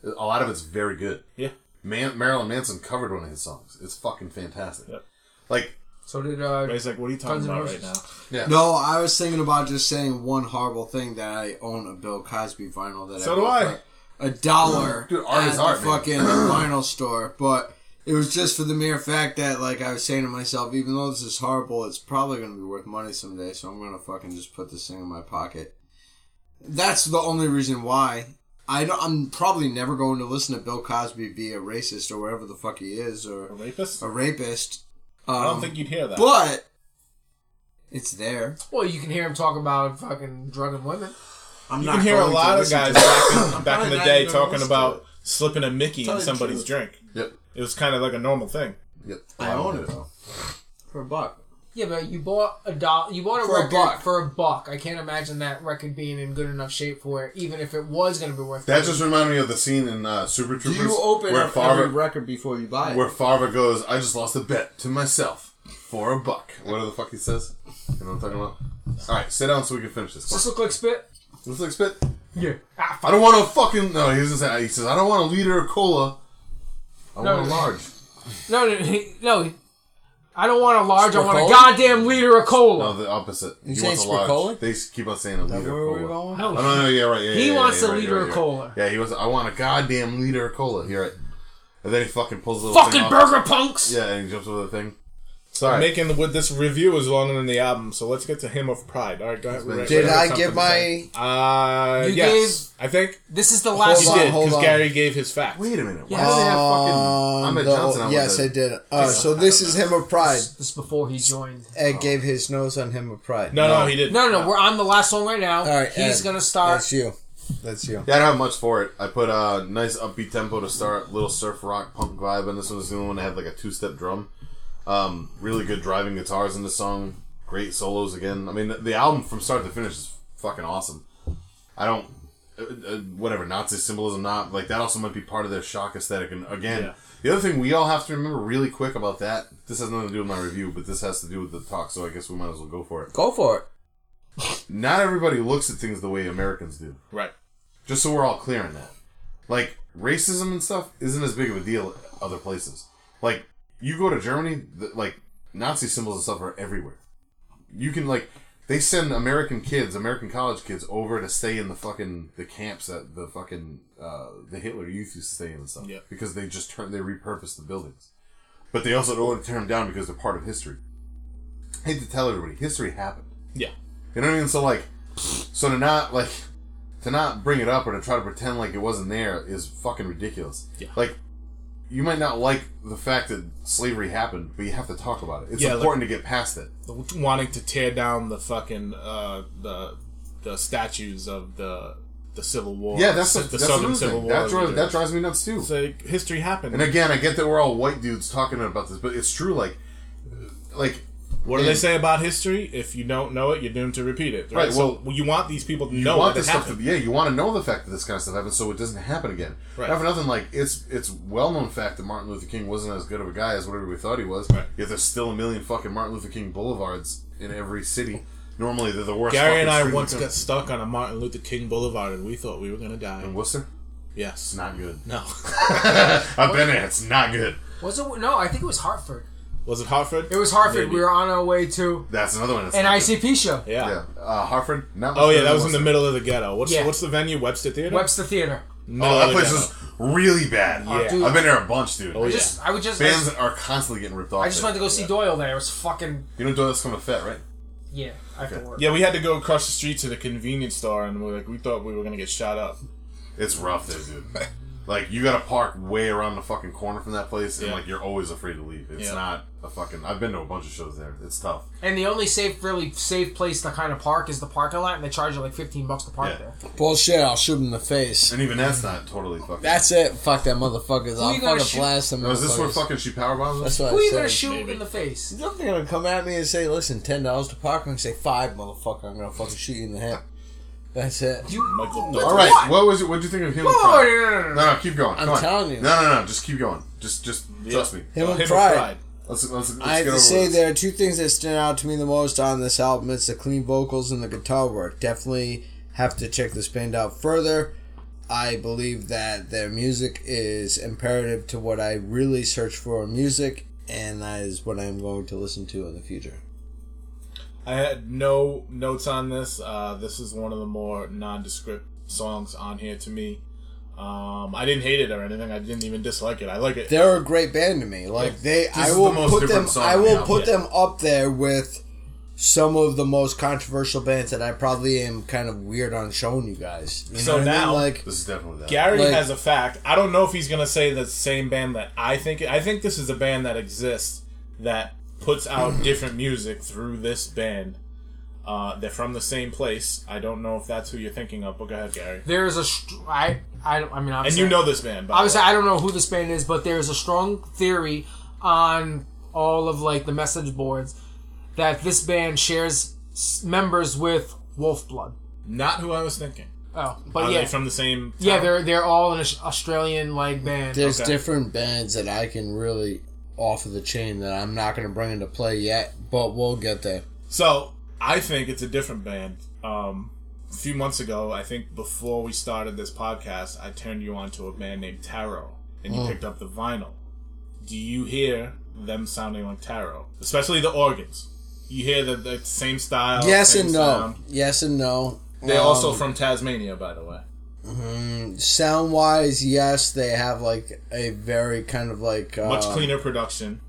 Speaker 1: A lot of it's very good.
Speaker 2: yeah.
Speaker 1: Man- Marilyn Manson covered one of his songs. It's fucking fantastic.
Speaker 2: Yep.
Speaker 1: Like,
Speaker 4: So did uh,
Speaker 2: Everybody's like, what are you talking
Speaker 4: Guns N'
Speaker 2: about right
Speaker 4: Roses.
Speaker 2: now?
Speaker 1: yeah.
Speaker 3: No, I was thinking about just saying one horrible thing that I own a Bill Cosby vinyl that I
Speaker 2: So do
Speaker 3: bought
Speaker 2: I.
Speaker 3: for a dollar
Speaker 1: Dude, art
Speaker 3: at
Speaker 1: is art,
Speaker 3: the
Speaker 1: man.
Speaker 3: fucking vinyl store, but it was just for the mere fact that like I was saying to myself, even though this is horrible, it's probably gonna be worth money someday, so I'm gonna fucking just put this thing in my pocket. That's the only reason why. I don't, I'm probably never going to listen to Bill Cosby be a racist or whatever the fuck he is
Speaker 2: A
Speaker 3: or
Speaker 2: rapist?
Speaker 3: a rapist.
Speaker 2: I don't
Speaker 3: Um,
Speaker 2: think you'd hear that.
Speaker 3: but it's there.
Speaker 4: well, you can hear him talk about fucking drugging women.
Speaker 3: I'm
Speaker 2: you
Speaker 3: not
Speaker 2: can hear a
Speaker 3: going to
Speaker 2: lot of
Speaker 3: listen
Speaker 2: guys
Speaker 3: to-
Speaker 2: back in, back
Speaker 3: probably
Speaker 2: in the
Speaker 3: not
Speaker 2: day
Speaker 3: even gonna
Speaker 2: talking
Speaker 3: listen
Speaker 2: about
Speaker 3: to it.
Speaker 2: slipping a Mickey
Speaker 3: Tell
Speaker 2: in
Speaker 3: you the
Speaker 2: somebody's
Speaker 3: truth.
Speaker 2: drink.
Speaker 1: Yep.
Speaker 2: It was kind of like a normal thing.
Speaker 1: Yep.
Speaker 3: I own it though. For a buck.
Speaker 4: Yeah, but you bought a doll. You bought a
Speaker 3: For a
Speaker 4: record
Speaker 3: buck.
Speaker 4: for a buck. I can't imagine that record being in good enough shape for it, even if it was going to be worth.
Speaker 1: That
Speaker 4: it.
Speaker 1: just reminded me of the scene in uh, Super
Speaker 3: Do
Speaker 1: Troopers
Speaker 3: you open
Speaker 1: where
Speaker 3: up every
Speaker 1: Favre
Speaker 3: record before you buy it?
Speaker 1: where Favre goes, "I just lost a bet to myself for a buck." What the fuck he says? You know what I'm talking about? All right, sit down so we can finish this.
Speaker 4: Does this look like spit?
Speaker 1: Looks like spit.
Speaker 4: Yeah. Ah,
Speaker 1: I don't want a fucking no. He doesn't say. He says, "I don't want a liter of cola. I
Speaker 4: No.
Speaker 1: want a large."
Speaker 4: f- no, no, he- no. I don't want a large. I want a
Speaker 9: Sprickola?
Speaker 4: goddamn liter of
Speaker 1: No,
Speaker 4: cola.
Speaker 1: the opposite.
Speaker 9: You
Speaker 1: He
Speaker 9: saying
Speaker 1: wants a large.
Speaker 9: Spricola?
Speaker 1: They s- keep on saying a liter
Speaker 3: where
Speaker 1: of
Speaker 3: are we
Speaker 1: cola.
Speaker 3: going?
Speaker 1: Oh no, no, yeah, right. Yeah,
Speaker 4: He
Speaker 1: yeah,
Speaker 4: wants
Speaker 1: yeah,
Speaker 4: a
Speaker 1: right,
Speaker 4: liter
Speaker 1: right,
Speaker 4: of
Speaker 1: right.
Speaker 4: cola.
Speaker 1: Yeah, he was. I want a goddamn liter of cola. You're right. And then he fucking pulls a little thing
Speaker 4: Fucking
Speaker 1: off.
Speaker 4: burger punks.
Speaker 1: Yeah, and he jumps over the thing.
Speaker 2: I'm
Speaker 1: Sorry.
Speaker 2: making the, with this review is longer than the album, so let's get to him of pride. All right, go ahead.
Speaker 1: been-
Speaker 2: Ray-
Speaker 1: Did
Speaker 2: Ray
Speaker 9: Did
Speaker 2: has
Speaker 9: I
Speaker 2: something
Speaker 9: give
Speaker 2: to say.
Speaker 9: my?
Speaker 2: Uh,
Speaker 4: You
Speaker 2: yes, I think
Speaker 4: This is the last.
Speaker 2: he
Speaker 9: Hold on,
Speaker 2: did
Speaker 9: hold
Speaker 2: because
Speaker 9: on.
Speaker 2: Gary gave his facts.
Speaker 1: Wait a minute. Why
Speaker 4: Yeah.
Speaker 1: do they have fucking
Speaker 9: Um,
Speaker 1: Ahmed
Speaker 9: the-
Speaker 1: Johnson? on
Speaker 9: yes, I
Speaker 1: with
Speaker 9: did. Uh, so this is him of pride.
Speaker 4: This is before he joined.
Speaker 9: Ed gave his nose on him of pride.
Speaker 2: No, no, he didn't.
Speaker 4: No, no, no. We're on the last song right now.
Speaker 9: All right,
Speaker 4: He's
Speaker 9: Ed,
Speaker 4: gonna start.
Speaker 9: That's you. That's you.
Speaker 1: Yeah, I don't have much for it. I put a nice upbeat tempo to start, little surf rock punk vibe, and this one was the only one that had like a two step drum. Um, really good driving guitars in the song. Great solos again. I mean, the, the album from start to finish is fucking awesome. I don't, uh, uh, whatever Nazi symbolism, not like that. Also might be part of their shock aesthetic. And again,
Speaker 2: Yeah.
Speaker 1: the other thing we all have to remember really quick about that. This has nothing to do with my review, but this has to do with the talk. So I guess we might as well go for it.
Speaker 9: Go for it.
Speaker 1: Not everybody looks at things the way Americans do
Speaker 2: Right.
Speaker 1: just so we're all clear on that. Like racism and stuff isn't as big of a deal other places. Like you go to Germany, th like Nazi symbols and stuff are everywhere. You can like they send American kids, American college kids, over to stay in the fucking the camps that the fucking uh, the Hitler Youth used to stay in and stuff
Speaker 2: Yeah.
Speaker 1: because they just turn they repurpose the buildings, but they also don't want to tear them down because they're part of history. I hate to tell everybody, history happened.
Speaker 2: Yeah.
Speaker 1: You know what I mean? So like, so to not like, to not bring it up or to try to pretend like it wasn't there is fucking ridiculous.
Speaker 2: Yeah.
Speaker 1: Like, you might not like the fact that slavery happened, but you have to talk about it. It's
Speaker 2: Yeah, like-
Speaker 1: important to get past it.
Speaker 2: The- wanting to tear down the fucking uh, the the statues of the the Civil War.
Speaker 1: yeah, that's the,
Speaker 2: the,
Speaker 1: that's
Speaker 2: Southern
Speaker 1: another
Speaker 2: Civil
Speaker 1: thing.
Speaker 2: War.
Speaker 1: That drives, that drives me nuts too.
Speaker 2: It's like history happened.
Speaker 1: and again, I get that we're all white dudes talking about this, but it's true. Like, like
Speaker 2: what do they
Speaker 1: and-
Speaker 2: say about history? If you don't know it, you're doomed to repeat it. Right.
Speaker 1: Mm. Right,
Speaker 2: so
Speaker 1: well,
Speaker 2: you want these people to
Speaker 1: you
Speaker 2: know
Speaker 1: want
Speaker 2: that
Speaker 1: this
Speaker 2: it
Speaker 1: stuff
Speaker 2: happened.
Speaker 1: to yeah you want to know the fact that this kind of stuff happens so it doesn't happen again
Speaker 2: Right.
Speaker 1: not for nothing like it's it's well known fact that martin luther king wasn't as good of a guy as whatever we thought he was
Speaker 2: Right.
Speaker 1: yet there's still a million fucking martin luther king boulevards in every city normally they're the worst
Speaker 2: Gary
Speaker 1: fucking
Speaker 2: and I
Speaker 1: street in
Speaker 2: once
Speaker 1: town.
Speaker 2: got stuck on a Martin Luther King Boulevard, and we thought we were gonna die.
Speaker 1: in worcester
Speaker 2: Yes.
Speaker 1: it's not good
Speaker 2: No.
Speaker 1: i've been there it's not good
Speaker 4: Was it? No, I think it was Hartford.
Speaker 2: Was it Hartford?
Speaker 4: It was Hartford.
Speaker 2: Maybe.
Speaker 4: We were on our way to
Speaker 1: that's another one that's
Speaker 4: an
Speaker 1: not
Speaker 4: ICP show.
Speaker 2: Yeah.
Speaker 1: good. yeah uh hartford not much
Speaker 2: Oh yeah,
Speaker 1: better
Speaker 2: that
Speaker 1: than
Speaker 2: was in the
Speaker 1: Worcester.
Speaker 2: middle of the ghetto. What's
Speaker 4: Yeah.
Speaker 2: what's the venue? Webster Theater.
Speaker 4: Webster Theater.
Speaker 2: Middle
Speaker 1: oh
Speaker 2: of
Speaker 1: that
Speaker 2: the
Speaker 1: place
Speaker 2: ghetto.
Speaker 1: was really bad
Speaker 2: Yeah.
Speaker 4: Dude.
Speaker 1: i've been there a bunch dude
Speaker 2: Oh,
Speaker 4: I
Speaker 2: yeah.
Speaker 4: just, I would just, I
Speaker 1: fans
Speaker 4: just,
Speaker 1: are constantly getting ripped off
Speaker 4: I just
Speaker 1: there.
Speaker 4: wanted to go see Doyle there. It was fucking
Speaker 1: you know doyle's coming to fet right
Speaker 4: yeah. After work.
Speaker 2: Yeah, we had to go across the street to the convenience store, and we are like we thought we were gonna get shot up.
Speaker 1: It's rough there, dude. like you gotta park way around the fucking corner from that place, and
Speaker 2: Yeah.
Speaker 1: like you're always afraid to leave. It's
Speaker 2: Yeah.
Speaker 1: not a fucking. I've been to a bunch of shows there. It's tough.
Speaker 4: And the only safe, really safe place to kind of park is the parking lot, and they charge you like fifteen bucks to park
Speaker 1: Yeah.
Speaker 4: there.
Speaker 9: Bullshit. I'll shoot him in the face.
Speaker 1: And even that's not totally fucking.
Speaker 9: That's it. Fuck that motherfuckers.
Speaker 4: you
Speaker 9: I'll
Speaker 4: gonna
Speaker 9: fucking
Speaker 4: shoot?
Speaker 9: blast him.
Speaker 1: Now, is this where
Speaker 9: motherfuckers.
Speaker 1: fucking she powerbombs us?
Speaker 9: That's what
Speaker 4: Who are you
Speaker 9: I
Speaker 4: gonna
Speaker 9: said.
Speaker 4: shoot
Speaker 2: maybe.
Speaker 4: in the face?
Speaker 9: You're gonna come at me and say, "Listen, ten dollars to park," and say five, motherfucker. I'm gonna fucking shoot you in the head. That's it.
Speaker 4: You.
Speaker 2: Michael,
Speaker 4: What?
Speaker 2: no.
Speaker 1: All Oh, right.
Speaker 4: What?
Speaker 1: What? was it? What do you think of him? and
Speaker 4: Oh,
Speaker 1: Pride?
Speaker 4: no, no, no, no, no.
Speaker 1: No, no, keep going.
Speaker 9: I'm
Speaker 1: Come on.
Speaker 9: telling you.
Speaker 1: No, no, no. Just keep going. Just, just trust me.
Speaker 9: Him
Speaker 2: Him
Speaker 9: and
Speaker 2: and
Speaker 9: pride.
Speaker 2: Pride.
Speaker 1: Let's let's, let's
Speaker 3: I have
Speaker 1: get over
Speaker 3: to say
Speaker 1: this.
Speaker 3: there are two things that stand out to me the most on this album. It's the clean vocals and the guitar work. Definitely have to check this band out further. I believe that their music is imperative to what I really search for in music, and that is what I'm going to listen to in the future.
Speaker 2: I had no notes on this. Uh, this is one of the more nondescript songs on here to me. Um, I didn't hate it or anything. I didn't even dislike it. I like it.
Speaker 3: They're a great band to me. Like they, I
Speaker 1: is
Speaker 3: will
Speaker 1: the most
Speaker 3: put
Speaker 1: different
Speaker 3: them.
Speaker 1: song
Speaker 3: I
Speaker 1: on the
Speaker 3: will
Speaker 1: album,
Speaker 3: put
Speaker 2: yeah.
Speaker 3: them up there with some of the most controversial bands that I probably am kind of weird on showing you guys. You
Speaker 2: So
Speaker 3: know what I mean?
Speaker 2: now-
Speaker 3: like
Speaker 1: This is definitely that.
Speaker 2: Gary
Speaker 3: Like-
Speaker 2: has a fact. I don't know if he's gonna say the same band that I think. I think this is a band that exists that puts out different music through this band. Uh, they're from the same place. I don't know if that's who you're thinking of, but go ahead, Gary.
Speaker 7: There is a. Str- I, I, don't- I mean,
Speaker 2: And
Speaker 7: obviously,
Speaker 2: you know this band, by the
Speaker 7: obviously,
Speaker 2: way.
Speaker 7: I don't know who this band is, but there is a strong theory on all of like the message boards that this band shares s- members with Wolfblood.
Speaker 2: Not who I was thinking.
Speaker 7: Oh, but
Speaker 2: Are
Speaker 7: yeah,
Speaker 2: they from the same?
Speaker 7: yeah,
Speaker 2: town?
Speaker 7: they're they're all an Aus- Australian like band.
Speaker 3: There's
Speaker 2: Okay.
Speaker 3: different bands that I can really off of the chain that I'm not going to bring into play yet, but we'll get there.
Speaker 2: So I think it's a different band. Um, a few months ago, I think before we started this podcast, I turned you on to a band named Tarot, and
Speaker 3: Hmm.
Speaker 2: you picked up the vinyl. Do you hear them sounding like Tarot, especially the organs? You hear the, the same style.
Speaker 3: yes
Speaker 2: same
Speaker 3: and no.
Speaker 2: Oh, sound.
Speaker 3: Yes and no.
Speaker 2: They're
Speaker 3: Um,
Speaker 2: also from Tasmania, by the way.
Speaker 3: sound wise. Yes, they have like a very kind of like uh,
Speaker 2: Much cleaner production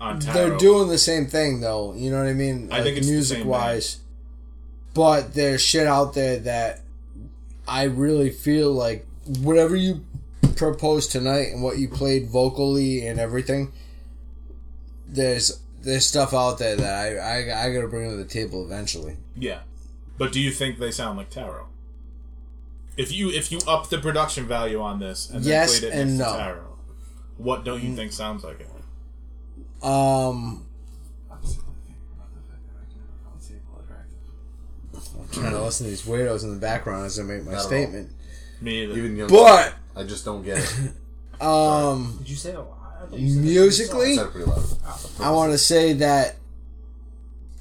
Speaker 2: on Tarot.
Speaker 3: They're doing the same thing though. You know what I mean?
Speaker 2: I think it's the
Speaker 3: music
Speaker 2: same
Speaker 3: wise. But there's shit out there that I really feel like whatever you proposed tonight and what you played vocally and everything, there's there's stuff out there that I I, I gotta bring to the table eventually.
Speaker 2: Yeah, but do you think they sound like Tarot? If you if you up the production value on this and then
Speaker 3: Yes
Speaker 2: played it
Speaker 3: and
Speaker 2: next
Speaker 3: no. Mm.
Speaker 2: to Tarot, what don't you think sounds like it?
Speaker 3: Um I'm trying to listen to these weirdos in the background as I make my
Speaker 1: Not at all.
Speaker 3: statement.
Speaker 2: Me either.
Speaker 1: Even young
Speaker 3: But
Speaker 1: I just don't get it.
Speaker 3: um
Speaker 7: Did you say a lot? I thought you said-
Speaker 1: I
Speaker 3: musically
Speaker 1: said it pretty loud.
Speaker 3: I want to say that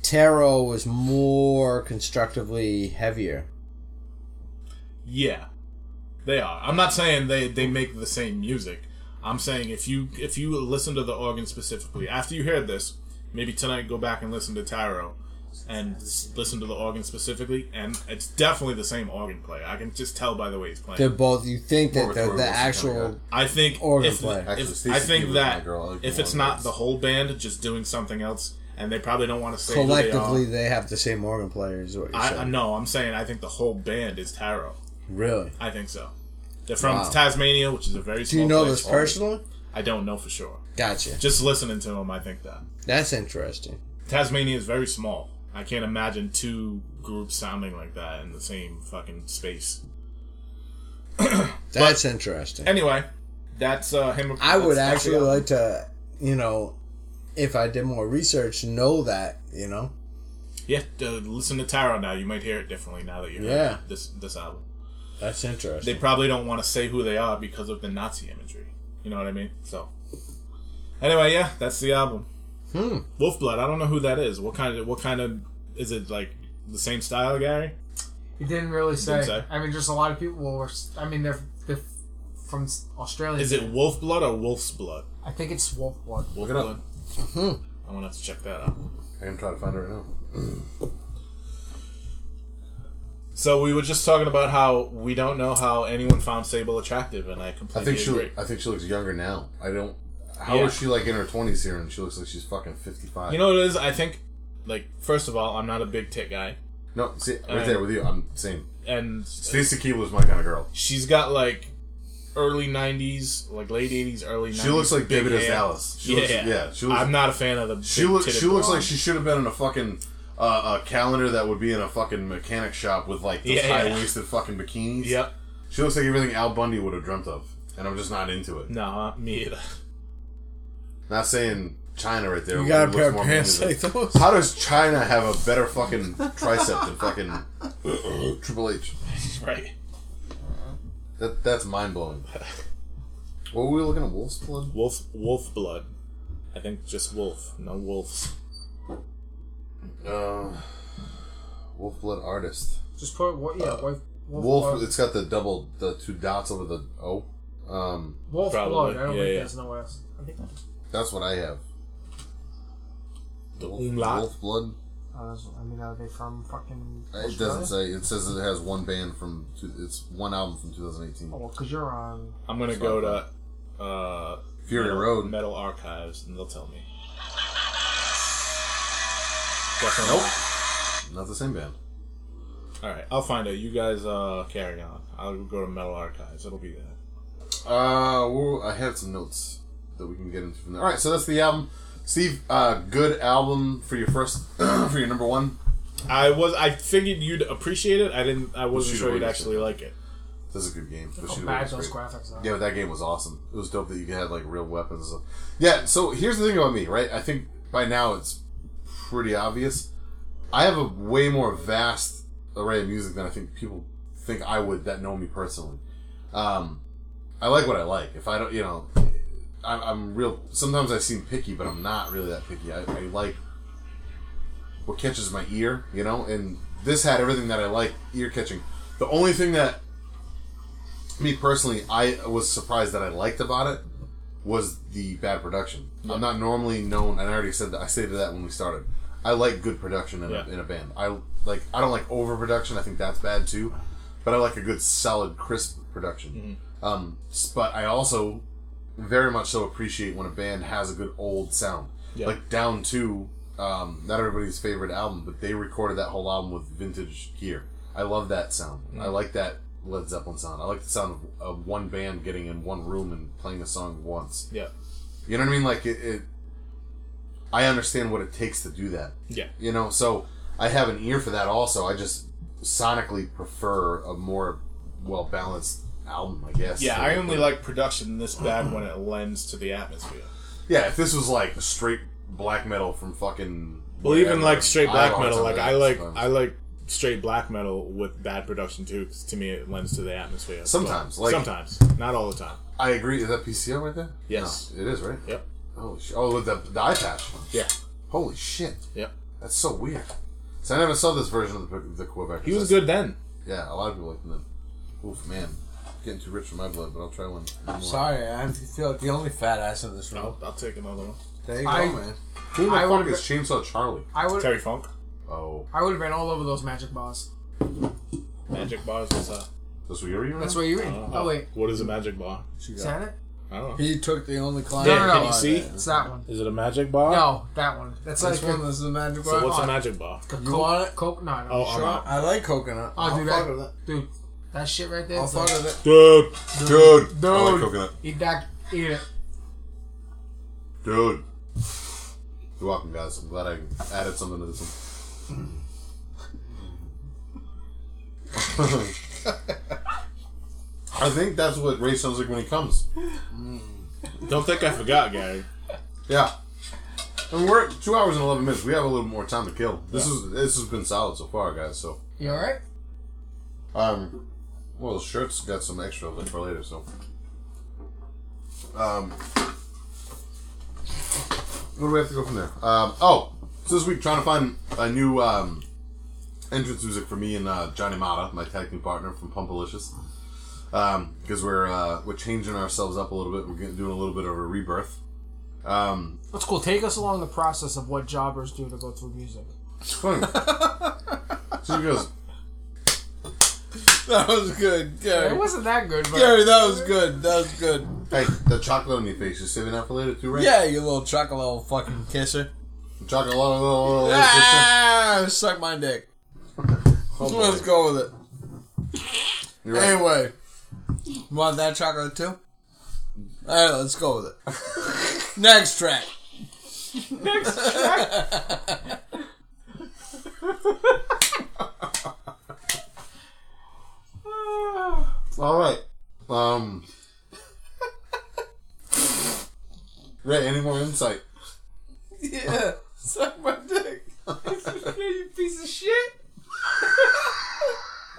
Speaker 3: tarot was more constructively heavier.
Speaker 2: Yeah, they are. I'm not saying they they make the same music. I'm saying if you if you listen to the organ specifically after you hear this, maybe tonight go back and listen to Tarot and s- listen to the organ specifically, and it's definitely the same organ player. I can just tell by the way he's playing.
Speaker 3: They're both. You think
Speaker 1: More
Speaker 3: that
Speaker 1: with
Speaker 3: they're
Speaker 1: Rose
Speaker 3: the
Speaker 1: kind of
Speaker 3: actual.
Speaker 2: I think
Speaker 3: Organ
Speaker 2: if,
Speaker 3: player.
Speaker 2: if-
Speaker 1: Actually, Stacey
Speaker 2: I think
Speaker 1: Keebler, my
Speaker 2: that
Speaker 1: girl, I like
Speaker 2: if
Speaker 1: the
Speaker 2: it's
Speaker 1: one
Speaker 2: not
Speaker 1: that's-
Speaker 2: the whole band just doing something else, and they probably don't want to say who they
Speaker 3: Collectively,
Speaker 2: are.
Speaker 3: they, have the same organ player. Is what you're
Speaker 2: I, I
Speaker 3: saying?
Speaker 2: no, I'm saying I think the whole band is Tarot.
Speaker 3: really?
Speaker 2: I think so. They're from
Speaker 3: Wow.
Speaker 2: Tasmania, which is a very
Speaker 3: Do
Speaker 2: small
Speaker 3: you know
Speaker 2: place.
Speaker 3: this personally?
Speaker 2: I don't know for sure.
Speaker 3: Gotcha.
Speaker 2: Just listening to them, I think that
Speaker 3: That's interesting.
Speaker 2: Tasmania is very small. I can't imagine two groups sounding like that in the same fucking space.
Speaker 3: That's interesting.
Speaker 2: Anyway, that's uh, him.
Speaker 3: I would
Speaker 2: that's-
Speaker 3: actually like to, you know, if I did more research, know that. You know,
Speaker 2: yeah. To listen to Tarot now. You might hear it differently now that you heard
Speaker 3: Yeah.
Speaker 2: this this album.
Speaker 3: that's interesting.
Speaker 2: they probably don't want to say who they are because of the Nazi imagery. You know what I mean? So, anyway, yeah, that's the album.
Speaker 3: Hmm.
Speaker 2: Wolfblood. I don't know who that is. What kind of? What kind of? Is it like the same style, Gary?
Speaker 7: He didn't really say.
Speaker 2: say.
Speaker 7: I mean, just a lot of people were. I mean, they're, they're from s- Australia.
Speaker 2: Is it Wolfblood or Wolf's Blood?
Speaker 7: I think it's Wolf Blood.
Speaker 2: Wolf
Speaker 1: it up. Mm-hmm.
Speaker 2: Blood. I'm gonna have to check that out.
Speaker 1: I am trying to find it right now.
Speaker 2: So we were just talking about how we don't know how anyone found Sable attractive, and I
Speaker 1: I
Speaker 2: completely
Speaker 1: think she.
Speaker 2: agree.
Speaker 1: I think she looks younger now. I don't. How is
Speaker 2: Yeah.
Speaker 1: she like in her twenties here, and she looks like she's fucking fifty five?
Speaker 2: You know what it is? I think, like, first of all, I'm not a big tit guy,
Speaker 1: no, see, right
Speaker 2: Alright.
Speaker 1: there with you. I'm same.
Speaker 2: and
Speaker 1: Stacey Keebler's my kind of girl.
Speaker 2: She's got like early '90s, like late '80s, early. 90s,
Speaker 1: She looks like
Speaker 2: big
Speaker 1: David S.
Speaker 2: hair.
Speaker 1: Dallas. She
Speaker 2: yeah,
Speaker 1: looks- yeah, she looks-
Speaker 2: I'm not a fan of the.
Speaker 1: She
Speaker 2: big
Speaker 1: looks.
Speaker 2: titted
Speaker 1: She looks like
Speaker 2: blonde.
Speaker 1: she should have been in a fucking uh, a calendar that would be in a fucking mechanic shop with like those
Speaker 2: Yeah, yeah.
Speaker 1: high waisted fucking bikinis.
Speaker 2: Yep.
Speaker 1: She looks like everything Al Bundy would have dreamt of, and I'm just not into it.
Speaker 2: No, uh, me either.
Speaker 1: Not saying China right there.
Speaker 3: you got a
Speaker 1: looks
Speaker 3: pair of
Speaker 1: more
Speaker 3: pants
Speaker 1: manly
Speaker 3: like
Speaker 1: than-
Speaker 3: those.
Speaker 1: How does China have a better fucking tricep than fucking Triple H?
Speaker 2: right.
Speaker 1: That that's mind blowing. What were we looking at? Wolf's blood.
Speaker 2: Wolf Wolf Blood. I think just wolf, no wolves.
Speaker 1: Um, Wolf Blood Artist.
Speaker 7: Just put what?
Speaker 2: Uh,
Speaker 7: Yeah, wolf.
Speaker 1: Wolf,
Speaker 7: blood.
Speaker 1: it's got the double, the two dots over the O. Um,
Speaker 7: wolf
Speaker 2: Probably,
Speaker 7: blood. I don't
Speaker 2: yeah,
Speaker 7: think
Speaker 2: yeah.
Speaker 7: there's no S. I think uh,
Speaker 1: that's what I have.
Speaker 2: The
Speaker 1: Wolf,
Speaker 2: umlaut.
Speaker 1: Wolf Blood.
Speaker 7: uh, that's- I mean, are they from fucking?
Speaker 1: It doesn't say. It says it has one band from. two- It's one album from 2018.
Speaker 7: Oh, because you're on.
Speaker 2: I'm gonna go to uh,
Speaker 1: Fury
Speaker 2: Metal-
Speaker 1: Road.
Speaker 2: Metal Archives, and they'll tell me. Definitely. Nope.
Speaker 1: Not the same band.
Speaker 2: All right, I'll find it. You guys uh, carry on. I'll go to Metal Archives. It'll be there.
Speaker 1: Uh, well, I have some notes that we can get into from there. All right, so that's the album. Steve, uh, good album for your first, for your number one.
Speaker 2: I was. I figured you'd appreciate it. I didn't. I wasn't
Speaker 1: Shooter
Speaker 2: sure you'd
Speaker 1: Warriors.
Speaker 2: actually like it.
Speaker 1: This is a good game. But
Speaker 7: How
Speaker 1: Shooter
Speaker 7: bad
Speaker 1: Warriors
Speaker 7: those
Speaker 1: great.
Speaker 7: graphics are.
Speaker 1: Yeah, but that game was awesome. It was dope that you had like real weapons and stuff. Yeah, so here's the thing about me, right? I think by now it's pretty obvious. I have a way more vast array of music than I think people think I would that know me personally. Um, I like what I like. If I don't, you know, I'm, I'm real. Sometimes I seem picky, but I'm not really that picky. I, I like what catches my ear, you know, and this had everything that I like ear catching. The only thing that me personally, I was surprised that I liked about it was the bad production. I'm not normally known, and I already said that. I stated that when we started. I like good production in,
Speaker 2: Yeah.
Speaker 1: a, in a band. I like. I don't like overproduction. I think that's bad too. But I like a good, solid, crisp production. Um, s- but I also very much so appreciate when a band has a good old sound.
Speaker 2: Yeah.
Speaker 1: Like Down Two, um, not everybody's favorite album, but they recorded that whole album with vintage gear. I love that sound.
Speaker 2: Mm.
Speaker 1: I like that Led Zeppelin sound. I like the sound of, of one band getting in one room and playing a song once.
Speaker 2: Yeah.
Speaker 1: You know what I mean? Like it, it I understand what it takes to do that.
Speaker 2: Yeah.
Speaker 1: You know, so I have an ear for that also. I just sonically prefer a more well balanced album, I guess.
Speaker 2: Yeah. I only like production this bad when it lends to the atmosphere.
Speaker 1: Yeah, if this was like straight black metal from fucking.
Speaker 2: Well, even
Speaker 1: whatever,
Speaker 2: like straight black
Speaker 1: Iron
Speaker 2: metal,
Speaker 1: or
Speaker 2: like I
Speaker 1: something
Speaker 2: like
Speaker 1: sometimes.
Speaker 2: I like straight black metal with bad production too. 'cause to me, it lends to the atmosphere. But
Speaker 1: Sometimes, like-
Speaker 2: sometimes, not all the time.
Speaker 1: I agree. Is that PCO right there?
Speaker 2: Yes.
Speaker 1: No, it is right.
Speaker 2: Yep.
Speaker 1: Holy shit! Oh, with the, the eye patch.
Speaker 2: Yeah.
Speaker 1: Holy shit!
Speaker 2: Yep.
Speaker 1: That's so weird. So I never saw this version of the, the Quebec.
Speaker 2: He was good then.
Speaker 1: Yeah, a lot of people like them. Oof, man, getting too rich for my blood, but I'll try one. more.
Speaker 3: Sorry, I feel like the only fat ass in this room.
Speaker 2: I'll, I'll take another one.
Speaker 3: There you go,
Speaker 7: I-
Speaker 3: man.
Speaker 1: Who the
Speaker 7: I
Speaker 1: fuck
Speaker 7: would-
Speaker 1: is Chainsaw Charlie?
Speaker 7: I would.
Speaker 2: Terry Funk,
Speaker 1: Oh,
Speaker 7: I would have been all over those magic bars.
Speaker 2: Magic Bars. What's up?
Speaker 1: that's what you're
Speaker 7: That's what you're in. Oh wait,
Speaker 2: What is a magic bar?
Speaker 7: is that it?
Speaker 2: I don't know.
Speaker 3: He took the only client.
Speaker 2: Yeah,
Speaker 7: no,
Speaker 2: can
Speaker 7: no,
Speaker 2: you see?
Speaker 7: It's that one.
Speaker 2: Is it a magic bar?
Speaker 7: No, that one. That's
Speaker 3: This
Speaker 7: like
Speaker 3: one
Speaker 7: a,
Speaker 3: is the magic
Speaker 2: So what's a
Speaker 3: wand.
Speaker 2: magic bar?
Speaker 7: a
Speaker 3: You
Speaker 7: Coke-
Speaker 3: want it?
Speaker 7: Coke? No, no.
Speaker 2: Oh, I'm
Speaker 3: Sure,
Speaker 2: out.
Speaker 3: I like coconut.
Speaker 7: I'll do that.
Speaker 3: fuck with it.
Speaker 7: dude. That shit right there.
Speaker 3: I'll
Speaker 7: it's
Speaker 3: fuck
Speaker 7: like,
Speaker 3: with it.
Speaker 2: Dude,
Speaker 1: Dude, dude, I like
Speaker 7: Dude.
Speaker 1: coconut.
Speaker 7: eat that. Eat it.
Speaker 1: Dude, you're welcome, guys. I'm glad I added something to this one. I think that's what Ray sounds like when he comes.
Speaker 2: don't think I forgot, Gary.
Speaker 1: Yeah. And we're at two hours and eleven minutes. We have a little more time to kill. This is this has been solid so far, guys. So
Speaker 7: You all right?
Speaker 1: um, well, the shirt's got some extra left for later. So um, where do we have to go from there? Um, oh, so this week trying to find a new um entrance music for me and uh, Johnny Mata, my tag team partner from Pumpalicious. Um, because we're uh, we're changing ourselves up a little bit. We're getting, doing a little bit of a rebirth. Um,
Speaker 7: That's cool. Take us along the process of what jobbers do to go through music.
Speaker 1: Funny. so he goes,
Speaker 3: That was good,
Speaker 7: It
Speaker 3: Gary.
Speaker 7: wasn't that good, but
Speaker 3: Gary, that was good. That was good.
Speaker 1: Hey, the chocolate on your face, you're saving that for later too, right?
Speaker 3: Yeah, you little chocolate little fucking kisser.
Speaker 1: Chocolate, la, la, la, la, la,
Speaker 3: Ah, suck my dick. Let's go with it.
Speaker 1: You're right.
Speaker 3: Anyway, want that chocolate too? All right, let's go with it. Next track.
Speaker 1: All right. Um. Ray, any more insight?
Speaker 3: Yeah, suck my dick.
Speaker 7: you piece of shit.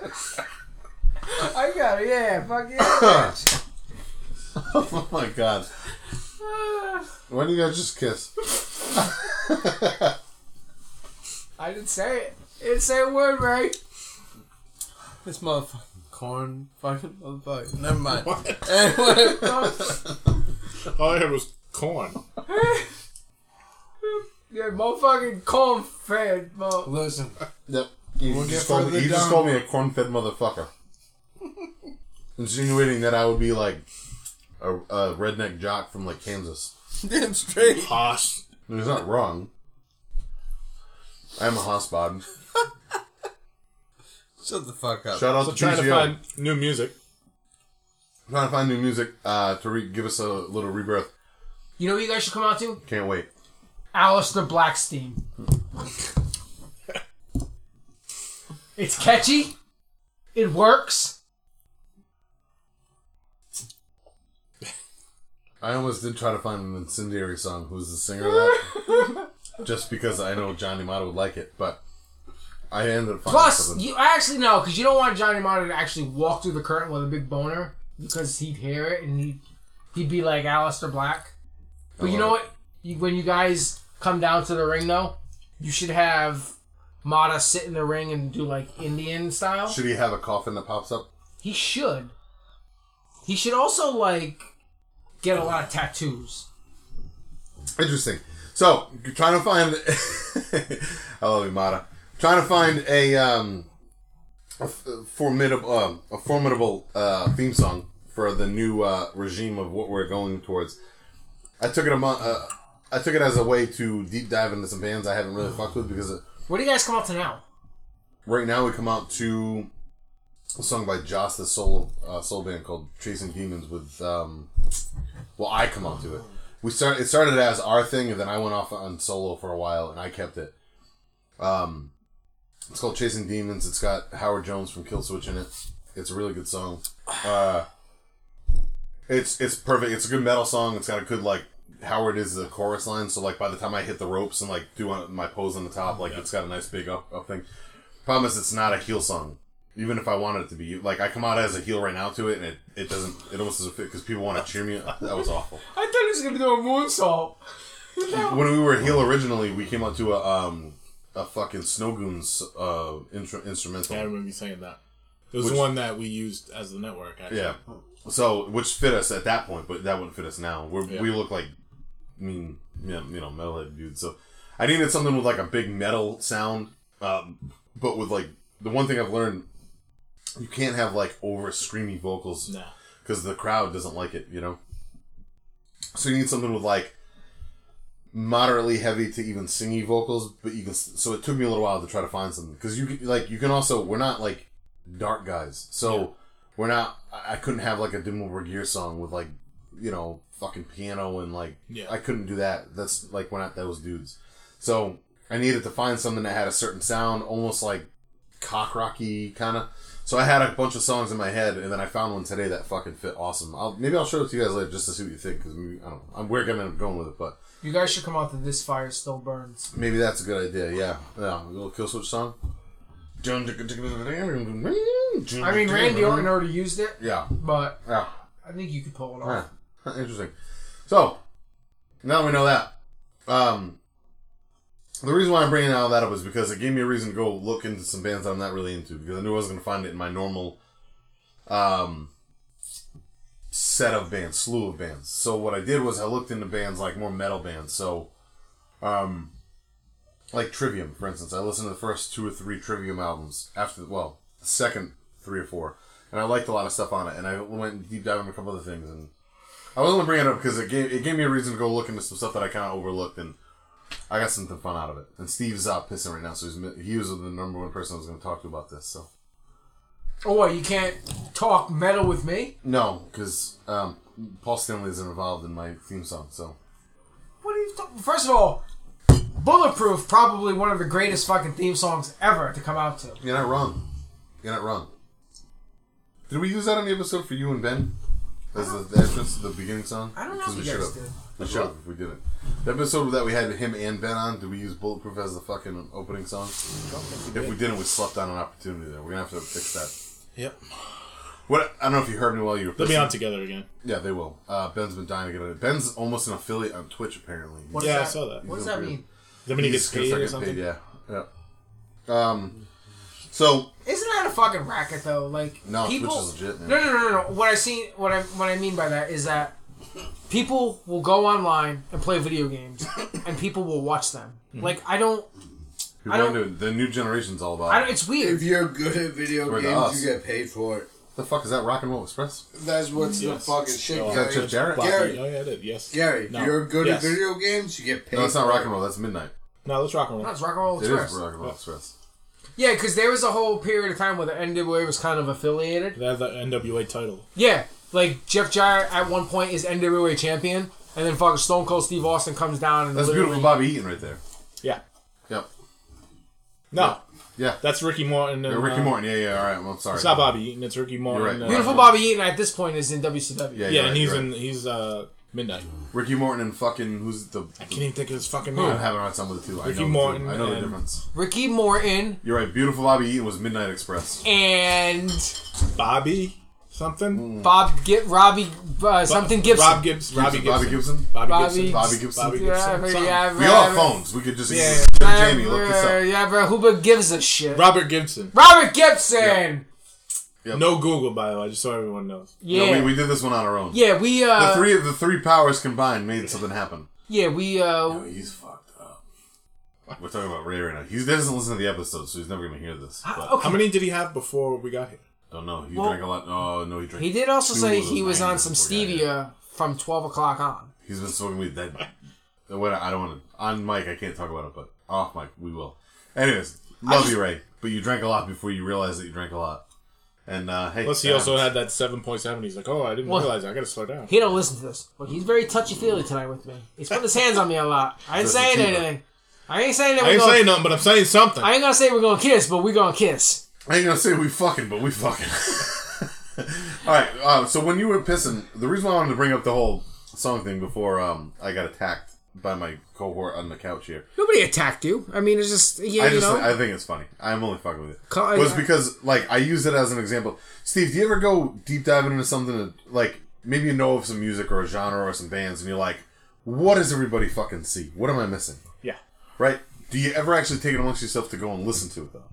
Speaker 7: I got it. Yeah, fuck yeah.
Speaker 1: oh my god. Why do you guys just kiss?
Speaker 4: I didn't say it. I didn't say a word, Ray.
Speaker 3: This motherfucking corn fucking motherfucker. Never mind. Anyway,
Speaker 2: All I heard was corn.
Speaker 4: You're a motherfucking corn fan, mo.
Speaker 3: listen,
Speaker 1: Yep. You,
Speaker 3: We'll
Speaker 1: just,
Speaker 3: get
Speaker 1: called me,
Speaker 3: further
Speaker 1: you just
Speaker 3: down.
Speaker 1: called me a corn-fed motherfucker, insinuating that I would be like a, a redneck jock from like Kansas.
Speaker 3: damn straight.
Speaker 2: Hoss.
Speaker 1: He's not wrong. I'm a hospod.
Speaker 3: Shut the fuck up.
Speaker 1: Shout out
Speaker 2: So
Speaker 1: to
Speaker 2: trying to
Speaker 1: TGO.
Speaker 2: find new music.
Speaker 1: trying to find new music uh, to re- give us a little rebirth.
Speaker 4: You know what you guys should come out to?
Speaker 1: Can't wait.
Speaker 4: Alistair Blackstein. it's catchy. It works.
Speaker 1: I almost did try to find an incendiary song. Who's the singer of that? Just because I know Johnny Mata would like it, but I ended up finding
Speaker 4: Plus,
Speaker 1: something.
Speaker 4: you actually no, because you don't want Johnny Martin to actually walk through the curtain with a big boner because he'd hear it and he'd, he'd be like Alistair Black. But you know what? You, when you guys come down to the ring, though, you should have Mata sit in the ring and do like Indian style.
Speaker 1: Should he have a coffin that pops up?
Speaker 4: He should. He should also like get a lot of tattoos.
Speaker 1: Interesting. So, you're trying to find. I love you, Mata. Trying to find a um, a f- formidable um, a formidable uh, theme song for the new uh, regime of what we're going towards. I took it among, uh, I took it as a way to deep dive into some bands I haven't really fucked with because. It,
Speaker 4: What do you guys come up to now?
Speaker 1: right now we come out to a song by Joss the soul uh, soul band called Chasing Demons with um well I come out to it. We start it started as our thing and then I went off on solo for a while and I kept it. Um it's called Chasing Demons. It's got Howard Jones from Killswitch in it. It's a really good song. Uh it's it's perfect. It's a good metal song. It's got a good like Howard is the chorus line, so like by the time I hit the ropes and like do on- my pose on the top, like it's got a nice big up up thing. Problem is, it's not a heel song. Even if I wanted it to be, like I come out as a heel right now to it, and it, it doesn't. It almost doesn't fit because people want to cheer me. That was awful.
Speaker 4: I thought he was gonna do a moonsault.
Speaker 1: When we were heel originally, we came out to a um a fucking Snow Goons uh intro,
Speaker 2: Yeah, I
Speaker 1: instrumental.
Speaker 2: remember you saying that. It was
Speaker 1: Which-
Speaker 2: the one that we used as the network, actually.
Speaker 1: Yeah. So which fit us at that point, but that wouldn't fit us now. We're,
Speaker 2: Oh. Yeah.
Speaker 1: We look like, I mean, yeah, you know, metalhead dudes. So I needed something with like a big metal sound, um, but with like the one thing I've learned, you can't have like over screamy vocals.
Speaker 2: No.
Speaker 1: because the crowd doesn't like it, you know. So you need something with like moderately heavy to even singy vocals, but you can. So it took me a little while to try to find something because you can, like you can also we're not like dark guys, so we're not. I I couldn't have like a Dimmelberg Gear song with like you know fucking piano and like
Speaker 2: Yeah.
Speaker 1: I couldn't do that. That's like we're not those dudes. So I needed to find something that had a certain sound, almost like cock rocky kind of. So I had a bunch of songs in my head, and then I found one today that fucking fit awesome. I'll, maybe I'll show it to you guys later just to see what you think, because I don't know. I'm, we're gonna end up going with it, but
Speaker 4: You guys should come out to this fire still burns.
Speaker 1: maybe that's a good idea. Yeah, yeah, a little Killswitch song. I Mm,
Speaker 4: I mean, Randy Orton already used it,
Speaker 1: Yeah,
Speaker 4: but
Speaker 1: yeah.
Speaker 4: I think you could pull it off.
Speaker 1: Huh. Interesting. So now we know that. Um, the reason why I'm bringing all that up is because it gave me a reason to go look into some bands that I'm not really into because I knew I wasn't going to find it in my normal um, set of bands, slew of bands. So what I did was I looked into bands like more metal bands. So, um, like Trivium, for instance, I listened to the first two or three Trivium albums after, well, the second three or four, and I liked a lot of stuff on it. And I went deep diving a couple other things and I was only bringing it up because it gave it gave me a reason to go look into some stuff that I kind of overlooked, and I got something fun out of it. And Steve's out pissing right now, so he's, mi- he was the number one person I was going to talk to about this. So
Speaker 4: Oh, what, you can't talk metal with me?
Speaker 1: no, because um, Paul Stanley isn't involved in my theme song. So
Speaker 4: What are you talking? First of all, Bulletproof probably one of the greatest fucking theme songs ever to come out to.
Speaker 1: you're not wrong. You're not wrong. Did we use that on the episode for you and Ben? As the, the entrance, the beginning song.
Speaker 4: I don't know
Speaker 1: 'Cause
Speaker 4: if
Speaker 1: we
Speaker 4: you guys
Speaker 1: should've.
Speaker 4: did.
Speaker 1: We should have. We didn't. The episode that we had him and Ben on, did we use Bulletproof as the fucking opening song? If we didn't, we slept on an opportunity there. We're gonna have to fix that.
Speaker 2: Yep.
Speaker 1: What I don't know if you heard me while you were.
Speaker 2: They'll be
Speaker 1: pissing.
Speaker 2: on together again.
Speaker 1: Yeah, they will. Uh, Ben's been dying to get it. Ben's almost an affiliate on Twitch apparently.
Speaker 7: What
Speaker 2: Yeah, I
Speaker 7: does that,
Speaker 2: saw that.
Speaker 7: What does that mean?
Speaker 2: Then when he
Speaker 1: He's
Speaker 2: gets
Speaker 1: gonna
Speaker 2: paid
Speaker 1: start
Speaker 2: or
Speaker 1: getting
Speaker 2: something.
Speaker 1: paid, yeah, yeah. Um, so
Speaker 7: Isn't that a fucking racket though? Like
Speaker 1: No, Twitch
Speaker 7: people.
Speaker 1: is legit, man.
Speaker 7: No, no, no, no, no. What I seen, what I what I mean by that is that people will go online and play video games, and people will watch them. Like I don't,
Speaker 1: people
Speaker 7: I don't-
Speaker 1: are into it. the new generation's all about.
Speaker 7: I don't. It's weird.
Speaker 6: If you're good at video
Speaker 1: With
Speaker 6: games,
Speaker 1: us.
Speaker 6: you get paid for it.
Speaker 1: the fuck is that? Rock and Roll Express?
Speaker 6: That's what's
Speaker 2: Yes.
Speaker 6: the fucking shit,
Speaker 2: Oh,
Speaker 1: Is
Speaker 6: Gary.
Speaker 1: that Jeff Jarrett?
Speaker 2: Bobby.
Speaker 6: Gary.
Speaker 2: Oh yeah, I did. Yes.
Speaker 6: Gary,
Speaker 2: No.
Speaker 6: if you're good
Speaker 2: Yes.
Speaker 6: at video games, you get paid.
Speaker 1: No, it's not
Speaker 6: for
Speaker 1: Rock
Speaker 6: it.
Speaker 1: and Roll. That's Midnight.
Speaker 2: No, let's rock and roll.
Speaker 7: That's rock and roll
Speaker 1: It is
Speaker 7: express.
Speaker 1: Rock and Roll Express.
Speaker 7: Yeah, because there was a whole period of time where the NWA was kind of affiliated.
Speaker 2: They have the NWA title.
Speaker 7: Yeah, like Jeff Jarrett at one point is NWA champion, and then fucking Stone Cold Steve Austin comes down and
Speaker 1: That's
Speaker 7: literally-
Speaker 1: beautiful Bobby Eaton right there.
Speaker 2: Yeah.
Speaker 1: Yep.
Speaker 2: No,
Speaker 1: Yeah.
Speaker 2: that's Ricky Morton. And,
Speaker 1: Yeah, Ricky
Speaker 2: uh,
Speaker 1: Morton. Yeah, yeah. All right. Well, I'm sorry.
Speaker 2: It's not Bobby Eaton. It's Ricky Morton.
Speaker 1: right.
Speaker 2: uh,
Speaker 7: Beautiful Bobby Eaton at this point is in WCW.
Speaker 1: Yeah,
Speaker 2: Yeah,
Speaker 1: you're right,
Speaker 2: and he's
Speaker 1: you're
Speaker 2: in.
Speaker 1: right.
Speaker 2: He's uh midnight.
Speaker 1: Ricky Morton and fucking who's the.
Speaker 2: I can't even think of his fucking
Speaker 7: Hmm.
Speaker 1: I'm
Speaker 2: name.
Speaker 1: having a hard time with the two. I
Speaker 2: Ricky
Speaker 1: know the two.
Speaker 2: Morton
Speaker 1: I know the
Speaker 2: and-
Speaker 1: difference.
Speaker 7: Ricky Morton
Speaker 1: You're right. Beautiful Bobby Eaton was Midnight Express.
Speaker 7: and
Speaker 2: Bobby something.
Speaker 7: Bob get Robbie uh, something Gibson.
Speaker 2: Rob Gibbs. Robbie Gibson.
Speaker 1: Bobby Gibson.
Speaker 2: Bobby,
Speaker 7: Bobby-
Speaker 2: Gibson.
Speaker 1: Bobby Gibson.
Speaker 2: Bobby
Speaker 7: yeah,
Speaker 2: Gibson.
Speaker 7: but
Speaker 2: Something.
Speaker 7: yeah,
Speaker 1: We
Speaker 7: but-
Speaker 1: all have phones. We could just.
Speaker 7: Yeah,
Speaker 1: Jamie, look this up.
Speaker 7: Yeah, but who gives a shit?
Speaker 2: Robert Gibson.
Speaker 7: Robert Gibson.
Speaker 2: No Google, by the way, just so everyone knows.
Speaker 7: Yeah,
Speaker 1: No, we, we did this one on our own.
Speaker 7: yeah, we uh,
Speaker 1: The three the three powers combined made something happen.
Speaker 7: yeah, we uh,
Speaker 1: He's fucked up. We're talking about Ray right now. He doesn't listen to the episodes, so he's never gonna hear this. But
Speaker 7: okay.
Speaker 2: How many did he have before we got here?
Speaker 1: don't know. He
Speaker 7: Well-
Speaker 1: drank a lot. Oh no, he drank.
Speaker 7: He did also
Speaker 1: two
Speaker 7: say
Speaker 1: of those
Speaker 7: he was on
Speaker 1: wines
Speaker 7: some
Speaker 1: before we got here.
Speaker 7: stevia from twelve o'clock on.
Speaker 1: He's been smoking weed. That. that what I don't want to on mic. I can't talk about it, but off mic we will. Anyways, love you, Ray. But you drank a lot before you realized that you drank a lot. And uh, hey,
Speaker 2: Plus, he
Speaker 1: that
Speaker 2: also
Speaker 1: happens.
Speaker 2: had that 7.7. He's like, oh, I didn't
Speaker 7: Well-
Speaker 2: realize that. I gotta slow down.
Speaker 7: He don't listen to this, but he's very touchy feely tonight with me. He's putting his hands on me a lot. I ain't
Speaker 1: That's
Speaker 7: saying
Speaker 1: sativa.
Speaker 7: anything. I ain't saying that
Speaker 2: I
Speaker 7: we're
Speaker 2: ain't
Speaker 7: gonna.
Speaker 2: saying nothing, but I'm saying something.
Speaker 7: I ain't gonna say we're gonna kiss, but we gonna kiss.
Speaker 1: I ain't gonna say we fucking, but we fucking. All right. Uh, so when you were pissing, the reason why I wanted to bring up the whole song thing before um, I got attacked by my cohort on the couch here,
Speaker 4: Nobody attacked you. I mean, it's just yeah,
Speaker 1: I
Speaker 4: you
Speaker 1: just
Speaker 4: know.
Speaker 1: I think it's funny. I'm only fucking with it.
Speaker 4: Co-
Speaker 1: Was
Speaker 4: I-
Speaker 1: because like I use it as an example. Steve, do you ever go deep diving into something that, like maybe you know of some music or a genre or some bands, and you're like, what does everybody fucking see? What am I missing?
Speaker 2: yeah.
Speaker 1: Right? Do you ever actually take it amongst yourself to go and listen to it though?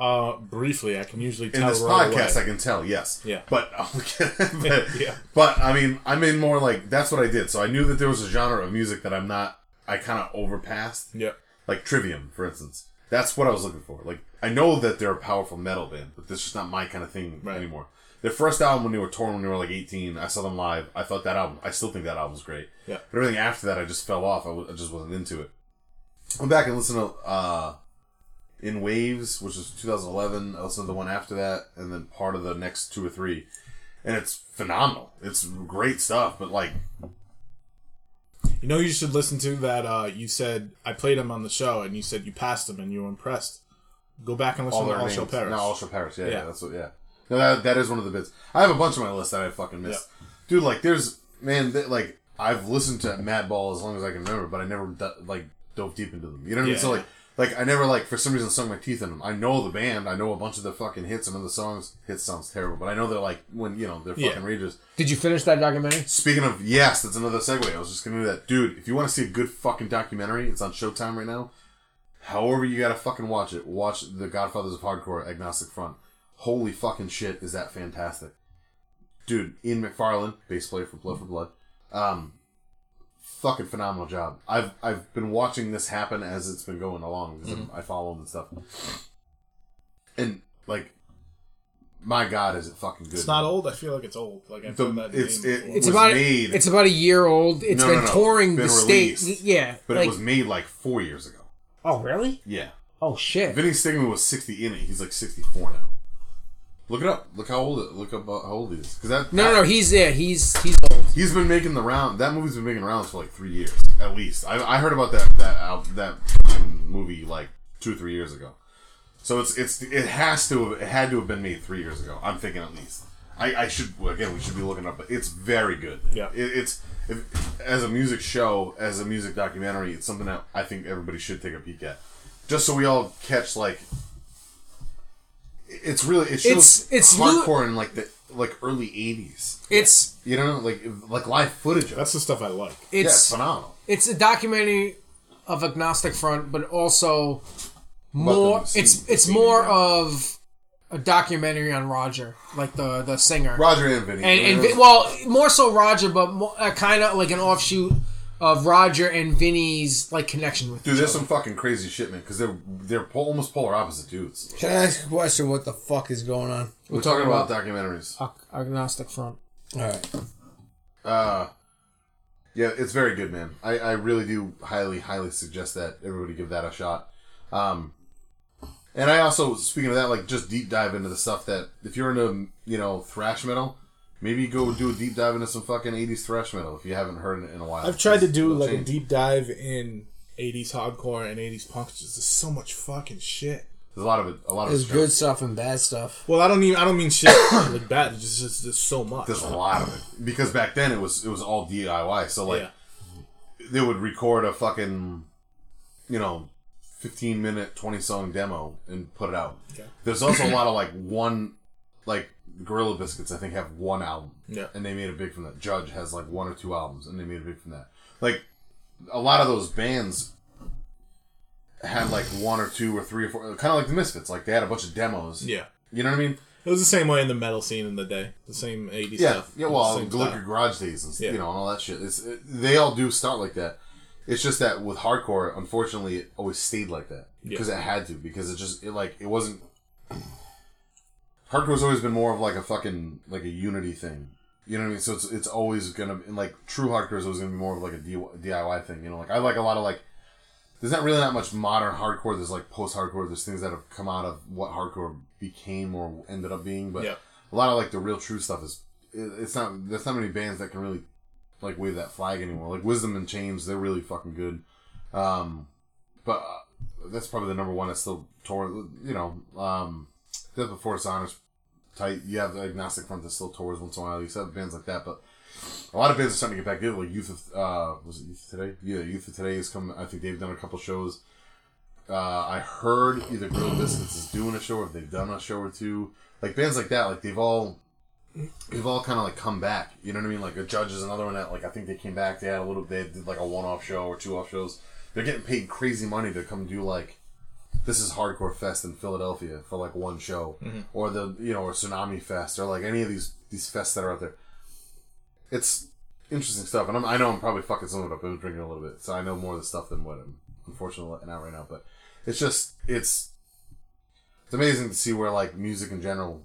Speaker 2: Uh, briefly, I can usually
Speaker 1: in
Speaker 2: tell.
Speaker 1: this
Speaker 2: right
Speaker 1: podcast,
Speaker 2: away.
Speaker 1: I can tell. Yes.
Speaker 2: Yeah.
Speaker 1: But but,
Speaker 2: Yeah.
Speaker 1: but I mean, I'm in more like that's what I did. So I knew that there was a genre of music that I'm not. I kind of overpassed,
Speaker 2: Yeah.
Speaker 1: like Trivium, for instance. That's what I was looking for. Like I know that they're a powerful metal band, but this is not my kind of thing
Speaker 2: Right.
Speaker 1: anymore. Their first album when they were torn when they were like 18, I saw them live. I thought that album. I still think that album's great.
Speaker 2: Yeah.
Speaker 1: But everything after that, I just fell off. I, w- I just wasn't into it. Went back and listened to uh, in Waves, which is 2011. I listened to the one after that, and then part of the next two or three, and it's phenomenal. It's great stuff, but like,
Speaker 2: You know, you should listen to that. Uh, you said I played him on the show, and you said you passed him, and you were impressed. Go back and listen
Speaker 1: all
Speaker 2: to
Speaker 1: their
Speaker 2: All
Speaker 1: names.
Speaker 2: Show Paris.
Speaker 1: No, All Shall Paris. Yeah, yeah,
Speaker 2: Yeah.
Speaker 1: that's what. Yeah, no, that, that is one of the bits. I have a bunch on my list that I fucking missed, dude. Like, there's man, th- like I've listened to Madball as long as I can remember, but I never d- like dove deep into them. You know what I mean?
Speaker 2: Yeah.
Speaker 1: So like. Like I never like for some reason sunk my teeth in them. I know the band, I know a bunch of their fucking hits and other songs. Hits sounds terrible, but I know they're like when you know they're
Speaker 2: Yeah.
Speaker 1: fucking rages.
Speaker 4: Did you finish that documentary?
Speaker 1: Speaking of yes, that's another segue. I was just gonna do that, dude. If you want to see a good fucking documentary, it's on Showtime right now. However, you gotta fucking watch it. Watch The Godfathers of Hardcore, Agnostic Front. Holy fucking shit, is that fantastic, dude? Ian McFarlane, bass player for Blood for Blood, um, fucking phenomenal job. I've I've been watching this happen as it's been going along because
Speaker 2: Mm-hmm.
Speaker 1: I follow him and stuff, and like, my god, is it fucking good?
Speaker 2: It's not old. I feel like it's old. Like I've
Speaker 1: The-
Speaker 2: done that.
Speaker 1: it's-
Speaker 2: name
Speaker 1: it-
Speaker 2: before.
Speaker 4: It's
Speaker 1: was
Speaker 4: about
Speaker 1: made-
Speaker 4: it's about a year old. It's
Speaker 1: No,
Speaker 4: been
Speaker 1: no, no.
Speaker 4: touring
Speaker 1: Been
Speaker 4: the state.
Speaker 1: released.
Speaker 4: Yeah,
Speaker 1: But
Speaker 4: like-
Speaker 1: it was made like four years ago.
Speaker 4: Oh really?
Speaker 1: Yeah.
Speaker 4: Oh shit.
Speaker 1: Vinny Stigman was 60 in it. He's like 64 now. Look it up. Look how old it. Look up uh, how old he is. Because that,
Speaker 4: no, no, no. He's there. He's he's
Speaker 1: he's been making the round. That movie's been making rounds for like three years at least. I, I heard about that that al- that movie like two or three years ago. So it's it's it has to have, it had to have been made three years ago. I'm thinking at least. I, I should well, again we should be looking up, but it's very good.
Speaker 2: Yeah.
Speaker 1: it, it's if, as a music show, as a music documentary, it's something that I think everybody should take a peek at, just so we all catch like it's really it shows
Speaker 4: It's- it's lu-
Speaker 1: hardcore in like the like early '80s.
Speaker 4: It's
Speaker 1: You know, like like live footage. Of it.
Speaker 2: That's the stuff I like.
Speaker 1: Yeah,
Speaker 4: it's
Speaker 1: phenomenal.
Speaker 4: it's a documentary of agnostic front, but also more.
Speaker 1: the
Speaker 4: It's
Speaker 1: scene-
Speaker 4: it's
Speaker 1: scene
Speaker 4: more
Speaker 1: in general.
Speaker 4: of a documentary on Roger, like the the singer.
Speaker 1: Roger and Vinny.
Speaker 4: and, and Vin, well, more so Roger, but more, uh, kind of like an offshoot of Roger and Vinny's like connection with.
Speaker 1: Dude, there's some fucking crazy shit, man. Because they're they're po- almost polar opposite dudes.
Speaker 3: Can I ask a question? What the fuck is going on?
Speaker 1: We're, talking, about, documentaries.
Speaker 4: Ag- agnostic front.
Speaker 3: All right.
Speaker 1: Uh, yeah, it's very good, man. I, I really do highly highly suggest that everybody give that a shot. Um, and I also speaking of that, like just deep dive into the stuff that if you're into you know thrash metal, maybe go do a deep dive into some fucking '80s thrash metal if you haven't heard it in a while.
Speaker 2: I've tried to do
Speaker 1: It'll
Speaker 2: like a
Speaker 1: change.
Speaker 2: deep dive in 80s hardcore and 80s punk. There's just so much fucking shit.
Speaker 1: There's a lot of it. A lot of
Speaker 3: There's
Speaker 1: it's
Speaker 3: good stuff and bad stuff.
Speaker 2: Well, I don't even I don't mean shit like bad. It's just it's just so much.
Speaker 1: There's a lot of it because back then it was it was all DIY. So like
Speaker 2: yeah.
Speaker 1: they would record a fucking you know 15 minute 20 song demo and put it out
Speaker 2: Okay.
Speaker 1: there's also a lot of like one like gorilla biscuits i think have one album
Speaker 2: Yeah.
Speaker 1: and they made a big from that judge has like one or two albums and they made a big from that like a lot of those bands had like one or two or three or four kind of like the misfits like they had a bunch of demos
Speaker 2: Yeah.
Speaker 1: you know what i mean
Speaker 2: It was the same way in the metal scene in the day. The same 80s
Speaker 1: yeah,
Speaker 2: stuff.
Speaker 1: Yeah, well,
Speaker 2: Same
Speaker 1: go look
Speaker 2: style.
Speaker 1: at Garage Days and s-
Speaker 2: Yeah.
Speaker 1: you know and all that shit. It's it, they all do start like that. It's just that with hardcore, unfortunately, it always stayed like that
Speaker 2: Yeah.
Speaker 1: because it had to because it just it like it wasn't. Hardcore's always been more of like a fucking like a unity thing. You know what I mean? So it's it's always gonna and like true hardcore is always gonna be more of like a DIY thing. You know, like I like a lot of like. There's not really that much modern hardcore. There's like post hardcore. There's things that have come out of what hardcore became or ended up being. But
Speaker 2: Yeah.
Speaker 1: a lot of like the real true stuff is it- it's not there's not many bands that can really like wave that flag anymore like wisdom and chains they're really fucking good um but uh, that's probably the number one that's still touring you know um death before dishonor's tight you have the agnostic front that still tours once in a while you still have bands like that but a lot of bands are starting to get back in like youth of uh was it youth of today yeah youth of today is coming i think they've done a couple shows uh, I heard either Grill Biscuits is doing a show or they've done a show or two. Like bands like that, like they've all they've all kind of like come back. You know what I mean? Like a judge is another one that like I think they came back. They had a little they did like a one off show or two off shows. They're getting paid crazy money to come do like this is hardcore fest in Philadelphia for like one show or the you know or tsunami fest or like any of these these fests that are out there. It's interesting stuff, and I'm, I know I'm probably fucking some of it up. I was drinking a little bit, so I know more of the stuff than what I'm unfortunately letting out right now. But it's just it's it's amazing to see where like music in general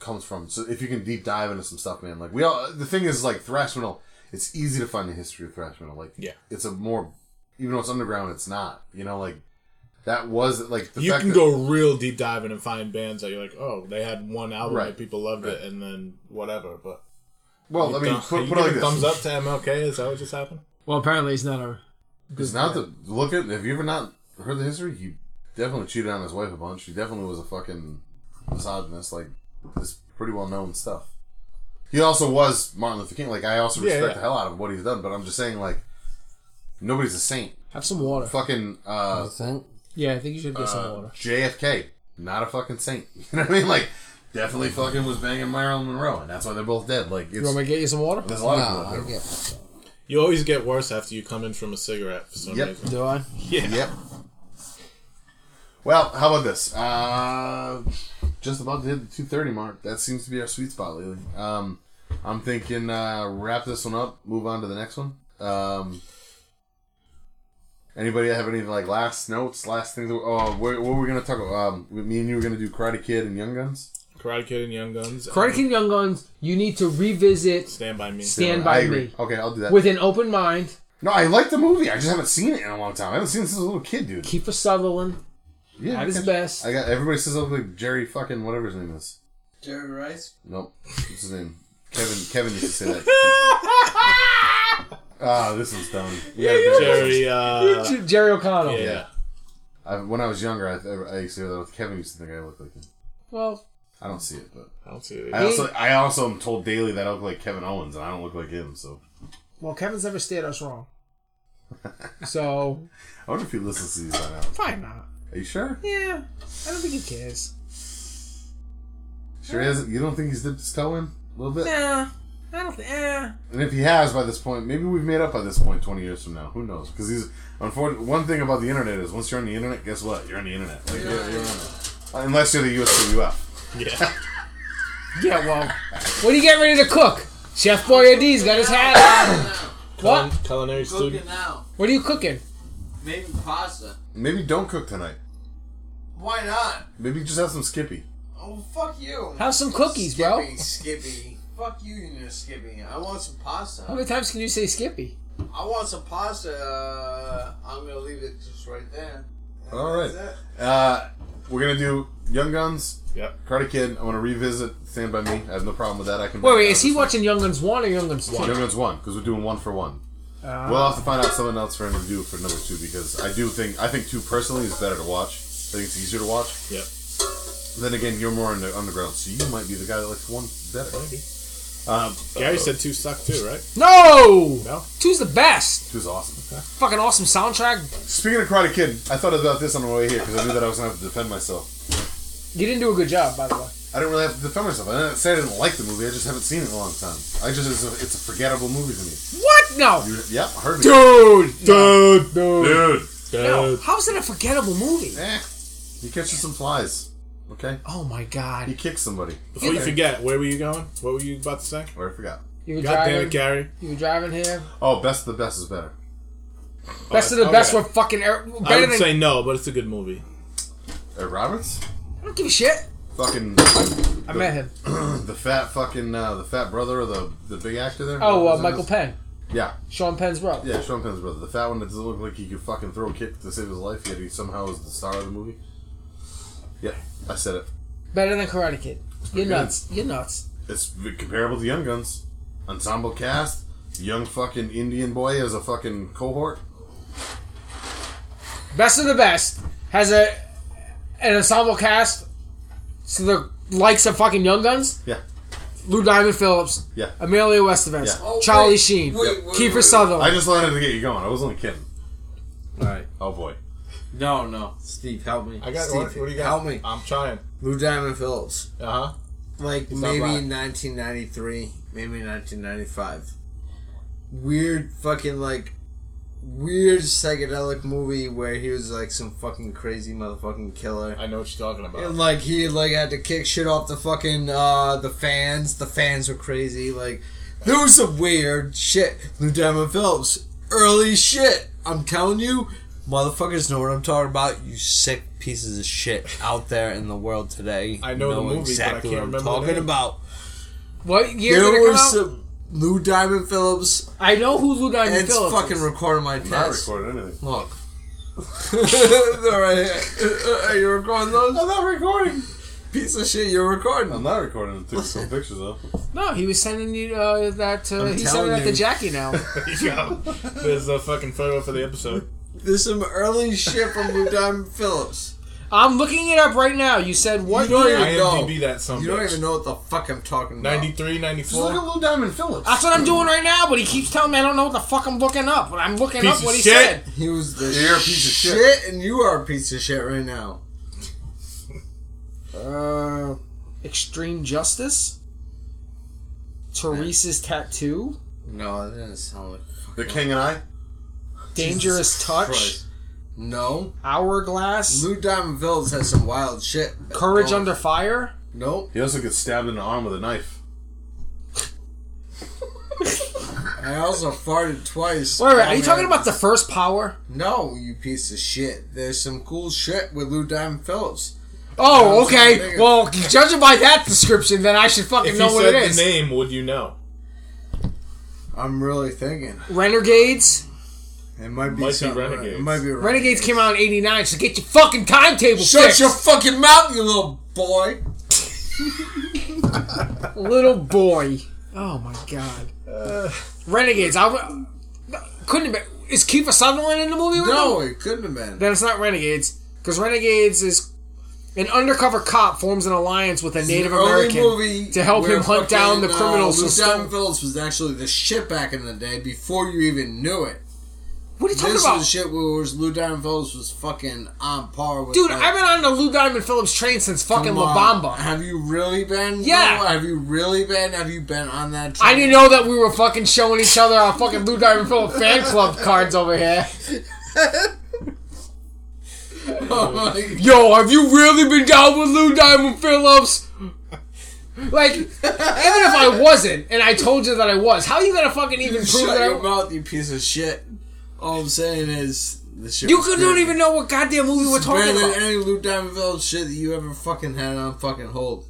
Speaker 1: comes from. So if you can deep dive into some stuff, man, like we all the thing is like thrash metal. It's easy to find the history of thrash metal. Like
Speaker 2: Yeah.
Speaker 1: it's a more even though it's underground, it's not. You know, like that was like the
Speaker 2: you
Speaker 1: fact
Speaker 2: can
Speaker 1: that-
Speaker 2: go real deep diving and find bands that you're like, oh, they had one album
Speaker 1: Right.
Speaker 2: that people loved
Speaker 1: Right.
Speaker 2: it, and then whatever. But
Speaker 1: Well, I mean,
Speaker 2: Thumb-
Speaker 1: put,
Speaker 2: you
Speaker 1: put it like
Speaker 2: giving
Speaker 1: this.
Speaker 2: thumbs up to MLK. Is that what just happened?
Speaker 4: Well, apparently he's not a.
Speaker 1: Because now to look at, have you ever not heard the history? He definitely cheated on his wife a bunch. He definitely was a fucking misogynist. Like, it's pretty well known stuff. He also was Martin Luther King. Like, I also
Speaker 2: Yeah,
Speaker 1: respect
Speaker 2: yeah.
Speaker 1: the hell out of what he's done, but I'm just saying, like, nobody's a saint.
Speaker 4: Have some water.
Speaker 1: Fucking
Speaker 3: I
Speaker 1: uh,
Speaker 3: think.
Speaker 4: Yeah, I think you should get some
Speaker 1: uh,
Speaker 4: water.
Speaker 1: JFK, not a fucking saint. You know what I mean? Like, definitely fucking was banging Marilyn Monroe, and that's why they're both dead. Like,
Speaker 4: You
Speaker 1: it's,
Speaker 4: want me to get you some water?
Speaker 1: there's a lot of people
Speaker 3: I
Speaker 1: out there.
Speaker 3: get.
Speaker 2: You always get worse after you come in from a cigarette for some
Speaker 1: Yep.
Speaker 2: reason.
Speaker 3: Do I?
Speaker 1: Yep. Well, how about this? Uh, just about to hit the two thirty mark. That seems to be our sweet spot lately. Um, I'm thinking uh, wrap this one up, move on to the next one. Um, anybody have any like last notes, last things? Oh, what, what were we gonna talk about? Um, me and you were gonna do Karate Kid and Young Guns.
Speaker 2: Karate Kid and Young Guns.
Speaker 4: Karate Kid Young Guns, you need to revisit
Speaker 2: Stand by me.
Speaker 4: Stand
Speaker 1: I
Speaker 4: By
Speaker 1: agree.
Speaker 4: Me
Speaker 1: Okay, I'll do that.
Speaker 4: with an open mind.
Speaker 1: no, I like the movie. I just haven't seen it in a long time. I haven't seen it since I was a little kid, dude.
Speaker 4: Kiefer Sutherland
Speaker 1: Yeah,
Speaker 4: at his
Speaker 1: okay.
Speaker 4: best.
Speaker 1: I got everybody says I look like Jerry fucking whatever his name is.
Speaker 6: Jerry Rice.
Speaker 1: Nope. What's his name? Kevin. Kevin used to say that. Ah, this one's dumb. Yeah,
Speaker 2: Jerry. Uh,
Speaker 4: J- Jerry O'Connell.
Speaker 2: yeah.
Speaker 1: Yeah. I, when I was younger, I, I used to hear that with Kevin used to think I looked like him.
Speaker 4: Well,
Speaker 1: I don't see it, but
Speaker 2: I don't see it.
Speaker 1: I also I also am told daily that I look like Kevin Owens, and I don't look like him. So
Speaker 4: well, Kevin's never stared us wrong. So
Speaker 1: I wonder if he listens to these by now.
Speaker 4: probably not.
Speaker 1: Are you sure?
Speaker 4: Yeah, I don't think he cares.
Speaker 1: Sure is. You don't think he's dipped his toe in a little bit?
Speaker 4: Nah, I don't think. Eh.
Speaker 1: And if he has by this point, maybe we've made up by this point twenty years from now. Who knows? Because he's unfortunately one thing about the internet is once you're on the internet, guess what? You're on the internet. Like, you're, you're on it. Unless you're the USWF.
Speaker 2: Yeah.
Speaker 4: Yeah, well, what do you get ready to cook? Chef Boyardee's got his hat on. What?
Speaker 2: Culinary student.
Speaker 6: Cooking now.
Speaker 4: What are you cooking?
Speaker 6: Maybe pasta.
Speaker 1: Maybe don't cook tonight.
Speaker 6: Why not?
Speaker 1: Maybe just have some Skippy.
Speaker 6: Oh, fuck you.
Speaker 4: Have some cookies, bro.
Speaker 6: Skippy, Skippy. Fuck you, you know, Skippy. I want some
Speaker 4: How
Speaker 6: pasta.
Speaker 4: many times can you say Skippy?
Speaker 6: I want some pasta. Uh, I'm gonna leave it just right there. And
Speaker 1: All right.
Speaker 6: that's it.
Speaker 1: Uh, we're gonna do Young Guns,
Speaker 2: Yep.
Speaker 1: Karate Kid. I want to revisit Stand by Me. I have no problem with that. I can.
Speaker 4: Wait, wait, is he watching Young Guns 1 or Young Guns 2?
Speaker 1: Young Guns one because we're doing one for one.
Speaker 6: Uh,
Speaker 1: we'll have to find out someone else for him to do for number two because I do think I think two personally is better to watch. I think it's easier to watch.
Speaker 2: Yep.
Speaker 1: Then again, you're more in the underground, so you might be the guy that likes one better.
Speaker 2: Um, Gary said two suck too, right?
Speaker 4: No!
Speaker 2: No?
Speaker 4: Two's the best.
Speaker 1: Two's awesome.
Speaker 4: Fucking awesome soundtrack.
Speaker 1: Speaking of Karate Kid, I thought about this on the way here because I knew that I was gonna have to defend myself.
Speaker 4: You didn't do a good job, by the way.
Speaker 1: I didn't really have to defend myself. I didn't say I didn't like the movie. I just haven't seen it in a long time. I just it's a, it's a forgettable movie to me.
Speaker 4: What? No.
Speaker 1: You, yep, I heard me.
Speaker 4: Dude.
Speaker 2: Dude,
Speaker 1: Dude.
Speaker 4: No. How is it a forgettable movie?
Speaker 1: Eh, he catches some flies. Okay,
Speaker 4: Oh my
Speaker 1: he
Speaker 4: god.
Speaker 1: kicks somebody.
Speaker 2: Before you forget, where were you going? What were you about to say?
Speaker 1: Or I forgot.
Speaker 4: You were
Speaker 2: God damn
Speaker 4: driving.
Speaker 2: it, Gary.
Speaker 4: You were driving here.
Speaker 1: Oh, best of the best is better.
Speaker 4: Best of the
Speaker 2: okay.
Speaker 4: best were fucking er-
Speaker 2: I
Speaker 4: better
Speaker 2: would
Speaker 4: than.
Speaker 2: say no, but it's a good movie.
Speaker 1: Ed Uh, Roberts,
Speaker 4: I don't give a shit.
Speaker 1: fucking
Speaker 4: I met him.
Speaker 1: the fat fucking uh, the fat brother of the the big actor there.
Speaker 4: Oh,
Speaker 1: What
Speaker 4: uh,
Speaker 1: was
Speaker 4: Michael
Speaker 1: his-
Speaker 4: Penn.
Speaker 1: Yeah,
Speaker 4: Sean Penn's brother.
Speaker 1: yeah, Sean Penn's brother, the fat one that doesn't look like he could fucking throw a kick to save his life, yet he somehow is the star of the movie. Yeah, I said it.
Speaker 4: Better than Karate Kid. You're
Speaker 1: good.
Speaker 4: nuts. You're nuts.
Speaker 1: It's v- comparable to Young Guns, ensemble cast, young fucking Indian boy as a fucking cohort.
Speaker 4: Best of the best has a an ensemble cast. So the likes of fucking Young Guns,
Speaker 1: Yeah,
Speaker 4: Lou Diamond Phillips,
Speaker 1: yeah.
Speaker 4: Amelia Westervelt,
Speaker 1: Yeah.
Speaker 6: Oh,
Speaker 4: Charlie
Speaker 6: wait,
Speaker 4: Sheen,
Speaker 6: wait, wait,
Speaker 4: Kiefer
Speaker 6: wait.
Speaker 4: Sutherland.
Speaker 1: I just wanted to get you going. I was only kidding.
Speaker 3: All right.
Speaker 1: Oh boy.
Speaker 3: No, no. Steve, help me. Steve, Help me.
Speaker 2: I'm trying.
Speaker 3: Lou Diamond Phillips.
Speaker 2: Uh huh.
Speaker 3: like
Speaker 2: not
Speaker 3: maybe
Speaker 2: right.
Speaker 3: 1993, maybe 1995. Weird fucking like weird psychedelic movie where he was like some fucking crazy motherfucking killer.
Speaker 2: I know what you're talking about.
Speaker 3: And like he like had to kick shit off the fucking uh the fans. The fans were crazy. Like there was some weird shit. Lou Diamond Phillips, early shit. I'm telling you, motherfuckers know what I'm talking about. You sick pieces of shit out there in the world today.
Speaker 2: I know the movie, but I can't remember the
Speaker 3: talking
Speaker 2: name.
Speaker 3: about.
Speaker 4: what year
Speaker 3: There
Speaker 4: did it
Speaker 3: were
Speaker 4: come out?
Speaker 3: some Lou Diamond Phillips.
Speaker 4: I know who Lou Diamond
Speaker 3: It's
Speaker 4: Phillips.
Speaker 3: fucking
Speaker 4: is.
Speaker 3: recording my
Speaker 1: Not
Speaker 3: test.
Speaker 1: recorded anything.
Speaker 3: Look. They're right here. Are you recording those?
Speaker 1: I'm not recording.
Speaker 3: Piece of shit, you're recording.
Speaker 1: I'm not recording. I'm taking some pictures though.
Speaker 4: no, he was sending you uh, that. Uh,
Speaker 3: I'm
Speaker 4: he's
Speaker 3: telling
Speaker 4: sending that to
Speaker 3: you.
Speaker 4: Jackie now.
Speaker 2: There's a fucking photo for the episode.
Speaker 3: There's some early shit from Lou Diamond Phillips.
Speaker 4: I'm looking it up right now. You said what
Speaker 3: You don't
Speaker 4: year?
Speaker 3: even-
Speaker 2: I
Speaker 3: know.
Speaker 2: IMDb that some
Speaker 3: You don't
Speaker 2: bitch.
Speaker 3: even know what the fuck I'm talking about.
Speaker 2: 93,
Speaker 1: Just look
Speaker 2: 94.
Speaker 1: at Lou Diamond Phillips.
Speaker 4: That's what I'm doing right now, but he keeps telling me I don't know what the fuck I'm looking up. But I'm looking
Speaker 2: Piece
Speaker 4: up
Speaker 2: of
Speaker 4: what he
Speaker 2: shit.
Speaker 4: said.
Speaker 3: He was the
Speaker 1: You're a piece
Speaker 3: piece
Speaker 1: of
Speaker 3: of
Speaker 1: shit.
Speaker 3: shit. and you are a piece of shit right now.
Speaker 4: Uh, Extreme Justice. Teresa's Tattoo.
Speaker 3: No, that doesn't sound like
Speaker 1: The King and I.
Speaker 4: Dangerous Touch.
Speaker 3: Christ. No.
Speaker 4: Hourglass.
Speaker 3: Lou Diamond Phillips has some wild shit.
Speaker 4: Courage
Speaker 3: Oh,
Speaker 4: Under Fire.
Speaker 3: Nope.
Speaker 1: He also gets stabbed in the arm with a knife.
Speaker 3: I also farted twice.
Speaker 4: Wait, wait, are
Speaker 3: Oh,
Speaker 4: you
Speaker 3: man.
Speaker 4: talking about the first Power?
Speaker 3: No, you piece of shit. There's some cool shit with Lou Diamond Phillips.
Speaker 4: Oh,
Speaker 3: Sounds
Speaker 4: okay.
Speaker 3: like-
Speaker 4: Well, judging by that description, then I should fucking
Speaker 2: If you
Speaker 4: know what it
Speaker 2: said the
Speaker 4: is.
Speaker 2: name, would you know?
Speaker 3: I'm really thinking
Speaker 4: Renegades.
Speaker 3: it might be
Speaker 2: Might be
Speaker 3: something.
Speaker 2: Renegades.
Speaker 3: It might be
Speaker 4: Renegades came out in '89, so get your fucking timetable
Speaker 3: Shut
Speaker 4: fixed,
Speaker 3: your fucking mouth, you little boy.
Speaker 4: little boy. Oh my god. Uh. Renegades. I w- couldn't. Have been, is Kiefer Sutherland in the movie? with them?
Speaker 3: No, it couldn't have been.
Speaker 4: Then it's not Renegades, because Renegades is an undercover cop forms an alliance with a Native
Speaker 3: The only
Speaker 4: American
Speaker 3: movie
Speaker 4: to help
Speaker 3: where
Speaker 4: him hunt down the
Speaker 3: fucking,
Speaker 4: criminals
Speaker 3: Uh,
Speaker 4: who
Speaker 3: Lou
Speaker 4: stole.
Speaker 3: Diamond Phillips was actually the shit back in the day before you even knew it.
Speaker 4: What are you talking
Speaker 3: This
Speaker 4: about?
Speaker 3: was shit where it was Lou Diamond Phillips was fucking on par with.
Speaker 4: Dude,
Speaker 3: like,
Speaker 4: I've been on the Lou Diamond Phillips train since fucking
Speaker 3: come
Speaker 4: La
Speaker 3: on.
Speaker 4: Bamba.
Speaker 3: Have you really been?
Speaker 4: Yeah.
Speaker 3: Lou? Have you really been? Have you been on that?
Speaker 4: I
Speaker 3: train?
Speaker 4: didn't know that we were fucking showing each other our fucking Lou Diamond Phillips fan club cards over here. Yo, have you really been down with Lou Diamond Phillips? Like, even if I wasn't, and I told you that I was, how you gonna fucking even prove
Speaker 3: Shut
Speaker 4: that?
Speaker 3: your
Speaker 4: I,
Speaker 3: mouth, you piece of shit. All I'm saying is the shit.
Speaker 4: you
Speaker 3: was
Speaker 4: could
Speaker 3: good.
Speaker 4: don't even know what goddamn movie we're
Speaker 3: It's better
Speaker 4: talking
Speaker 3: than
Speaker 4: about.
Speaker 3: any Lou Diamond Phillips shit that you ever fucking had on fucking hold.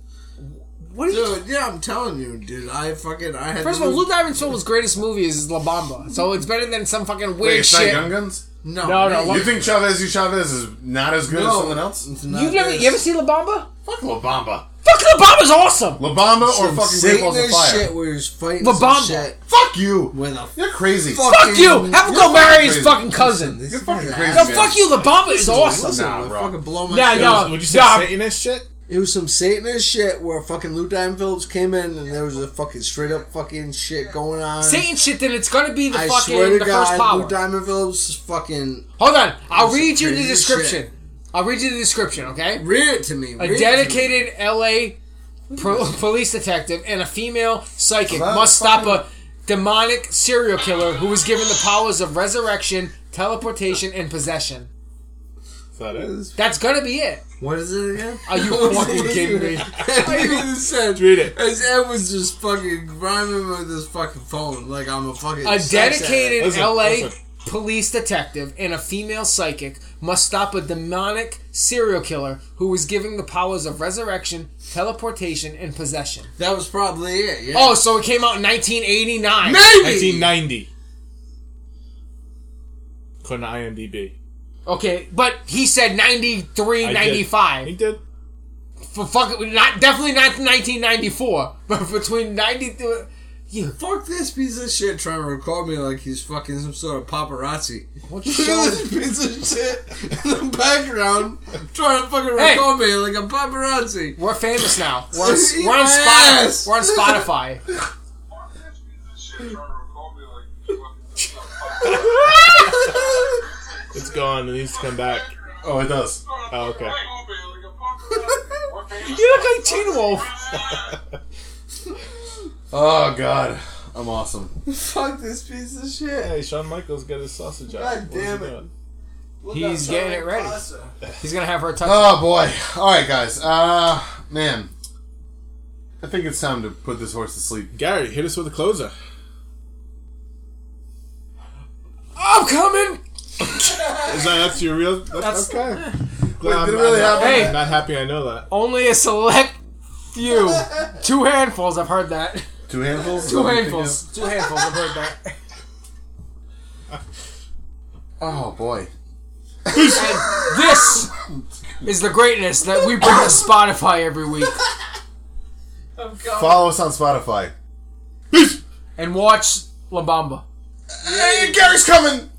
Speaker 4: What are you?
Speaker 3: Dude, yeah, I'm telling you, dude. I fucking I had
Speaker 4: First of
Speaker 3: the
Speaker 4: all,
Speaker 3: Lou-
Speaker 4: Lou Diamond Phillips' greatest movie is La Bamba, so it's better than some fucking weird
Speaker 1: Wait, it's not
Speaker 4: shit.
Speaker 1: Young Guns?
Speaker 3: no,
Speaker 4: No, no,
Speaker 1: You think Chavez y Chavez is not as good as someone else?
Speaker 3: it's not
Speaker 4: You never,
Speaker 3: this.
Speaker 4: you ever see La Bamba?
Speaker 1: Fuck La Bamba.
Speaker 4: Fuck La Bamba's awesome.
Speaker 1: La Bamba or fucking Great
Speaker 3: Satan
Speaker 1: Balls of
Speaker 3: this
Speaker 1: Fire?
Speaker 3: shit where he was fighting
Speaker 4: La
Speaker 3: some
Speaker 4: Bamba.
Speaker 3: shit
Speaker 1: Fuck you.
Speaker 3: with a
Speaker 1: You're crazy.
Speaker 4: Fuck you! Have him go marry his
Speaker 1: crazy.
Speaker 4: fucking cousin.
Speaker 1: You're fucking crazy.
Speaker 4: No,
Speaker 1: man.
Speaker 4: fuck you. La Bamba is awesome.
Speaker 3: Listen,
Speaker 1: Nah,
Speaker 3: nah,
Speaker 1: bro.
Speaker 3: fucking blow my
Speaker 4: Nah,
Speaker 3: shit.
Speaker 4: yo.
Speaker 3: up.
Speaker 2: Was- Would you say
Speaker 4: yeah.
Speaker 2: Satanist shit?
Speaker 3: It was some Satanist shit where fucking Lou Diamond Phillips came in and there was a fucking straight up fucking shit going on.
Speaker 4: Satan shit, then it's gonna be the
Speaker 3: I swear to
Speaker 4: fucking the first
Speaker 3: God,
Speaker 4: power.
Speaker 3: Lou Diamond Phillips is fucking
Speaker 4: Hold on, I'll
Speaker 3: That's
Speaker 4: read you the
Speaker 3: crazy
Speaker 4: description.
Speaker 3: shit.
Speaker 4: I'll read you the description, okay?
Speaker 3: read it to me.
Speaker 4: A
Speaker 3: read it
Speaker 4: dedicated L.A. pro- police detective and a female psychic
Speaker 3: Well,
Speaker 4: must stop
Speaker 3: fucking-
Speaker 4: a demonic serial killer who was given the powers of resurrection, teleportation, and possession.
Speaker 2: Is that it?
Speaker 4: That's gonna be it.
Speaker 3: to me. What is it again?
Speaker 4: Are you fucking kidding me?
Speaker 3: I even said,
Speaker 2: Read it.
Speaker 3: As Ed was just fucking grinding with his fucking phone like I'm a fucking
Speaker 4: A
Speaker 3: sex
Speaker 4: dedicated
Speaker 2: Listen,
Speaker 4: LA
Speaker 2: listen.
Speaker 4: police detective and a female psychic must stop a demonic serial killer who was giving the powers of resurrection, teleportation, and possession.
Speaker 3: addict. That was probably it. Yeah.
Speaker 4: Oh, so it came out in 1989.
Speaker 3: maybe.
Speaker 2: 1990. According to IMDb.
Speaker 4: Okay, but he said 93,
Speaker 2: I did. He
Speaker 4: 95.
Speaker 2: did.
Speaker 4: For fuck, not definitely not 1994, but between 93. You,
Speaker 3: Fuck this piece of shit trying to record me like he's fucking some sort of paparazzi.
Speaker 4: what
Speaker 3: Look at
Speaker 4: show?
Speaker 3: this piece of shit in the background trying to fucking
Speaker 4: Hey.
Speaker 3: record me like a paparazzi.
Speaker 4: We're famous now. We're on, we're on,
Speaker 3: Yes.
Speaker 4: Spotify, we're on Spotify.
Speaker 2: It's gone. It needs to come back.
Speaker 1: Oh, it does.
Speaker 2: Oh, okay.
Speaker 4: You look like Teen Wolf.
Speaker 1: Oh god, I'm awesome.
Speaker 3: Fuck this piece of shit.
Speaker 2: Hey, Shawn Michaels got his sausage out.
Speaker 3: God damn it.
Speaker 2: What was he doing?
Speaker 4: He's getting it ready. He's gonna have her touch.
Speaker 1: Oh boy. All right, guys. Uh, man, I think it's time to put this horse to sleep.
Speaker 2: Gary, hit us with a closer.
Speaker 4: I'm coming.
Speaker 2: Is that that's your real? That's, okay. Wait,
Speaker 1: did it really
Speaker 2: I'm,
Speaker 1: happen?
Speaker 2: Hey,
Speaker 4: Hey.
Speaker 2: not happy. I know that.
Speaker 4: Only a select few. Two handfuls. I've heard that.
Speaker 1: Two handfuls.
Speaker 4: Two handfuls. Two handfuls. I've heard that.
Speaker 1: Oh boy.
Speaker 4: This is the greatness that we bring to Spotify every week.
Speaker 1: Follow us on Spotify.
Speaker 4: And watch La Bamba.
Speaker 1: Hey, Gary's coming.